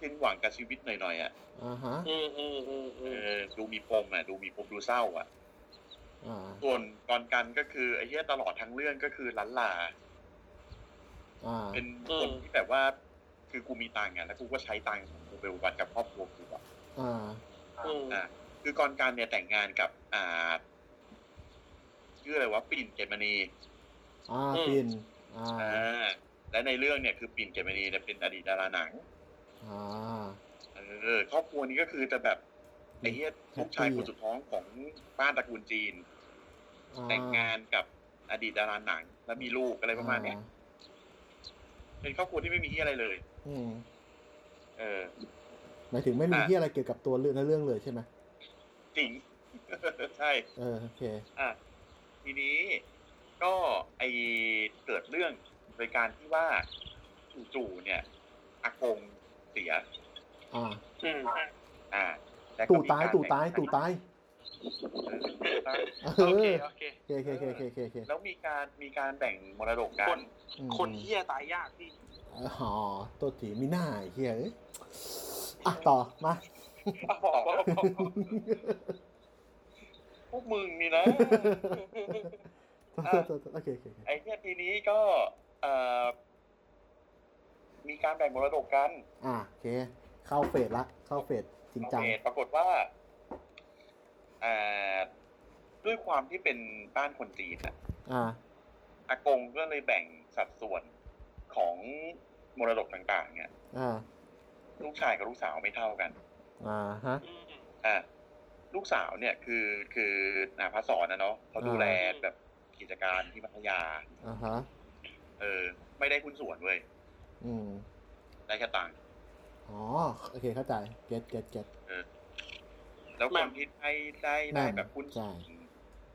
[SPEAKER 5] สิ้นหวังกับชีวิตหน่อยๆอ่ะ
[SPEAKER 3] อ่าฮะ
[SPEAKER 4] อืมอืมอืม
[SPEAKER 5] เอ
[SPEAKER 4] อืม
[SPEAKER 5] อดูมีปมอ่ะดูมีปมดูเศร้าอ่ะ
[SPEAKER 3] อ่า
[SPEAKER 5] ส่วนก่อนกันก็คือไอ้เหี้ยตลอดทั้งเรื่องก็คือลันลา
[SPEAKER 3] อ่า
[SPEAKER 5] เป็นคนที่แบบว่า คือกูมีตังค์อ่ะแล้วกูก็ใช้ตังค์ของกูไปอุบัติกับครอบครัวกูอ่ะ
[SPEAKER 3] อ่า
[SPEAKER 4] อืม
[SPEAKER 5] อ่ะคือก่อนกันเนี่ยแต่งงานกับ อ่าชื่ออะไรวะปิ่นเกมณี
[SPEAKER 3] อ่าปินอ่า
[SPEAKER 5] อ่าและในเรื่องเนี่ยคือปิ่นเกมณีเนี่ยเป็นอดีตดาราหนัง
[SPEAKER 3] อ่า
[SPEAKER 5] เออครอบครัวนี้ก็คือจะแบบไอ้เฮีย
[SPEAKER 3] แฮปปี้
[SPEAKER 5] ลูกชายคนสุดท้องของบ้านตระกูลจีน
[SPEAKER 3] อ่
[SPEAKER 5] แต่งงานกับอดีตดาราหนัง แล้วมีลูกอะไรประมาณเนี้ย
[SPEAKER 3] อ่
[SPEAKER 5] เป็นครอบครัวที่ไม่มีที่อะไรเลย
[SPEAKER 3] อืม
[SPEAKER 5] เออ
[SPEAKER 3] หมายถึงไม่มี
[SPEAKER 5] อ่ะ
[SPEAKER 3] ที่อะไรเกี่ยวกับตัวเรื่องในเรื่องเลยใช่ไหม
[SPEAKER 5] จริง ใช่
[SPEAKER 3] เออโอเค
[SPEAKER 5] อ่ะทีนี้ ก็ไอเกิดเรื่องโดยการที่ว่าจู่ๆเนี่ยอากงเสีย
[SPEAKER 3] อ่า
[SPEAKER 4] อืม
[SPEAKER 5] อ่าและก็
[SPEAKER 3] ตู่
[SPEAKER 5] มี
[SPEAKER 3] ตาย
[SPEAKER 5] กร
[SPEAKER 3] ตู่ตายตู่ตายเอ
[SPEAKER 4] โอเค
[SPEAKER 3] อ
[SPEAKER 4] โอเค
[SPEAKER 3] โอเคโอเคโอเคโอเคโอเค
[SPEAKER 5] แล้วมีการมีการแบ่งมรดกกั
[SPEAKER 4] คน น
[SPEAKER 3] อืม
[SPEAKER 4] คนเฮียตายยากพี่
[SPEAKER 3] อ๋อตัวจีมีหน้าไอ้เฮียเอ้ยอ่ะต่อมา
[SPEAKER 5] บอกว่าพวกมึงนี่นะ
[SPEAKER 3] โอเคโอเคโอเค
[SPEAKER 5] ไอ้เนี่ยทีนี้ก็เอ่อมีการแบ่งมรดกกัน
[SPEAKER 3] อ่าโอเค เข้าเฟสละ เข้าเฟสจริงจัง
[SPEAKER 5] โอเคปรากฏว่าเอ่อด้วยความที่เป็นบ้านคนจีนอะ
[SPEAKER 3] อ่า
[SPEAKER 5] อากงก็เลยแบ่งสัดส่วนของมรดกต่าง ๆ เนี่ย
[SPEAKER 3] อ่า
[SPEAKER 5] ลูกชายกับลูกสาวไม่เท่ากัน
[SPEAKER 3] อ่าฮะ
[SPEAKER 4] อืม
[SPEAKER 5] อ่ะลูกสาวเนี่ยคือคืออ่าพระสอนนะเนาะเขาดูแลแบบกิจการที่พัทยา
[SPEAKER 3] อ่าฮะ
[SPEAKER 5] เออ ไม่ได้คุณส่วนเว้ย
[SPEAKER 3] อืม
[SPEAKER 5] ได้แค่ตังค์
[SPEAKER 3] อ๋อ โอเค เข้าใจ เก็ตเก็ตเก็ต
[SPEAKER 5] แล้วคนที่ได้ได้ได้แบบคุณ
[SPEAKER 3] ใช่
[SPEAKER 5] ส่วน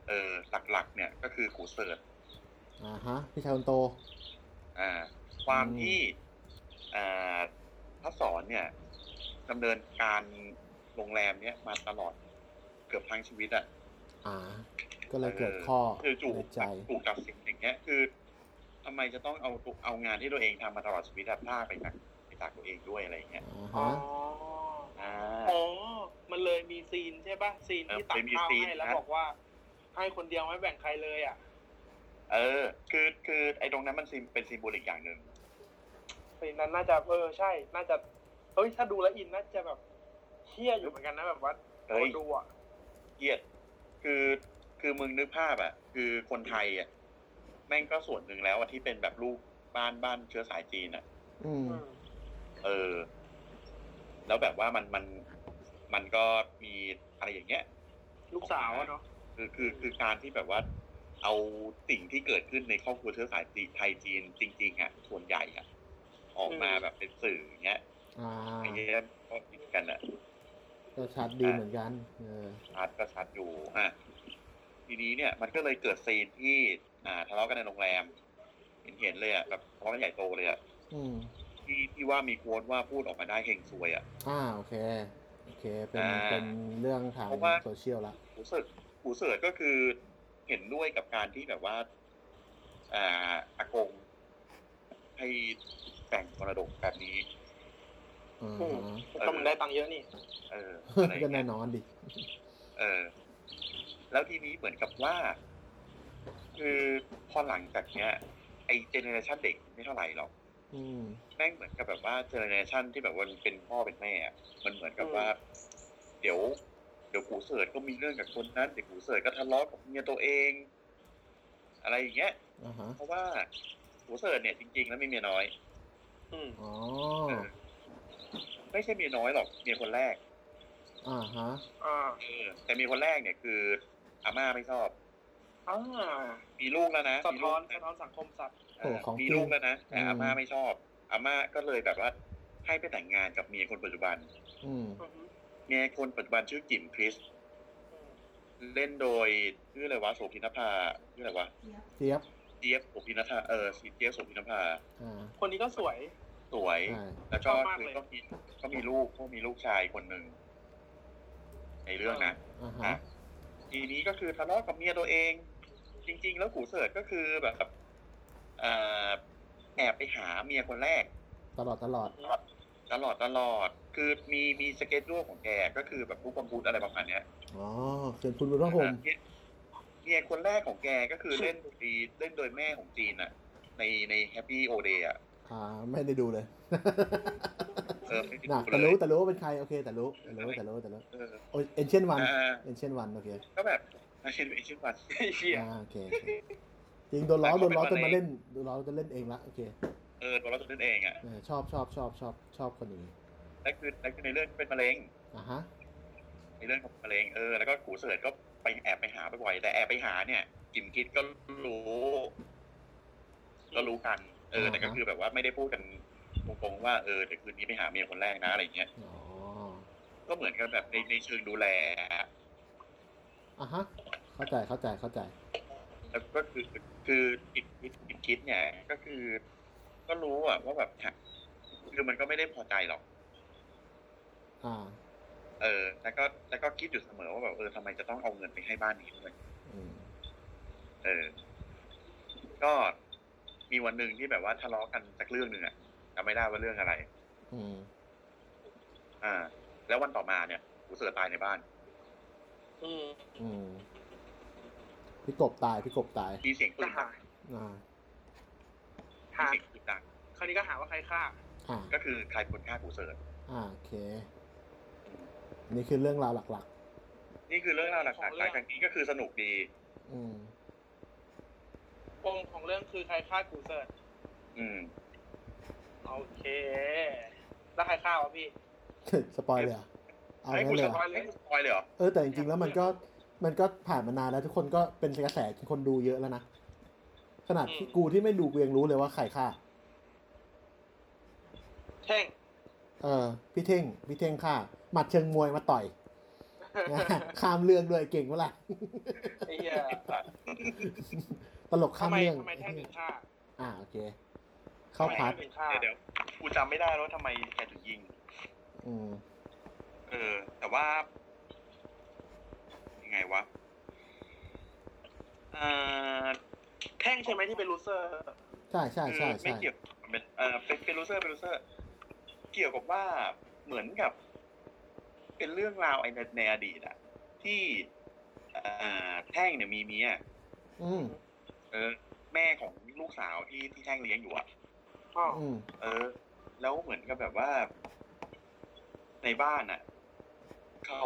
[SPEAKER 5] เออหลักๆ เนี่ยก็คือกูเสิร์ต
[SPEAKER 3] อ่าฮะ พี่ชายคนโต
[SPEAKER 5] อ่า ความ
[SPEAKER 3] อืม
[SPEAKER 5] ที่อ่าพระสอนเนี่ยดำเนินการโรงแรมเนี่ยมาตลอดเกือบทั้งชีวิตอะ
[SPEAKER 3] อ่า ก็เลยเกิดข้อ
[SPEAKER 5] คือจู่
[SPEAKER 3] ในใจ
[SPEAKER 5] ถูกตัดสินอย่างเงี้ย คือทำไมจะต้องเอาตัวเอางานที่ตัวเองทำมาตลอดชีวิตอะพลาดไปจากไปจากตัวเองด้วยอะไรอย่างเงี้ย
[SPEAKER 3] อ่า
[SPEAKER 4] อ๋อ
[SPEAKER 3] ฮะ
[SPEAKER 5] อ่า
[SPEAKER 4] อ๋อ มันเลยมีซีนใช่ป่ะ ซีนที่ตัก
[SPEAKER 5] เออมันมี
[SPEAKER 4] ข้าว
[SPEAKER 5] ซีน
[SPEAKER 4] ให้แล้ว
[SPEAKER 5] นะ
[SPEAKER 4] บอกว่า ให้คนเดียวไม่แบ่งใครเลยอ่ะ
[SPEAKER 5] เออ คือคือไอ้ตรงนั้นมันซิมเป็นซิมโบลิกอย่างหนึ่ง
[SPEAKER 4] ซีนนั้นน่าจะเออใช่ น่าจะเฮ้ยถ้าดูแล้วอินน่าจะแบบเฮี้ยอยู่เหมือนกันนะแบบว่า
[SPEAKER 5] เฮ้ย
[SPEAKER 4] คนดูอ่ะ
[SPEAKER 5] เกลียดคือคือมึงนึกภาพอะคือคนไทยอะแม่งก็ส่วนหนึ่งแล้วอะที่เป็นแบบลูกบ้านบ้านเชื้อสายจีนอะ
[SPEAKER 3] อืม
[SPEAKER 4] อืม
[SPEAKER 5] เออ แล้วแบบว่ามันมันมันก็มีอะไรอย่างเงี้ย
[SPEAKER 4] ลูกสาวอะเนาะ
[SPEAKER 5] คือคือคือการที่แบบว่าเอาสิ่งที่เกิดขึ้นในครอบครัวเชื้อสายจีนไทยจีนจริงๆอ่ะส่วนใหญ่อ่ะ ออกมา
[SPEAKER 4] อืม
[SPEAKER 5] แบบเป็นสื่ออย่างเงี้ย
[SPEAKER 3] อ่า
[SPEAKER 5] ไอ้เงี้ยก็คิดกันอ่ะ
[SPEAKER 3] ก็ชัดดีเหมือนกัน เออ
[SPEAKER 5] ชัดก็ชัดอยู่อ่ะทีนี้เนี่ยมันก็เลยเกิดซีนที่อ่าทะเลาะกันในโรงแรม เห็นเห็นๆเลยอ่ะแบบทะเลาะกันใหญ่โตเลยอ่ะ
[SPEAKER 3] อืม
[SPEAKER 5] ที่ที่ว่ามีโควรว่าพูดออกมาได้เฮงซวยอ่ะ
[SPEAKER 3] อ่า โอเค โอเค เป็น
[SPEAKER 5] อ่า
[SPEAKER 3] เป็นเรื่องทาง
[SPEAKER 5] เพราะว่า
[SPEAKER 3] โซเชียลละ
[SPEAKER 5] หูเสิร์ตหูเสิร์ตก็คือเห็นด้วยกับการที่แบบว่าอ่าอากงให้แต่งมรดกแบบนี้
[SPEAKER 3] อ่า
[SPEAKER 4] อืม
[SPEAKER 3] ฮะ
[SPEAKER 4] ก็มึงได้ตังค์เยอะนี่
[SPEAKER 5] เอออะไร
[SPEAKER 3] ก็
[SPEAKER 5] เงี้
[SPEAKER 3] แน่
[SPEAKER 5] ย
[SPEAKER 3] นอนดิ
[SPEAKER 5] เออ แล้วทีนี้เหมือนกับว่า คือพอหลังจากเนี้ย ไอเจเนอเรชันเด็กไม่เท่าไหร่หรอก
[SPEAKER 3] อืม
[SPEAKER 5] แม่งเหมือนกับแบบว่าเจเนอเรชันที่แบบว่าเป็นพ่อเป็นแม่อะมันเหมือนกับ
[SPEAKER 4] อืม
[SPEAKER 5] ว่า เดี๋ยว เดี๋ยวกูเสิร์ตก็มีเรื่องกับคนนั้นเดี๋ยวกูเสิร์ตก็ทะเลาะกับเมียตัวเอง อะไรอย่างเงี้ย
[SPEAKER 3] อ่าฮะ
[SPEAKER 5] เพราะว่าหัวเสิร์ตเนี่ยจริงๆ แล้วมีเมียน้อย
[SPEAKER 4] อืม
[SPEAKER 3] อ๋อ
[SPEAKER 5] ไม่ใช่เมียน้อยหรอกเมียคนแรก
[SPEAKER 3] อ่าฮะ
[SPEAKER 4] อ่า
[SPEAKER 5] เออแต่เมียคนแรกเนี่ยคืออาม่าไม่ชอบ
[SPEAKER 4] อ่า
[SPEAKER 5] มีลูกแล้วนะ
[SPEAKER 4] สะ
[SPEAKER 5] มีลู
[SPEAKER 4] ท้อน
[SPEAKER 5] ก
[SPEAKER 4] สะท้อนสังคมสัตว์
[SPEAKER 5] เออ
[SPEAKER 3] โอ้ของจริง
[SPEAKER 5] มีลูกแล้วนะแต่
[SPEAKER 3] อืม
[SPEAKER 5] อาม่าไม่ชอบ อาม่าก็เลยแบบว่าให้ไปแต่งงานกับเมียคนปัจจุบัน
[SPEAKER 3] อืม
[SPEAKER 4] อือฮึ
[SPEAKER 5] เมียคนปัจจุบันชื่อจิมคริสเล่นโดยชื่ออะไรวะโสพินภาชื่ออะไรวะ
[SPEAKER 7] เสียบ
[SPEAKER 3] เจี๊ยบ
[SPEAKER 5] เจี๊ยบโสพินภาเออเจี๊ยบโสพินภา
[SPEAKER 3] อ่า
[SPEAKER 4] คนนี้ก็สวย
[SPEAKER 5] สวย
[SPEAKER 3] ใช่
[SPEAKER 5] แล้วก็
[SPEAKER 4] ชอบมาก
[SPEAKER 5] คือ
[SPEAKER 4] เลย
[SPEAKER 5] ก็มีก็มีลูกก็มีลูกชายคนหนึ่งในเรื่องนะ
[SPEAKER 3] อ่าฮะ
[SPEAKER 5] อ่ะทีนี้ก็คือทะเลาะกับเมียตัวเอง จริง ๆ แล้วกูเสิร์ตก็คือแบบเอ่อแอบไปหาเมียคนแรก
[SPEAKER 3] ตลอดตลอด
[SPEAKER 5] ตลอดตลอด คือมีมีสเก็ตด้วยของแกก็คือแบบผู้ความพูดอะไรประมาณเนี้ย
[SPEAKER 3] อ๋อเขื่อนคุณบุญพระห่ม
[SPEAKER 5] เมียเมียคนแรกของแกก็คือเล่นโดยดีเล่นโดยแม่ของจีนอะในในแฮปปี้โอเดย์อะ
[SPEAKER 3] อ่า ไม่ได้ดูเลย
[SPEAKER 5] เออไม่ได้ดู
[SPEAKER 3] นะแต่
[SPEAKER 5] เล
[SPEAKER 3] รู้
[SPEAKER 5] ย
[SPEAKER 3] แต่รู้ว่าเป็นใคร โอเคแต่รู้แต่รู้แต่รู้แต่รู้
[SPEAKER 5] เออ
[SPEAKER 3] โอ้ยเอ็นเชียนวัน
[SPEAKER 5] อ่า
[SPEAKER 3] เอ็นเชียนวัน โอเค
[SPEAKER 5] ก็แบบ ไอเชนไอเชนวัน
[SPEAKER 4] เฮีย
[SPEAKER 3] อ่า โอเคโอเคจริงโดนล้อ โดนล้อจนมาเล่น โดนล้อจนเล่นเองละ โอเค
[SPEAKER 5] เออตัวเราตัวนั่นเองอะ
[SPEAKER 3] เออชอบชอบชอบชอบชอบคนนี้
[SPEAKER 5] และคือและคือในเรื่องเป็นมะเร็ง
[SPEAKER 3] อ่าฮะ
[SPEAKER 5] ในเรื่องของมะเร็งเออแล้วก็กูเสิร์ตก็ไปแอบไปหาบ่อยๆแต่แอบไปหาเนี่ยกิมคิดก็รู้ก็รู้กัน เออ
[SPEAKER 3] อ่าฮะ
[SPEAKER 5] แต่ก็คือแบบว่าไม่ได้พูดกันตรงๆว่าเออเดี๋ยวคืนนี้ไปหาเมียคนแรกนะอะไรเงี้ย
[SPEAKER 3] อ๋อ
[SPEAKER 5] ก็เหมือนกันแบบในในเชิงดูแล
[SPEAKER 3] อ่าฮะ เข้าใจ เข้าใจ เข้าใจ
[SPEAKER 5] แล้วก็คือคืออีกอีกอีกคิดเนี่ยก็คือ ก็รู้อะว่าแบบคือมันก็ไม่ได้พอใจหรอก
[SPEAKER 3] อ่า
[SPEAKER 5] เออ แล้วก็แล้วก็คิดอยู่เสมอว่าแบบเออทำไมจะต้องเอาเงินไปให้บ้านนี้ด้วย
[SPEAKER 3] อืม
[SPEAKER 5] เออ ก็มีวันหนึ่งที่แบบว่าทะเลาะกันสักเรื่องหนึ่งอะจำไม่ได้ว่าเรื่องอะไร
[SPEAKER 3] อืม
[SPEAKER 5] อ่า แล้ววันต่อมาเนี่ยกูเสือตายในบ้าน
[SPEAKER 4] อืม
[SPEAKER 3] อืมพี่กบตายพี่กบตาย
[SPEAKER 5] มีเสียงปื
[SPEAKER 4] ก็
[SPEAKER 5] น
[SPEAKER 4] หา
[SPEAKER 5] ดัง
[SPEAKER 3] อ่า
[SPEAKER 5] มี
[SPEAKER 4] หา
[SPEAKER 5] เสียงปืนดัง
[SPEAKER 4] คราวนี้ก็หาว่าใครฆ่า
[SPEAKER 3] อ่า
[SPEAKER 5] ก็คือใครคนฆ่ากูเสือ
[SPEAKER 3] อ่าโอเคอันนี่คือเรื่องราวหลัก
[SPEAKER 5] นี่คือเรื่องราวหลัก
[SPEAKER 4] ของ
[SPEAKER 5] ๆ
[SPEAKER 4] เรื่
[SPEAKER 5] หลั
[SPEAKER 4] อง
[SPEAKER 5] งจากนี้ก็คือสนุกดี
[SPEAKER 3] ๆ อืม
[SPEAKER 4] ปมของเรื่องคือใครฆ่ากูเซิร์ต
[SPEAKER 5] อืม
[SPEAKER 4] โอเค แล้วใครฆ่าวะพี่
[SPEAKER 3] สปอยเลยเหรอ่ะเอา
[SPEAKER 5] ให้กู
[SPEAKER 3] งั้น
[SPEAKER 5] สปอยเล
[SPEAKER 3] เลยเหรอ
[SPEAKER 5] ยให้กูสปอยเลยเหรอ
[SPEAKER 3] เออแต่จริงๆแล้วมันก็มันก็ผ่านมานานแล้วทุกคนก็เป็นกระแสที่คนดูเยอะแล้วนะขนาดที่
[SPEAKER 4] อืม
[SPEAKER 3] กูที่ไม่ดูกูยังรู้เลยว่าใครฆ่า
[SPEAKER 4] แช่ง
[SPEAKER 3] เออพี่เท่งพี่เท่งฆ่าหมัดเชิงมวยมาต่อย นะข้ามเรื่องด้วยเก่งวะล่ะ
[SPEAKER 4] ไอ้เหี้ย
[SPEAKER 3] ตลกข้าม
[SPEAKER 4] ทำไม
[SPEAKER 3] เรื่อง
[SPEAKER 4] ทำไมแท่งถึงฆ่า
[SPEAKER 3] อ่าโอเค เข้าพาร์ท
[SPEAKER 4] ไม่ได้เป็นข้าว
[SPEAKER 5] เดี๋ยวๆกูจำไม่ได้แล้ววาทำไมแกถึงยิง
[SPEAKER 3] อืม
[SPEAKER 5] เออ แต่ว่า ยังไงวะเออ
[SPEAKER 4] แท่งใช่ไหมที่เป็นลูเซอร์
[SPEAKER 3] ใช่ใช่
[SPEAKER 5] คือ
[SPEAKER 3] ใช่
[SPEAKER 5] ไม่
[SPEAKER 3] ใช่
[SPEAKER 5] เกี่ยวเป็นเออเป็นเป็นรูเซอร์เป็นรูเซอร์ เกี่ยวกับว่าเหมือนกับ เป็นเรื่องราวไอ้ในในอดีตอะที่เอ่อแท่งเนี่ยมีเมีย
[SPEAKER 3] อืม
[SPEAKER 5] เออ แม่ของลูกสาวที่ที่แท่งเลี้ยงอยู่อะ
[SPEAKER 4] อ๋อ
[SPEAKER 3] อืม
[SPEAKER 5] เออ แล้วเหมือนกับแบบว่า ในบ้านอ่ะเขา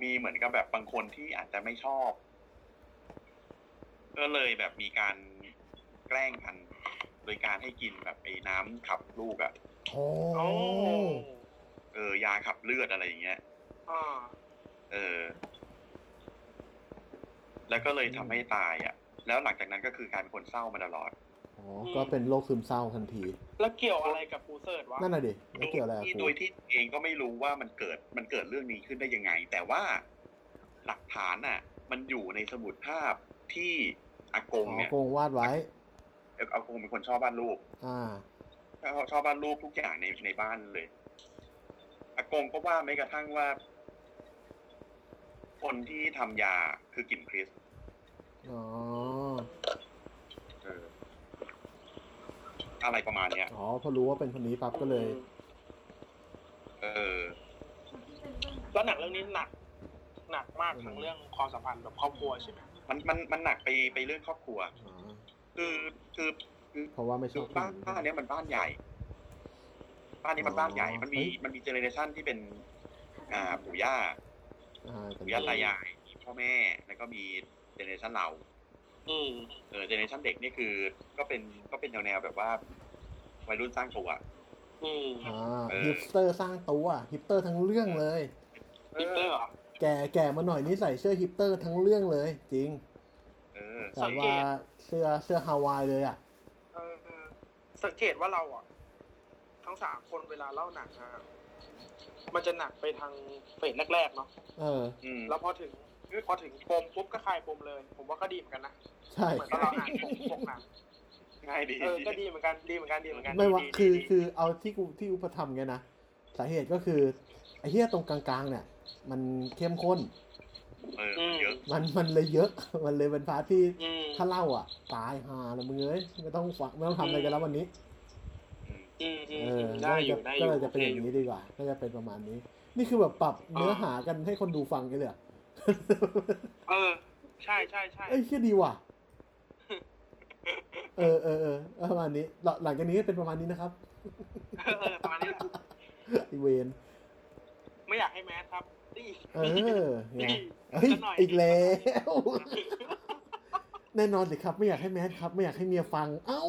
[SPEAKER 5] มีเหมือนกับแบบบางคนที่อาจจะไม่ชอบ ก็เลยแบบมีการแกล้งกัน โดยการให้กินแบบไอ้น้ำขับลูกอะ่ะ
[SPEAKER 3] โอ้
[SPEAKER 4] โอ้
[SPEAKER 5] เออยาขับเลือดอะไรอย่างเงี้ย
[SPEAKER 4] อ่า
[SPEAKER 5] เออ แล้วก็เลยทำให้ตายอะ่ะ แล้วหลังจากนั้นก็คือกลารเป็นคนเศร้ามาตลอด
[SPEAKER 3] โหก็เป็นโรคซึมเศร้าทันที
[SPEAKER 4] แล้วเกี่ยวอะไรกับกูเซิร์ตวะ
[SPEAKER 3] นั่นน่ะดิไม่เกี่ยวอะไรกับ
[SPEAKER 5] ที่
[SPEAKER 3] กู
[SPEAKER 5] โดยที่เองก็ไม่รู้ว่ามันเกิดมันเกิดเรื่องนี้ขึ้นได้ยังไง แต่ว่าหลักฐานน่ะ มันอยู่ในสมุดภาพที่อาก
[SPEAKER 3] อ๋
[SPEAKER 5] ง
[SPEAKER 3] อ
[SPEAKER 5] เนี่ย
[SPEAKER 3] โกงวาดไว้
[SPEAKER 5] เอ่ออากงเป็นคนชอบบ้านลูก
[SPEAKER 3] อ่า
[SPEAKER 5] ชอบบ้านลูกทุกอย่างในในบ้านเลยอากงก็ว่าไม่กระทั่งว่า คนที่ทำยาคือกลิ่นคริส
[SPEAKER 3] อ๋อ
[SPEAKER 5] เออ อะไรประมาณเนี้ย
[SPEAKER 3] อ๋อพอรู้ว่าเป็นคนนี้ปั๊บก็เลย
[SPEAKER 5] เออ
[SPEAKER 7] คนที่เป็นเรื่อง
[SPEAKER 4] แล้วหนังเรื่องนี้หนัก หนักมากทั้งเรื่องความสัมพันธ์แบบครอบครัวใช่ไหม
[SPEAKER 5] มันมันมันหนักไปไปเรื่องครอบครัว
[SPEAKER 3] อ๋อ
[SPEAKER 5] คือคือ
[SPEAKER 3] เพราะว่าไม่ช
[SPEAKER 5] คือ อบ บ้านบ้านเนี้ยมันบ้านใหญ่ บ้านนี้มันบ้านใหญ่ มันมี
[SPEAKER 3] เฮ้ย
[SPEAKER 5] มันมีเจเนเรชันที่เป็น อ่า ปู่ย่า
[SPEAKER 3] อ่าแต่
[SPEAKER 5] ปู่ย่าตายาย พ่อแม่ แล้วก็มีเจเนเรชันเรา
[SPEAKER 4] อืม
[SPEAKER 5] เออ เจเนเรชันเด็กนี่คือ ก็เป็น ก็เป็นแนวแนวๆแบบว่า วัยรุ่นสร้างตัว
[SPEAKER 4] อืม
[SPEAKER 3] อ่าฮิปสเตอร์สร้างตัวฮิปสเตอร์ทั้งเรื่องเลย
[SPEAKER 4] อินเตอร์เหรอ
[SPEAKER 3] แก่แก่มาหน่อยนี่ใส่เสื้อฮิปสเตอร์ทั้งเรื่องเลย จริง
[SPEAKER 5] เออ
[SPEAKER 3] แต่ว่าเสื้อเสื้อฮาวายเลยอ่ะ
[SPEAKER 4] เออเออสังเกตว่าเราอ่ะ ทั้งสามคนเวลาเล่าหนังอะมันจะหนักไปทางเฟสแรกๆเนาะ
[SPEAKER 3] เออ
[SPEAKER 5] อืม
[SPEAKER 4] แล้วพอถึงพอถึงปมปุ๊บก็คลายปมเลย ผมว่าก็ดีเหมือนกันนะ
[SPEAKER 3] ใช่
[SPEAKER 4] เหมือนกับเราอ่านปมปมหนัง
[SPEAKER 5] ง่ายดี
[SPEAKER 4] เออก็ดีเหมือนกันดีเหมือนกันดีเหมือนกัน
[SPEAKER 3] ไม่ว่า
[SPEAKER 4] ดีดี
[SPEAKER 3] คือ
[SPEAKER 4] ดี
[SPEAKER 3] คือเอาที่กูที่อุปธรรมไงนะสาเหตุก็คือไอ้เหี้ยตรงกลางๆเนี่ย มันเข้มข้น
[SPEAKER 5] เออมันเยอะ
[SPEAKER 3] มันมันเลยเยอะ มันเลยเป็นพาร์ทที่
[SPEAKER 4] อืม
[SPEAKER 3] ถ้าเล่าอ่ะ ตายฮาละมึงเอ้ยไม่ต้องฟังไม่ต้องทำอะไรกันแล้ววันนี้
[SPEAKER 4] อืมอืม
[SPEAKER 3] เออ
[SPEAKER 4] ได้อยู่
[SPEAKER 3] น่า
[SPEAKER 4] ได้อ
[SPEAKER 3] จะก็เลย
[SPEAKER 4] ยู่
[SPEAKER 3] จะเป็นอย่างนี้ดีกว่าน่าจะเป็นประมาณนี้ นี่คือแบบปรับเนื้อหากันให้คนดูฟังกันเลยเหรอ
[SPEAKER 4] เออ ใช่ใช่ใช่
[SPEAKER 3] เอ้ยเชี่ยดีว่ะ เออเออเออประมาณนี้หลังหลังจากนี้เป็นประมาณนี้นะครับ
[SPEAKER 4] เออประมาณนี้แหละ
[SPEAKER 3] ไอเวน
[SPEAKER 4] ไม่อยากให้แมสครับนี่
[SPEAKER 3] เออไงเฮ้ยอีกแล้ว แน่นอนสิครับ ไม่อยากให้แมสครับ ไม่อยากให้เมียฟัง เอ้า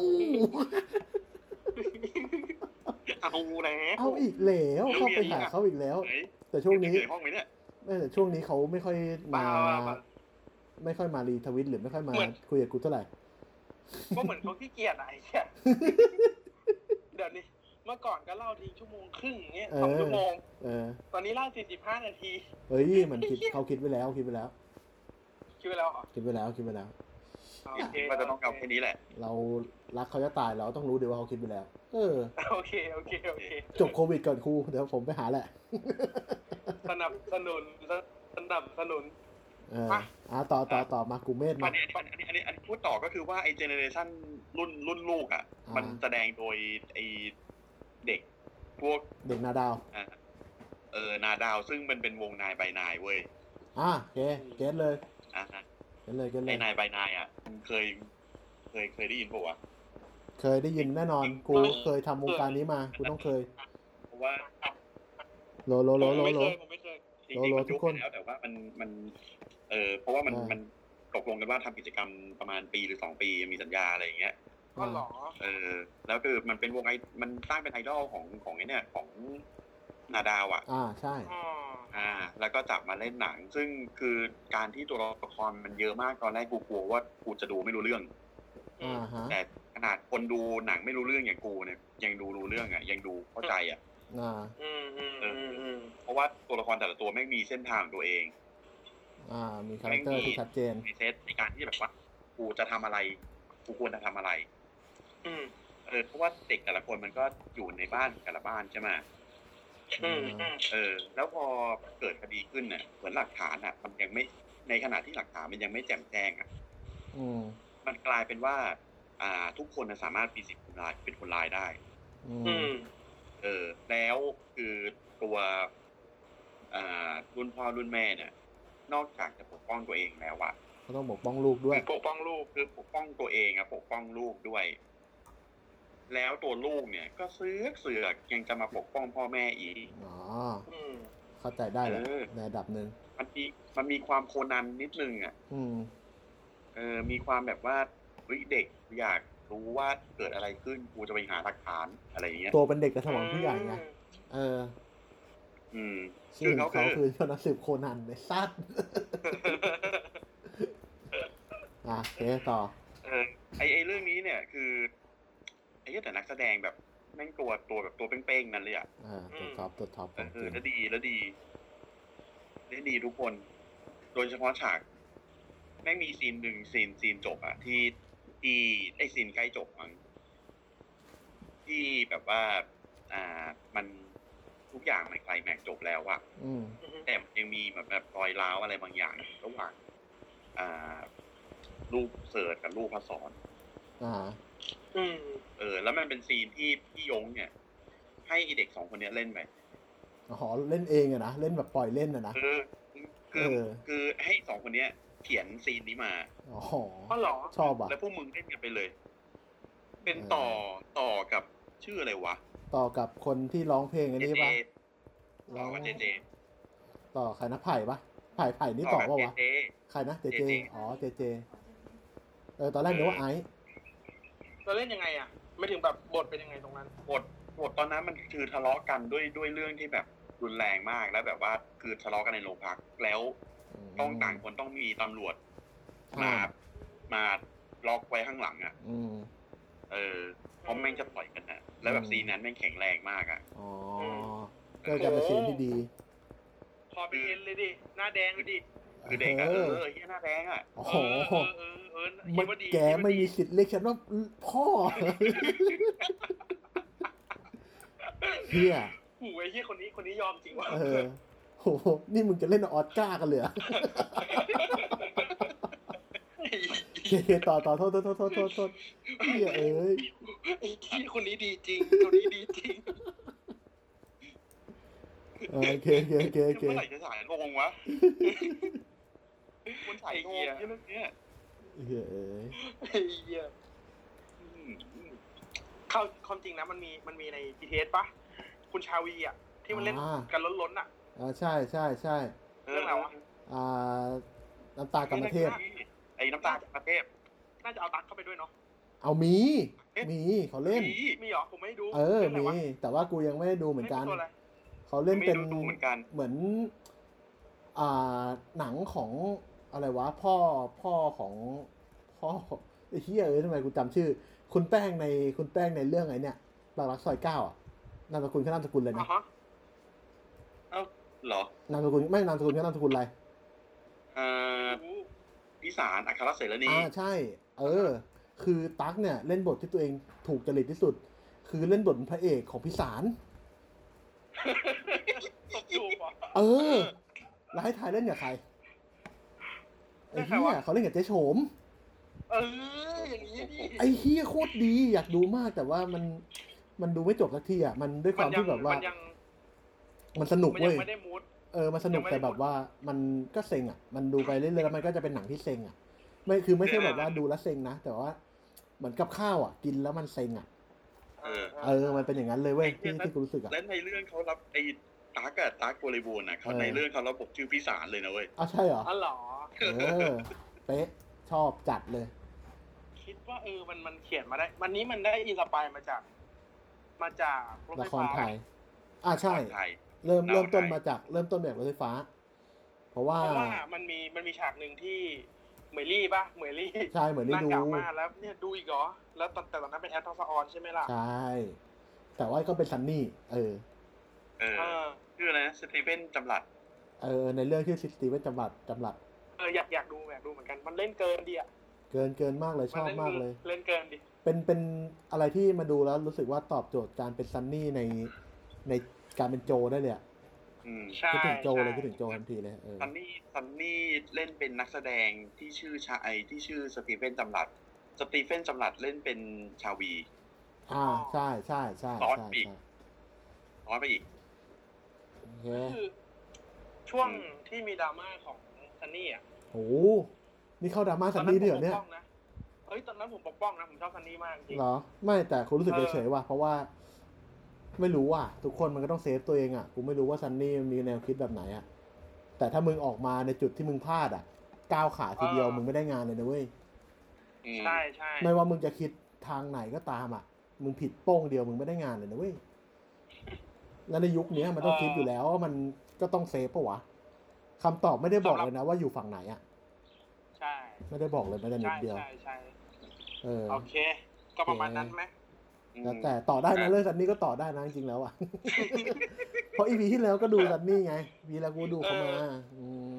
[SPEAKER 5] เอาแล้ว
[SPEAKER 3] เอาอีกแล้วเข้าไปหาเขาอีกแล้ว
[SPEAKER 5] ไหน
[SPEAKER 3] แต่ช่วงนี้
[SPEAKER 5] เด็กๆอยู่ให้องไหมเนี่ย
[SPEAKER 3] เออแต่ช่วงนี้เขาไม่ค่อยมา
[SPEAKER 4] บ้าบ้าบ้า
[SPEAKER 3] ไม่ค่อยมารีทวิตหรือไม่ค่อยมา
[SPEAKER 4] เหมือน
[SPEAKER 3] คุยกับกูเท่าไหร่
[SPEAKER 4] ก็เหมือนเขาขี้เกียจอะไอ้ เหี้ยเดี๋ยวนี้ เมื่อก่อนก็เล่าทีชั่วโมงครึ่งเงี้ยสอง
[SPEAKER 3] เออ
[SPEAKER 4] ชั่วโมง
[SPEAKER 3] เออ
[SPEAKER 4] ตอนนี้เล่าสี่สิบห้านาที
[SPEAKER 3] เฮ้ยมันคิดเขาคิดไว้แล้วคิดไว้แล้ว
[SPEAKER 6] คิดไว้แล้วเหรอ
[SPEAKER 3] คิดไว้แล้วคิดไว้แล้ว
[SPEAKER 6] อ๋อ
[SPEAKER 5] คิด
[SPEAKER 6] โอเค
[SPEAKER 5] ว่าจะต้องเอาแค่นี้แหละ
[SPEAKER 3] เรารักเขาจะตายเราต้องรู้เดี๋ยวว่าเขาคิดไปแล้ว เออ
[SPEAKER 6] โอเคโอเคโอเค
[SPEAKER 3] จบโควิดก่อนครูเดี๋ยวผมไปหาแหละ
[SPEAKER 6] สนับสนุนสนับสนุน
[SPEAKER 3] เอออ่ะต่อต่อต่อมากูเมธ
[SPEAKER 5] อั
[SPEAKER 3] มา
[SPEAKER 5] นนี้อันนี้อันนี้อันนี้พูดต่อก็คือว่าไอเจเนเรชันรุ่นรุ่นลูกอ่ะ
[SPEAKER 3] อ่า
[SPEAKER 5] มั
[SPEAKER 3] มั
[SPEAKER 5] นแสดงโดยไอเด็กพวก
[SPEAKER 3] เด็กนาดาว
[SPEAKER 5] อ่าเออนาดาวซึ่งมันเป็นวงนายใบนายเว้ย
[SPEAKER 3] อ่ะโอเคเก็ตเลย
[SPEAKER 5] อ่าฮะ
[SPEAKER 3] เก็ตเลยเก็ตเล
[SPEAKER 5] ไอย นายใบนายอ่ะมันเคย เคยเคยได้ยินป่าวะ
[SPEAKER 3] เคยได้ยินแน่นอนกูเคยทำวงการนี้มากูต้องเคย
[SPEAKER 5] เพราะว่า
[SPEAKER 3] โหลโหลโหลโหล
[SPEAKER 5] ผมไม่
[SPEAKER 3] โหล
[SPEAKER 5] เคยผมไม่เคยจริงๆ
[SPEAKER 3] โลโล
[SPEAKER 5] มัน
[SPEAKER 3] ทุ
[SPEAKER 5] ยุ
[SPEAKER 3] ก
[SPEAKER 5] ค
[SPEAKER 3] คน
[SPEAKER 5] แล้วแต่ว่ามันมันเออเพราะว่ามัน
[SPEAKER 3] อ่ามั
[SPEAKER 5] มันตกลงกันว่าทำกิจกรรมประมาณปีหรือสองปีมีสัญญาอะไรอย่างเงี้ย
[SPEAKER 6] ก็หรอ
[SPEAKER 5] เออแล้วคือมันเป็นวงไอมันสร้างเป็นไอดอลของของไอเนี่ยของนาดาวอ่ะ
[SPEAKER 3] อ่าใช่
[SPEAKER 6] อ๋อ
[SPEAKER 5] อ่า แล้วก็จับมาเล่นหนัง ซึ่งคือการที่ตัวละครมันเยอะมากตอนแรกกูกลัวว่ากูจะดูไม่รู้เรื่อง
[SPEAKER 3] อ่าฮะ
[SPEAKER 5] แต่ขนาดคนดูหนังไม่รู้เรื่องอย่างกูเนี่ยยังดูรู้เรื่องอ่ะยังดูเข้าใจอ่ะ
[SPEAKER 3] อ่า
[SPEAKER 6] อืมอืมอืมอืม
[SPEAKER 5] เพราะว่าตัวละครแต่ละตัวไม่งมีเส้นทางของตัวเอง
[SPEAKER 3] อ่ามีคาแรคเตอร์ที่ชัดเจน
[SPEAKER 5] ในเซตในการที่แบบว่ากูจะทำอะไรกูควรจะทำอะไร
[SPEAKER 6] อืม
[SPEAKER 5] เออเพราะว่าเด็กแต่ละคนมันก็อยู่ในบ้านแต่ละบ้านใช่ไหม
[SPEAKER 6] อืมอืม
[SPEAKER 5] เออแล้วพอเกิดคดีขึ้นเนี่ยเหมือนหลักฐานอ่ะ มันยังไม่ในขณะที่หลักฐานมันยังไม่แจ่มแจ้งอ่ะ
[SPEAKER 3] อืม
[SPEAKER 5] มันกลายเป็นว่า อ่าทุกคนน่ะสามารถปีสิบคนร้ายเป็นคนร้ายได้
[SPEAKER 3] อื
[SPEAKER 6] อื
[SPEAKER 3] ม
[SPEAKER 6] ม
[SPEAKER 5] เออ แล้วคือตัวอ่ารุ่นพ่อรุ่นแม่เนี่ย นอกจากจะปกป้องตัวเองแล้วอะ
[SPEAKER 3] ก็ต้องปกป้องลูกด้วย
[SPEAKER 5] ปกป้องลูกคือปกป้องตัวเองอะปกป้องลูกด้วย แล้วตัวลูกเนี่ย ก็เสือกเสือกยังจะมาปกป้องพ่อแม่อีก
[SPEAKER 3] อ๋อ
[SPEAKER 6] อืม
[SPEAKER 3] เข้าใจได้แหละ
[SPEAKER 5] เออ
[SPEAKER 3] ในระดับหนึ่ง
[SPEAKER 5] มันมีมันมีความโคนันนิดนึงอะ
[SPEAKER 3] อืม
[SPEAKER 5] เออมีความแบบว่าเฮ้ยเด็กอยากรู้ว่าเกิดอะไรขึ้นกูจะไปหาหลักฐานอะไรอย่างเงี้ย
[SPEAKER 3] ตัวเป็นเด็กแต่สมองผู้ใหญ่ไงเออ
[SPEAKER 5] อืม
[SPEAKER 3] ชื่อของเขา
[SPEAKER 5] คือเขาคือ
[SPEAKER 3] คือโจนาสืบโคนันในซัดอ่ะโอเคต่อ
[SPEAKER 5] เออไอไอเรื่องนี้เนี่ยคือไอ้เหี้ยแต่นักแสดงแบบแม่งตัวตัวแบบตัวเป้งๆนั่นเลยอ่ะ
[SPEAKER 3] อ่าตัวท็อปตัวท็อปข
[SPEAKER 5] เอ
[SPEAKER 3] อ
[SPEAKER 5] อ
[SPEAKER 3] งจ
[SPEAKER 5] เอ
[SPEAKER 3] ริ
[SPEAKER 5] อง แล้วดีแล้วดีได้ดีทุกคน โดยเฉพาะฉากแม่งมีซีนหนึ่งซีนซีนจบอ่ะที่ที่ไอซีนใกล้จบมั้งที่แบบว่า อ่ามันทุกอย่างมันไคลแม็กซ์จบแล้วอ่ะ
[SPEAKER 3] อืม
[SPEAKER 5] แต่มันยังมีแบบแบบรอยร้าวอะไรบางอย่างอยู่ระหว่างอ่ารูปเสิร์ชกับรูปพระสอน
[SPEAKER 3] อ่า
[SPEAKER 6] อืม
[SPEAKER 5] เออ แล้วมันเป็นซีนที่พี่ยงเนี่ย ให้ไอ้เด็กสองคนเนี้ยเล่นไป
[SPEAKER 3] หอเล่นเองอะนะ เล่นแบบปล่อยเล่นอะนะ
[SPEAKER 5] คือคือ
[SPEAKER 3] เออ
[SPEAKER 5] คือให้สองคนเนี้ย เขียนซีนนี้มา
[SPEAKER 3] อ๋อ
[SPEAKER 6] ก็หรอ
[SPEAKER 3] ชอบอ่ะ
[SPEAKER 5] แล้วพวกมึงเล่นกันไปเลย เป็นต่อต่อกับชื่ออะไรวะ
[SPEAKER 3] ต่อกับคนที่ร้องเพลงอัน
[SPEAKER 5] เจ
[SPEAKER 3] นี้
[SPEAKER 5] เจ
[SPEAKER 3] ปะ
[SPEAKER 5] ต่อกับเจเจ
[SPEAKER 3] ต่อใครนะไผ่ปะไผ่ไผ่นี่ต่อ
[SPEAKER 5] กับ
[SPEAKER 3] ปะ
[SPEAKER 5] เจเจ
[SPEAKER 3] วะใครนะเจเจ
[SPEAKER 5] เจเจ
[SPEAKER 3] อ๋อเจเจ เออตอนแรกนึกว่าไอซ์
[SPEAKER 6] เราเล่นยังไงอ่ะ ไม่ถึงแบบบทเป็นยังไงตรงนั้น
[SPEAKER 5] บทบทตอนนั้นมันคือทะเลาะกันด้วยด้วยเรื่องที่แบบรุนแรงมากแล้วแบบว่าคือทะเลาะกันในโรงพักแล้ว ต้องต่างคนต้องมีตำรวจมามาล็อกไว้ข้างหลังอ่ะ
[SPEAKER 3] อืม
[SPEAKER 5] เออเพราะแม่งจะต่อยกันอ่ะ แล้วแบบ
[SPEAKER 3] อืม
[SPEAKER 5] ซีนนั้นแม่งแข็งแรงมากอ่ะ
[SPEAKER 3] อ๋อก็จะเป็นซีนที่ดี
[SPEAKER 6] พอไปเห็นเลยดิ หน้าแดงเลยดิ
[SPEAKER 5] คือเด็กอ่ะ
[SPEAKER 3] เอ
[SPEAKER 5] เอ
[SPEAKER 3] อ
[SPEAKER 5] อเฮียหน้าแดงอ่ะ
[SPEAKER 3] โอ้โห
[SPEAKER 6] เออเออเออเออ
[SPEAKER 3] มันแกไม่มีสิทธิ์เรียกฉันว่าพ่อ เฮีย
[SPEAKER 6] โอ้ยเฮียคนนี้คนนี้ยอมจริงว่ะ
[SPEAKER 3] เออโหนี่มึงจะเล่นออสการ์กันเลยเหรอ เจเจต่อต่อโทษโทษโทษโทษโทษโทษเฮียเอ้ย
[SPEAKER 6] ไอ้เฮียคนนี้ดีจริงคนนี้ดีจริง
[SPEAKER 3] เออโอเคโอเคโอเค
[SPEAKER 5] เมื่อไห
[SPEAKER 3] โอเค
[SPEAKER 5] ร่จะถ่ายลงวะคนถ่ายลงเรื่องเนี้ย
[SPEAKER 3] เหี้ยเอ้ย
[SPEAKER 6] ไอ้เหี้ย
[SPEAKER 5] อืมอืม
[SPEAKER 6] เข้าความจริงนะมันมีมันมีใน BTS ปะคุณชาวีอ่ะ ที่มันเล่นกันล้นๆอ่ะ
[SPEAKER 3] อ่าใช่ใช่ใช่
[SPEAKER 6] เรื่องอะไรวะ
[SPEAKER 3] อ่าน้ำตากรรมเทพ
[SPEAKER 5] ไอ้น้ำตาลกับประเทศ
[SPEAKER 6] น่าจะเอาตั๊กเข้าไปด้วยเนาะ
[SPEAKER 3] เอามี มีเขาเล่น
[SPEAKER 6] มีเหรอผมไม่ได้ดู
[SPEAKER 3] เออ
[SPEAKER 6] รื่งะไร
[SPEAKER 3] มี
[SPEAKER 6] วะ
[SPEAKER 3] แต่ว่ากูยังไม่ได้ดูเหมือนกัน
[SPEAKER 6] ไรู้ตัวะไร
[SPEAKER 3] เขาเล่นเป็น
[SPEAKER 5] ไม่ได้ดูเหมือนกัน
[SPEAKER 3] เหมือน อ่า หนังของอะไรวะ พ่อพ่อของ พ่อไอ้เฮียเอ้ยทำไมกูจำชื่อ คุณแป้งในคุณแป้งในเรื่องไอ้เนี่ยหลักรักซอยเก้าอ่ะนามสกุลแค่นามสกุลเลย
[SPEAKER 6] อ่ะ
[SPEAKER 3] นะ
[SPEAKER 6] ฮะ
[SPEAKER 5] เอ้าเหรอน
[SPEAKER 3] ามสกุลไม่นามสกุลแค่นามสกุลอะไร
[SPEAKER 5] เออ
[SPEAKER 6] โอ้โห
[SPEAKER 5] พิสารอัครเสรณี
[SPEAKER 3] อ่าใช่ เออ คือตั๊กเนี่ยเล่นบทที่ตัวเองถูกจริตที่สุด คือเล่นบทเป็นพระเอกของพิสาร
[SPEAKER 4] ตบจูบเหรอ
[SPEAKER 3] เออ แล้วให้ทายเล่นกับใครไอ้เฮี
[SPEAKER 4] เล่
[SPEAKER 3] ย
[SPEAKER 4] นใค
[SPEAKER 3] ว
[SPEAKER 4] ระ
[SPEAKER 3] เขาเล่นกับเจ๊โฉม
[SPEAKER 4] เอออย่างนี้ดิ
[SPEAKER 3] ไอ้เฮียโคตรดีอยากดูมากแต่ว่ามันมันดูไม่จบสักทีอ่ะมันด้วยค
[SPEAKER 4] มั
[SPEAKER 3] วาม
[SPEAKER 4] นยั
[SPEAKER 3] ที่แบบว่า
[SPEAKER 4] มันยัง
[SPEAKER 3] มันสนุก
[SPEAKER 4] มันยั
[SPEAKER 3] เว้
[SPEAKER 4] ง
[SPEAKER 3] ย
[SPEAKER 4] ไม่ได้มูด
[SPEAKER 3] เออมันสนุก
[SPEAKER 4] ยังไม่ได้
[SPEAKER 3] แต่แบบว่ามันก็เซ็งอ่ะ มันดูไปเรื่อยๆแล้วมันก็จะเป็นหนังที่เซ็งอ่ะ ไม่คือไม่ใช่
[SPEAKER 4] เดี๋
[SPEAKER 3] แบ
[SPEAKER 4] ยว
[SPEAKER 3] บ
[SPEAKER 4] นะ
[SPEAKER 3] ว่าดูแล้วเซ็งนะแต่ว่าเหมือนกับข้าวอ่ะ กินแล้วมันเซ็งอ่ะ
[SPEAKER 5] เออ
[SPEAKER 3] เออมันเป็นอย่างนั้นเลยเว้ยที่ที่กูรู้สึกอ่ะ
[SPEAKER 5] และในเรื่องเขารับไอ้ตากอะตากบริบูรณ์นะเขาในเรื่องเขาระบบชื่อพิสารเลยนะเว้ย
[SPEAKER 3] อ้าวใช่เหรอ
[SPEAKER 4] อ๋อเหรอ
[SPEAKER 3] เออเป๊ะชอบจัดเลย
[SPEAKER 4] คิดว่าเออมันมันเขียนมาได้ วันนี้มันได้อินสปายมาจาก มาจากรถไฟ
[SPEAKER 3] ละคร
[SPEAKER 4] ฟ้า
[SPEAKER 3] ไทยอ่าใช่
[SPEAKER 5] ไทย
[SPEAKER 3] เริ่ม
[SPEAKER 5] หนัง
[SPEAKER 3] เริ่มต้น
[SPEAKER 5] ไทย
[SPEAKER 3] มาจากเริ่มต้นมาจากรถไฟฟ้า เพราะว่า
[SPEAKER 4] เพราะว่ามันมีมันมีฉากหนึ่งที่เหมยลี่ป่ะเหมยลี่
[SPEAKER 3] ใช่เหมือนได้
[SPEAKER 4] นั่ง
[SPEAKER 3] ดู
[SPEAKER 4] กลับมาแล้วเนี่ยดูอีกเหรอ แล้วตอนแต่ตอนนั้นเป็นแอดทองสะออนใช่ไหมล่ะ
[SPEAKER 3] ใช่ แต่ว่าก็เป็นซันนี่ เออ
[SPEAKER 5] เออ
[SPEAKER 4] เออ
[SPEAKER 5] ชื่ออะไรนะสตีเฟนจำหลัด
[SPEAKER 3] เออ ในเรื่องที่ซิสตีเวนจำหลัดจำหลัด
[SPEAKER 4] เอออยากอยากดูอยากดูเหมือนกัน มันเล่นเกินดีอ่ะ
[SPEAKER 3] เกินเกินมากเลย ชอบ
[SPEAKER 4] นน
[SPEAKER 3] มากเลย
[SPEAKER 4] เล่นเกินดิ
[SPEAKER 3] เป็นเป็นอะไรที่มาดูแล้วรู้สึกว่าตอบโจทย์การเป็นซันนี่ในในการเป็นโจได้เลยอะ
[SPEAKER 5] อืม
[SPEAKER 4] ใช่
[SPEAKER 3] คิดถึงโจเลย
[SPEAKER 4] ใช่
[SPEAKER 3] คิดถึงโจทันทีเลยเออ
[SPEAKER 5] ซันนี่ซันนี่เล่นเป็นนักแสดงที่ชื่อชาไอที่ชื่อสตีเฟนจำหลัด สตีเฟนจำหลัดเล่นเป็นชาวี
[SPEAKER 3] อ่าใช่ใช่ใช่
[SPEAKER 5] ตอน
[SPEAKER 3] ใช่
[SPEAKER 5] ปีก
[SPEAKER 3] ใช่
[SPEAKER 5] น้อยไปอีก
[SPEAKER 3] โอเค
[SPEAKER 4] ก็คือช่วงที่มีดราม่าของซันนี่อ่ะ
[SPEAKER 3] โหนี่เข้าดราม่าซันนี่ด้วยเหรอเนี่ย
[SPEAKER 4] ตผมปกป้องะเฮ้ยตอนนั้นผมปกป้องนะผมชอบซันนี่มากจริง
[SPEAKER 3] เหรอ ไม่แต่คุณรู้สึก
[SPEAKER 4] เออ
[SPEAKER 3] เฉยๆว่ะเพราะว่า ไม่รู้ว่ะทุกคนมันก็ต้องเซฟตัวเองอ่ะกูไม่รู้ว่าซันนี่มันมีแนวคิดแบบไหนอ่ะแต่ถ้ามึงออกมาในจุดที่มึงพลาดอ่ะก้าวขาทีเดียวมึงไม่ได้งานเลยนะเว้ย
[SPEAKER 5] อืม
[SPEAKER 4] ใช่ใช่
[SPEAKER 3] ไม่ว่ามึงจะคิดทางไหนก็ตามอ่ะ มึงผิดโป้งเดียวมึงไม่ได้งานเลยนะเว้ยแล้วในยุคเนี้ยมันต้อง
[SPEAKER 4] เออ
[SPEAKER 3] คิดอยู่แล้วว่ามันก็ต้องเซฟปะวะคำตอบไม่ได้บอกเลยนะ ว่าอยู่ฝั่งไหนอ่ะ
[SPEAKER 4] ใช่
[SPEAKER 3] ไม่ได้บอกเลยแม้แต่นิ
[SPEAKER 4] ใช่
[SPEAKER 3] ดเดียว
[SPEAKER 4] ใช่ใช่
[SPEAKER 3] เออ
[SPEAKER 4] โอเค ก็ประมาณนั้นไหม
[SPEAKER 5] อืม
[SPEAKER 3] แล้วแต่ต่อได้
[SPEAKER 5] ครั
[SPEAKER 3] นะ
[SPEAKER 5] บ
[SPEAKER 3] เรื่องซันนี่ก็ต่อได้นะจริงๆแล้วอ่ะ เพราะอีพีที่แล้วก็ดูซันนี่ไงวีแล้วกูดูเขามาอืม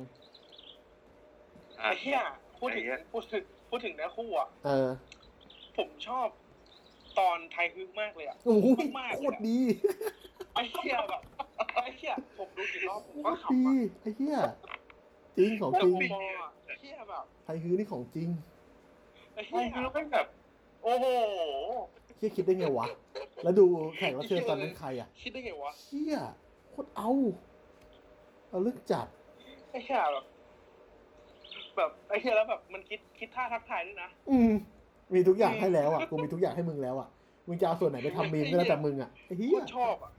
[SPEAKER 5] อ่ะ
[SPEAKER 4] ไอ้เหี้ยพูดถึง
[SPEAKER 5] ไอ้เหี้ย
[SPEAKER 4] พูดถึงพูดถึงเนื้อคู่อ่ะ
[SPEAKER 3] เออ
[SPEAKER 4] ผมชอบตอนไทยฮึกมากเลยอ่ะ
[SPEAKER 3] โอ้โห
[SPEAKER 4] มากๆเลยอะ
[SPEAKER 3] โคตรดี
[SPEAKER 4] ไอ้เหี้ยแบบไอ้เหี้ยผมดูกี่รอบผม
[SPEAKER 3] โค
[SPEAKER 4] ก็
[SPEAKER 3] ตรดี
[SPEAKER 4] ขำอ่ะ
[SPEAKER 3] ไอ้เหี้ยจริงของ
[SPEAKER 4] แต่
[SPEAKER 3] จริง
[SPEAKER 4] ผมมองอะไอ้เหี้ยแบบ
[SPEAKER 3] ไทยฮื้อนี่ของจริง
[SPEAKER 4] ไอ้
[SPEAKER 5] ใช่
[SPEAKER 4] เหี้ย
[SPEAKER 5] คือเป็นแบบ
[SPEAKER 4] โอ้โห
[SPEAKER 3] เชี่ยคิดได้ไงวะ แล้วดูแขกรับเชิญตอนนั้นใครอ่ะ
[SPEAKER 4] คิดได้ไงวะ
[SPEAKER 3] เชี่ยโคตรเอาเอาเรื่องจัด
[SPEAKER 4] ไอ้เหี้ยแบบแบบไอ้เหี้ยแล้วแบบมันคิดคิดท่าทักทายด้วยนะ
[SPEAKER 3] อืมมีทุกอย่างให้แล้วอ่ะกูมีทุกอย่างให้มึงแล้วอ่ะมึงจะเอาส่วนไหนไปทำมีมก็แล้วแต่มึงอ่ะไอ้เหี้
[SPEAKER 4] โค
[SPEAKER 3] ย
[SPEAKER 4] ตรชอบอ่ะ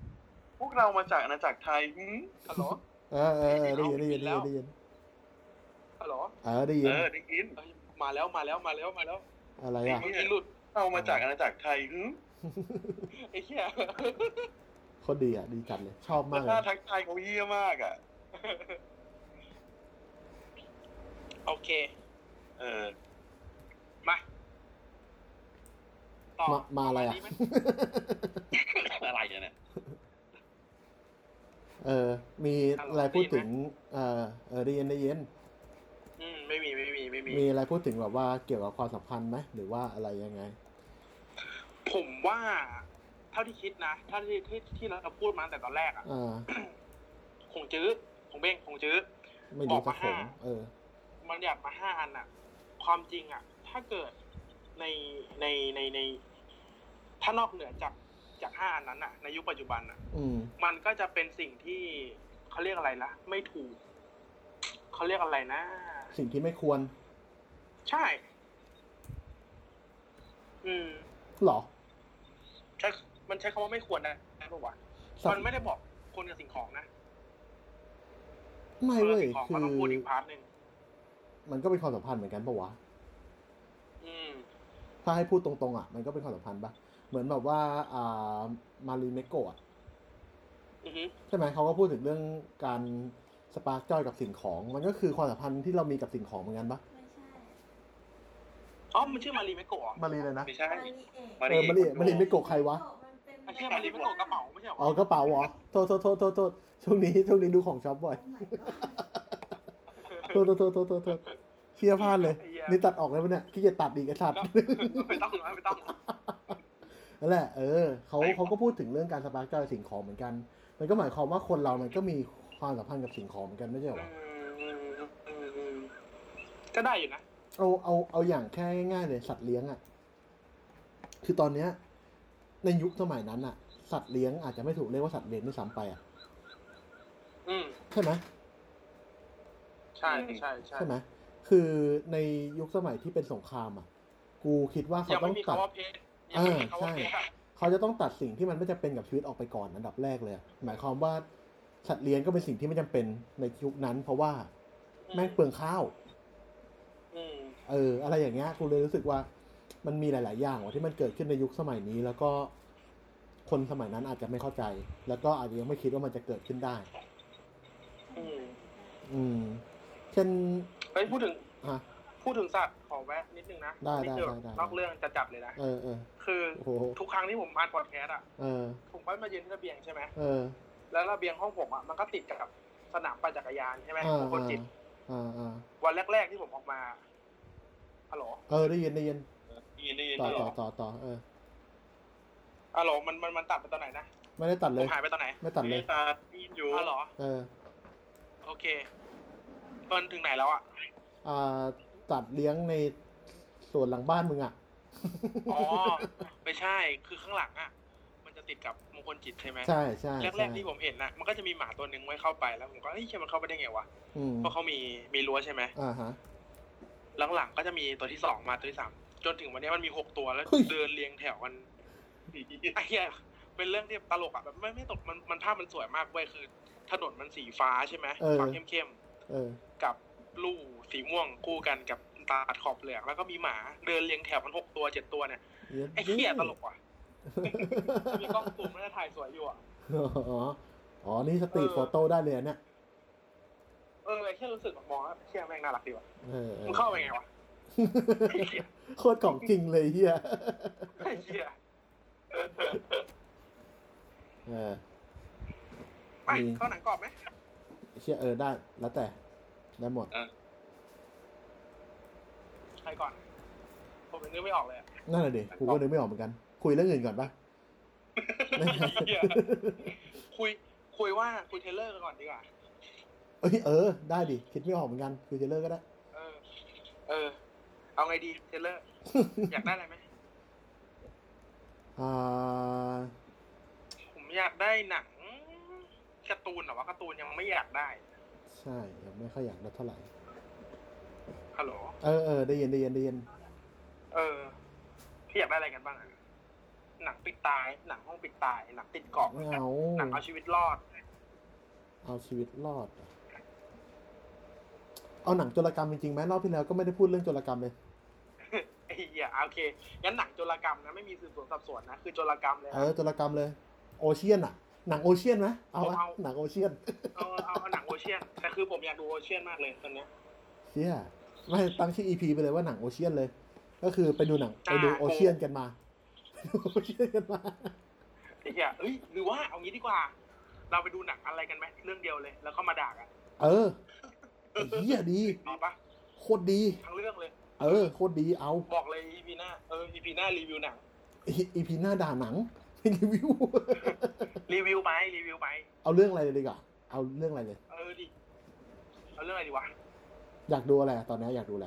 [SPEAKER 5] พวกเรามาจากอาณาจักรไทยหืม
[SPEAKER 4] ฮัลโหล
[SPEAKER 3] เออเออเออได้ยินได้ยินได้ยินได้ยิน
[SPEAKER 4] ฮัลโหล
[SPEAKER 3] เออได้ยิ
[SPEAKER 5] เอน อได้ยิน
[SPEAKER 4] เอ้ยมาแล้วมาแล้วมาแล้วมาแล้ว
[SPEAKER 3] อะไรอ่ะ
[SPEAKER 4] เมื่อกี้หลุด
[SPEAKER 5] เรามาจากอาณาจักรไทย หืม
[SPEAKER 4] ไอ้เหี้ย
[SPEAKER 3] โคตรดีอ่ะ ดีจัดเลย ชอบมากเล
[SPEAKER 5] ท่าย ทักทายเขาเยี่ยมากอ่ะ
[SPEAKER 4] โอเค
[SPEAKER 5] เออ
[SPEAKER 4] มาต่อ
[SPEAKER 3] มามาอะไรอ่ะ
[SPEAKER 4] ดีหม
[SPEAKER 5] อะไรอะเนี่ย
[SPEAKER 3] เออ มีอะไรพูดถึง เออเออได้เย็นได้เย็น
[SPEAKER 4] อืมไม่มีไม่มีไม่มี
[SPEAKER 3] มีอะไรพูดถึงแบบว่าเกี่ยวกับความสัมพันธ์ไหมหรือว่าอะไรยังไง
[SPEAKER 4] ผมว่า เท่าที่คิดนะเท่าที่ที่ที่เราพูดมาตั้งแต่ตอนแรกอะ
[SPEAKER 3] อ่า
[SPEAKER 4] คงจื้อคงเบ้งคงจื้อ
[SPEAKER 3] ไม่รู้สักผม
[SPEAKER 4] ออกมาห้า
[SPEAKER 3] เออ
[SPEAKER 4] มันอยากมาห้าอันอะความจริงอะถ้าเกิดในในในใน ถ้านอกเหนือจากจากห้าอันนั้นอะในยุคปัจจุบันอะ
[SPEAKER 3] อืม
[SPEAKER 4] มันก็จะเป็นสิ่งที่เขาเรียกอะไรนะไม่ถูกเขาเรียกอะไรนะ
[SPEAKER 3] สิ่งที่ไม่ควร
[SPEAKER 4] ใช่ อืม
[SPEAKER 3] หรอ
[SPEAKER 4] ใช้มันใช้คำว่าไม่ควรนะเพราะว่า
[SPEAKER 3] สัต
[SPEAKER 4] มัน
[SPEAKER 3] ว์
[SPEAKER 4] ไม่ได้บอกคนกับสิ่งของนะ
[SPEAKER 3] ไม่
[SPEAKER 4] คนกั
[SPEAKER 3] เว้ย
[SPEAKER 4] สิ่งของ
[SPEAKER 3] คื
[SPEAKER 4] มัน
[SPEAKER 3] อ
[SPEAKER 4] ต้องพูดอีกพาร์ทหนึ่ง
[SPEAKER 3] มันก็เป็นความสัมพันธ์เหมือนกันปะวะ
[SPEAKER 4] อืม
[SPEAKER 3] ถ้าให้พูดตรงๆอ่ะ มันก็เป็นความสัมพันธ์ปะเหมือนแบบว่า อ่า มารีเมโกะอะ
[SPEAKER 4] อือฮึ
[SPEAKER 3] ใช่ไหมเขาก็พูดถึงเรื่องการสปาร์กจ้อยกับสิ่งของ มันก็คือความสัมพันธ์ที่เรามีกับสิ่งของเหมือนกันปะ
[SPEAKER 7] ไม่ใช่
[SPEAKER 4] อ๋อ มันชื่อมารีเมโกะเหรอ
[SPEAKER 3] มารีเลยนะ
[SPEAKER 5] ไม่ใช่
[SPEAKER 7] มาริ
[SPEAKER 5] มาริ
[SPEAKER 3] เอ
[SPEAKER 7] เอะ
[SPEAKER 3] อมารีมารีไม่โกะใครวะ
[SPEAKER 7] นเป็น
[SPEAKER 4] ไอ้เชื่อมารีเมโกะกระเป๋าไม่ใช่เหร
[SPEAKER 3] อ๋อกระเป๋าเหรอโทษโทษโทษโทษโทษช่วงนี้ช่วงนี้ดูของช็อปบ่อย
[SPEAKER 7] โอ้ my god
[SPEAKER 3] โทษโทษโทษโทษโทษ เพี้ยพลาดเลย
[SPEAKER 4] ไอ้เหี้ย
[SPEAKER 3] นี่ตัดออกแล้วปะเนี่ยขี้เกียจตัดอีกไอ้สัตว์
[SPEAKER 4] ไม่ต้องนะไม่ต้อง
[SPEAKER 3] นั่นแหละเออเขาเขาก็พูดถึงเรื่องการสปาร์กจอยกับสิ่งของเหมือนกัน มันก็หมายความว่าคนเรามันก็มีความสัมพันธ์กับสิ่งของเหมือนกันไม่ใช่เหรอ
[SPEAKER 4] อืมอืมอืมก็ได้อยู่นะ
[SPEAKER 3] เอาเอาเอาอย่างแค่ง่ายๆเลยสัตว์เลี้ยงอะ่ะ คือตอนเนี้ย ในยุคสมัยนั้นอะ่ะ สัตว์เลี้ยงอาจจะไม่ถูกเรียกว่าสัตว์เลี้ยงด้วยซ้ำไปอะ่ะ
[SPEAKER 4] อืม
[SPEAKER 3] ใช่ไหม
[SPEAKER 4] ใช่ใช่ใช่
[SPEAKER 3] ใช่ไหมคือในยุคสมัยที่เป็นสงครามอะ่ะ กูคิดว่าเขา
[SPEAKER 4] ยัง
[SPEAKER 3] ต้
[SPEAKER 4] ไม่
[SPEAKER 3] อง
[SPEAKER 4] มี
[SPEAKER 3] ตัด
[SPEAKER 4] คำว่าเพศยังไม่มีคำว่าเพศอะ
[SPEAKER 3] เขาจะต้องตัดสิ่งที่มันไม่จำเป็นกับชีวิตออกไปก่อนอันดับแรกเลยอะหมายความว่าสัตว์เลี้ยงก็เป็นสิ่งที่ไม่จำเป็นในยุคนั้น เพราะว่าแม่งเปลืองข้าว
[SPEAKER 4] อืม
[SPEAKER 3] เอออะไรอย่างเงี้ยกูเลยรู้สึกว่ามันมีหลาย ๆ อย่างว่ะที่มันเกิดขึ้นในยุคสมัยนี้ แล้วก็คนสมัยนั้นอาจจะไม่เข้าใจ แล้วก็อาจจะยังไม่คิดว่ามันจะเกิดขึ้นได้
[SPEAKER 4] อืม
[SPEAKER 3] อืม เช่น
[SPEAKER 4] เฮ้ยพูดถึง
[SPEAKER 3] อ่ะ
[SPEAKER 4] พูดถึงสัตว์ขอแวะนิดนึงนะ
[SPEAKER 3] ได้
[SPEAKER 4] นิเยว
[SPEAKER 3] ได้ได้ได้
[SPEAKER 4] นอกเรื่องจะจับเลยนะ
[SPEAKER 3] เออเออ
[SPEAKER 4] คือ
[SPEAKER 3] โอ้โห
[SPEAKER 4] ทุกครั้งที่ผมอ่านพอดแคสต์อ่ะ
[SPEAKER 3] เออ
[SPEAKER 4] ผมก็มายืนที่ระเบียงใช่ไหม
[SPEAKER 3] เออ
[SPEAKER 4] แล้วระเบียงห้องผมอ่ะ มันก็ติดกับสนามปั่นจักรยานใช่ไหม
[SPEAKER 3] อ่า
[SPEAKER 4] ของคนจิต
[SPEAKER 3] อ่าอ่า
[SPEAKER 4] วันแรก ๆ ที่ผมออกมา ฮัลโหล
[SPEAKER 3] เออได้ยินได้ยิน
[SPEAKER 8] ได้ยินได้ยิน
[SPEAKER 3] ต่อ
[SPEAKER 8] ได้ยิ
[SPEAKER 3] ต่อน ต่อต่อเออ
[SPEAKER 4] ฮัลโหล มันมันมันตัดไปตอนไหนนะ
[SPEAKER 3] ไม่ได้ตัด
[SPEAKER 4] ผ
[SPEAKER 3] เลย
[SPEAKER 4] มหายไปตอนไหน
[SPEAKER 3] ไม่ตัดเล
[SPEAKER 8] ได้
[SPEAKER 3] ย
[SPEAKER 8] ตาได้ยินอยู่
[SPEAKER 4] ฮัลโหล
[SPEAKER 3] เออ
[SPEAKER 4] โอเคมันถึงไหนแล้วอ่ะ
[SPEAKER 3] อ่าตัดเลี้ยงในส่วนหลังบ้านมึงอ่ะ
[SPEAKER 4] อ๋อ ไม่ใช่ คือข้างหลังอ่ะ มันจะติดกับมงคลจิตใช่ไหม
[SPEAKER 3] ใช่ใช่
[SPEAKER 4] แร
[SPEAKER 3] ใช่
[SPEAKER 4] กๆที่ผมเห็นนะมันก็จะมีหมาตัวหนึ่งไว้เข้าไปแล้วผมก็เฮ้ยเชี่ยมันเข้าไปได้ไงวะ
[SPEAKER 3] อืม
[SPEAKER 4] เพราะเขามีมีรั้วใช่ไหม
[SPEAKER 3] อ่าฮะ
[SPEAKER 4] หลังๆก็จะมีตัวที่สองมาตัวที่สามจนถึงวันนี้มันมีหกตัวแล้ว
[SPEAKER 3] เฮ้ย
[SPEAKER 4] เดินเรียงแถวกันไอ้เหี้ยเป็นเรื่องที่ตลกอ่ะแบบไม่ไม่ตกมันมันภาพมันสวยมากเว้ยคือ ถนนมันสีฟ้าใช่ไหม
[SPEAKER 3] เออ
[SPEAKER 4] ฟ้าเข้ม
[SPEAKER 3] เออ
[SPEAKER 4] ๆกับลู่สีม่วงคู่กันกับตาขอบเหลืองแล้วก็มีหมาเดินเรียงแถวกันหกตัวเจ็ดตัวเนี่ยไอ้เหี้ยตลกว่ะมีกล้องซูมน่าจะถ่ายสวยอยู่อ่ะ
[SPEAKER 3] อ๋อ อ๋อ นี่สตรีท
[SPEAKER 4] เออ
[SPEAKER 3] โฟโต้ได้เลยอันเนี่ย
[SPEAKER 4] เออไอ้เหี้ยรู้สึกแบบมองแล้วเหี้ยแม่งน่ารักดีว่ะ
[SPEAKER 3] เออเออ
[SPEAKER 4] มึงเข้าไปไงวะไอ้เหี้ย
[SPEAKER 3] โคตรของจริงเลยเฮีย
[SPEAKER 4] ไอ้เหี้ย
[SPEAKER 3] เออ
[SPEAKER 4] ไปเข้าหนังกรอบไหม
[SPEAKER 3] เชียเออได้ แล้วแต่ ได้หมด
[SPEAKER 4] ใครก่อน ผมยังนึกไม่ออกเลยอะ
[SPEAKER 3] นั่นแหละดิกูก็นึกไม่ออกเหมือนกัน คุยเรื่องอื่นก่อนปะ
[SPEAKER 4] เหี้ย คุย คุยว่าคุยเทรลเลอร์กันก่อนดีกว่า
[SPEAKER 3] เอ้ย เออ ได้ดิ คิดไม่ออกเหมือนกัน คุยเทเลอร์ก็ได้
[SPEAKER 4] เออ เออ เอาไงดีเทรลเล อร์ อยากได้อะไรไหม
[SPEAKER 3] อ่า
[SPEAKER 4] ผมอยากได้หนังการ์ตูนแต่ว่าการ์ตูนยังไม่อยากได้
[SPEAKER 3] ใช่ยังไม่ค่อยอยากได้เท่าไหร่
[SPEAKER 4] ฮัลโหล
[SPEAKER 3] เออเออได้ยินได้ยินได้ยิน
[SPEAKER 4] เออ พี่อยากได้อะไรกันบ้างอะหนังปิดตาย หนังห้องปิดตาย หนังติดเกาะ
[SPEAKER 3] ไม่เอา
[SPEAKER 4] หนังเอาชีวิตรอด
[SPEAKER 3] เอาชีวิตรอดอะเอาหนังโจรกรรมจริงๆไหมรอบที่แล้วก็ไม่ได้พูดเรื่องโจรกรรมเลย
[SPEAKER 4] ไอ้เหี้ยอ่ะโอเค งั้นหนังโจรกรรมนะ ไม่มีสืบสวนสอบสวนนะ คือโจรกรรมเลย
[SPEAKER 3] เอ
[SPEAKER 4] นะ
[SPEAKER 3] อโจรกรรมเลย โอเชียนอะหนังโอเชียนไหมเอาปะ
[SPEAKER 4] เอาเอา
[SPEAKER 3] หนังโอเชียน
[SPEAKER 4] เออเอาเอาหนังโอเชียน แต่คือผมอยากดูโอเชียนมากเลยตอนเนี้ย
[SPEAKER 3] เชี่ยไม่ตั้งชื่อ EP ไปเลยว่าหนังโอเชียนเลย ก็คือไปดูหนังไปดูโอเชียนกันมา โอเชียนกันมา
[SPEAKER 4] ไอ้เหี้ยเอ้ย หรือว่าเอางี้ดีกว่า เราไปดูหนังอะไรกันไหมเรื่องเดียวเลย แล้วก็มาด่ากัน
[SPEAKER 3] เออไอ้เฮียดี
[SPEAKER 4] เอาปะ
[SPEAKER 3] โคตรดี
[SPEAKER 4] ทั้งเรื่องเลย
[SPEAKER 3] เออ โคตรดีเอา
[SPEAKER 4] บอกเลย EP หน้า เออ EP หน้ารีวิวหนัง
[SPEAKER 3] EP หน้าด่าหนัง ไม่รีวิว
[SPEAKER 4] รีวิวไป รีวิวไป
[SPEAKER 3] เอาเรื่องอะไรเลยดีกว่าเอาเรื่องอะไรเลย
[SPEAKER 4] เออดิ เอาเรื่องอะไรดีวะ
[SPEAKER 3] อยากดูอะไรอะตอนนี้อยากดูอะไร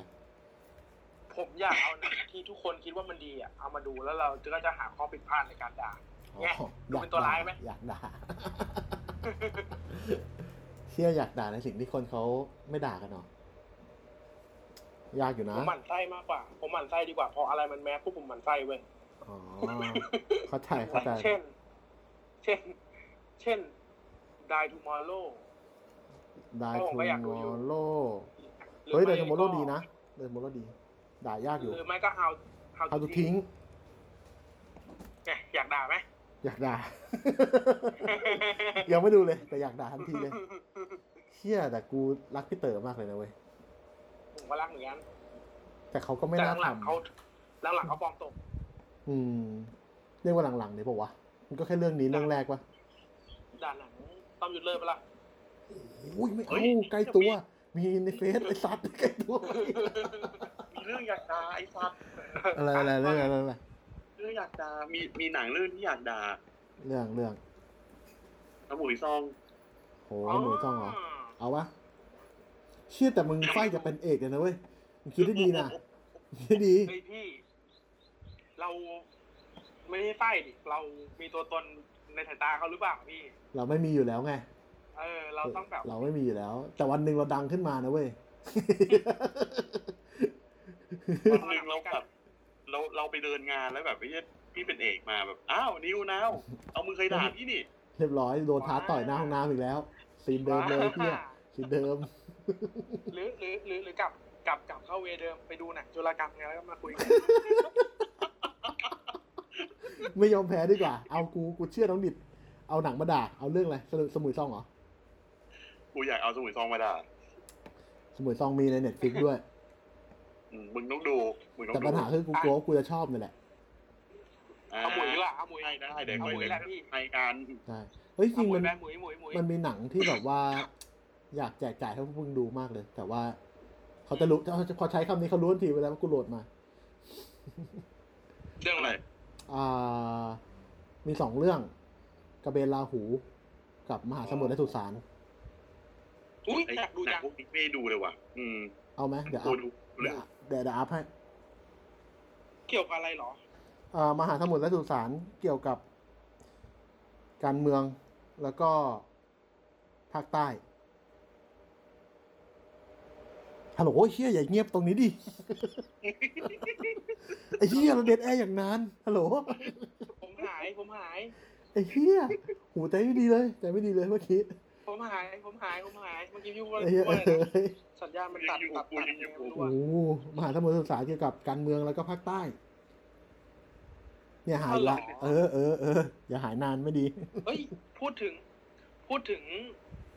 [SPEAKER 4] ผมอยากเอาหนังที่ทุกคนคิดว่ามันดีอ่ะ เอามาดูแล้วเราก็จะหาข้อผิดพลาดในการด่า
[SPEAKER 3] อ๋อ
[SPEAKER 4] ไง
[SPEAKER 3] อ
[SPEAKER 4] ดูเป็นตัวร้ายไหม
[SPEAKER 3] อยากด่า เชื่ออยากด่าในสิ่งที่คนเขาไม่ด่ากันเนาะยากอยู่
[SPEAKER 4] ผ
[SPEAKER 3] นะ
[SPEAKER 4] มหมั่นไส้มากกว่า ผมหมั่นไส้ดีกว่า เพราะอะไรมันแม้พวกผมหมั่นไส้เว้ย
[SPEAKER 3] อ๋อ เข้าใจเข้าใจ
[SPEAKER 4] เช่น เช่น เช่น Die Tomorrow
[SPEAKER 3] ได้
[SPEAKER 4] โอ้
[SPEAKER 3] ทู
[SPEAKER 4] ก็อยากดู
[SPEAKER 3] ม
[SPEAKER 4] อยู่
[SPEAKER 3] อโล
[SPEAKER 4] หรือ
[SPEAKER 3] เฮ้ย
[SPEAKER 4] ไม่
[SPEAKER 3] ไดทูมอโล
[SPEAKER 4] ก็
[SPEAKER 3] ดีนะไดทูมอโลดี ด่ายากอยู่
[SPEAKER 4] หรือไม่ก็เอาเอา
[SPEAKER 3] เอาทุกทิ้ง
[SPEAKER 4] เนี่ยอยากด่าไหม
[SPEAKER 3] อยากด่า ยังไม่ดูเลย แต่อยากด่าทันทีเลยเชี่ยแต่กูรักพี่เต๋อมากเลยนะเว้ย
[SPEAKER 4] ผมก็รักเหมือนกัน
[SPEAKER 3] แต่เขาก็ไม่
[SPEAKER 4] แต่
[SPEAKER 3] น่า
[SPEAKER 4] หลังๆเขา
[SPEAKER 3] ทำ
[SPEAKER 4] หลังๆเขาปลอมตัว
[SPEAKER 3] อืม เรียกว่าหลังๆเนี่ยบอกว่าวะมันก็แค่เรื่องนี้เรื่องแรกวะ
[SPEAKER 4] ด่านหลังต้อมยุดเลิกไปละ
[SPEAKER 3] อุ้ยไม่
[SPEAKER 4] เฮ้
[SPEAKER 3] เอา
[SPEAKER 4] ย
[SPEAKER 3] ใกล้ตัว มีในเฟซไอ้สัตว์ใกล้ตัว
[SPEAKER 5] มีเรื่องอยากด่าไอ้สัตว์
[SPEAKER 3] อะไรอะไรเรื่องอะไรอะไร
[SPEAKER 5] เรื่องอยากด่ามีมีหนังเรื่องที่อยากด่า
[SPEAKER 3] เรื่องเรื่อง
[SPEAKER 5] สมุยซอง
[SPEAKER 3] โหหนูจ้องเหรอ เอาวะเชื่อแต่มึงไฟจะเป็นเอกเลยนะเว้ยมึงคิดได้ดีนะคิดได้ดี
[SPEAKER 4] เฮ้ยพี่ เราไม่ได้ไฟดิเรามีตัวตนในสายตาเขาหรือเปล่าพี่
[SPEAKER 3] เราไม่มีอยู่แล้วไง
[SPEAKER 4] เออ เราต้องแบบ
[SPEAKER 3] เราไม่มีอยู่แล้ว แต่วันหนึ่งเราดังขึ้นมานะ เว้ย
[SPEAKER 5] วันหนึ่งเราแบบเราเราไปเดินงานแล้วแบบไม่ใช่พี่เป็นเอกมาแบบอ้าวนิวนาวเอามึงเคยด่าพี่นี่
[SPEAKER 3] เรียบร้อยโดนท้าต่อยหน้าห้องน้ำอีกแล้วซีนเดิมเลยเพี้ยซีนเดิม
[SPEAKER 4] หรือหรือหรือหรือกลับกลับกลับเข้าเวเดิมไปดูหนังจุลกรรมไงแล้วก็มาคุยกัน
[SPEAKER 3] ไม่ยอมแพ้ดีกว่า เอากูกูเชื่อน้องดิด เอาหนังมาด่า เอาเรื่องอะไรสมุสมุยซองเหรอ
[SPEAKER 5] กูอยากเอาสมุยซองมาด่า
[SPEAKER 3] สมุยซองมีในเน็ตฟิกด้วย
[SPEAKER 5] อืมมึงต้องดูมึงต้อ
[SPEAKER 3] แต่
[SPEAKER 5] งดู
[SPEAKER 3] ปัญหาคือกูกลัวว่ากูจะชอบนี่แหละ
[SPEAKER 5] อ่า
[SPEAKER 4] เอาหมุยดีกว่าเอาหมุย
[SPEAKER 5] ได้ได้เดี๋ยว
[SPEAKER 4] เอา
[SPEAKER 5] ค่อย
[SPEAKER 4] หมุย
[SPEAKER 5] เดี๋ยว
[SPEAKER 4] แหละพี่
[SPEAKER 5] รายการ
[SPEAKER 3] ใช่ เฮ้ยจ
[SPEAKER 4] เอา
[SPEAKER 3] ริง
[SPEAKER 4] หมุ
[SPEAKER 3] มั
[SPEAKER 4] ย
[SPEAKER 3] น
[SPEAKER 4] แม่หมุยหมุยหมุย
[SPEAKER 3] มันมีหนังที่แบบว่า อยากแจกจ่ายให้พวกมึงดูมากเลย แต่ว่า เขาจะรู้เขาจะพอใช้คำนี้เขารู้ทันทีเวลากูโหลดมา
[SPEAKER 5] เรื่องอะไร
[SPEAKER 3] อ่า มีสองเรื่องกระเบนลาหู กับมหาสมุทรและสุสาน
[SPEAKER 4] อุ้ย
[SPEAKER 5] ไอ้
[SPEAKER 4] อยากดู
[SPEAKER 5] หนั
[SPEAKER 4] จั
[SPEAKER 5] ง
[SPEAKER 4] ง
[SPEAKER 5] พวกนี้ไม่ได้ดูเลยว่ะ อืม
[SPEAKER 3] เอาไหมเดี๋ยว
[SPEAKER 5] กู
[SPEAKER 3] อัพ
[SPEAKER 5] ดู
[SPEAKER 3] เดี๋
[SPEAKER 5] เรื่
[SPEAKER 3] ย
[SPEAKER 5] อ
[SPEAKER 3] ว
[SPEAKER 5] ง
[SPEAKER 3] เดี๋ยวเดี๋ยวอัพให้
[SPEAKER 4] เกี่ยวกับอะไรเหรอ
[SPEAKER 3] เอ่อมหาสมุทรและสุสานเกี่ยวกับการเมืองแล้วก็ภาคใต้ฮัลโหลเฮียอย่าเงียบตรงนี้ดิ ไอ้เฮียเราเด็ดแอร์อย่างนานฮัลโหล
[SPEAKER 4] ผมหายผมหาย
[SPEAKER 3] ไอ้เฮียหูใจไม่ดีเลยใจไม่ดีเลยเมื่อกี้
[SPEAKER 4] ผมหายผมหายผมหายเมื่อกี้พี่ว่า
[SPEAKER 3] ไอ้เฮีย
[SPEAKER 4] ว่าอะไรนะ
[SPEAKER 3] เอ้ย
[SPEAKER 4] สัญญาณมันตัดตัดตัดยังไงไม่รู้
[SPEAKER 3] โอ้
[SPEAKER 4] อะ
[SPEAKER 3] โหมหาสมุทรและสุสานเกี่ยวกับการเมืองแล้วก็ภาคใต้ เนี่ยหายละเออเออเอออย่าหายนานไม่ดี
[SPEAKER 4] เฮ้ยพูดถึง พูดถึง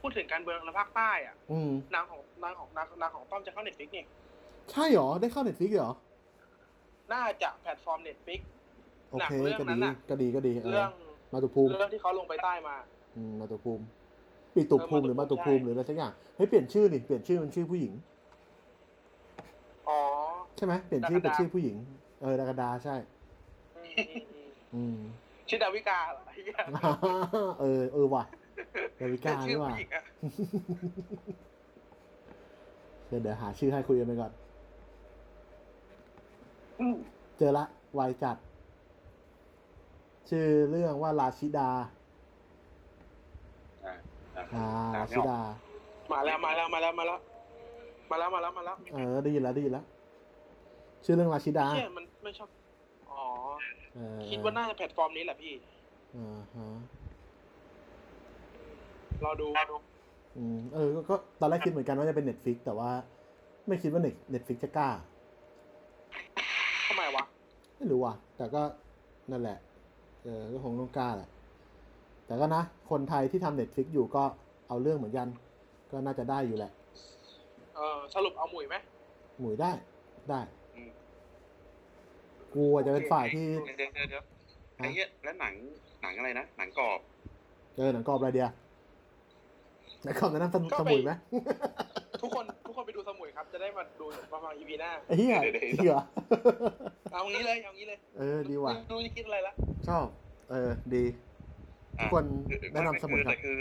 [SPEAKER 4] พูดถึงการเมืองและภาคใต้อ่ะ
[SPEAKER 3] อืม
[SPEAKER 4] นางของนางของนางนางของต้อมจะเข้าเน็ตฟิกนี่
[SPEAKER 3] ใช่เหรอ ได้เข้าเน็ตฟิกเหรอ
[SPEAKER 4] น่าจะแพลตฟอร์มเน็ตฟิก
[SPEAKER 3] โอ
[SPEAKER 4] หนัก
[SPEAKER 3] เค
[SPEAKER 4] เรื่อง
[SPEAKER 3] ก็
[SPEAKER 4] นั้
[SPEAKER 3] ดี
[SPEAKER 4] นน่ะ
[SPEAKER 3] ก็ดีก็ดีเอ
[SPEAKER 4] เรื่
[SPEAKER 3] อ
[SPEAKER 4] อง
[SPEAKER 3] มาตุภูมิ
[SPEAKER 4] เรื่องที่เขาลงไปใต้มา
[SPEAKER 3] อืมมาตุภูมิปีตุภูมิหรือมาตุภูมิ
[SPEAKER 4] ใช่
[SPEAKER 3] หรืออะไรสักอย่างเฮ้ยเปลี่ยนชื่อดิเปลี่ยนชื่อเป็นชื่อผู้หญิง
[SPEAKER 4] อ๋อ
[SPEAKER 3] ใช่ไหมเปลี่ยนชื่อเป็น
[SPEAKER 4] ดารา
[SPEAKER 3] ชื่อผู้หญิงเออดากดาใช่
[SPEAKER 4] อืมอืมอืม
[SPEAKER 3] อืม
[SPEAKER 4] ชื่อดาวิกาเหรอไอ้เหี้ย
[SPEAKER 3] เออเออว่ะดาวิกา
[SPEAKER 4] ชื่
[SPEAKER 3] นี่
[SPEAKER 4] อ
[SPEAKER 3] ว่ะ
[SPEAKER 4] ผู้หญิงอะ
[SPEAKER 3] เดี๋ยวเดี๋ยวหาชื่อให้คุยกันไปก่อน เจอละวายจัด ชื่อเรื่องว่าราชิดา อ่าราชิดา
[SPEAKER 4] มาแล้วมาแล้วมาแล้วมาแล้วมาแล้วมาแล้วมาแล้ว
[SPEAKER 3] เออได้ยินแล้วได้ยินแล้วชื่อเรื่องราชิดา
[SPEAKER 4] เนี่ยมันไม่ชอบอ๋อ
[SPEAKER 3] เออ
[SPEAKER 4] คิดว่าน่าจะแพลตฟอร์มนี้แหละพี่
[SPEAKER 3] อ่าฮะ
[SPEAKER 4] รอดูรอดู
[SPEAKER 3] อืมเออก็ก็ตอนแรกคิดเหมือนกันว่าจะเป็นเน็ตฟิกแต่ว่าไม่คิดว่าเน็ตเน็ตฟิกจะกล้า
[SPEAKER 4] ทำไมวะ
[SPEAKER 3] ไม่รู้ว่ะ แต่ก็นั่นแหละ เออก็คงต้องกล้าแหละ แต่ก็นะ คนไทยที่ทำเน็ตฟิกอยู่ก็เอาเรื่องเหมือนกัน ก็น่าจะได้อยู่แหละ
[SPEAKER 4] เออสรุปเอาหมุยไหม
[SPEAKER 3] หมุยได้ได้
[SPEAKER 5] อืม
[SPEAKER 3] กูอาจจะเป็นฝ่ายที่
[SPEAKER 5] เดี๋ยวเดี๋ยวเดี๋ยวไอ้เนี้ยแล้วหนังหนังอะไรนะหนังกรอบ
[SPEAKER 3] เจอหนังกรอบอะไรเดียหนังกรอบแนะนำสมุ
[SPEAKER 4] ก็
[SPEAKER 3] ส
[SPEAKER 4] ไป
[SPEAKER 3] มุยไหม
[SPEAKER 4] ทุกคนทุกคนไปดูสมุยครับ จะได้มาดูประมาณ EP หน้า
[SPEAKER 3] ไอ้เหี้ย
[SPEAKER 5] เดี๋ยวเดี๋ยว
[SPEAKER 3] จริงเหรอ
[SPEAKER 4] เอางี้เลย เอางี้เลย
[SPEAKER 3] เออดีว่ะ
[SPEAKER 4] ดูจะคิดอะไรละ
[SPEAKER 3] ชอบ เออ ดี ทุ
[SPEAKER 5] อ่ะ
[SPEAKER 3] กคนแนะนำสมุยครับ
[SPEAKER 5] แต่คือ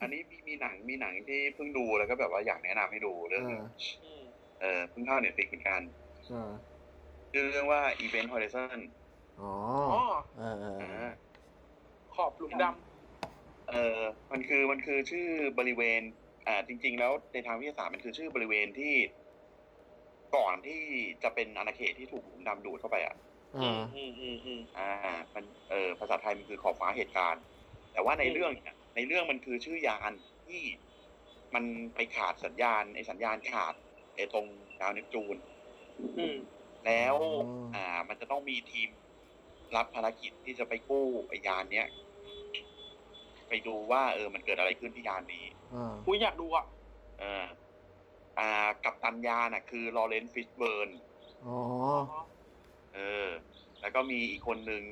[SPEAKER 5] อันนี้มีมีหนังมีหนังที่เพิ่งดูแล้วก็แบบว่าอยากแนะนำให้ดูเรื่อง
[SPEAKER 3] เออ
[SPEAKER 4] อืม
[SPEAKER 5] เออเพิ่งเข้าเน็ตฟิกเหมือนกัน
[SPEAKER 3] เออ
[SPEAKER 5] ชื่อเรื่องว่า Event Horizon
[SPEAKER 3] อ๋อ
[SPEAKER 4] อ๋อ
[SPEAKER 3] เออเออเออ
[SPEAKER 5] อ่า
[SPEAKER 4] ขอบหลุมด
[SPEAKER 5] เออมันคือมันคือชื่อบริเวณ อ่าจริง ๆ แล้วในทางวิทยาศาสตร์มันคือชื่อบริเวณที่ ก่อนที่จะเป็นอาณาเขตที่ถูกหลุมดำดูดเข้าไปอ่ะ
[SPEAKER 4] ำ
[SPEAKER 3] อ่า
[SPEAKER 4] อืมอืมอืม
[SPEAKER 5] อ่า มันเออภาษาไทยมันคือขอบฟ้าเหตุการณ์ แต่ว่าในเรื่องเนี่ยในเรื่องมันคือชื่อยานที่มันไปขาดสัญญาณไอสัญญาณขาดไอตรงดาวเนปจูน
[SPEAKER 4] อืม
[SPEAKER 5] แล้ว
[SPEAKER 3] อ๋ออ่
[SPEAKER 5] อ่า มันจะต้องมีทีมรับภารกิจที่จะไปกู้ไอยานเนี้ยไปดูว่า เออมันเกิดอะไรขึ้นที่ยานนี้
[SPEAKER 3] อ่า
[SPEAKER 4] อุ้ยอยากดูอ่ะ
[SPEAKER 5] เออ อ่า กับตันยานน่ะ คือลอเรนซ์ฟิชเบิร์น
[SPEAKER 3] อ๋อ
[SPEAKER 5] เออ แล้วก็มีอีกคนหนึ่ง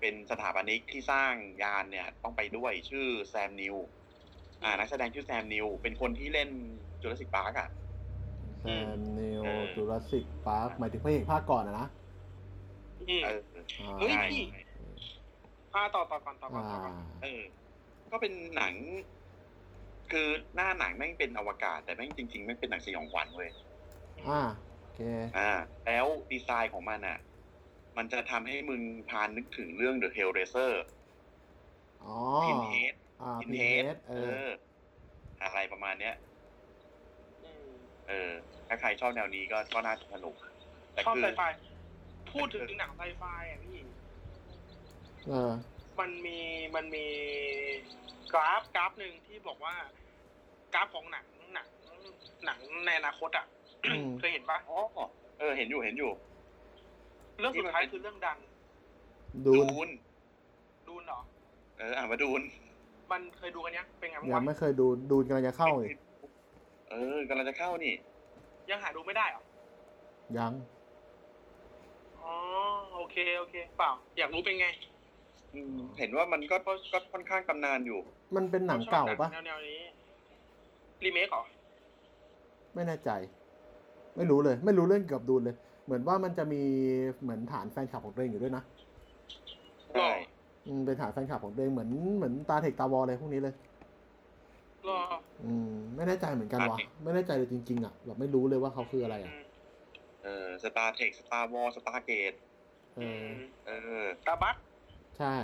[SPEAKER 5] เป็นสถาปนิกที่สร้างยานเนี่ย ต้องไปด้วยชื่อแซมนิว อ่า นักแสดงชื่อแซมนิว เป็นคนที่เล่นโจ จูราสสิกพาร์กอ่ะ
[SPEAKER 3] แซมเนโอ
[SPEAKER 5] เออ
[SPEAKER 3] จูราสสิกพาร์คหมายถึงพระเอกภาคก่อนอะนะ
[SPEAKER 4] อืม
[SPEAKER 5] เออ
[SPEAKER 3] อ่า
[SPEAKER 4] เฮ้ย
[SPEAKER 5] ใช่
[SPEAKER 4] อ่าต่อต่อก่อนต่อก่อน
[SPEAKER 3] อ่า
[SPEAKER 4] ต่อก่อน
[SPEAKER 5] เออ ก็เป็นหนัง คือหน้าหนังแม่งเป็นอวกาศ แต่แม่งจริงๆแม่งเป็นหนังสยองขวัญเว้ย
[SPEAKER 3] อ่าโอเค
[SPEAKER 5] อ่า แล้วดีไซน์ของมันอ่ะ มันจะทำให้มึงพานึกถึงเรื่อง The Hellraiser
[SPEAKER 3] อ๋อ
[SPEAKER 5] Pinhead
[SPEAKER 3] อ่าพินเฮ
[SPEAKER 5] Pinhead
[SPEAKER 3] ด
[SPEAKER 5] เอ
[SPEAKER 3] เออ
[SPEAKER 5] อ อะไรประมาณเนี้ย
[SPEAKER 4] อืม
[SPEAKER 5] เออ ถ้าใครชอบแนวนี้ก็ก็น่าจะสนุก แต่
[SPEAKER 4] ชอบ
[SPEAKER 5] คือ
[SPEAKER 4] ไซไฟพูดถึงหนังไซไฟอ่ะพี่
[SPEAKER 3] เออ
[SPEAKER 4] มันมีมันมีกราฟกราฟหนึ่งที่บอกว่า กราฟของหนังหนังหนังในอนาคตอ่ะ
[SPEAKER 3] อืม
[SPEAKER 4] เคยเห็นปะ
[SPEAKER 5] อ๋อเออ เห็นอยู่เห็นอยู่
[SPEAKER 4] เรื่องสุดท้ายคือเรื่องดัน
[SPEAKER 3] ดูน
[SPEAKER 5] ดูน
[SPEAKER 4] ดูนเหรอ
[SPEAKER 5] เออ อ่านมาดูน
[SPEAKER 4] มันเคยดูกันยังเป็นไงบ้าง
[SPEAKER 3] ยัง
[SPEAKER 4] วะ
[SPEAKER 3] ไม่เคยดูดูนกำลังจะเข้าอีก
[SPEAKER 5] เออกำลังจะเข้านี่
[SPEAKER 4] ยังหาดูไม่ได้เหรอ
[SPEAKER 3] ยัง
[SPEAKER 4] อ๋อโอเคโอเค เปล่า อยากรู้เป็นไง
[SPEAKER 5] อืมเห็นว่ามันก็ก็ก็ค่อนข้างตำนานอยู่
[SPEAKER 3] มันเป็นหนังเก่าปะ
[SPEAKER 4] ชอบหนังแนวๆนี้รีเมคเหรอ
[SPEAKER 3] ไม่แน่ใจ ไม่รู้เลย ไม่รู้เรื่องเกี่ยวกับดูนเลย เหมือนว่ามันจะมีเหมือนฐานแฟนคลับของตัวเองอยู่ด้วยนะ
[SPEAKER 4] หร
[SPEAKER 5] ใช่
[SPEAKER 4] อ
[SPEAKER 3] อืมเป็นฐานแฟนคลับของตัวเองเหมือนเหมือนตาเทคตาวอลอะไรพวกนี้เลย
[SPEAKER 4] รอ
[SPEAKER 3] อืมไม่แน่ใจเหมือนกันวะไม่แน่ใจเลยจริง ๆอ่ะแบบไม่รู้เลยว่าเขาคืออะไร
[SPEAKER 4] อื
[SPEAKER 3] อ่ะ
[SPEAKER 4] ม
[SPEAKER 5] เออสตาร์เทคสตาร์วอลสตาร์เกต
[SPEAKER 3] เออ
[SPEAKER 5] เออ
[SPEAKER 4] ตาบัส
[SPEAKER 3] ใช่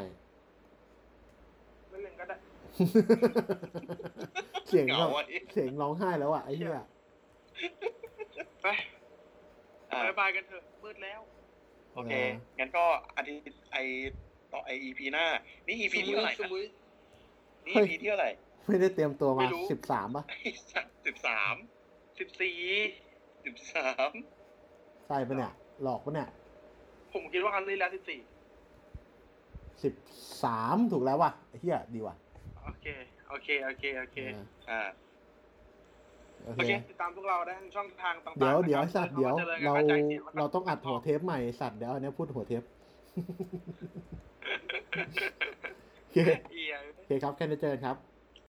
[SPEAKER 4] ไม่เล่นก็ได้
[SPEAKER 3] เสียง
[SPEAKER 5] เห
[SPEAKER 3] แบ
[SPEAKER 5] งา
[SPEAKER 3] บ
[SPEAKER 5] อ่ะ
[SPEAKER 3] เสียงร้องไห้แล้วอ่ะไอ้เหี้ย
[SPEAKER 4] ไป
[SPEAKER 5] อ่ะ
[SPEAKER 4] บายบายกันเถอะมืดแล้ว
[SPEAKER 5] โอเค งั้นก็อาทิตย์ไอต่อไออีพีหน้า นี่อีพีที่เท่าไหร่นะนี่อีพีที่เท่าไหร่
[SPEAKER 3] ไม่ได้เตรียมตัว
[SPEAKER 4] ไม่
[SPEAKER 3] มา
[SPEAKER 4] รู้
[SPEAKER 3] สิบสามป่ะ
[SPEAKER 5] สิบสาม
[SPEAKER 4] สิบสี่
[SPEAKER 5] สิบสาม
[SPEAKER 3] ใช่ปะเนี่ย หลอกปะเนี่ย
[SPEAKER 4] ผมคิดว่าครั้งนี้แล้วสิบสี่
[SPEAKER 3] สิบสามถูกแล้วว่ะไอ้เหี้ยดีว่ะ
[SPEAKER 4] โอเค โอเค โอเค โอเค
[SPEAKER 3] เออ
[SPEAKER 5] อ่า
[SPEAKER 3] โอ
[SPEAKER 4] โอ
[SPEAKER 3] เค
[SPEAKER 4] เค ติดตามพวกเราได้ทางช่องทางต่างๆ
[SPEAKER 3] เดี๋ยว
[SPEAKER 4] นะ
[SPEAKER 3] เดี๋ยว
[SPEAKER 4] ค
[SPEAKER 3] ไอ้สัตว์เดี๋ยว
[SPEAKER 4] จอ
[SPEAKER 3] เรา
[SPEAKER 4] กันบ้นใจสียง
[SPEAKER 3] เราต้องอัดหัวเทปใหม่ไอ้สัตว์เดี๋ยวอันเนี้ยพูดหัวเทปโอเค
[SPEAKER 4] เอีย
[SPEAKER 3] โอเคครับแค่นี้เจอกันครับ